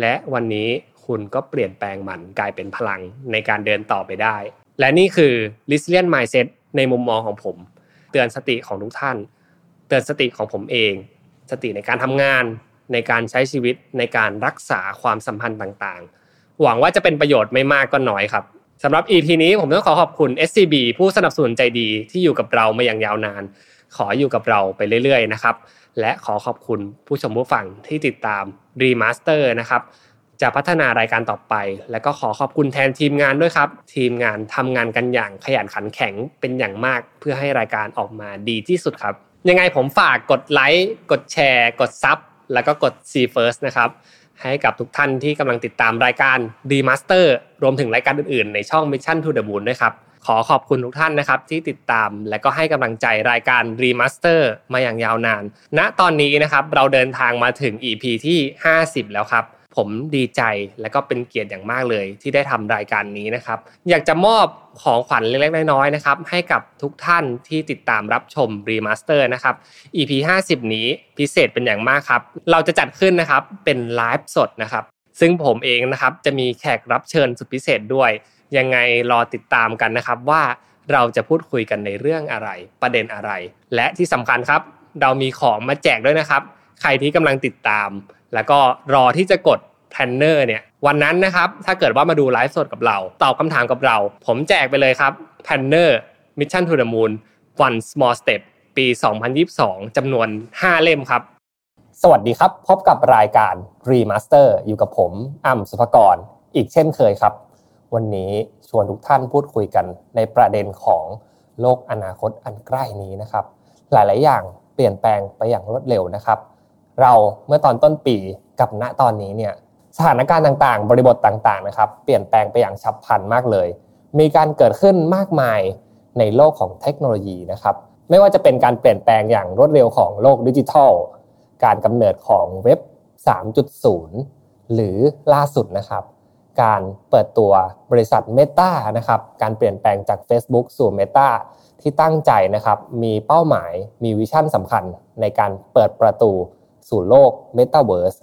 S3: และวันนี้คุณก็เปลี่ยนแปลงมันกลายเป็นพลังในการเดินต่อไปได้ และนี่คือ resilient mindset ในมุมมองของผม เตือนสติของทุกท่าน เตือนสติของผมเอง สติในการทำงาน ในการใช้ชีวิตในการรักษาความสัมพันธ์ต่างๆ หวังว่าจะเป็นประโยชน์ไม่มากก็น้อยครับสำหรับ EP นี้ผมต้องขอขอบคุณ SCB ผู้สนับสนุนใจดีที่อยู่กับเรามาอย่างยาวนาน ขออยู่กับเราไปเรื่อยๆนะครับ และขอขอบคุณผู้ชมผู้ฟังที่ติดตาม Remaster นะครับ จะพัฒนารายการต่อไป และก็ขอขอบคุณแทนทีมงานด้วยครับ ทีมงานทำงานกันอย่างขยันขันแข็งเป็นอย่างมาก เพื่อให้รายการออกมาดีที่สุดครับ ยังไงผมฝากกดไลค์กดแชร์ กดซับแล้วก็กด See First นะครับ ให้กับทุกท่านที่กำลังติดตามรายการ d m a s t e r รวมถึงรายการอื่นๆ ในช่อง Mission to the Moon ด้วยครับ ขอขอบคุณทุกท่านนะครับที่ติดตามและก็ให้กำลังใจรายการ r e m a s t e r มาอย่างยาวนาน ณ ตอนนี้นะครับเราเดินทางมาถึง EP ที่ 50 แล้วครับ ผมดีใจและก็เป็นเกียรติอย่างมากเลยที่ได้ทำรายการนี้นะครับ อยากจะมอบของขวัญเล็กๆน้อยๆนะครับให้กับทุกท่านที่ติดตามรับชม r e m a s t e r นะครับ EP 50 นี้พิเศษเป็นอย่างมากครับ เราจะจัดขึ้นนะครับเป็นไลฟ์สดนะครับ ซึ่งผมเองนะครับจะมีแขกรับเชิญสุดพิเศษด้วย ยังไงรอติดตามกันนะครับว่าเราจะพูดคุยกันในเรื่องอะไรประเด็นอะไร และที่สำคัญครับ เรามีของมาแจกด้วยนะครับ ใครที่กำลังติดตาม แล้วก็รอที่จะกดแพลนเนอร์เนี่ยวันนั้นนะครับถ้าเกิดว่ามาดูไลฟ์สดกับเรา ตอบคำถามกับเรา ผมแจกไปเลยครับแพลนเนอร์ Mission to the Moon One Small Step ปี 2022จำนวน 5 เล่มครับ สวัสดีครับ พบกับรายการ Remaster อยู่กับผมอ่ำสุภกร อีกเช่นเคยครับ วันนี้ชวนทุกท่านพูดคุยกันในประเด็นของโลกอนาคตอันใกล้นี้นะครับ หลาย ๆ อย่างเปลี่ยนแปลงไปอย่างรวดเร็วนะครับ เราเมื่อตอนต้นปีกับณตอนนี้เนี่ยสถานการณ์ต่าง ๆ บริบทต่าง ๆ นะครับ เปลี่ยนแปลงไปอย่างฉับพลันมากเลย มีการเกิดขึ้นมากมายในโลกของเทคโนโลยีนะครับ ไม่ว่าจะเป็นการเปลี่ยนแปลงอย่างรวดเร็วของโลกดิจิทัล การกำเนิดของเว็บ 3.0 หรือล่าสุดนะครับ การเปิดตัวบริษัท Meta นะครับ การเปลี่ยนแปลงจาก Facebook สู่ Meta ที่ตั้งใจนะครับ มีเป้าหมาย มีวิชั่นสำคัญในการเปิดประตูสู่โลก Metaverse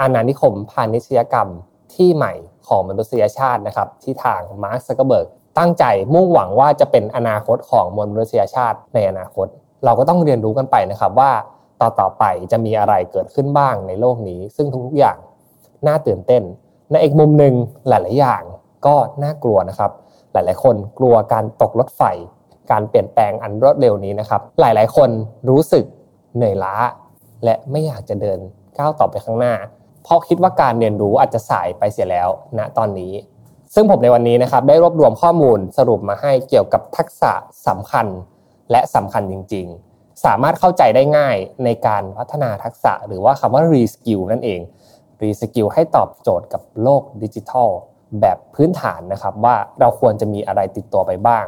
S3: อาณานิคมพาณิชยกรรมที่ใหม่ของมนุษยชาตินะครับ ที่ทางมาร์คซักเกอร์เบิร์กตั้งใจมุ่งหวังว่าจะเป็นอนาคตของมนุษยชาติในอนาคต เราก็ต้องเรียนรู้กันไปนะครับว่าต่อต่อไปจะมีอะไรเกิดขึ้นบ้างในโลกนี้ ซึ่งทุกๆอย่างน่าตื่นเต้น ในอีกมุมหนึ่งหลายๆอย่างก็น่ากลัวนะครับ หลายๆ คนกลัวการตกรถไฟ การเปลี่ยนแปลงอันรวดเร็วนี้นะครับ หลายๆ คนรู้สึกเหนื่อยล้า และไม่อยากจะเดินก้าวต่อไปข้างหน้า เพราะคิดว่าการเรียนรู้อาจจะสายไปเสียแล้วณตอนนี้ ซึ่งผมในวันนี้นะครับได้รวบรวมข้อมูลสรุปมาให้เกี่ยวกับทักษะสำคัญและสำคัญจริง ๆ สามารถเข้าใจได้ง่ายในการพัฒนาทักษะหรือว่าคำว่า รีสกิลนั่นเอง รีสกิลให้ตอบโจทย์กับโลกดิจิทัล แบบพื้นฐานนะครับว่าเราควรจะมีอะไรติดตัวไปบ้าง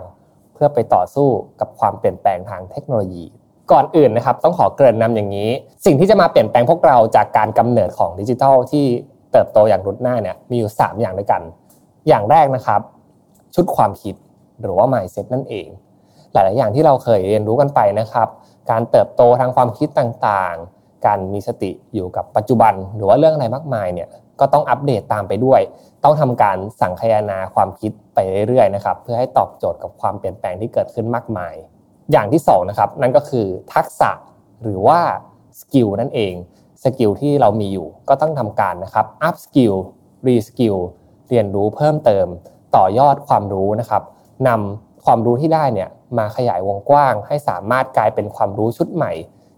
S3: เพื่อไปต่อสู้กับความเปลี่ยนแปลงทางเทคโนโลยี ก่อนอื่นนะครับต้องขอเกริ่นนำอย่างนี้ สิ่งที่จะมาเปลี่ยนแปลงพวกเราจากการกำเนิดของดิจิทัลที่เติบโตอย่างรุดหน้าเนี่ยมีอยู่ 3 อย่างด้วยกัน อย่างแรกนะครับ ชุดความคิดหรือว่า mindset นั่นเอง หลาย ๆ อย่างที่เราเคยเรียนรู้กันไปนะครับ การเติบโตทางความคิดต่างๆ การมีสติอยู่กับปัจจุบัน หรือว่าเรื่องอะไรมากมายเนี่ยก็ต้องอัปเดตตามไปด้วย ต้องทำการสังคายนาความคิดไปเรื่อย ๆ นะครับ เพื่อให้ตอบโจทย์กับความเปลี่ยนแปลงที่เกิดขึ้นมากมาย อย่างที่สองนะครับนั่นก็คือทักษะหรือว่าสกิลนั่นเองสกิลที่เรามีอยู่ก็ต้องทำการนะครับอัพสกิลรีสกิลเรียนรู้เพิ่มเติม ต่อยอดความรู้นะครับนำความรู้ที่ได้เนี่ยมาขยายวงกว้าง ให้สามารถกลายเป็นความรู้ชุดใหม่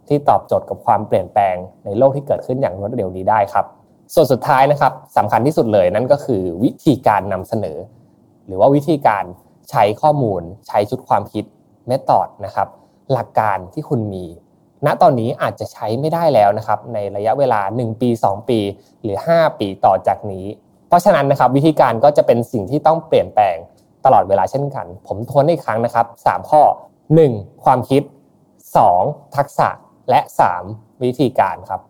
S3: ที่ตอบโจทย์กับความเปลี่ยนแปลงในโลกที่เกิดขึ้นอย่างรวดเร็วนี้ได้ครับ ส่วนสุดท้ายนะครับสำคัญที่สุดเลยนั่นก็คือวิธีการนำเสนอ หรือว่าวิธีการใช้ข้อมูล ใช้ชุดความคิดเมธอดนะครับ หลักการที่คุณมี ณตอนนี้อาจจะใช้ไม่ได้แล้วนะครับ ในระยะเวลา 1 ปี 2 ปี หรือ 5 ปีต่อจากนี้ เพราะฉะนั้นนะครับวิธีการก็จะเป็นสิ่งที่ต้องเปลี่ยนแปลงตลอดเวลาเช่นกัน ผมทวนอีกครั้งนะครับ 3 ข้อ 1. ความคิด 2. ทักษะและ 3. วิธีการครับ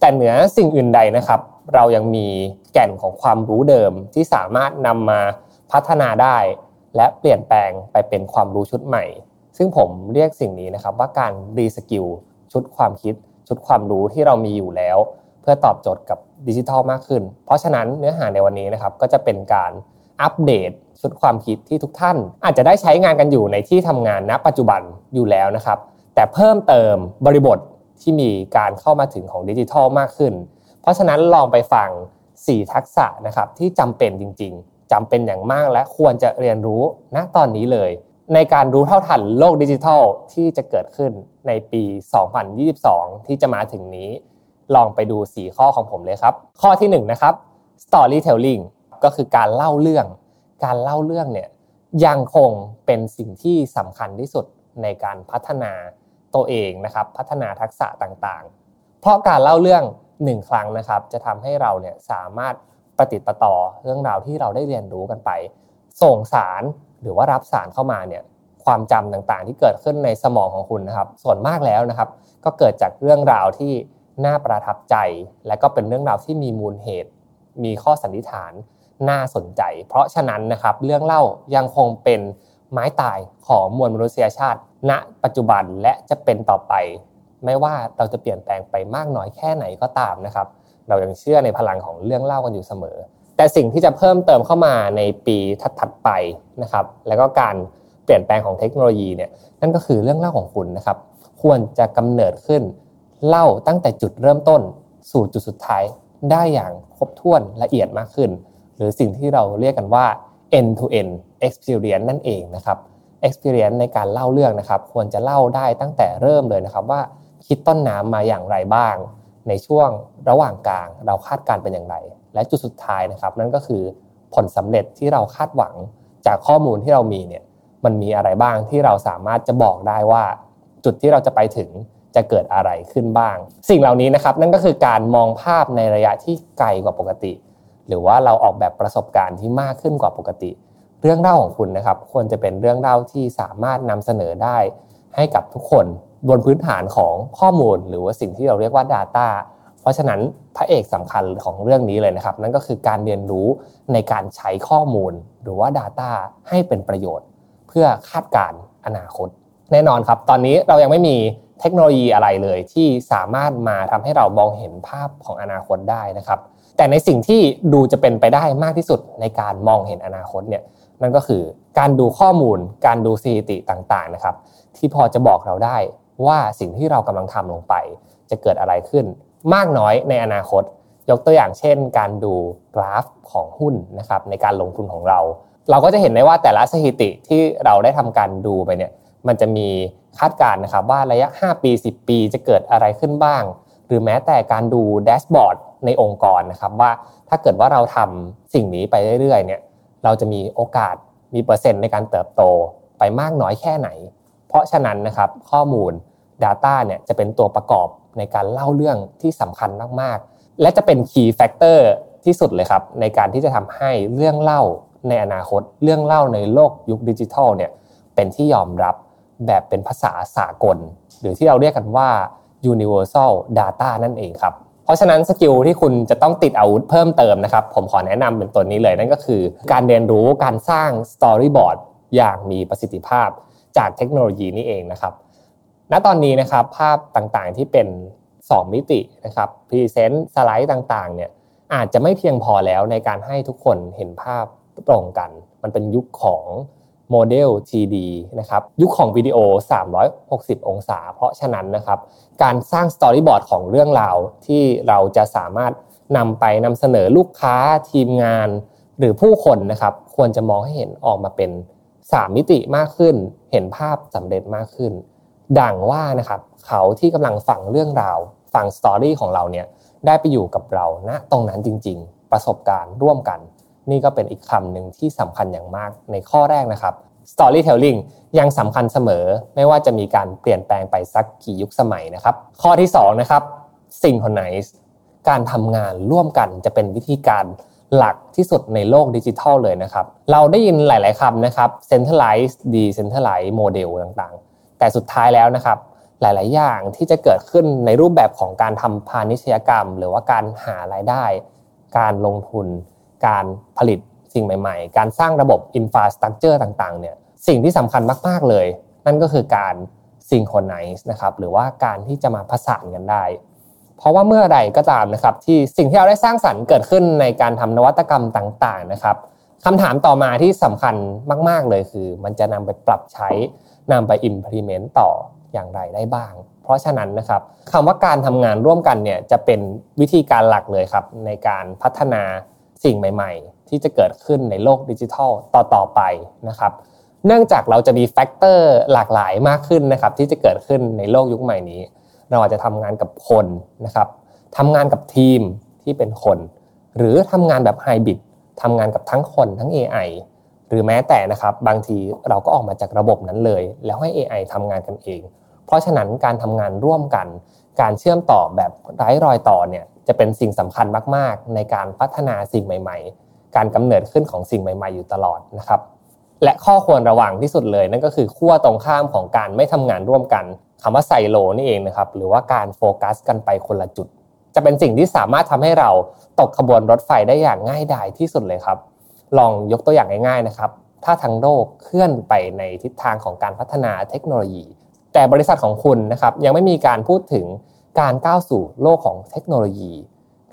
S3: แต่เหนือสิ่งอื่นใดนะครับ เรายังมีแก่นของความรู้เดิมที่สามารถนำมาพัฒนาได้ และเปลี่ยนแปลงไปเป็นความรู้ชุดใหม่ ซึ่งผมเรียกสิ่งนี้นะครับว่าการรีสกิลชุดความคิด ชุดความรู้ที่เรามีอยู่แล้ว เพื่อตอบโจทย์กับดิจิทัลมากขึ้น เพราะฉะนั้นเนื้อหาในวันนี้นะครับก็จะเป็นการอัปเดตชุดความคิดที่ทุกท่าน อาจจะได้ใช้งานกันอยู่ในที่ทำงานณ ปัจจุบันอยู่แล้วนะครับ แต่เพิ่มเติมบริบทที่มีการเข้ามาถึงของดิจิทัลมากขึ้น เพราะฉะนั้นลองไปฟัง 4 ทักษะนะครับที่จำเป็นจริง ๆจำเป็นอย่างมากและควรจะเรียนรู้ณตอนนี้เลย ในการรู้เท่าทันโลกดิจิทัลที่จะเกิดขึ้นในปี 2022 ที่จะมาถึงนี้ ลองไปดู 4 ข้อของผมเลยครับ ข้อที่1นงนะครับ storytelling ก็คือการเล่าเรื่อง การเล่าเรื่องเนี่ยยังคงเป็นสิ่งที่สำคัญที่สุดในการพัฒนาตัวเองนะครับพัฒนาทักษะต่างๆ เพราะการเล่าเรื่องหนึ่งครั้งนะครับ จะทำให้เราเนี่ยสามารถประติดประต่อเรื่องราวที่เราได้เรียนรู้กันไป ส่งสารหรือว่ารับสารเข้ามาเนี่ยความจำต่างๆ ที่เกิดขึ้นในสมองของคุณนะครับ ส่วนมากแล้วนะครับ ก็เกิดจากเรื่องราวที่น่าประทับใจ และก็เป็นเรื่องราวที่มีมูลเหตุ มีข้อสันนิษฐานน่าสนใจ เพราะฉะนั้นนะครับเรื่องเล่ายังคงเป็นไม้ตายของมวลมนุษยชาติ ณ ปัจจุบันและจะเป็นต่อไป ไม่ว่าเราจะเปลี่ยนแปลงไปมากน้อยแค่ไหนก็ตามนะครับ เรายังเชื่อในพลังของเรื่องเล่ากันอยู่เสมอ แต่สิ่งที่จะเพิ่มเติมเข้ามาในปีถัดๆไปนะครับ แล้วก็การเปลี่ยนแปลงของเทคโนโลยีเนี่ย นั่นก็คือเรื่องเล่าของคุณนะครับ ควรจะกำเนิดขึ้น เล่าตั้งแต่จุดเริ่มต้น สู่จุดสุดท้ายได้อย่างครบถ้วนละเอียดมากขึ้น หรือสิ่งที่เราเรียกกันว่า end to end experience นั่นเองนะครับ experience ในการเล่าเรื่องนะครับ ควรจะเล่าได้ตั้งแต่เริ่มเลยนะครับ ว่าคิดต้นน้ำมาอย่างไรบ้าง ในช่วงระหว่างกลางเราคาดการณ์เป็นอย่างไร และจุดสุดท้ายนะครับ นั่นก็คือผลสำเร็จที่เราคาดหวังจากข้อมูลที่เรามีเนี่ยมันมีอะไรบ้างที่เราสามารถจะบอกได้ว่า จุดที่เราจะไปถึงจะเกิดอะไรขึ้นบ้าง สิ่งเหล่านี้นะครับ นั่นก็คือการมองภาพในระยะที่ไกลกว่าปกติ หรือว่าเราออกแบบประสบการณ์ที่มากขึ้นกว่าปกติ เรื่องเล่าของคุณนะครับ ควรจะเป็นเรื่องเล่าที่สามารถนำเสนอได้ ให้กับทุกคนบนพื้นฐานของข้อมูล หรือว่าสิ่งที่เราเรียกว่า Data เพราะฉะนั้นพระเอกสำคัญของเรื่องนี้เลยนะครับ นั่นก็คือการเรียนรู้ในการใช้ข้อมูล หรือว่า Data ให้เป็นประโยชน์ เพื่อคาดการณ์อนาคต แน่นอนครับ ตอนนี้เรายังไม่มีเทคโนโลยีอะไรเลย ที่สามารถมาทำให้เรามองเห็นภาพของอนาคตได้นะครับ แต่ในสิ่งที่ดูจะเป็นไปได้มากที่สุดในการมองเห็นอนาคตเนี่ย นั่นก็คือการดูข้อมูล การดูสถิติต่างๆนะครับ ที่พอจะบอกเราได้ว่าสิ่งที่เรากำลังทำลงไป จะเกิดอะไรขึ้น มากน้อยในอนาคต ยกตัวอย่างเช่น การดูกราฟของหุ้นนะครับในการลงทุนของเรา เราก็จะเห็นได้ว่าแต่ละสถิติที่เราได้ทำการดูไปเนี่ยมันจะมีคาดการณ์นะครับว่าระยะ 5 ปี 10 ปีจะเกิดอะไรขึ้นบ้าง หรือแม้แต่การดูแดชบอร์ดในองค์กรนะครับว่าถ้าเกิดว่าเราทำสิ่งนี้ไปเรื่อยๆเนี่ย เราจะมีโอกาสมีเปอร์เซ็นต์ในการเติบโตไปมากน้อยแค่ไหน เพราะฉะนั้นนะครับข้อมูล Data เนี่ยจะเป็นตัวประกอบในการเล่าเรื่องที่สำคัญมากๆ และจะเป็น Key Factor ที่สุดเลยครับ ในการที่จะทำให้เรื่องเล่าในอนาคต เรื่องเล่าในโลกยุคดิจิทัลเนี่ยเป็นที่ยอมรับ แบบเป็นภาษาสากล หรือที่เราเรียกกันว่า universal data นั่นเองครับ เพราะฉะนั้นสกิลที่คุณจะต้องติดอาวุธเพิ่มเติมนะครับ ผมขอแนะนำเป็นตัวนี้เลยนั่นก็คือ การเรียนรู้การสร้าง storyboard อย่างมีประสิทธิภาพจากเทคโนโลยีนี้เองนะครับ ณตอนนี้นะครับภาพต่างๆที่เป็น 2 มิตินะครับพรีเซนต์สไลด์ต่างๆเนี่ยอาจจะไม่เพียงพอแล้วในการให้ทุกคนเห็นภาพตรงกัน มันเป็นยุคของโมเดล 3D นะครับยุคของวิดีโอ 360 องศา เพราะฉะนั้นนะครับ การสร้างสตอรี่บอร์ดของเรื่องราวที่เราจะสามารถนำไปนำเสนอลูกค้าทีมงาน หรือผู้คนนะครับ ควรจะมองให้เห็นออกมาเป็น 3 มิติมากขึ้น เห็นภาพสำเร็จมากขึ้น ดังว่านะครับเขาที่กำลังฟังเรื่องราวฟังสตอรี่ของเราเนี่ยได้ไปอยู่กับเราณตรงนั้นจริง ๆ ประสบการณ์ร่วมกัน นี่ก็เป็นอีกคำหนึ่งที่สำคัญอย่างมากในข้อแรกนะครับ Storytelling ยังสำคัญเสมอไม่ว่าจะมีการเปลี่ยนแปลงไปสักกี่ยุคสมัยนะครับ ข้อที่2นะครับ Synchronize การทำงานร่วมกันจะเป็นวิธีการหลักที่สุดในโลกดิจิทัลเลยนะครับ เราได้ยินหลาย ๆคำนะครับ Centralized Decentralized Model ต่างๆ แต่สุดท้ายแล้วนะครับ หลาย ๆ อย่างที่จะเกิดขึ้นในรูปแบบของการทำพาณิชยกรรม หรือว่าการหารายได้ การลงทุน การผลิตสิ่งใหม่ ๆ การสร้างระบบอินฟาสต r ั c เจอร์ต่างๆ เนี่ยสิ่งที่สำคัญมาก ๆ เลย นั่นก็คือการซิงโครไนซ์นะครับหรือว่าการที่จะมาผสานกันได้ เพราะว่าเมื่อใดก็ตามนะครับที่สิ่งที่เราได้สร้างสรรค์เกิดขึ้นในการทำนวัตกรรมต่าง ๆ นะครับคำถามต่อมาที่สำคัญมาก ๆ เลยคือ มันจะนำไปปรับใช้นำไป implement ต่ออย่างไรได้บ้าง เพราะฉะนั้นนะครับคำว่าการทำงานร่วมกันเนี่ยจะเป็นวิธีการหลักเลยครับในการพัฒนาสิ่งใหม่ ๆ ที่จะเกิดขึ้นในโลกดิจิทัลต่อๆไปนะครับ เนื่องจากเราจะมีแฟกเตอร์หลากหลายมากขึ้นนะครับที่จะเกิดขึ้นในโลกยุคใหม่นี้ เราอาจจะทำงานกับคนนะครับทำงานกับทีมที่เป็นคน หรือทำงานแบบไฮบริดทำงานกับทั้งคนทั้ง AI หรือแม้แต่นะครับบางทีเราก็ออกมาจากระบบนั้นเลย แล้วให้ AI ทำงานกันเอง เพราะฉะนั้นการทำงานร่วมกัน การเชื่อมต่อแบบไร้รอยต่อเนี่ยจะเป็นสิ่งสำคัญมาก ๆ ในการพัฒนาสิ่งใหม่ ๆ การกำเนิดขึ้นของสิ่งใหม่ ๆ อยู่ตลอดนะครับ และข้อควรระวังที่สุดเลยนั่นก็คือขั้วตรงข้ามของการไม่ทำงานร่วมกันคำว่าไซโลนี่เองนะครับหรือว่าการโฟกัสกันไปคนละจุด จะเป็นสิ่งที่สามารถทำให้เราตกขบวนรถไฟได้อย่างง่ายดายที่สุดเลยครับ ลองยกตัวอย่างง่ายๆนะครับ ถ้าทางโลกเคลื่อนไปในทิศทางของการพัฒนาเทคโนโลยี แต่บริษัทของคุณนะครับยังไม่มีการพูดถึงการก้าวสู่โลกของเทคโนโลยี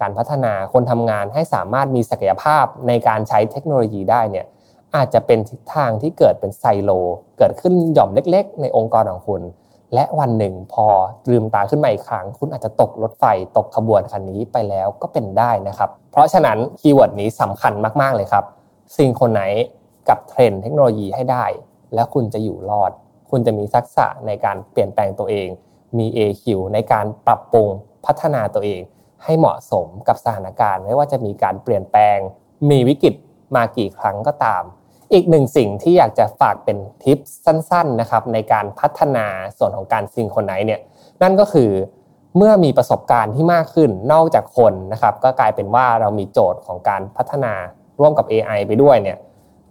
S3: การพัฒนาคนทำงานให้สามารถมีศักยภาพในการใช้เทคโนโลยีได้เนี่ยอาจจะเป็นทิศทางที่เกิดเป็นไซโล เกิดขึ้นหย่อมเล็ก ๆ ในองค์กรของคุณ และวันหนึ่งพอลืมตาขึ้นมาอีกครั้ง คุณอาจจะตกรถไฟตกขบวนคันนี้ไปแล้วก็เป็นได้นะครับ เพราะฉะนั้นคีย์เวิร์ดนี้สำคัญมากๆเลยครับ สิ่งคนไหนกับเทรนด์เทคโนโลยีให้ได้ แล้วคุณจะอยู่รอด คุณจะมีทักษะในการเปลี่ยนแปลงตัวเอง มี AQ ในการปรับปรุงพัฒนาตัวเอง ให้เหมาะสมกับสถานการณ์ไม่ว่าจะมีการเปลี่ยนแปลง มีวิกฤตมากี่ครั้งก็ตาม อีกหนึ่งสิ่งที่อยากจะฝากเป็นทิปสั้นๆนะครับในการพัฒนาส่วนของการซิงโครไนซ์เนี่ยนั่นก็คือเมื่อมีประสบการณ์ที่มากขึ้นนอกจากคนนะครับก็กลายเป็นว่าเรามีโจทย์ของการพัฒนาร่วมกับ AI ไปด้วยเนี่ย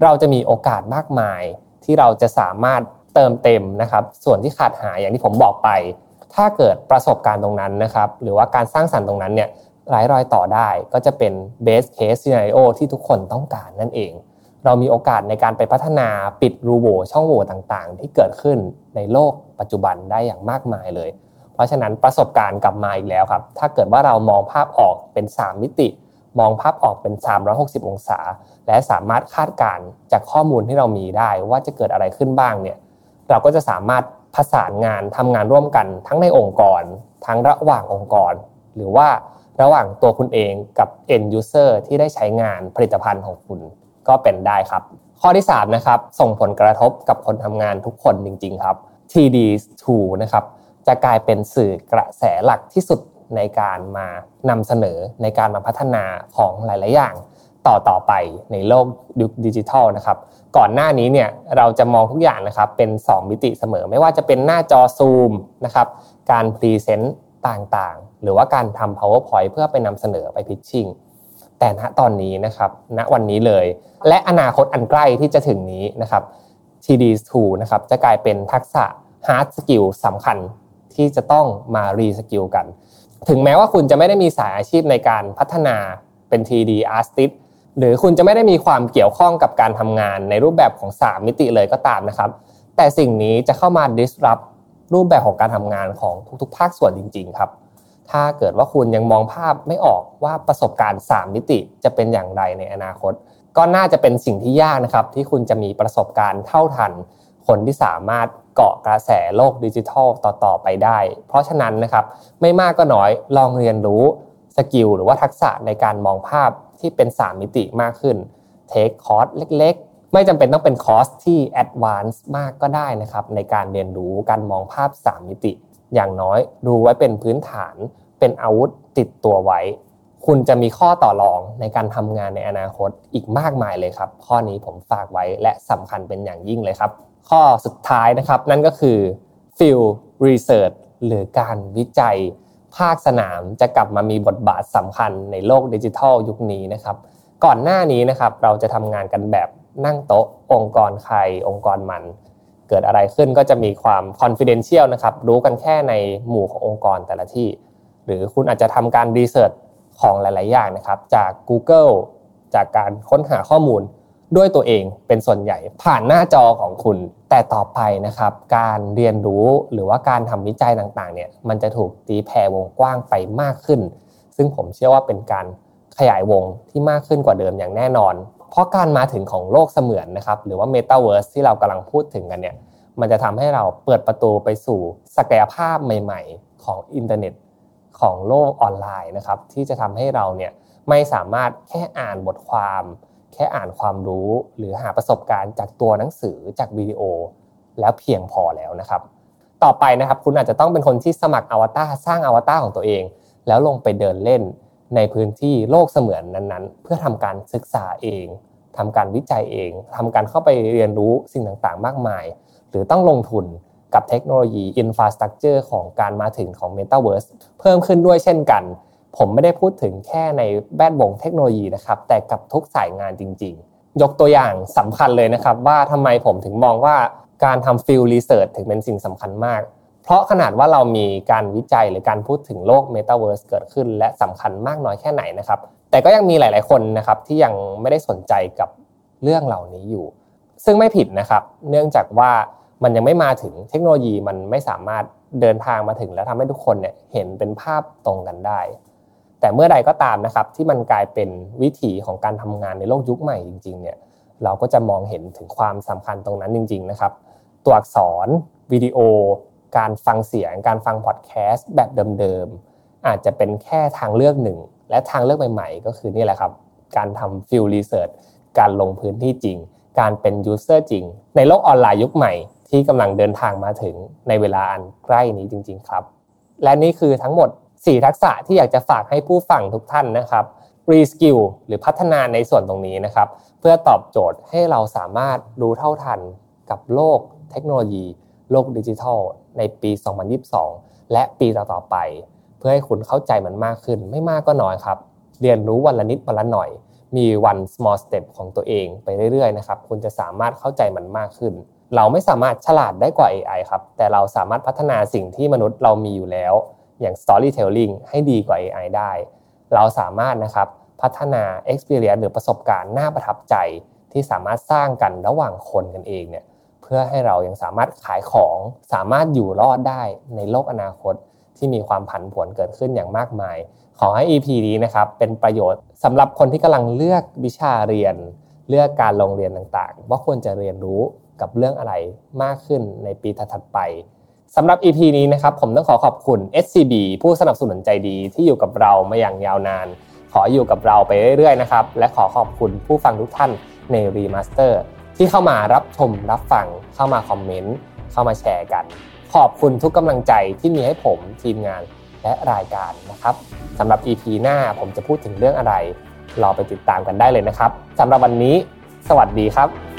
S3: เราจะมีโอกาสมากมาย ที่เราจะสามารถเติมเต็มนะครับส่วนที่ขาดหายอย่างที่ผมบอกไป ถ้าเกิดประสบการณ์ตรงนั้นนะครับหรือว่าการสร้างสรรค์ตรงนั้นเนี่ยหลายรอยต่อได้ก็จะเป็น best case scenario ที่ทุกคนต้องการนั่นเอง เรามีโอกาสในการไปพัฒนาปิดรูโหวช่องโหว่ต่างๆ ที่เกิดขึ้นในโลกปัจจุบันได้อย่างมากมายเลย เพราะฉะนั้นประสบการณ์กลับมาอีกแล้วครับ ถ้าเกิดว่าเรามองภาพออกเป็น 3 มิติ มองภาพออกเป็น 360 องศา และสามารถคาดการณ์จากข้อมูลที่เรามีได้ว่าจะเกิดอะไรขึ้นบ้างเนี่ย เราก็จะสามารถประสานงานทำงานร่วมกันทั้งในองค์กร ทั้งระหว่างองค์กร หรือว่าระหว่างตัวคุณเองกับ end user ที่ได้ใช้งานผลิตภัณฑ์ของคุณก็เป็นได้ครับ ข้อที่ 3 นะครับ ส่งผลกระทบกับคนทำงานทุกคนจริง ๆ ครับ TD2 นะครับ จะกลายเป็นสื่อกระแสหลักที่สุดในการมานำเสนอในการมาพัฒนาของหลาย ๆ อย่าง ต่อต่อไปในโลกยุคดิจิทัลนะครับ ก่อนหน้านี้เนี่ยเราจะมองทุกอย่างนะครับเป็น 2 มิติเสมอ ไม่ว่าจะเป็นหน้าจอซูมนะครับ การพรีเซนต์ต่างๆ หรือว่าการทำ powerpoint เพื่อไปนำเสนอไปพิชชิ่ง แต่ณตอนนี้นะครับ ณวันนี้เลย และอนาคตอันใกล้ที่จะถึงนี้นะครับ TD2 นะครับจะกลายเป็นทักษะ hard skill สำคัญที่จะต้องมา re skill กัน ถึงแม้ว่าคุณจะไม่ได้มีสายอาชีพในการพัฒนาเป็น 3D artist หรือคุณจะไม่ได้มีความเกี่ยวข้องกับการทำงานในรูปแบบของ 3 มิติเลยก็ตามนะครับ แต่สิ่งนี้จะเข้ามา disrupt รูปแบบของการทำงานของทุกๆ ภาคส่วนจริง ๆ ครับ ถ้าเกิดว่าคุณยังมองภาพไม่ออกว่าประสบการณ์ 3 มิติจะเป็นอย่างไรในอนาคต ก็น่าจะเป็นสิ่งที่ยากนะครับ ที่คุณจะมีประสบการณ์เท่าทัน คนที่สามารถเกาะกระแสโลกดิจิทัลต่อๆไปได้ เพราะฉะนั้นนะครับ ไม่มากก็น้อยลองเรียนรู้สกิลหรือว่าทักษะในการมองภาพที่เป็น 3 มิติมากขึ้นเทคคอร์สเล็ก ๆ ไม่จำเป็นต้องเป็นคอร์สที่แอดวานซ์มากก็ได้นะครับ ในการเรียนรู้การมองภาพ 3 มิติ อย่างน้อยดูไว้เป็นพื้นฐาน เป็นอาวุธติดตัวไว้ คุณจะมีข้อต่อรองในการทำงานในอนาคตอีกมากมายเลยครับ ข้อนี้ผมฝากไว้และสำคัญเป็นอย่างยิ่งเลยครับ ข้อสุดท้ายนะครับนั่นก็คือ field research หรือการวิจัย ภาคสนามจะกลับมามีบทบาทสำคัญในโลกดิจิทัลยุคนี้นะครับ ก่อนหน้านี้นะครับเราจะทำงานกันแบบนั่งโต๊ะ องค์กรใครองค์กรมัน เกิดอะไรขึ้นก็จะมีความคอนฟ idential นะครับรู้กันแค่ในหมู่ขององค์กรแต่ละที่ หรือคุณอาจจะทำการรีเสิร์ชของหลาย ๆ อย่างนะครับ จาก Google จากการค้นหาข้อมูลด้วยตัวเองเป็นส่วนใหญ่ผ่านหน้าจอของคุณ แต่ต่อไปนะครับ การเรียนรู้หรือว่าการทำวิจัยต่างๆ เนี่ยมันจะถูกตีแผ่วงกว้างไปมากขึ้น ซึ่งผมเชื่อว่าเป็นการขยายวงที่มากขึ้นกว่าเดิมอย่างแน่นอน เพราะการมาถึงของโลกเสมือนนะครับ หรือว่า Metaverse ที่เรากำลังพูดถึงกันเนี่ย มันจะทำให้เราเปิดประตูไปสู่ศักยภาพใหม่ ๆ ของอินเทอร์เน็ตของโลกออนไลน์นะครับ ที่จะทำให้เราเนี่ยไม่สามารถแค่อ่านบทความ แค่อ่านความรู้หรือหาประสบการณ์จากตัวหนังสือจากวิดีโอ แล้วเพียงพอแล้วนะครับ ต่อไปนะครับคุณอาจจะต้องเป็นคนที่สมัครอวตารสร้างอวตารของตัวเอง แล้วลงไปเดินเล่น ในพื้นที่โลกเสมือนนั้นๆ เพื่อทำการศึกษาเองทำการวิจัยเองทำการเข้าไปเรียนรู้สิ่งต่างๆ มากมาย หรือต้องลงทุนกับเทคโนโลยีอินฟ a าสตรักเจอร์ของการมาถึงของ Metaverse เพิ่มขึ้นด้วยเช่นกัน ผมไม่ได้พูดถึงแค่ในแวดวงเทคโนโลยีนะครับ แต่กับทุกสายงานจริงๆ ยกตัวอย่างสำคัญเลยนะครับ ว่าทำไมผมถึงมองว่าการทำฟิลรีเสิร์ชถึงเป็นสิ่งสำคัญมาก เพราะขนาดว่าเรามีการวิจัยหรือการพูดถึงโลก Metaverse เกิดขึ้น และสำคัญมากน้อยแค่ไหนนะครับ แต่ก็ยังมีหลาย ๆ คนนะครับที่ยังไม่ได้สนใจกับเรื่องเหล่านี้อยู่ ซึ่งไม่ผิดนะครับ เนื่องจากว่ามันยังไม่มาถึงเทคโนโลยีมันไม่สามารถเดินทางมาถึงและทำให้ทุกคนเนี่ยเห็นเป็นภาพตรงกันได้ แต่เมื่อใดก็ตามนะครับที่มันกลายเป็นวิถีของการทำงานในโลกยุคใหม่จริงๆเนี่ยเราก็จะมองเห็นถึงความสำคัญตรงนั้นจริง ๆ นะครับ ตัวอักษรวิดีโอ การฟังเสียง การฟังพอดแคสต์แบบเดิมๆอาจจะเป็นแค่ทางเลือกหนึ่ง และทางเลือกใหม่ๆ ก็คือนี่แหละครับ การทำฟิลรีเสิร์ชการลงพื้นที่จริง การเป็นยูเซอร์จริง ในโลกออนไลน์ยุคใหม่ ที่กำลังเดินทางมาถึงในเวลาอันใกล้นี้จริง ๆ ครับ และนี่คือทั้งหมด 4 ทักษะที่อยากจะฝากให้ผู้ฟังทุกท่านนะครับรีสกิลหรือพัฒนาในส่วนตรงนี้นะครับ เพื่อตอบโจทย์ให้เราสามารถรู้เท่าทันกับโลกเทคโนโลยี โลกดิจิทัล ในปี 2022 และปีต่อๆไป เพื่อให้คุณเข้าใจมันมากขึ้นไม่มากก็น้อยครับ เรียนรู้วันละนิดวันละหน่อย มีวัน small step ของตัวเองไปเรื่อยๆนะครับ คุณจะสามารถเข้าใจมันมากขึ้น เราไม่สามารถฉลาดได้กว่า AI ครับ แต่เราสามารถพัฒนาสิ่งที่มนุษย์เรามีอยู่แล้ว อย่าง storytelling ให้ดีกว่า AI ได้ เราสามารถนะครับพัฒนา experience หรือประสบการณ์น่าประทับใจ ที่สามารถสร้างกันระหว่างคนกันเองเนี่ย เพื่อให้เรายังสามารถขายของสามารถอยู่รอดได้ในโลกอนาคต ที่มีความผันผวนเกิดขึ้นอย่างมากมาย ขอให้ EP นี้นะครับเป็นประโยชน์สำหรับคนที่กำลังเลือกวิชาเรียน เลือกการลงเรียนต่างๆ ว่าควรจะเรียนรู้กับเรื่องอะไรมากขึ้นในปีถัดๆไปสำหรับ EP นี้นะครับผมต้องขอขอบคุณ SCB ผู้สนับสนุนใจดีที่อยู่กับเรามาอย่างยาวนาน ขออยู่กับเราไปเรื่อยๆนะครับและขอขอบคุณผู้ฟังทุกท่านในรีมาสเตอร์ที่เข้ามารับชมรับฟังเข้ามาคอมเมนต์เข้ามาแชร์กัน ขอบคุณทุกกำลังใจที่มีให้ผมทีมงานและรายการนะครับสำหรับ EP หน้าผมจะพูดถึงเรื่องอะไร รอไปติดตามกันได้เลยนะครับสำหรับวันนี้ สวัสดีครับ